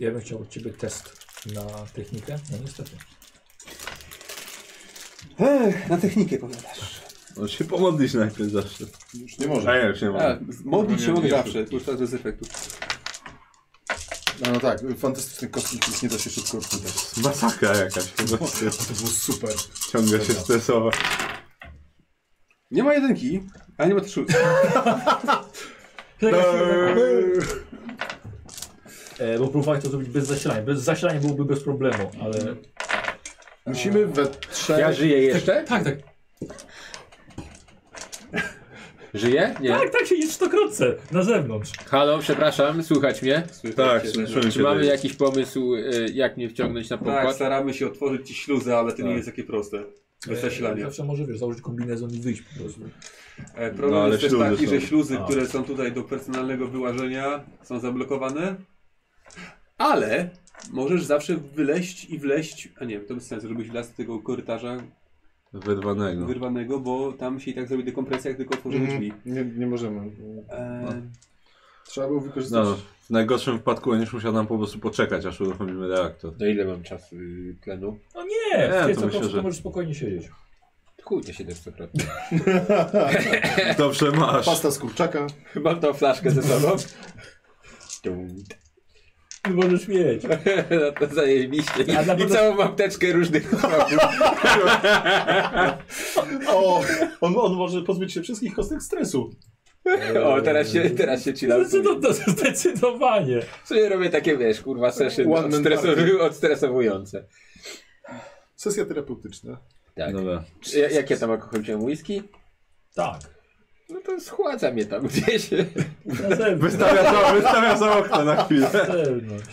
[SPEAKER 1] Ja bym chciał od Ciebie test na technikę, no niestety.
[SPEAKER 5] Ech, na technikę powiadasz.
[SPEAKER 2] Możesz się pomodlić najpierw zawsze.
[SPEAKER 6] Już nie może.
[SPEAKER 2] A ja już nie
[SPEAKER 5] A,
[SPEAKER 2] mogę.
[SPEAKER 5] modlić się
[SPEAKER 9] No,
[SPEAKER 5] mogę
[SPEAKER 9] nie, nie,
[SPEAKER 5] zawsze, to już teraz bez efektu.
[SPEAKER 6] No, no tak, fantastyczny kosmik, nic nie da się szybko odpytać.
[SPEAKER 2] Masakra jakaś. Po prostu
[SPEAKER 6] To było super.
[SPEAKER 2] ciągle się stresować.
[SPEAKER 5] Nie ma jedynki, a nie ma też szóstki.
[SPEAKER 1] E, bo próbowałeś to zrobić bez zasilania. Bez zasilania byłoby bez problemu, ale...
[SPEAKER 6] Musimy we trzech...
[SPEAKER 3] Ja żyję jeszcze?
[SPEAKER 1] Tak, tak,
[SPEAKER 3] Żyję? Nie.
[SPEAKER 1] tak, tak się jest stokrotce na zewnątrz.
[SPEAKER 3] Halo, przepraszam, słychać mnie?
[SPEAKER 2] Tak, słyszymy
[SPEAKER 3] Czy
[SPEAKER 2] cię.
[SPEAKER 3] mamy
[SPEAKER 2] Dave.
[SPEAKER 3] jakiś pomysł, y, jak mnie wciągnąć na
[SPEAKER 5] Tak,
[SPEAKER 3] pokład?
[SPEAKER 5] staramy się otworzyć ci śluzę, ale to nie jest takie proste. Bez zasilania.
[SPEAKER 1] E, Zawsze może, wiesz, założyć kombinezon i wyjść po prostu.
[SPEAKER 5] E, Problem
[SPEAKER 2] No, ale
[SPEAKER 5] jest też
[SPEAKER 2] śluzy
[SPEAKER 5] taki,
[SPEAKER 2] są.
[SPEAKER 5] że śluzy,
[SPEAKER 1] A.
[SPEAKER 5] które są tutaj do personalnego wyłażenia, są zablokowane. Ale możesz zawsze wyleść i wleść, a nie, to bez sensu, żebyś wlazł do tego korytarza
[SPEAKER 2] Wyrwanego.
[SPEAKER 5] wyrwanego, bo tam się i tak zrobi dekompresja, jak tylko otworzymy
[SPEAKER 4] Mhm.
[SPEAKER 5] drzwi.
[SPEAKER 4] Nie, nie możemy.
[SPEAKER 5] E,
[SPEAKER 4] Trzeba było wykorzystać.
[SPEAKER 2] No, w najgorszym wypadku będziesz musiał nam po prostu poczekać, aż uruchomimy reaktor.
[SPEAKER 3] Do ile mam czasu y, tlenu?
[SPEAKER 1] No nie,
[SPEAKER 2] Nie,
[SPEAKER 1] w tej
[SPEAKER 2] to
[SPEAKER 1] co
[SPEAKER 2] myślę,
[SPEAKER 1] po
[SPEAKER 2] że-
[SPEAKER 1] to możesz spokojnie siedzieć.
[SPEAKER 3] Chuj, te 700-krotnie.
[SPEAKER 2] Dobrze masz.
[SPEAKER 4] Pasta z kurczaka.
[SPEAKER 3] Mam tą flaszkę ze sobą.
[SPEAKER 1] Tak.
[SPEAKER 3] Tum.
[SPEAKER 1] Ty możesz mieć.
[SPEAKER 3] No to zajebiście. I,
[SPEAKER 1] A na
[SPEAKER 3] i
[SPEAKER 1] pewno-
[SPEAKER 3] całą apteczkę różnych kropów.
[SPEAKER 4] O, on, on może pozbyć się wszystkich kostek stresu.
[SPEAKER 3] O, teraz się, teraz się chillam.
[SPEAKER 1] Zdecyd- Znaczy, to- Zdecydowanie.
[SPEAKER 3] Sobie robię takie, wiesz, kurwa, session
[SPEAKER 4] One man
[SPEAKER 3] odstresowy, odstresowujące.
[SPEAKER 4] Sesja terapeutyczna.
[SPEAKER 3] Tak.
[SPEAKER 2] Dobra.
[SPEAKER 3] Ja, jak ja tam alkohol wziąłem? Whisky?
[SPEAKER 1] Tak.
[SPEAKER 3] No to schładza mnie tam gdzieś.
[SPEAKER 1] Na zewnątrz.
[SPEAKER 2] Wystawia za, wystawia za okno na
[SPEAKER 1] Na
[SPEAKER 2] chwilę.
[SPEAKER 1] zewnątrz.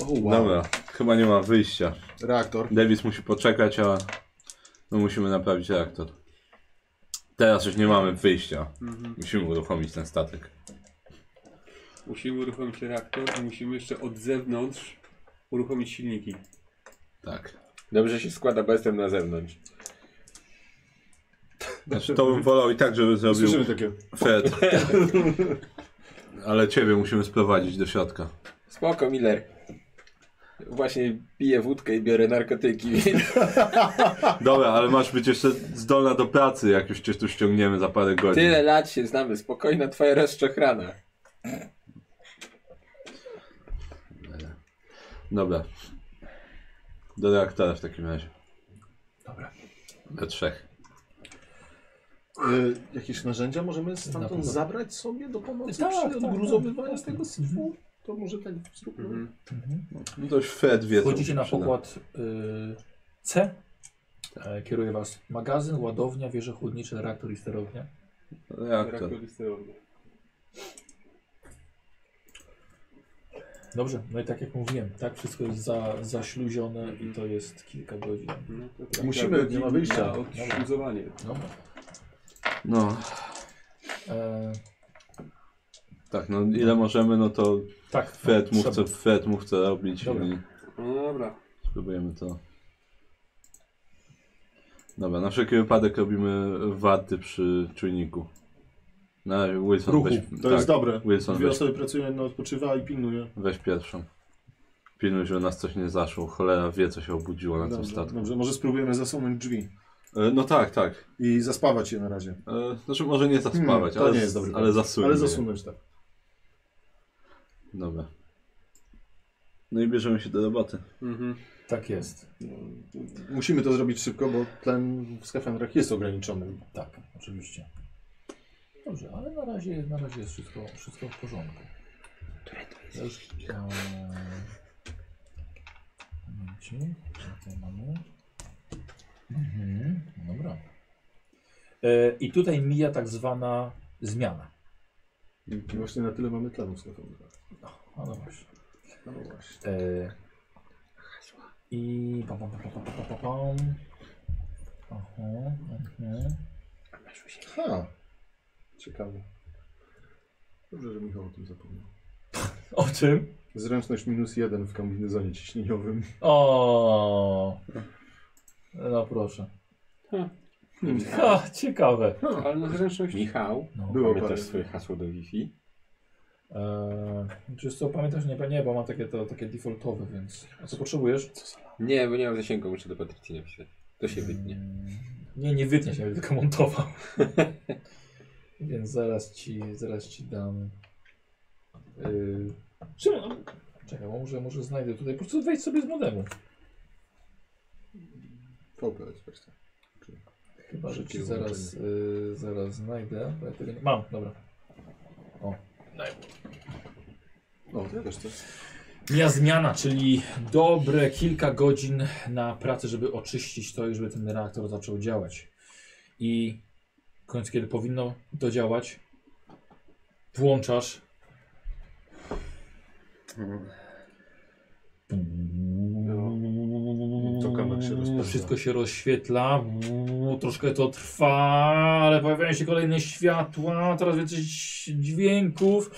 [SPEAKER 4] O, wow.
[SPEAKER 2] Dobra, chyba nie ma wyjścia.
[SPEAKER 4] Reaktor.
[SPEAKER 2] Davis musi poczekać, a my musimy naprawić reaktor. Teraz już nie mamy wyjścia.
[SPEAKER 4] Mhm.
[SPEAKER 2] Musimy uruchomić ten statek.
[SPEAKER 5] musimy uruchomić reaktor i musimy jeszcze od zewnątrz uruchomić silniki.
[SPEAKER 2] Tak.
[SPEAKER 3] Dobrze się składa, bo jestem na zewnątrz.
[SPEAKER 2] Znaczy, to bym wolał i tak, żeby zrobił
[SPEAKER 4] Słyszymy takie.
[SPEAKER 2] Fred. Ale ciebie musimy sprowadzić do środka.
[SPEAKER 3] Spoko, Miller. Właśnie piję wódkę i biorę narkotyki, więc
[SPEAKER 2] Dobra, ale masz być jeszcze zdolna do pracy, jak już cię tu ściągniemy za parę godzin.
[SPEAKER 3] tyle lat się znamy. Spokojna twoja rozczochrana.
[SPEAKER 2] Dobra. Do reaktora w takim razie. Dobra. We trzech.
[SPEAKER 6] Y, jakieś narzędzia możemy
[SPEAKER 1] Na pewno.
[SPEAKER 6] stamtąd zabrać sobie do pomocy
[SPEAKER 1] Tak,
[SPEAKER 6] przy
[SPEAKER 1] tak,
[SPEAKER 6] odgruzowywania
[SPEAKER 1] tak.
[SPEAKER 6] z tego syfu? To może tak zróbmy.
[SPEAKER 2] No to już Fred wie, co mu
[SPEAKER 1] Wchodzicie
[SPEAKER 2] się
[SPEAKER 1] na
[SPEAKER 2] przyda.
[SPEAKER 1] pokład y, C. E, Kieruje was magazyn, ładownia, wieże chłodnicze, reaktor i sterownia.
[SPEAKER 2] Reaktor.
[SPEAKER 5] Reaktor jest sterowny.
[SPEAKER 1] Dobrze, no i tak jak mówiłem, tak wszystko jest za, zaśluzione i to jest kilka godzin.
[SPEAKER 5] No, to tak,
[SPEAKER 6] Musimy,
[SPEAKER 5] tak,
[SPEAKER 6] nie ma
[SPEAKER 5] na
[SPEAKER 6] wyjścia.
[SPEAKER 5] Odśluzowanie.
[SPEAKER 1] Dobra.
[SPEAKER 2] No,
[SPEAKER 1] E,
[SPEAKER 2] tak, no ile możemy, no to
[SPEAKER 1] tak,
[SPEAKER 2] Fred mów, co,
[SPEAKER 1] trzeba.
[SPEAKER 2] Fred mów, co robić
[SPEAKER 1] Dobra.
[SPEAKER 2] i
[SPEAKER 5] No dobra.
[SPEAKER 2] spróbujemy to. Dobra, na wszelki wypadek robimy warty przy czujniku. Na razie Wilson
[SPEAKER 4] Ruchu,
[SPEAKER 2] weź, tak.
[SPEAKER 4] To jest dobre.
[SPEAKER 2] Wilson
[SPEAKER 4] Dwie
[SPEAKER 2] weź,
[SPEAKER 4] osoby pracują, jedna odpoczywa i pilnuje.
[SPEAKER 2] weź pierwszą. Pilnuj, żeby nas coś nie zaszło. Cholera wie, co się obudziło na tym
[SPEAKER 4] Dobrze,
[SPEAKER 2] statku.
[SPEAKER 4] dobrze, może spróbujemy zasunąć drzwi
[SPEAKER 2] E, No tak, tak.
[SPEAKER 4] i zaspawać je na razie.
[SPEAKER 2] E, Znaczy może nie zaspawać,
[SPEAKER 4] Hmm, to
[SPEAKER 2] ale,
[SPEAKER 4] nie jest dobry
[SPEAKER 2] ale
[SPEAKER 4] pomysł.
[SPEAKER 2] zasunąć.
[SPEAKER 4] Ale zasunąć tak.
[SPEAKER 2] Dobra. No i bierzemy się do roboty.
[SPEAKER 5] Mhm.
[SPEAKER 1] Tak jest.
[SPEAKER 4] Musimy to zrobić szybko, bo tlen w skafandrach jest ograniczony.
[SPEAKER 1] Tak, oczywiście. Dobrze, ale na razie, na razie jest wszystko, wszystko w porządku. Które to jest? Już, eee, momencik, co tutaj mamy. Mhm, dobra. E, I tutaj mija tak zwana zmiana.
[SPEAKER 4] I właśnie na tyle mamy tlenu w skafandrach.
[SPEAKER 1] A no właśnie.
[SPEAKER 4] No właśnie.
[SPEAKER 1] E, I pam, pam, pam, pam, pam, pam, pam. Aha, mhm.
[SPEAKER 4] Ha. Ciekawe. Dobrze, że Michał o tym zapomniał.
[SPEAKER 1] O czym?
[SPEAKER 4] Zręczność minus jeden w kombinezonie ciśnieniowym.
[SPEAKER 1] O. No proszę. Ha, ciekawe.
[SPEAKER 5] Ale na zręczność.
[SPEAKER 3] Hmm. Michał,
[SPEAKER 1] No.
[SPEAKER 4] Było
[SPEAKER 3] pamiętasz
[SPEAKER 4] parę.
[SPEAKER 3] swoje hasło do Wi-Fi?
[SPEAKER 1] Eee, czy co, pamiętasz? Nie, nie, bo mam takie, to, takie defaultowe, więc... A co potrzebujesz?
[SPEAKER 3] Nie, bo nie mam zasięgu, muszę do Patrycji napisać. To się wytnie.
[SPEAKER 1] Mm, Nie, nie wytnie się, będę tylko montował. Więc zaraz ci, zaraz ci dam. Yy, czym, czekaj, bo może, może znajdę tutaj. Po prostu wejdź sobie z modemu.
[SPEAKER 4] VPS właśnie.
[SPEAKER 1] Chyba, że ci
[SPEAKER 4] Szybkie
[SPEAKER 1] zaraz, yy, zaraz znajdę. Bo ja tego nie... Mam, dobra.
[SPEAKER 4] O, No, to ja też coś.
[SPEAKER 1] Dnia zmiana, czyli dobre kilka godzin na pracę, żeby oczyścić to i żeby ten reaktor zaczął działać. I w końcu, kiedy powinno to działać, włączasz.
[SPEAKER 2] To kamerę.
[SPEAKER 6] tak się rozpoczyna.
[SPEAKER 1] Wszystko się rozświetla, mm, troszkę to trwa, ale pojawiają się kolejne światła, coraz więcej dźwięków.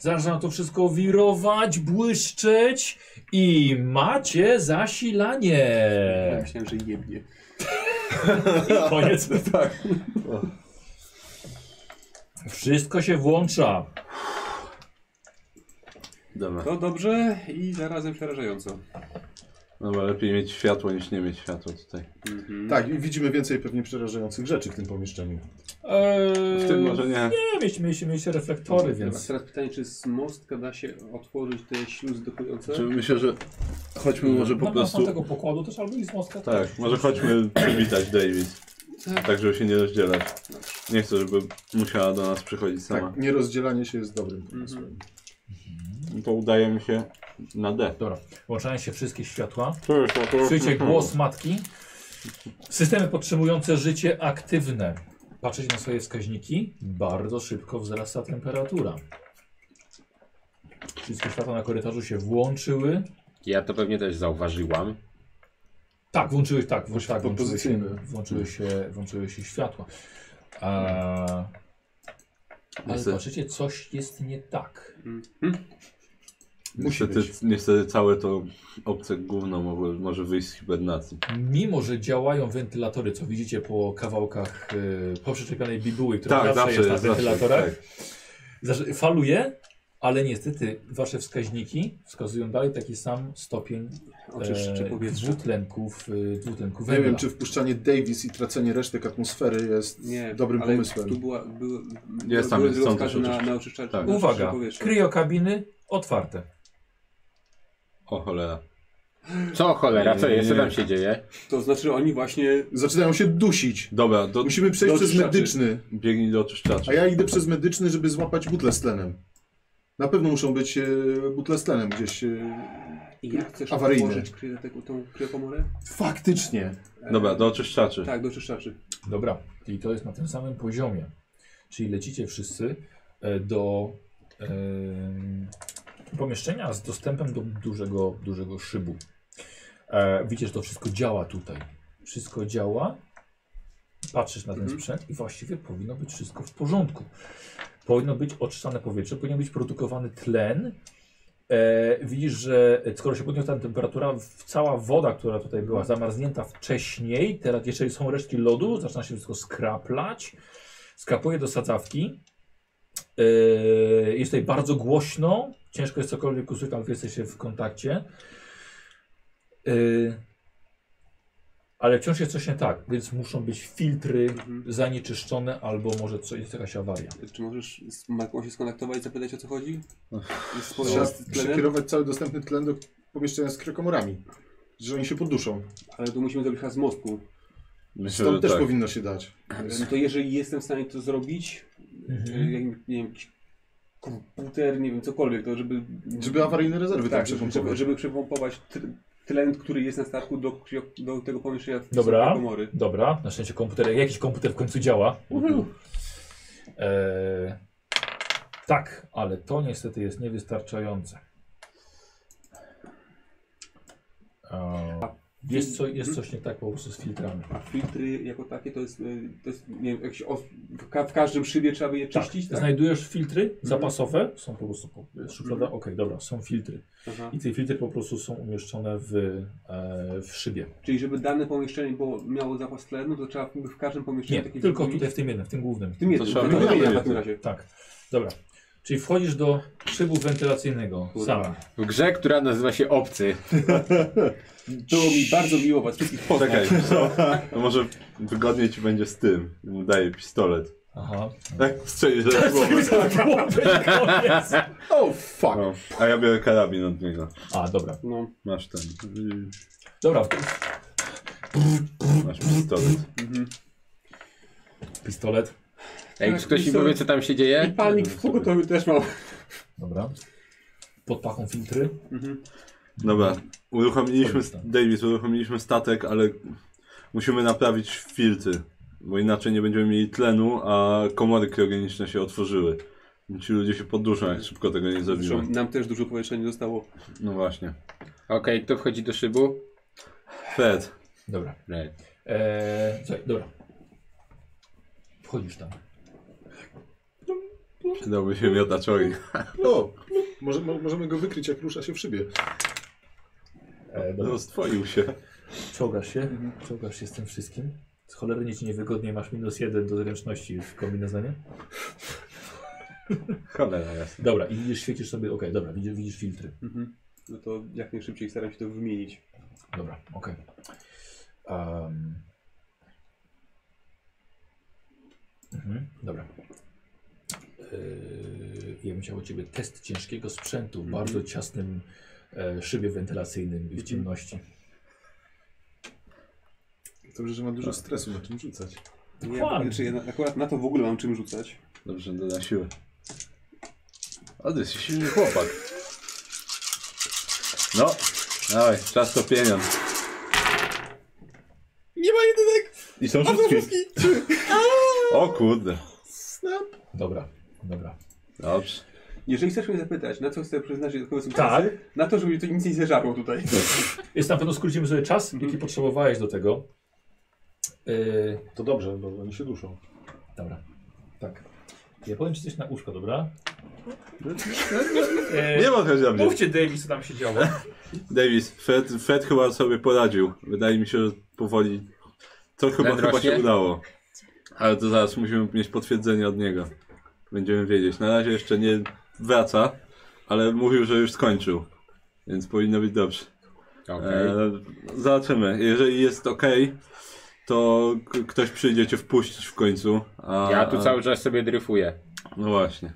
[SPEAKER 1] Zaczyna to wszystko wirować, błyszczeć i macie zasilanie.
[SPEAKER 5] Ja myślałem, że jebnie.
[SPEAKER 1] I koniec.
[SPEAKER 5] Tak.
[SPEAKER 1] Wszystko się włącza.
[SPEAKER 2] Dobra.
[SPEAKER 5] To dobrze i zarazem przerażająco.
[SPEAKER 2] Dobra, lepiej mieć światło niż nie mieć światła tutaj.
[SPEAKER 5] Mhm.
[SPEAKER 6] Tak, i widzimy więcej pewnie przerażających rzeczy w tym pomieszczeniu.
[SPEAKER 1] Eee,
[SPEAKER 2] W
[SPEAKER 4] Yy,
[SPEAKER 2] tym może nie.
[SPEAKER 1] Nie, mieliście, mieliście, mieliście reflektory,
[SPEAKER 6] Tak.
[SPEAKER 1] więc...
[SPEAKER 5] Teraz pytanie, czy z mostka da się otworzyć te śluzy dokujące?
[SPEAKER 2] Czy myślę, że chodźmy może po
[SPEAKER 1] Na prostu...
[SPEAKER 2] prostu.
[SPEAKER 1] tego pokładu też albo i z mostka.
[SPEAKER 2] Tak, może chodźmy przywitać Davis. Tak, żeby się nie rozdzielać. Nie chcę, żeby musiała do nas przychodzić sama.
[SPEAKER 6] Tak, nierozdzielanie się jest dobrym
[SPEAKER 5] Mhm.
[SPEAKER 6] pomysłem.
[SPEAKER 2] No To udaje mi się na D.
[SPEAKER 1] Dobra, włączają się wszystkie światła.
[SPEAKER 2] To już, to już-
[SPEAKER 1] Słyszycie głos matki. Systemy podtrzymujące życie aktywne. Patrzeć na swoje wskaźniki. Bardzo szybko wzrasta temperatura. Wszystkie światła na korytarzu się włączyły.
[SPEAKER 3] Ja to pewnie też zauważyłam.
[SPEAKER 1] Tak, włączyły, tak, włą- tak włączyły, się,
[SPEAKER 6] pozycyjne.
[SPEAKER 1] włączyły, się, włączyły się światła. A... Ale
[SPEAKER 2] Niestety-
[SPEAKER 1] zobaczycie, coś jest nie tak.
[SPEAKER 2] Niestety, niestety całe to obce gówno mogło, może wyjść z hibernacji.
[SPEAKER 1] Mimo, że działają wentylatory, co widzicie po kawałkach yy, poprzeczepionej bibuły, która
[SPEAKER 2] Tak,
[SPEAKER 1] zawsze,
[SPEAKER 2] zawsze
[SPEAKER 1] jest na
[SPEAKER 2] jest, zawsze,
[SPEAKER 1] wentylatorach,
[SPEAKER 2] tak.
[SPEAKER 1] Zawsze faluje, ale niestety wasze wskaźniki wskazują dalej taki sam stopień
[SPEAKER 6] e,
[SPEAKER 1] e,
[SPEAKER 5] Oczyszczę powietrze.
[SPEAKER 1] dwutlenków, e, dwutlenku
[SPEAKER 6] Nie
[SPEAKER 1] węgla.
[SPEAKER 6] wiem, czy wpuszczanie Davis i tracenie resztek atmosfery jest
[SPEAKER 5] Nie,
[SPEAKER 6] dobrym
[SPEAKER 5] ale
[SPEAKER 6] pomysłem.
[SPEAKER 5] Tu była, były,
[SPEAKER 2] Jest tam,
[SPEAKER 5] były
[SPEAKER 2] jest, są też
[SPEAKER 5] wskazy na,
[SPEAKER 2] oczywiście.
[SPEAKER 5] na oczyszczacz.
[SPEAKER 2] Tak.
[SPEAKER 5] na oczyszczacz
[SPEAKER 1] Uwaga,
[SPEAKER 5] powietrza.
[SPEAKER 1] kryokabiny otwarte.
[SPEAKER 2] O cholera.
[SPEAKER 3] Co cholera, co
[SPEAKER 2] Nie, nie,
[SPEAKER 3] jest, co
[SPEAKER 2] nie.
[SPEAKER 3] tam się dzieje?
[SPEAKER 5] To znaczy oni właśnie...
[SPEAKER 6] Zaczynają się dusić.
[SPEAKER 2] Dobra, do,
[SPEAKER 6] Musimy przejść
[SPEAKER 5] Do
[SPEAKER 6] przez
[SPEAKER 5] trzaczy.
[SPEAKER 6] medyczny.
[SPEAKER 2] biegnij do oczyszczacza.
[SPEAKER 6] A ja idę przez medyczny, żeby złapać butle z tlenem. Na pewno muszą być e, butle z tlenem gdzieś. E...
[SPEAKER 5] I jak chcesz
[SPEAKER 6] Awaryjne.
[SPEAKER 5] otworzyć kry, taką, tą kryokomorę?
[SPEAKER 6] Faktycznie.
[SPEAKER 5] E,
[SPEAKER 2] Dobra, do oczyszczaczy.
[SPEAKER 5] Tak, do oczyszczaczy.
[SPEAKER 1] Dobra, i to jest na tym samym poziomie. Czyli lecicie wszyscy e, do em, pomieszczenia z dostępem do dużego, dużego szybu. E, widzisz, że to wszystko działa tutaj. Wszystko działa. Patrzysz na ten
[SPEAKER 5] Mhm.
[SPEAKER 1] sprzęt i właściwie powinno być wszystko w porządku. Powinno być oczyszczane powietrze, powinien być produkowany tlen. E, widzisz, że skoro się podniosła temperatura, w- cała woda, która tutaj była zamarznięta wcześniej, teraz jeszcze są resztki lodu, zaczyna się wszystko skraplać. Skrapuje do sadzawki. E, jest tutaj bardzo głośno. Ciężko jest cokolwiek usłyszeć, ale wy jesteście w kontakcie. E, ale wciąż jest coś nie tak, więc muszą być filtry
[SPEAKER 5] Mhm.
[SPEAKER 1] zanieczyszczone albo może co, jest jakaś awaria.
[SPEAKER 5] Czy możesz z Marką się skontaktować i zapytać o co chodzi? I z
[SPEAKER 6] Trzeba
[SPEAKER 5] z tlenem?
[SPEAKER 6] przekierować cały dostępny tlen do pomieszczenia z krokomorami. Że oni się poduszą.
[SPEAKER 5] Ale to musimy zrobić chyba z mostku.
[SPEAKER 2] Myślę,
[SPEAKER 6] Stąd
[SPEAKER 2] że
[SPEAKER 6] też
[SPEAKER 2] tak.
[SPEAKER 6] powinno się dać.
[SPEAKER 5] No to jeżeli jestem w stanie to zrobić,
[SPEAKER 1] Mhm.
[SPEAKER 5] jak, nie wiem, jakiś komputer, nie wiem, cokolwiek, to żeby...
[SPEAKER 6] Żeby awaryjne rezerwy tam
[SPEAKER 5] tak, żeby, żeby,
[SPEAKER 6] przepompować.
[SPEAKER 5] żeby przepompować tr- tlen, który jest na statku do, krio- do tego pomieszczenia w
[SPEAKER 1] Dobra.
[SPEAKER 5] komory.
[SPEAKER 1] Dobra, na szczęście komputer, jakiś komputer w końcu działa. Eee, tak, ale to niestety jest niewystarczające. Eee, jest, co, jest coś nie tak po prostu z filtrami.
[SPEAKER 5] A filtry jako takie to jest, y, to jest nie wiem, jakś os- w, ka- w każdym szybie trzeba by je
[SPEAKER 1] Tak,
[SPEAKER 5] czyścić, tak?
[SPEAKER 1] znajdujesz filtry zapasowe, są po prostu po- jest szuflada,
[SPEAKER 5] Mhm.
[SPEAKER 1] okej, dobra, są filtry.
[SPEAKER 5] Aha.
[SPEAKER 1] I te filtry po prostu są umieszczone w, e, w szybie.
[SPEAKER 5] Czyli żeby dane pomieszczenie było, miało zapas tlenu, to trzeba w każdym pomieszczeniu
[SPEAKER 1] Nie,
[SPEAKER 5] takie
[SPEAKER 1] tylko
[SPEAKER 5] wypełnić?
[SPEAKER 1] tutaj w tym jednym, w tym głównym.
[SPEAKER 5] W tym jednym,
[SPEAKER 2] To trzeba
[SPEAKER 5] w tym
[SPEAKER 2] wypełnić.
[SPEAKER 5] jednym w takim razie.
[SPEAKER 1] Tak, dobra. Czyli wchodzisz do szybu wentylacyjnego sama.
[SPEAKER 3] W grze, która nazywa się Obcy.
[SPEAKER 5] Było mi bardzo miło was wszystkich poznać.
[SPEAKER 2] Czekaj, co? To może wygodniej ci będzie z tym. Mu Daję pistolet.
[SPEAKER 1] Aha.
[SPEAKER 2] Tak, strzelisz że głowę.
[SPEAKER 6] Oh fuck!
[SPEAKER 2] No, A ja biorę karabin od niego.
[SPEAKER 1] A, dobra.
[SPEAKER 5] No,
[SPEAKER 2] Masz ten.
[SPEAKER 1] Dobra,
[SPEAKER 2] Masz pistolet.
[SPEAKER 1] pistolet.
[SPEAKER 3] Ej,
[SPEAKER 5] Tak,
[SPEAKER 3] czy ktoś mi
[SPEAKER 5] i co?
[SPEAKER 3] powie, co tam się
[SPEAKER 5] I
[SPEAKER 3] dzieje?
[SPEAKER 5] panik w pogotowiu też mam.
[SPEAKER 1] Dobra. Pod pachą filtry.
[SPEAKER 2] Dobra, uruchomiliśmy, Davis, uruchomiliśmy statek, ale musimy naprawić filtry, bo inaczej nie będziemy mieli tlenu, a komory kryogeniczne się otworzyły. Ci ludzie się podduszą, jak szybko tego nie
[SPEAKER 5] Zresztą
[SPEAKER 2] zrobimy.
[SPEAKER 5] nam też dużo powietrza nie zostało.
[SPEAKER 2] No właśnie.
[SPEAKER 3] Okej, kto wchodzi do szybu?
[SPEAKER 2] Fred,
[SPEAKER 1] Dobra.
[SPEAKER 3] Red.
[SPEAKER 1] Eee, słuchaj, dobra. Wchodzisz tam.
[SPEAKER 2] Przydałby się miotacz ognia.
[SPEAKER 4] O! Może, mo, możemy go wykryć, jak rusza się w szybie.
[SPEAKER 1] Eee, dobra.
[SPEAKER 2] No, stwoił się.
[SPEAKER 1] Czołgasz się, czołgasz się z tym wszystkim. Z cholernie ci niewygodnie, masz minus jeden do zręczności w kombinezonie.
[SPEAKER 3] Cholera jasna.
[SPEAKER 1] Dobra, i widzisz, świecisz sobie, okej, dobra, widzisz, widzisz filtry.
[SPEAKER 5] No to jak najszybciej staram się to wymienić.
[SPEAKER 1] Dobra, okej. Em. Mhm, dobra. Yy, ja bym chciał od Ciebie test ciężkiego sprzętu w bardzo ciasnym e, szybie wentylacyjnym i w ciemności.
[SPEAKER 4] Dobrze, że ma dużo stresu na czym rzucać.
[SPEAKER 5] Nie,
[SPEAKER 1] Dokładnie.
[SPEAKER 5] znaczy, ja na- akurat na to w ogóle mam czym rzucać.
[SPEAKER 2] Dobrze, doda siłę. A ty jesteś silny chłopak. No, dawaj, czas to pieniądz.
[SPEAKER 10] Nie ma jedynek!
[SPEAKER 2] I są
[SPEAKER 10] A to
[SPEAKER 2] wszystkie.
[SPEAKER 10] wszystkie!
[SPEAKER 2] O kurde.
[SPEAKER 1] Dobra, dobra.
[SPEAKER 2] Dobrze.
[SPEAKER 5] Jeżeli chcesz mnie zapytać, na co chcę przyznać dodatkowe sukcesy,
[SPEAKER 1] Tak.
[SPEAKER 5] na to, żeby mi to nic nie zeżarło tutaj.
[SPEAKER 1] Jest na pewno skrócimy sobie czas, jaki potrzebowałeś do tego. Yy,
[SPEAKER 4] To dobrze, bo oni się duszą.
[SPEAKER 1] dobra. Tak. Ja powiem ci coś na uszko, dobra? Y,
[SPEAKER 2] Nie ma chodzi o mnie.
[SPEAKER 7] Mówcie Davis, co tam się działo.
[SPEAKER 2] Davis, Fred, Fred chyba sobie poradził. Wydaje mi się, że powoli. To chyba,
[SPEAKER 3] Fred
[SPEAKER 2] chyba
[SPEAKER 3] rośnie?
[SPEAKER 2] się udało. Ale to zaraz musimy mieć potwierdzenie od niego. Będziemy wiedzieć. Na razie jeszcze nie wraca, ale mówił, że już skończył. Więc powinno być dobrze.
[SPEAKER 3] Okej.
[SPEAKER 2] E, zobaczymy. Jeżeli jest ok, to k- ktoś przyjdzie cię wpuścić w końcu. A,
[SPEAKER 3] Ja tu
[SPEAKER 2] a-
[SPEAKER 3] cały czas sobie dryfuję.
[SPEAKER 2] No właśnie.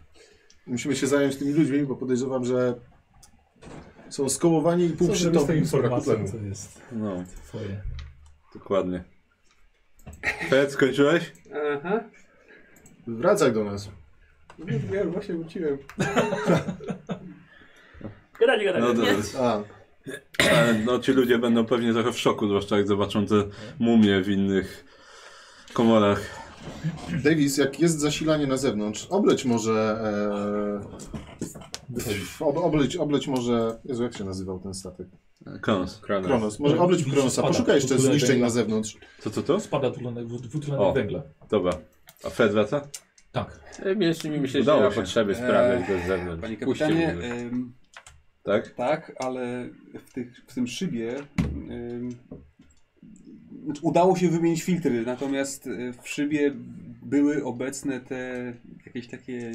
[SPEAKER 4] Musimy się zająć tymi ludźmi, bo podejrzewam, że są skołowani i półprzytomni w braku tlenu.
[SPEAKER 1] co jest
[SPEAKER 2] No,
[SPEAKER 1] twoje.
[SPEAKER 2] dokładnie. Fred, skończyłeś?
[SPEAKER 5] Aha,
[SPEAKER 4] Wracaj do nas.
[SPEAKER 5] no, ja już właśnie wróciłem.
[SPEAKER 7] Gadajcie,
[SPEAKER 3] tak
[SPEAKER 2] No
[SPEAKER 7] gadajcie.
[SPEAKER 2] to,
[SPEAKER 4] A,
[SPEAKER 2] Ale no ci ludzie będą pewnie trochę w szoku, zwłaszcza jak zobaczą te mumie w innych komorach.
[SPEAKER 4] Davis, jak jest zasilanie na zewnątrz, obleć może... E, ob, obleć, obleć może... Jezu, jak się nazywał ten statek?
[SPEAKER 2] Kons.
[SPEAKER 3] Kronos.
[SPEAKER 4] Kronos. Może obleć Kronosa. Poszukaj jeszcze zniszczeń na zewnątrz.
[SPEAKER 2] Co to to?
[SPEAKER 1] Spada dwutlenek
[SPEAKER 2] O.
[SPEAKER 1] dwutlenek węgla.
[SPEAKER 2] Dobra. A Fed wraca?
[SPEAKER 1] Tak.
[SPEAKER 3] E, Jeszcze mi myślę, że
[SPEAKER 2] Udało
[SPEAKER 3] nie ma
[SPEAKER 2] się.
[SPEAKER 3] potrzeby sprawdzać
[SPEAKER 5] Eee,
[SPEAKER 3] go z zewnątrz.
[SPEAKER 5] Panie
[SPEAKER 3] Puśćcie
[SPEAKER 5] kapitanie, e,
[SPEAKER 3] mnie.
[SPEAKER 5] em,
[SPEAKER 2] Tak?
[SPEAKER 5] tak, ale w, tych, w tym szybie em, znaczy udało się wymienić filtry, natomiast e, w szybie były obecne te jakieś takie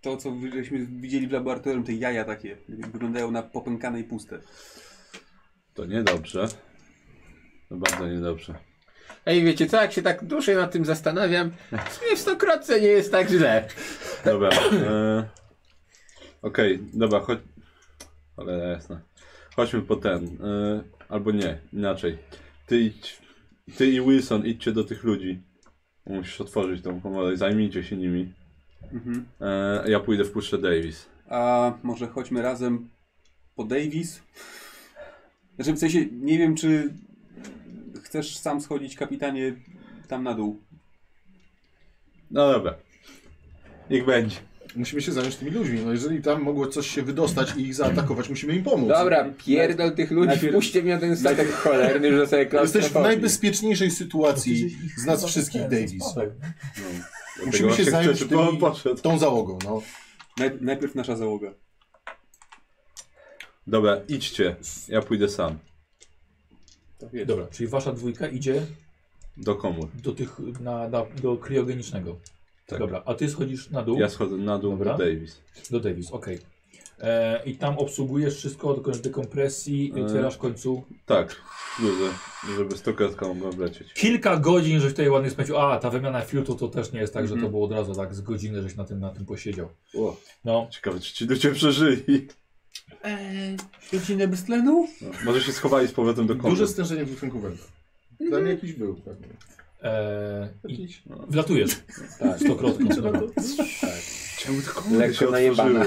[SPEAKER 5] to, co wy- żeśmy widzieli w laboratorium, te jaja takie, wyglądają na popękane i puste.
[SPEAKER 2] To niedobrze. No bardzo niedobrze.
[SPEAKER 3] Ej, wiecie co, jak się tak dłużej nad tym zastanawiam, w stokrotce nie jest tak źle.
[SPEAKER 2] Dobra. E... Okej, dobra, chodź. Ale jasne. Chodźmy po ten. E... Albo nie, inaczej. Ty idź. Ty i Wilson idźcie do tych ludzi. Musisz otworzyć tą komorę i zajmijcie się nimi.
[SPEAKER 5] Mhm.
[SPEAKER 2] E... Ja pójdę w puszczę Davis.
[SPEAKER 5] A może chodźmy razem po Davis? Znaczy w sensie, nie wiem czy chcesz sam schodzić kapitanie tam na dół.
[SPEAKER 2] No dobra. Niech będzie.
[SPEAKER 4] Musimy się zająć tymi ludźmi. No jeżeli tam mogło coś się wydostać i ich zaatakować, musimy im pomóc.
[SPEAKER 3] Dobra, pierdol tych ludzi,
[SPEAKER 5] Znaczy, Najpierw-
[SPEAKER 3] puśćcie mnie na ten statek cholerny, że sobie
[SPEAKER 4] Jesteś w
[SPEAKER 3] klaustrofobii.
[SPEAKER 4] najbezpieczniejszej sytuacji z nas wszystkich, Davis. Musimy
[SPEAKER 2] Dlatego
[SPEAKER 4] się
[SPEAKER 2] właśnie
[SPEAKER 4] zająć
[SPEAKER 2] chcę, żeby
[SPEAKER 4] tymi-
[SPEAKER 2] on poszedł.
[SPEAKER 4] Tą załogą, no.
[SPEAKER 5] Naj- najpierw nasza załoga.
[SPEAKER 2] Dobra, idźcie. Ja pójdę sam.
[SPEAKER 1] Dobra, czyli wasza dwójka idzie
[SPEAKER 2] Do komór.
[SPEAKER 1] do tych, na, na, do kryogenicznego.
[SPEAKER 2] Tak.
[SPEAKER 1] Dobra, a ty schodzisz na dół
[SPEAKER 2] Ja schodzę na dół
[SPEAKER 1] Dobra.
[SPEAKER 2] do Davis.
[SPEAKER 1] do Davis, okej. E, I tam obsługujesz wszystko, dokonasz dekompresji,
[SPEAKER 2] E.
[SPEAKER 1] otwierasz w końcu.
[SPEAKER 2] Tak, duże, żeby stokrotka mogła wlecieć.
[SPEAKER 1] Kilka godzin, żeś tutaj ładnie spędził. A, ta wymiana filtru to też nie jest tak, że
[SPEAKER 5] Mhm.
[SPEAKER 1] to było od razu tak z godziny, żeś na tym, na tym posiedział.
[SPEAKER 2] O.
[SPEAKER 1] No,
[SPEAKER 2] Ciekawe, czy ci ludzie przeżyli.
[SPEAKER 5] Godzinę bez tlenu?
[SPEAKER 2] No, może się schowali z powrotem do komór.
[SPEAKER 4] Duże stężenie dwutlenku węgla. Ten jakiś był pewnie.
[SPEAKER 1] e, i
[SPEAKER 4] Jakiś...
[SPEAKER 1] wlatujesz. Tak, stokrotką. Dobra.
[SPEAKER 2] Czemu te komory
[SPEAKER 3] Lekko
[SPEAKER 2] się otworzyły?
[SPEAKER 3] najebana.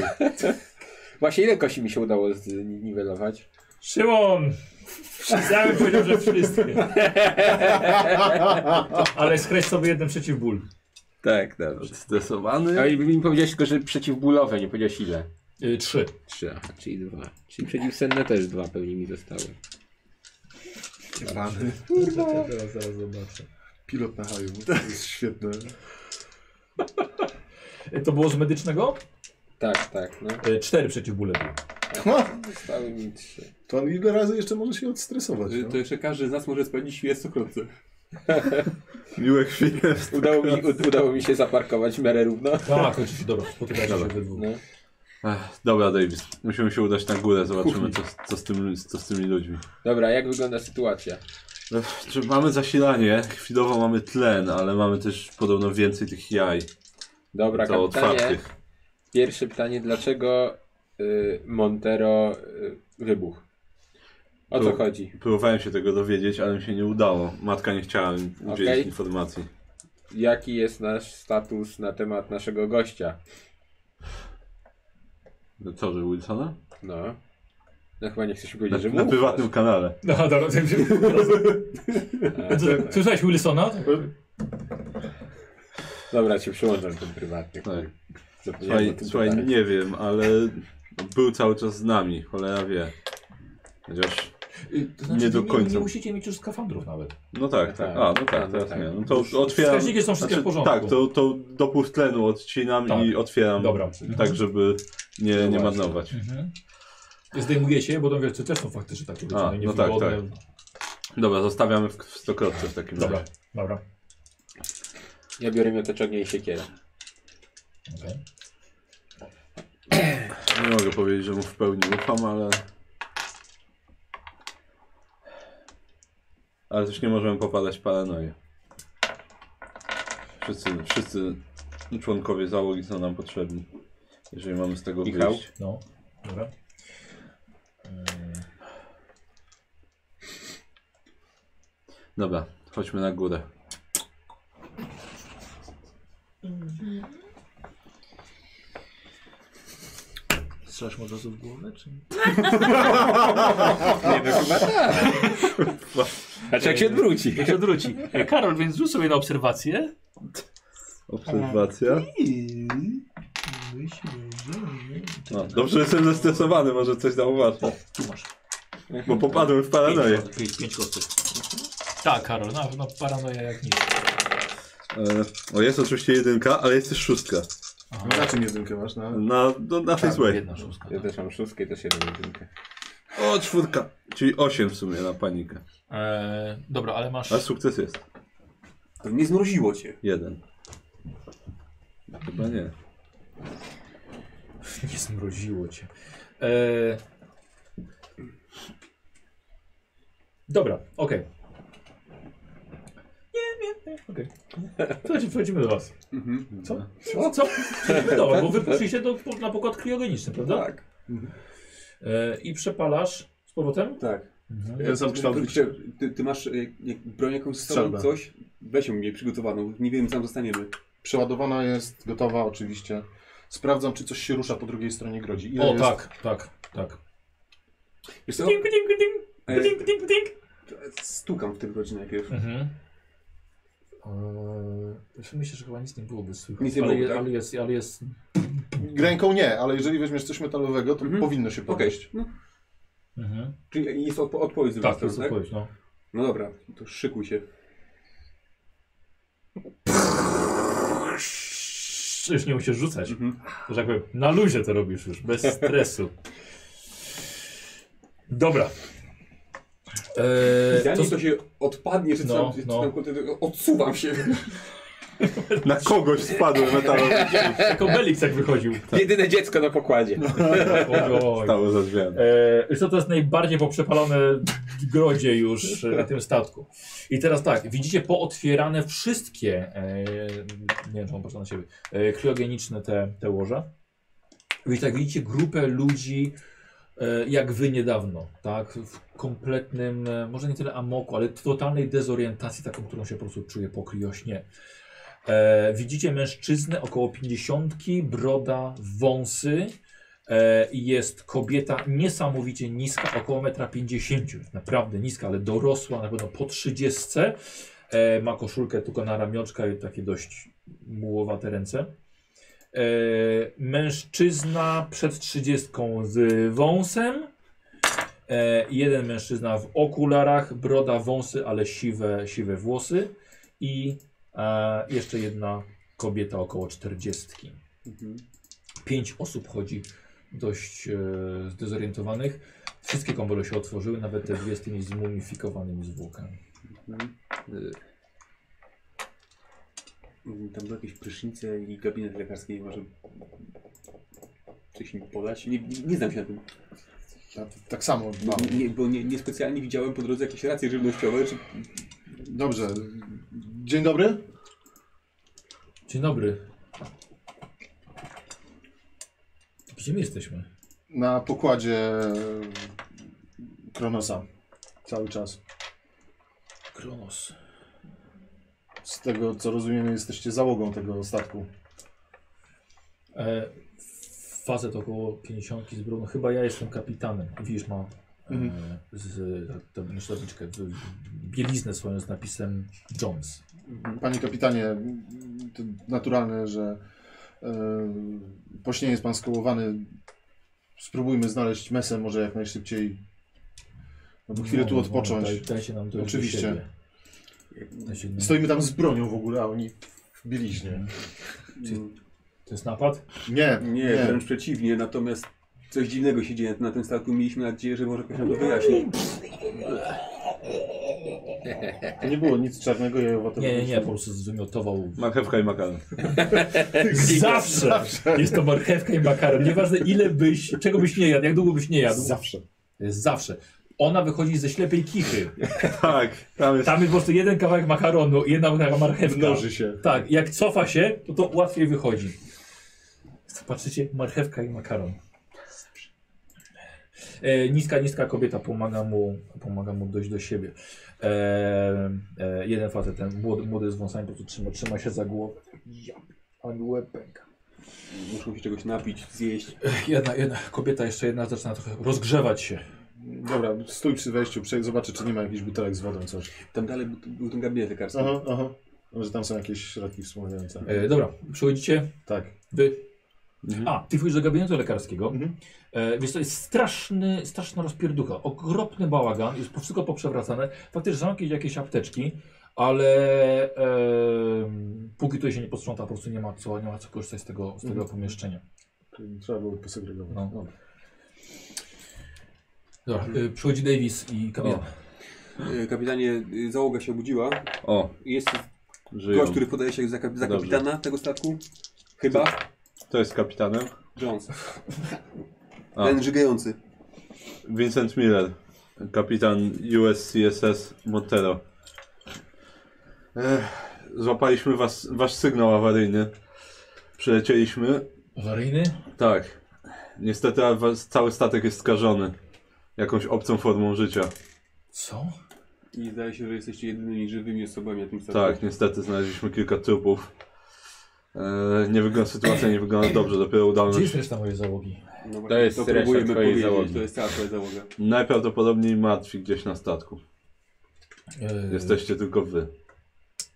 [SPEAKER 3] Właśnie ile kości mi się udało zniwelować?
[SPEAKER 7] Szymon! Ja bym powiedział, że wszystkie. Ale skreś sobie jeden przeciw ból.
[SPEAKER 3] Tak, dobrze. No
[SPEAKER 2] Stresowany?
[SPEAKER 3] i mi powiedziałeś tylko, że przeciwbólowe, nie powiedziałeś ile.
[SPEAKER 1] Y, Trzy.
[SPEAKER 3] Trzy, aha, czyli dwa. Czyli przeciwsenne też dwa pewnie mi zostały.
[SPEAKER 6] Rany.
[SPEAKER 7] Ja teraz zaraz zobaczę.
[SPEAKER 6] Pilot na haju. To jest świetne.
[SPEAKER 1] E, To było z medycznego?
[SPEAKER 3] Tak, tak, no.
[SPEAKER 1] E, Cztery przeciwbóle były.
[SPEAKER 3] Zostały mi trzy.
[SPEAKER 6] To on ile razy jeszcze może się odstresować? no?
[SPEAKER 5] To jeszcze każdy z nas może spędzić chwilę stokrotce.
[SPEAKER 2] Miłe chwile.
[SPEAKER 3] Udało mi, u, udało mi się zaparkować w miarę równo.
[SPEAKER 1] Tak, oczywiście, dobra, spotykajcie się we dwóch.
[SPEAKER 3] No.
[SPEAKER 2] Ech, dobra, Davis. Musimy się udać na górę, zobaczymy
[SPEAKER 3] Kuchni.
[SPEAKER 2] co, co, z, tym, co z tymi ludźmi.
[SPEAKER 3] Dobra, jak wygląda sytuacja?
[SPEAKER 2] Ech, Czy mamy zasilanie? Chwilowo mamy tlen, ale mamy też podobno więcej tych jaj.
[SPEAKER 3] Dobra,
[SPEAKER 2] To
[SPEAKER 3] kapitanie.
[SPEAKER 2] otwartych.
[SPEAKER 3] Pierwsze pytanie, dlaczego y, Montero y, wybuchł? O co
[SPEAKER 2] Tu.
[SPEAKER 3] chodzi?
[SPEAKER 2] Próbowałem się tego dowiedzieć, ale mi się nie udało. Matka nie chciała mi udzielić
[SPEAKER 3] Okej.
[SPEAKER 2] informacji.
[SPEAKER 3] Jaki jest nasz status na temat naszego gościa?
[SPEAKER 2] Co, że Wilsona?
[SPEAKER 3] No. No chyba nie chcesz mi
[SPEAKER 2] Na,
[SPEAKER 3] powiedzieć, że
[SPEAKER 2] na
[SPEAKER 3] mu
[SPEAKER 2] prywatnym kanale.
[SPEAKER 1] No, dobra, to się... Co- Słyszałeś Wilsona?
[SPEAKER 3] Dobra, cię przyłączam ten prywatny.
[SPEAKER 2] Tak.
[SPEAKER 3] Zapomniałem
[SPEAKER 2] Słuchaj,
[SPEAKER 3] o tym
[SPEAKER 2] słuchaj
[SPEAKER 3] pytaniu.
[SPEAKER 2] nie wiem, ale był cały czas z nami, cholera wie. Chociaż,
[SPEAKER 1] Y, To
[SPEAKER 2] Nie do końca.
[SPEAKER 1] Nie, nie musicie mieć już skafandrów nawet.
[SPEAKER 2] no tak, tak. A, no tak, teraz nie. No to otwieram...
[SPEAKER 1] Wskaźniki są wszystkie w porządku.
[SPEAKER 2] tak, to, to dopływ tlenu odcinam
[SPEAKER 1] Tak.
[SPEAKER 2] i otwieram,
[SPEAKER 1] Dobra.
[SPEAKER 2] tak żeby nie, nie
[SPEAKER 3] właśnie.
[SPEAKER 2] marnować.
[SPEAKER 1] Mhm. Zdejmujecie je, bo tam wiecie, też są faktycznie takie
[SPEAKER 2] A,
[SPEAKER 1] wyciągnięte,
[SPEAKER 2] no tak,
[SPEAKER 1] niewygodne.
[SPEAKER 2] Dobra, zostawiamy w, w stokrotce w takim
[SPEAKER 1] Dobra,
[SPEAKER 2] razie.
[SPEAKER 1] dobra.
[SPEAKER 3] Ja biorę miotacz ognia i siekierę.
[SPEAKER 1] okej.
[SPEAKER 2] Nie mogę powiedzieć, że mu w pełni ufam, ale... Ale też nie możemy popadać w paranoję. Wszyscy, wszyscy członkowie załogi są nam potrzebni. Jeżeli mamy z tego
[SPEAKER 3] Michał?
[SPEAKER 2] wyjść.
[SPEAKER 1] No, dobra.
[SPEAKER 2] Dobra, chodźmy na górę.
[SPEAKER 7] Strzelasz mu od razu w głowę, czy nie?
[SPEAKER 3] Nie, no chyba tak. Znaczy jak się
[SPEAKER 9] E,
[SPEAKER 3] odwróci.
[SPEAKER 7] Jak się odwróci. E, Karol, więc rzuć sobie na obserwację.
[SPEAKER 2] Obserwacja.
[SPEAKER 7] I... Myślę, że... nie.
[SPEAKER 2] No, dobrze, że jestem zestresowany, może coś zauważę.
[SPEAKER 7] Tu masz.
[SPEAKER 2] Bo popadłem w
[SPEAKER 7] Pięć,
[SPEAKER 2] paranoję.
[SPEAKER 7] kostek, pięć, pięć kostek. Tak, Karol, no, no paranoja jak nic.
[SPEAKER 2] E, o, jest oczywiście jedynka, ale jest też szóstka.
[SPEAKER 6] Na czym jedynkę masz? Na...
[SPEAKER 2] Na, no, na
[SPEAKER 1] Tak,
[SPEAKER 2] Faceway.
[SPEAKER 1] jedna szóstka.
[SPEAKER 3] Ja też mam szóstkę i też jedną jedynkę.
[SPEAKER 2] O, czwórka. Czyli osiem w sumie na panikę.
[SPEAKER 1] E, dobra, ale masz...
[SPEAKER 2] A sukces jest.
[SPEAKER 9] To nie zmroziło cię.
[SPEAKER 2] Jeden. No, Chyba nie.
[SPEAKER 1] Nie zmroziło cię. E... Dobra, okej. Nie, nie, nie, okej. Słuchajcie, wchodzimy do was.
[SPEAKER 9] Mhm.
[SPEAKER 1] Co? Co? Co? Wchodzimy do was, bo wy poszliście do, na pokład kryogeniczny, prawda?
[SPEAKER 9] Tak.
[SPEAKER 1] E, I przepalasz z powrotem?
[SPEAKER 9] Tak.
[SPEAKER 4] No.
[SPEAKER 6] Ten sam kształt
[SPEAKER 9] Ty- ty- Ty, ty masz e, jak, broń jakąś z sobą,
[SPEAKER 6] Strzelbę.
[SPEAKER 9] coś? Weź ją mnie przygotowaną. Nie wiem, co tam zostaniemy.
[SPEAKER 6] Przeładowana jest, gotowa oczywiście. Sprawdzam, czy coś się rusza po drugiej stronie grodzi. Ile
[SPEAKER 1] O,
[SPEAKER 6] jest?
[SPEAKER 1] tak, tak, tak.
[SPEAKER 9] Wiesz co?
[SPEAKER 1] Ding, ding, ding,
[SPEAKER 9] E,
[SPEAKER 1] ding, ding, ding.
[SPEAKER 9] Stukam w tym rodzinie najpierw.
[SPEAKER 1] Mhm. Eee, myślę, że chyba nic nie byłoby słychać.
[SPEAKER 9] Nic nie
[SPEAKER 1] ale,
[SPEAKER 9] byłoby,
[SPEAKER 1] je,
[SPEAKER 9] tak?
[SPEAKER 1] ale jest, ale jest.
[SPEAKER 6] Ręką nie, ale jeżeli weźmiesz coś metalowego, to
[SPEAKER 9] Mhm.
[SPEAKER 6] powinno się
[SPEAKER 9] Okej.
[SPEAKER 6] podnieść.
[SPEAKER 9] No,
[SPEAKER 1] Mhm.
[SPEAKER 9] czyli jest odpo odpowiedź z drugiej
[SPEAKER 1] Tak, to
[SPEAKER 9] strony,
[SPEAKER 1] jest odpowiedź, no.
[SPEAKER 9] No dobra, to szykuj się.
[SPEAKER 1] Już nie musisz rzucać.
[SPEAKER 9] Mhm.
[SPEAKER 1] Że tak powiem, na luzie to robisz już, bez stresu. Dobra. Eee,
[SPEAKER 9] Zanim to, się odpadnie, czy
[SPEAKER 1] No,
[SPEAKER 9] co tam,
[SPEAKER 1] no.
[SPEAKER 9] no. odsuwam się.
[SPEAKER 2] Na kogoś spadłem metalowy.
[SPEAKER 1] jako Belix jak wychodził.
[SPEAKER 2] Tak.
[SPEAKER 1] Tak,
[SPEAKER 3] Jedyne dziecko na pokładzie.
[SPEAKER 2] No.
[SPEAKER 1] Ojoj.
[SPEAKER 2] Stało za drzwiami.
[SPEAKER 1] E, wiesz co, to jest najbardziej poprzepalone grodzie już e, na tym statku. I teraz tak, widzicie pootwierane wszystkie, e, nie wiem, czy mam patrzę na siebie, e, kriogeniczne te, te łoże. Widzicie, tak, widzicie grupę ludzi e, jak wy niedawno, tak? W kompletnym, e, może nie tyle amoku, ale totalnej dezorientacji, taką, którą się po prostu czuje po kriośnie. E, widzicie mężczyznę około pięćdziesiątki, broda, wąsy. E, jest kobieta niesamowicie niska, około 1,50 m. Naprawdę niska, ale dorosła, na pewno po 30. E, ma koszulkę tylko na ramionczka i takie dość mułowate ręce. E, mężczyzna przed 30 z wąsem. E, jeden mężczyzna w okularach, broda, wąsy, ale siwe, siwe włosy. I e, jeszcze jedna kobieta około czterdziestki. Pięć osób chodzi dość e, zdezorientowanych. Wszystkie kombole się otworzyły, nawet te dwie z tymi zmumifikowanymi zwłokami.
[SPEAKER 9] Tam były jakieś prysznice i gabinet lekarski, nie może coś mi podać. Nie, nie znam się na tym.
[SPEAKER 4] Ja t- tak samo mam.
[SPEAKER 9] Nie, bo nie, niespecjalnie widziałem po drodze jakieś racje żywnościowe, czy
[SPEAKER 4] Dobrze. Dzień dobry.
[SPEAKER 1] Dzień dobry. Gdzie my jesteśmy?
[SPEAKER 4] Na pokładzie e, Kronosa. Cały czas.
[SPEAKER 1] Kronos.
[SPEAKER 4] Z tego co rozumiemy, jesteście załogą tego statku.
[SPEAKER 1] E, facet około 50 z Bruno. Chyba ja jestem kapitanem. Widzisz, ma e, z, ta, ta, znaczy tabliczkę, w- bieliznę swoją z napisem Jones.
[SPEAKER 4] Panie kapitanie, to naturalne, że e, po śnie jest pan skołowany. Spróbujmy znaleźć mesę może jak najszybciej. Albo chwilę tu odpocząć.
[SPEAKER 1] No, Daj, dajcie nam dojść
[SPEAKER 4] Oczywiście.
[SPEAKER 1] do siebie. Dajcie nam-
[SPEAKER 4] Stoimy tam z bronią w ogóle, a oni w bieliźnie.
[SPEAKER 1] To jest napad?
[SPEAKER 4] Nie,
[SPEAKER 9] Nie, wręcz przeciwnie, natomiast coś dziwnego się dzieje na tym statku. Mieliśmy nadzieję, że może ktoś nam to wyjaśni.
[SPEAKER 4] To nie było nic czarnego, jajowatego.
[SPEAKER 1] Nie, nie, nie, po prostu zwymiotował.
[SPEAKER 2] Marchewka i makaron.
[SPEAKER 1] Zawsze. Jest to marchewka i makaron. Nieważne ile byś, czego byś nie jadł, jak długo byś nie jadł.
[SPEAKER 4] Zawsze.
[SPEAKER 1] To jest zawsze. Ona wychodzi ze ślepej kichy.
[SPEAKER 2] Tak, tam jest.
[SPEAKER 1] Tam jest po prostu jeden kawałek makaronu, i jedna kawałek marchewka.
[SPEAKER 4] Mnoży się.
[SPEAKER 1] Tak, jak cofa się, to to łatwiej wychodzi. Patrzycie, marchewka i makaron. E, niska, niska kobieta pomaga mu, pomaga mu dojść do siebie. E, e, jeden facet, ten młody, młody z wąsami, po prostu trzyma, trzyma się za głowę. Ja, ani łeb pęka.
[SPEAKER 9] Muszą się czegoś napić, zjeść.
[SPEAKER 1] Jedna, jedna kobieta, jeszcze jedna zaczyna trochę rozgrzewać się.
[SPEAKER 4] Dobra, stój przy wejściu, przejdź, zobaczę, czy nie ma jakichś butelek z wodą, coś.
[SPEAKER 9] Tam dalej był, był ten gabinet lekarski.
[SPEAKER 4] Aha, aha. Może tam są jakieś środki wspomagające.
[SPEAKER 1] E, dobra, przychodzicie,
[SPEAKER 4] Tak.
[SPEAKER 1] Wy. A, ty wchodzisz do gabinetu lekarskiego.
[SPEAKER 4] Mhm.
[SPEAKER 1] E, więc to jest straszny, straszna rozpierducha. Okropny bałagan, jest po- wszystko poprzewracane. Faktycznie są jakieś, jakieś apteczki, ale em, póki tutaj się nie posprząta, po prostu nie ma co, nie ma co korzystać z tego, z tego pomieszczenia.
[SPEAKER 4] Czyli Trzeba było posegregować.
[SPEAKER 1] No.
[SPEAKER 4] Dobra.
[SPEAKER 1] Dobra, e, przychodzi Davis i kapitan.
[SPEAKER 9] E, Kapitanie, y, załoga się obudziła.
[SPEAKER 2] O,
[SPEAKER 9] Jest
[SPEAKER 2] żyją.
[SPEAKER 9] gość, który podaje się za, kap- za
[SPEAKER 2] Dobrze.
[SPEAKER 9] kapitana tego statku. Chyba
[SPEAKER 2] To jest kapitanem.
[SPEAKER 9] Jones.
[SPEAKER 2] A.
[SPEAKER 9] Ten żygający.
[SPEAKER 2] Vincent Miller, kapitan USCSS Montero. Ech, złapaliśmy was, wasz sygnał awaryjny. Przylecieliśmy.
[SPEAKER 1] Awaryjny?
[SPEAKER 2] Tak. Niestety a was- cały statek jest skażony. Jakąś obcą formą życia.
[SPEAKER 1] Co?
[SPEAKER 9] I zdaje się, że jesteście jedynymi żywymi osobami na tym statku.
[SPEAKER 2] Tak, niestety znaleźliśmy kilka trupów. Eee, nie wygląda, sytuacja nie wygląda dobrze, dopiero udało
[SPEAKER 1] Gdzie
[SPEAKER 2] nam
[SPEAKER 1] jest
[SPEAKER 2] się.
[SPEAKER 1] reszta mojej załogi?
[SPEAKER 9] No właśnie,
[SPEAKER 3] jest
[SPEAKER 9] to
[SPEAKER 3] reszta
[SPEAKER 9] próbujemy
[SPEAKER 3] twojej
[SPEAKER 9] powiedzieć.
[SPEAKER 3] załogi.
[SPEAKER 9] To jest cała twoja załoga.
[SPEAKER 2] Najprawdopodobniej martwi gdzieś na statku.
[SPEAKER 1] E,
[SPEAKER 2] Jesteście tylko wy.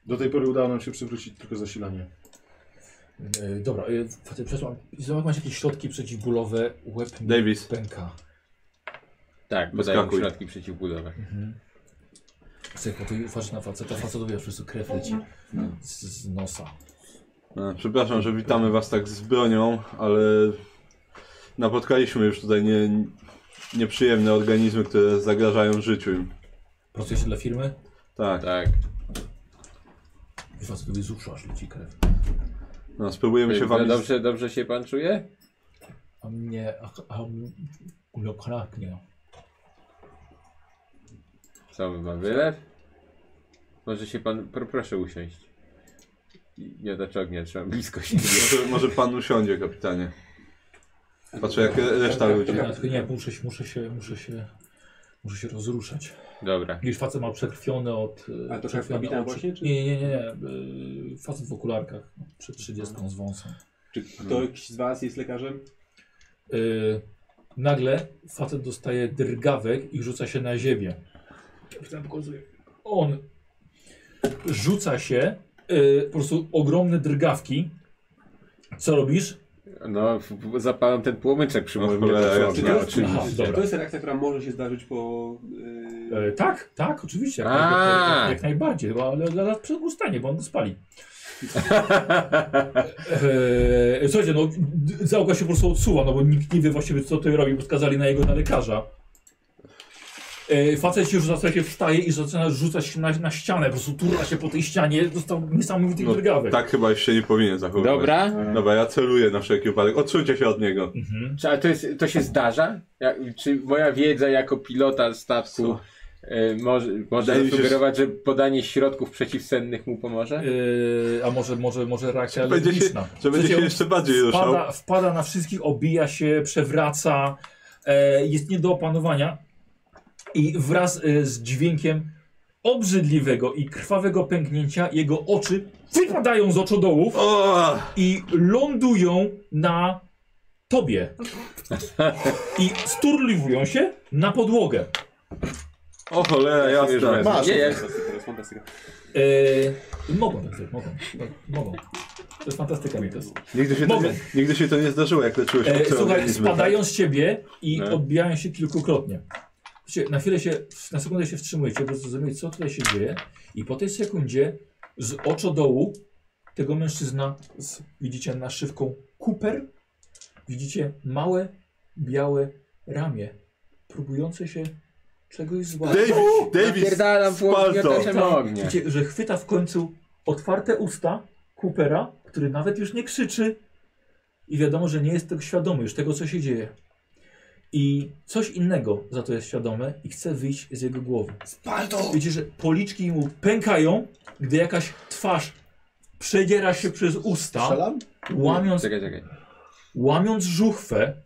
[SPEAKER 4] Do tej pory udało nam się przywrócić tylko zasilanie.
[SPEAKER 1] E, dobra, e, facet, przesłam. Zobacz, masz jakieś środki przeciwbólowe, łeb mi
[SPEAKER 2] Davis,
[SPEAKER 1] pęka.
[SPEAKER 3] Tak, podają
[SPEAKER 2] Wyskakuj.
[SPEAKER 3] środki przeciwbólowe.
[SPEAKER 1] Psycho, ty ufasz na faceta, facetowi aż po prostu krew leci z, z nosa.
[SPEAKER 2] E, Przepraszam, że witamy Was tak z bronią, ale napotkaliśmy już tutaj nie, nieprzyjemne organizmy, które zagrażają życiu.
[SPEAKER 1] Pracujesz dla firmy?
[SPEAKER 2] Tak,
[SPEAKER 3] Tak.
[SPEAKER 1] I facetowi z uszu aż leci krew.
[SPEAKER 2] no, spróbujemy się
[SPEAKER 3] Dobrze,
[SPEAKER 2] Wam...
[SPEAKER 3] E, dobrze, dobrze się pan czuje?
[SPEAKER 1] A mnie, a, a mnie kraknie.
[SPEAKER 3] Co ma wylew? Może się pan. Pro, proszę usiąść. I Nie otaczę ognia, trzeba blisko siebie.
[SPEAKER 2] Może, może Pan usiądzie, kapitanie. Patrzę jak re- reszta ludzi.
[SPEAKER 1] Ja
[SPEAKER 7] Tak.
[SPEAKER 1] tylko nie, muszę, się- muszę się, muszę się, muszę się rozruszać.
[SPEAKER 3] Dobra.
[SPEAKER 1] Jakiś facet ma przekrwione od... e,
[SPEAKER 9] Ale to
[SPEAKER 1] przekrwione
[SPEAKER 9] kapitan
[SPEAKER 1] oczy.
[SPEAKER 9] właśnie, czy-
[SPEAKER 1] Nie, nie, nie, nie. e, Facet w okularkach przed 30 z wąsem.
[SPEAKER 9] Czy
[SPEAKER 2] Mhm.
[SPEAKER 9] ktoś z was jest lekarzem?
[SPEAKER 1] E, Nagle facet dostaje drgawek i rzuca się na ziemię. Kapitan pokazuje. On rzuca się, e, po prostu ogromne drgawki. Co robisz?
[SPEAKER 3] No, w- w- zapalam ten płomyczek przy
[SPEAKER 2] No,
[SPEAKER 3] moim
[SPEAKER 2] cholera,
[SPEAKER 3] no,
[SPEAKER 2] jasne,
[SPEAKER 3] no,
[SPEAKER 1] Aha,
[SPEAKER 3] oczywiście.
[SPEAKER 5] Czy
[SPEAKER 1] dobra.
[SPEAKER 5] to jest reakcja, która może się zdarzyć po... Yy,
[SPEAKER 1] E, tak, tak, oczywiście. Jak,
[SPEAKER 3] A.
[SPEAKER 1] najbardziej, jak, jak najbardziej, bo- ale zaraz przed ustanie, bo on go spali. E, słuchajcie, no d- załóga się po prostu odsuwa, no bo nikt nie wie właściwie co tutaj robi, bo skazali na jego na lekarza. E, facet się rzuca, słuchajcie, wstaje i zaczyna rzucać się na, na ścianę, po prostu turla się po tej ścianie, dostał niesamowitych
[SPEAKER 2] No,
[SPEAKER 1] drgawek.
[SPEAKER 2] Tak chyba już się nie powinien zachowywać.
[SPEAKER 3] Dobra.
[SPEAKER 2] Dobra, ja celuję na wszelki wypadek. Odsuńcie się od niego.
[SPEAKER 1] Mhm.
[SPEAKER 3] Czy, ale to, jest, to się zdarza? Ja, czy moja wiedza jako pilota statku y, może, może
[SPEAKER 2] Że-
[SPEAKER 3] sugerować, że podanie środków przeciwsennych mu pomoże?
[SPEAKER 1] E, a może, może, może reakcja
[SPEAKER 2] Będzie się-
[SPEAKER 1] alergiczna.
[SPEAKER 2] Że będzie
[SPEAKER 1] Słuchajcie,
[SPEAKER 2] się
[SPEAKER 1] on
[SPEAKER 2] jeszcze bardziej ruszał.
[SPEAKER 1] wpada, wpada na wszystkich, obija się, przewraca, e, jest nie do opanowania i wraz e, z dźwiękiem obrzydliwego i krwawego pęknięcia jego oczy wypadają z oczodołów
[SPEAKER 2] O!
[SPEAKER 1] i lądują na tobie i sturliwują się na podłogę.
[SPEAKER 2] O cholera, jasne.
[SPEAKER 6] Masz.
[SPEAKER 3] Nie, ja,
[SPEAKER 9] Fantastyka, fantastyka.
[SPEAKER 1] E, mogą, tak, mogą, tak, mogą. To jest fantastyka, Mitos.
[SPEAKER 2] Nigdy się, to
[SPEAKER 1] Mogę.
[SPEAKER 2] nie, nigdy się to nie zdarzyło, jak leczyłeś
[SPEAKER 1] E,
[SPEAKER 2] obce
[SPEAKER 1] słuchaj,
[SPEAKER 2] organizmy,
[SPEAKER 1] spadają z ciebie i
[SPEAKER 2] tak? No.
[SPEAKER 1] odbijają się kilkukrotnie. Słuchajcie, na chwilę się, na sekundę się wstrzymujecie, bo zrozumieć, co tutaj się dzieje. I po tej sekundzie z oczodołu tego mężczyzna z, widzicie na szywką kuper, widzicie małe, białe ramię, próbujące się czegoś
[SPEAKER 2] tak?
[SPEAKER 1] złapać.
[SPEAKER 2] Davis, Davis,
[SPEAKER 3] napierdalam
[SPEAKER 2] spal to.
[SPEAKER 3] płomioteczem ognia.
[SPEAKER 1] Widzicie, że chwyta w końcu otwarte usta Coopera, który nawet już nie krzyczy i wiadomo, że nie jest tego świadomy już tego, co się dzieje. I coś innego za to jest świadome i chce wyjść z jego głowy. Widzicie, że policzki mu pękają, gdy jakaś twarz przedziera się przez usta,
[SPEAKER 6] Strzelam?
[SPEAKER 1] łamiąc,
[SPEAKER 3] Czekaj, czekaj.
[SPEAKER 1] łamiąc żuchwę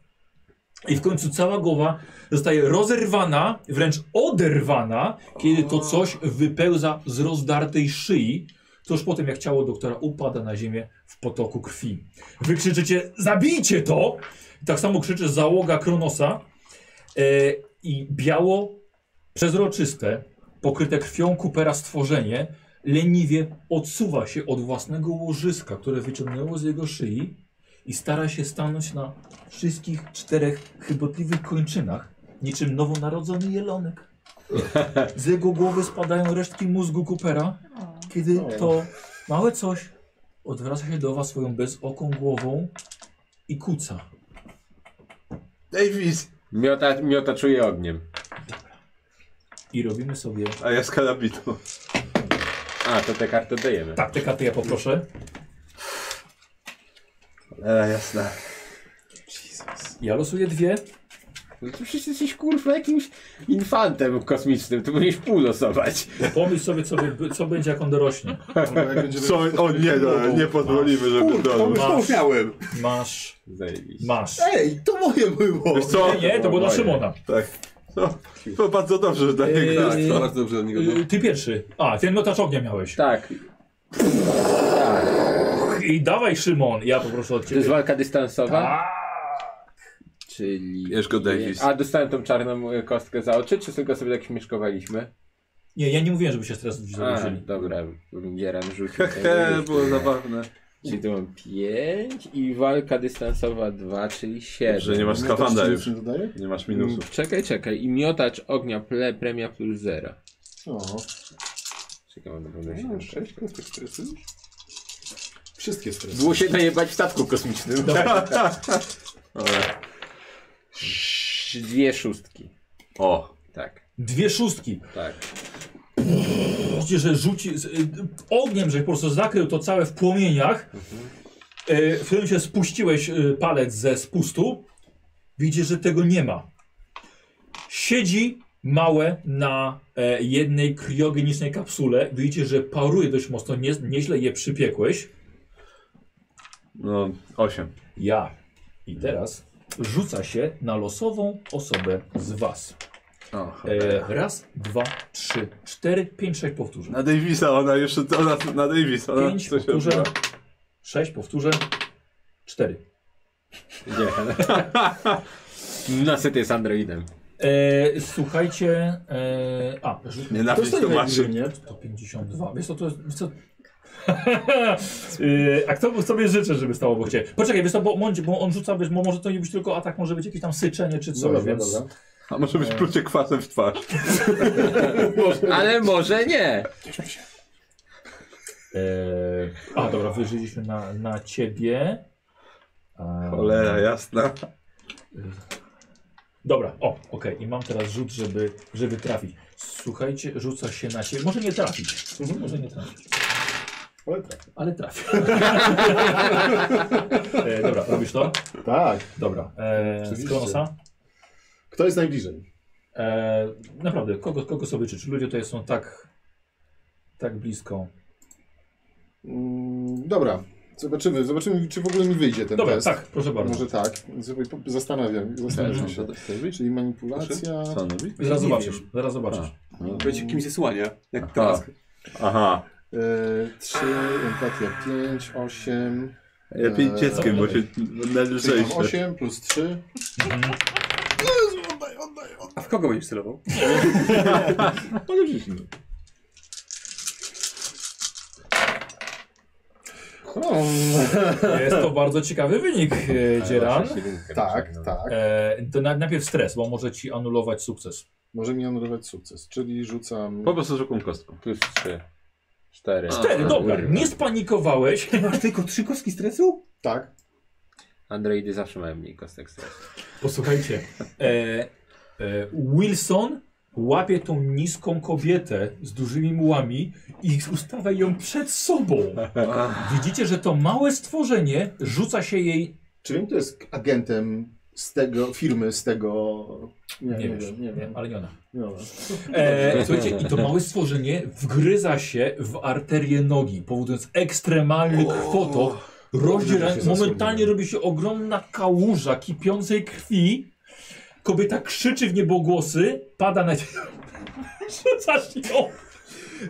[SPEAKER 1] i w końcu cała głowa zostaje rozerwana, wręcz oderwana, kiedy to coś wypełza z rozdartej szyi, tuż po tym jak ciało doktora upada na ziemię w potoku krwi. Wy krzyczycie, zabijcie to! Tak samo krzyczy załoga Kronosa e, i biało, przezroczyste, pokryte krwią kupera stworzenie leniwie odsuwa się od własnego łożyska, które wyciągnęło z jego szyi i stara się stanąć na wszystkich czterech chybotliwych kończynach, niczym nowonarodzony jelonek. Z jego głowy spadają resztki mózgu Coopera, kiedy to małe coś odwraca się do was swoją bezoką głową i kuca.
[SPEAKER 2] Davis!
[SPEAKER 3] Miota, miota czuje ogniem.
[SPEAKER 1] I robimy sobie...
[SPEAKER 2] A ja z karabinu.
[SPEAKER 3] A, to tę kartę dajemy.
[SPEAKER 1] Tak, te karty ja poproszę.
[SPEAKER 2] Cholera, jasne.
[SPEAKER 1] Ja losuję dwie.
[SPEAKER 3] No to przecież jesteś kurwa jakimś infantem kosmicznym, ty powinieneś pół losować.
[SPEAKER 1] Pomyśl sobie, co, by- co będzie, jak on dorośnie.
[SPEAKER 6] Albo jak będzie
[SPEAKER 2] Co? O nie, no, nie pozwolimy, żeby dorósł.
[SPEAKER 1] Masz.
[SPEAKER 9] Już miałem.
[SPEAKER 1] Masz,
[SPEAKER 3] Zajebiście.
[SPEAKER 1] masz.
[SPEAKER 6] Ej, to moje było!
[SPEAKER 2] Wiesz co?
[SPEAKER 1] Nie, nie, to było dla Szymona.
[SPEAKER 2] Tak. No, to bardzo dobrze, że dla niego.
[SPEAKER 1] Eee,
[SPEAKER 2] Tak,
[SPEAKER 9] To bardzo dobrze od niego. No.
[SPEAKER 1] Y, Ty pierwszy. A, ten miotacz ognia miałeś.
[SPEAKER 3] Tak,
[SPEAKER 1] I dawaj Szymon, ja poproszę od
[SPEAKER 3] to jest
[SPEAKER 1] ciebie.
[SPEAKER 3] walka dystansowa. Czyli...
[SPEAKER 2] Jesz go, Davis.
[SPEAKER 3] A dostałem tą czarną e, kostkę za oczy, czy tylko sobie tak śmieszkowaliśmy?
[SPEAKER 1] Nie, ja nie mówiłem, żeby się teraz
[SPEAKER 3] A,
[SPEAKER 1] założyli.
[SPEAKER 3] dobra, bo mi dzieran rzucił.
[SPEAKER 2] Hehe, było zabawne.
[SPEAKER 3] Czyli to mam 5 i walka dystansowa 2, czyli 7.
[SPEAKER 2] Że nie masz skafandra już.
[SPEAKER 6] Nie dodaje?
[SPEAKER 2] Nie Mm. masz minusów.
[SPEAKER 3] Czekaj, czekaj. I miotacz ognia ple, premia plus 0.
[SPEAKER 4] No,
[SPEAKER 6] O,
[SPEAKER 3] Czekaj, mam na pewno
[SPEAKER 9] No,
[SPEAKER 3] 7.
[SPEAKER 9] Sześć kostek stresu.
[SPEAKER 6] wszystkie stresy.
[SPEAKER 3] Było się najebać w statku kosmicznym. Dwie szóstki.
[SPEAKER 2] O,
[SPEAKER 3] Tak,
[SPEAKER 1] Dwie szóstki.
[SPEAKER 3] tak.
[SPEAKER 1] Widzicie, że rzuci z, y, ogniem, że po prostu zakrył to całe w płomieniach.
[SPEAKER 4] Mhm.
[SPEAKER 1] Y, w którym się spuściłeś y, palec ze spustu. Widzicie, że tego nie ma. Siedzi małe na e, jednej kriogenicznej kapsule. Widzicie, że paruje dość mocno. Nie, nieźle je przypiekłeś.
[SPEAKER 2] no, osiem.
[SPEAKER 1] Ja. I teraz rzuca się na losową osobę z was.
[SPEAKER 2] O,
[SPEAKER 1] E, raz, dwa, trzy, cztery, pięć, sześć powtórzeń.
[SPEAKER 2] Na Davisa ona jeszcze, ona, na Davisa ona
[SPEAKER 1] Pięć
[SPEAKER 2] coś
[SPEAKER 1] powtórzeń,
[SPEAKER 2] robiła.
[SPEAKER 1] sześć powtórzeń, cztery.
[SPEAKER 3] Nie. Nasyt jest androidem.
[SPEAKER 1] E, słuchajcie, e, a, rzut
[SPEAKER 2] Nienawiść
[SPEAKER 6] To
[SPEAKER 2] to
[SPEAKER 6] jest
[SPEAKER 2] masz.
[SPEAKER 6] najbliżej mnie.
[SPEAKER 1] 152. Wiesz co, to jest, wiesz co, Yy, A kto sobie życzy, żeby stało obok ciebie? Poczekaj, wiesz co, bo, mądź, bo on rzuca, wiesz, bo może to nie być tylko atak, może być jakieś tam syczenie czy
[SPEAKER 4] No
[SPEAKER 1] coś,
[SPEAKER 4] dobra,
[SPEAKER 1] więc...
[SPEAKER 4] dobra.
[SPEAKER 2] A może być plucie kwasem w twarz.
[SPEAKER 3] Ale może nie.
[SPEAKER 1] Yy, A, dobra, wyżyliśmy na, na ciebie.
[SPEAKER 2] No.
[SPEAKER 1] A,
[SPEAKER 2] Cholera, jasna.
[SPEAKER 1] Dobra, o, okej, i mam teraz rzut, żeby, żeby trafić. Słuchajcie, rzuca się na siebie. Może nie trafić. Może nie trafić,
[SPEAKER 4] Ale tak.
[SPEAKER 1] ale trafi. e, dobra, robisz to?
[SPEAKER 4] Tak.
[SPEAKER 1] Dobra. E, z
[SPEAKER 4] Oczywiście.
[SPEAKER 1] Kronosa?
[SPEAKER 4] Kto jest najbliżej?
[SPEAKER 1] E, naprawdę, kogo, kogo sobie życzysz? Ludzie tutaj są tak, tak blisko.
[SPEAKER 4] Mm, dobra. Zobaczymy, zobaczymy, czy w ogóle mi wyjdzie ten
[SPEAKER 1] Dobra,
[SPEAKER 4] test.
[SPEAKER 1] tak, proszę bardzo.
[SPEAKER 4] Może tak. Zobacz, po- Zastanawiam, zastanawiam się. Czyli manipulacja.
[SPEAKER 2] Co on robi?
[SPEAKER 1] Zaraz
[SPEAKER 4] Nie
[SPEAKER 1] zobaczysz, zaraz zobaczysz.
[SPEAKER 9] Będzie kimś zasłania, jak
[SPEAKER 2] Aha.
[SPEAKER 9] teraz.
[SPEAKER 2] Aha.
[SPEAKER 4] E, 3, empatia 5, 8.
[SPEAKER 2] Lepiej
[SPEAKER 4] Eee,
[SPEAKER 2] dzieckiem, bo się
[SPEAKER 4] Czyli mam
[SPEAKER 2] najlżejsze.
[SPEAKER 4] 8 plus 3.
[SPEAKER 9] A w kogo będziesz celował?
[SPEAKER 1] Jest to bardzo ciekawy wynik, e, Dzieran.
[SPEAKER 4] Tak,
[SPEAKER 2] no.
[SPEAKER 4] tak.
[SPEAKER 1] E, to na, najpierw stres, bo może ci anulować sukces.
[SPEAKER 4] Może mi anulować sukces. Czyli rzucam.
[SPEAKER 2] Po prostu rzucam kostką.
[SPEAKER 3] Plus 3.
[SPEAKER 1] Cztery,
[SPEAKER 3] 4.
[SPEAKER 4] Tak.
[SPEAKER 1] dobra, nie spanikowałeś.
[SPEAKER 9] Masz tylko trzy kostki stresu?
[SPEAKER 4] Tak.
[SPEAKER 3] Androidy zawsze mają mniej kostek stresu.
[SPEAKER 1] Posłuchajcie. E, e, Wilson łapie tą niską kobietę z dużymi mułami i ustawia ją przed sobą. Widzicie, że to małe stworzenie rzuca się jej
[SPEAKER 4] Czy wiem, to jest agentem z tego firmy, z tego.
[SPEAKER 1] Nie, wiesz, nie wiem, ale nie ona.
[SPEAKER 4] No,
[SPEAKER 1] E, słuchajcie, i to małe stworzenie wgryza się w arterię nogi, powodując ekstremalny kwotok, rozdziera,
[SPEAKER 4] Dobrze, że się
[SPEAKER 1] momentalnie
[SPEAKER 4] zasłoniłem.
[SPEAKER 1] robi się ogromna kałuża kipiącej krwi. Kobieta krzyczy w niebogłosy, pada na ciebie. Rzucasz ją.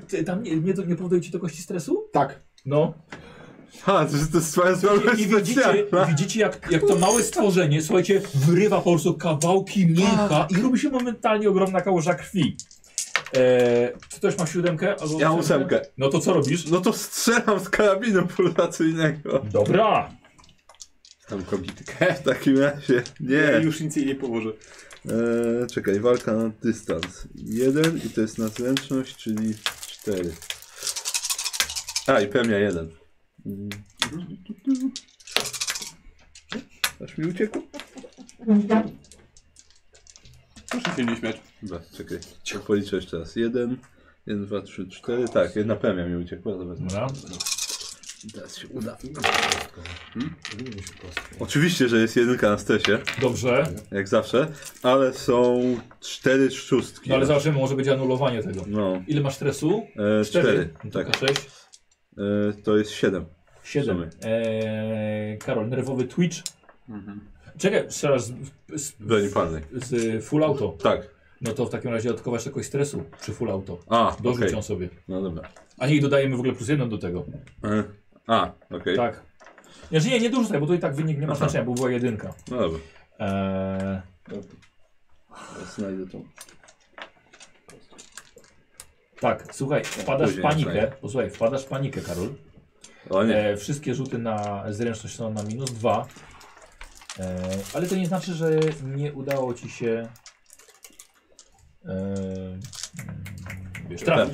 [SPEAKER 1] Ty, tam nie, nie, nie powoduje ci to kości stresu?
[SPEAKER 4] tak.
[SPEAKER 1] No.
[SPEAKER 2] Ha, to jest to jest twoja sprawa
[SPEAKER 1] I, i widzicie,
[SPEAKER 2] specjalna.
[SPEAKER 1] widzicie jak, jak to małe stworzenie, słuchajcie, wyrywa po prostu kawałki mięcha
[SPEAKER 2] Tak.
[SPEAKER 1] i robi się momentalnie ogromna kałuża krwi. E, czy też masz siódemkę? Albo
[SPEAKER 2] Ja mam ósemkę.
[SPEAKER 1] No to co robisz?
[SPEAKER 2] No to strzelam z karabinu pulsacyjnego.
[SPEAKER 1] Dobra.
[SPEAKER 3] Tam kobitkę.
[SPEAKER 2] W takim razie.
[SPEAKER 9] Ja
[SPEAKER 2] Nie.
[SPEAKER 9] już nic jej nie położę.
[SPEAKER 2] Eee, czekaj, walka na dystans. Jeden i to jest na zręczność, czyli cztery. A, i pewnie jeden. Mm. Aż mi uciekło?
[SPEAKER 9] Proszę się nie śmiać.
[SPEAKER 2] Dobra, czekaj. To Policzę jeszcze raz. Jeden, jeden, dwa, trzy, cztery. Tak, jedna premia mi uciekła. Dobra.
[SPEAKER 1] Dobra.
[SPEAKER 2] Teraz się uda. Hmm? Oczywiście, że jest jedynka na stresie,
[SPEAKER 1] Dobrze.
[SPEAKER 2] jak zawsze, ale są cztery szóstki.
[SPEAKER 1] No ale zobaczymy, może być anulowanie tego.
[SPEAKER 2] No,
[SPEAKER 1] Ile masz stresu?
[SPEAKER 2] e, cztery.
[SPEAKER 1] No to
[SPEAKER 2] Tak,
[SPEAKER 1] Sześć.
[SPEAKER 2] e, to jest siedem.
[SPEAKER 1] Siedem. E, Karol, nerwowy twitch.
[SPEAKER 2] Mhm.
[SPEAKER 1] Czekaj, strzelasz z, z,
[SPEAKER 2] Broni palnej.
[SPEAKER 1] z full auto.
[SPEAKER 2] Tak.
[SPEAKER 1] No to w takim razie dodatkowasz jakoś stresu przy full auto.
[SPEAKER 2] A,
[SPEAKER 1] Dorzuć
[SPEAKER 2] okej.
[SPEAKER 1] ją sobie.
[SPEAKER 2] No dobra.
[SPEAKER 1] A nie, dodajemy w ogóle plus jedną do tego.
[SPEAKER 2] E, a, okej.
[SPEAKER 1] Tak. Nie, że nie, nie dorzucaj, bo to i tak wynik nie ma
[SPEAKER 2] Aha.
[SPEAKER 1] znaczenia, bo była jedynka.
[SPEAKER 2] No dobra.
[SPEAKER 1] Eee,
[SPEAKER 2] Ja Znajdę tą.
[SPEAKER 1] tak, słuchaj, wpadasz w
[SPEAKER 2] Później,
[SPEAKER 1] panikę.
[SPEAKER 2] słuchaj.
[SPEAKER 1] E, E, znaczy, e,
[SPEAKER 2] Mhm.
[SPEAKER 1] e, tak,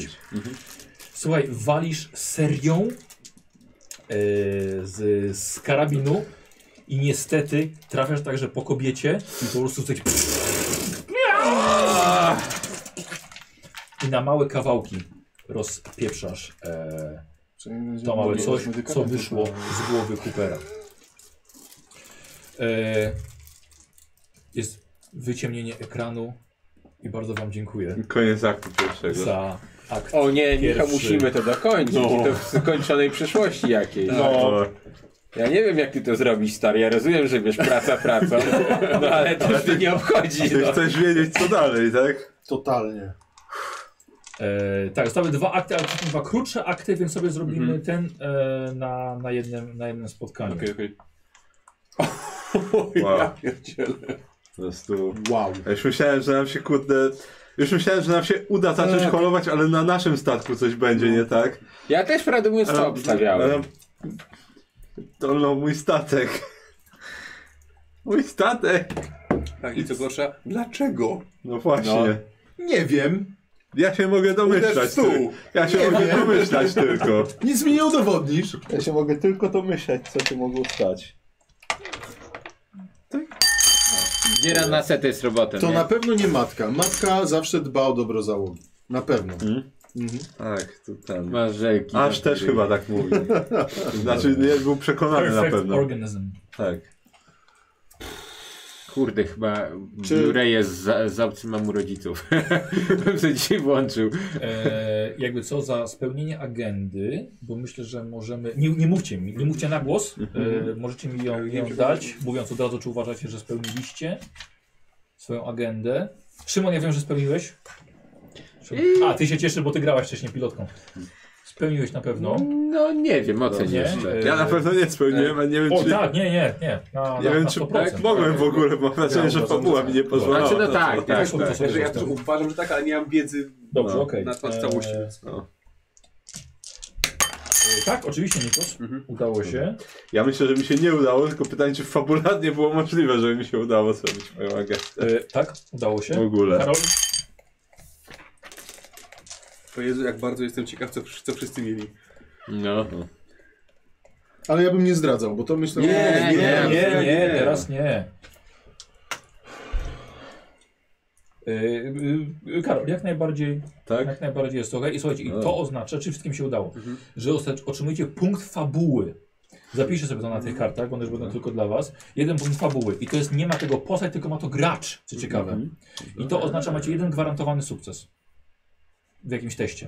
[SPEAKER 1] e,
[SPEAKER 9] No. Tak.
[SPEAKER 1] E, e, tak, e,
[SPEAKER 2] tak?
[SPEAKER 3] No,
[SPEAKER 2] Już myślałem, że nam się uda zacząć holować, ale na naszym statku coś będzie, nie tak?
[SPEAKER 3] Ja też prawdę mówiąc to obstawiałem.
[SPEAKER 2] To no, mój statek. Mój statek.
[SPEAKER 5] Tak, i co gorsza, dlaczego?
[SPEAKER 2] No właśnie.
[SPEAKER 3] No.
[SPEAKER 6] Nie wiem.
[SPEAKER 2] Ja się mogę
[SPEAKER 5] Uderz w
[SPEAKER 2] domyślać.
[SPEAKER 5] stół.
[SPEAKER 2] tylko. Ja się mogę domyślać tylko.
[SPEAKER 6] Nic mi nie udowodnisz.
[SPEAKER 2] Ja się mogę tylko domyślać, co tu mogło stać.
[SPEAKER 3] Dziera na sety jest robotem.
[SPEAKER 6] To
[SPEAKER 3] nie?
[SPEAKER 6] na pewno nie matka. Matka zawsze dba o dobro załogi. Na pewno.
[SPEAKER 2] Tak, to ten.
[SPEAKER 3] Masz rzeki.
[SPEAKER 2] Aż też chyba tak mówił. Znaczy, nie, był przekonany na
[SPEAKER 1] Perfect
[SPEAKER 2] pewno.
[SPEAKER 1] organism.
[SPEAKER 2] Tak.
[SPEAKER 3] Kurde, chyba
[SPEAKER 6] Czy-
[SPEAKER 3] Blu-ray jest za, za obcym mam u rodziców. Bym sobie dzisiaj włączył.
[SPEAKER 1] E, jakby co za spełnienie agendy, bo myślę, że możemy. Nie, nie mówcie mi,
[SPEAKER 2] Mhm.
[SPEAKER 1] nie mówcie na głos. E, możecie mi ją, ją dać, mówiąc od razu, czy uważacie, że spełniliście swoją agendę. Szymon, ja wiem, że spełniłeś. Szymon- A, ty się cieszysz, bo ty grałaś wcześniej pilotką. Spełniłeś na pewno.
[SPEAKER 3] No nie wiem, ocenię
[SPEAKER 1] Nie?
[SPEAKER 3] jeszcze.
[SPEAKER 1] E,
[SPEAKER 2] Ja na pewno nie spełniłem, a nie wiem
[SPEAKER 1] O
[SPEAKER 2] czy...
[SPEAKER 1] tak, nie, nie, nie. Na,
[SPEAKER 2] Nie
[SPEAKER 1] na,
[SPEAKER 2] wiem
[SPEAKER 1] na
[SPEAKER 2] czy
[SPEAKER 1] 100%.
[SPEAKER 2] tak mogłem w ogóle, bo mam nadzieję, że fabuła mi nie pozwalała.
[SPEAKER 3] Znaczy,
[SPEAKER 2] na
[SPEAKER 3] no
[SPEAKER 2] to.
[SPEAKER 3] tak,
[SPEAKER 1] Ja
[SPEAKER 3] tak.
[SPEAKER 1] też mam to sobie
[SPEAKER 5] Także ja też
[SPEAKER 1] zostawiam.
[SPEAKER 5] uważam, że tak, ale nie mam wiedzy
[SPEAKER 1] Dobrze,
[SPEAKER 2] No.
[SPEAKER 1] okej.
[SPEAKER 5] na temat
[SPEAKER 1] E,
[SPEAKER 5] całości.
[SPEAKER 1] e, Tak, oczywiście, Nikos.
[SPEAKER 2] Mhm.
[SPEAKER 1] Udało się.
[SPEAKER 2] Ja myślę, że mi się nie udało, tylko pytanie, czy fabularnie było możliwe, żeby mi się udało zrobić moją agentę.
[SPEAKER 1] E, Tak, udało
[SPEAKER 2] W
[SPEAKER 1] się.
[SPEAKER 2] ogóle.
[SPEAKER 1] Karol?
[SPEAKER 5] To Jezu, jak bardzo jestem ciekaw, co, co wszyscy mieli.
[SPEAKER 3] No.
[SPEAKER 6] Ale ja bym nie zdradzał, bo to myślę...
[SPEAKER 3] Nie, nie,
[SPEAKER 1] nie, nie, teraz nie. Yy, yy, Karol, jak najbardziej,
[SPEAKER 2] Tak?
[SPEAKER 1] jak najbardziej jest ok. I słuchajcie, i
[SPEAKER 2] No.
[SPEAKER 1] to oznacza, czy wszystkim się udało,
[SPEAKER 6] Mhm.
[SPEAKER 1] że osta- otrzymujecie punkt fabuły. Zapiszę sobie to na tych kartach, bo one już
[SPEAKER 6] Mhm.
[SPEAKER 1] będą tylko dla was. Jeden punkt fabuły. I to jest, nie ma tego postać, tylko ma to gracz,
[SPEAKER 6] Mhm.
[SPEAKER 1] co ciekawe. I to oznacza, macie jeden gwarantowany sukces. W jakimś teście.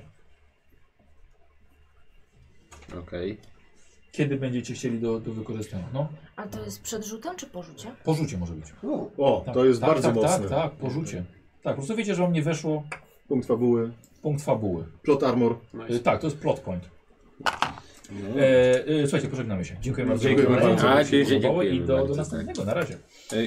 [SPEAKER 3] Okej.
[SPEAKER 1] Kiedy będziecie chcieli do, do wykorzystania? No,
[SPEAKER 11] A to jest przed rzutem czy po rzucie?
[SPEAKER 1] po rzucie może być.
[SPEAKER 6] O,
[SPEAKER 1] Tak,
[SPEAKER 6] No, to jest
[SPEAKER 1] tak,
[SPEAKER 6] bardzo
[SPEAKER 1] tak,
[SPEAKER 6] mocne. Mhm.
[SPEAKER 1] Tak, tak, po rzucie. Tak, po prostu wiecie, że wam nie weszło
[SPEAKER 6] Punkt fabuły,
[SPEAKER 1] punkt fabuły.
[SPEAKER 6] plot armor.
[SPEAKER 1] E, Tak, to jest plot point. E, e, słuchajcie, pożegnamy się. Dziękuję bardzo.
[SPEAKER 6] No. Dziękuję
[SPEAKER 1] Dziękuję
[SPEAKER 6] bardzo.
[SPEAKER 1] bardzo.
[SPEAKER 3] A, dziękuję
[SPEAKER 1] I do, do
[SPEAKER 3] bardzo,
[SPEAKER 1] następnego. Na razie.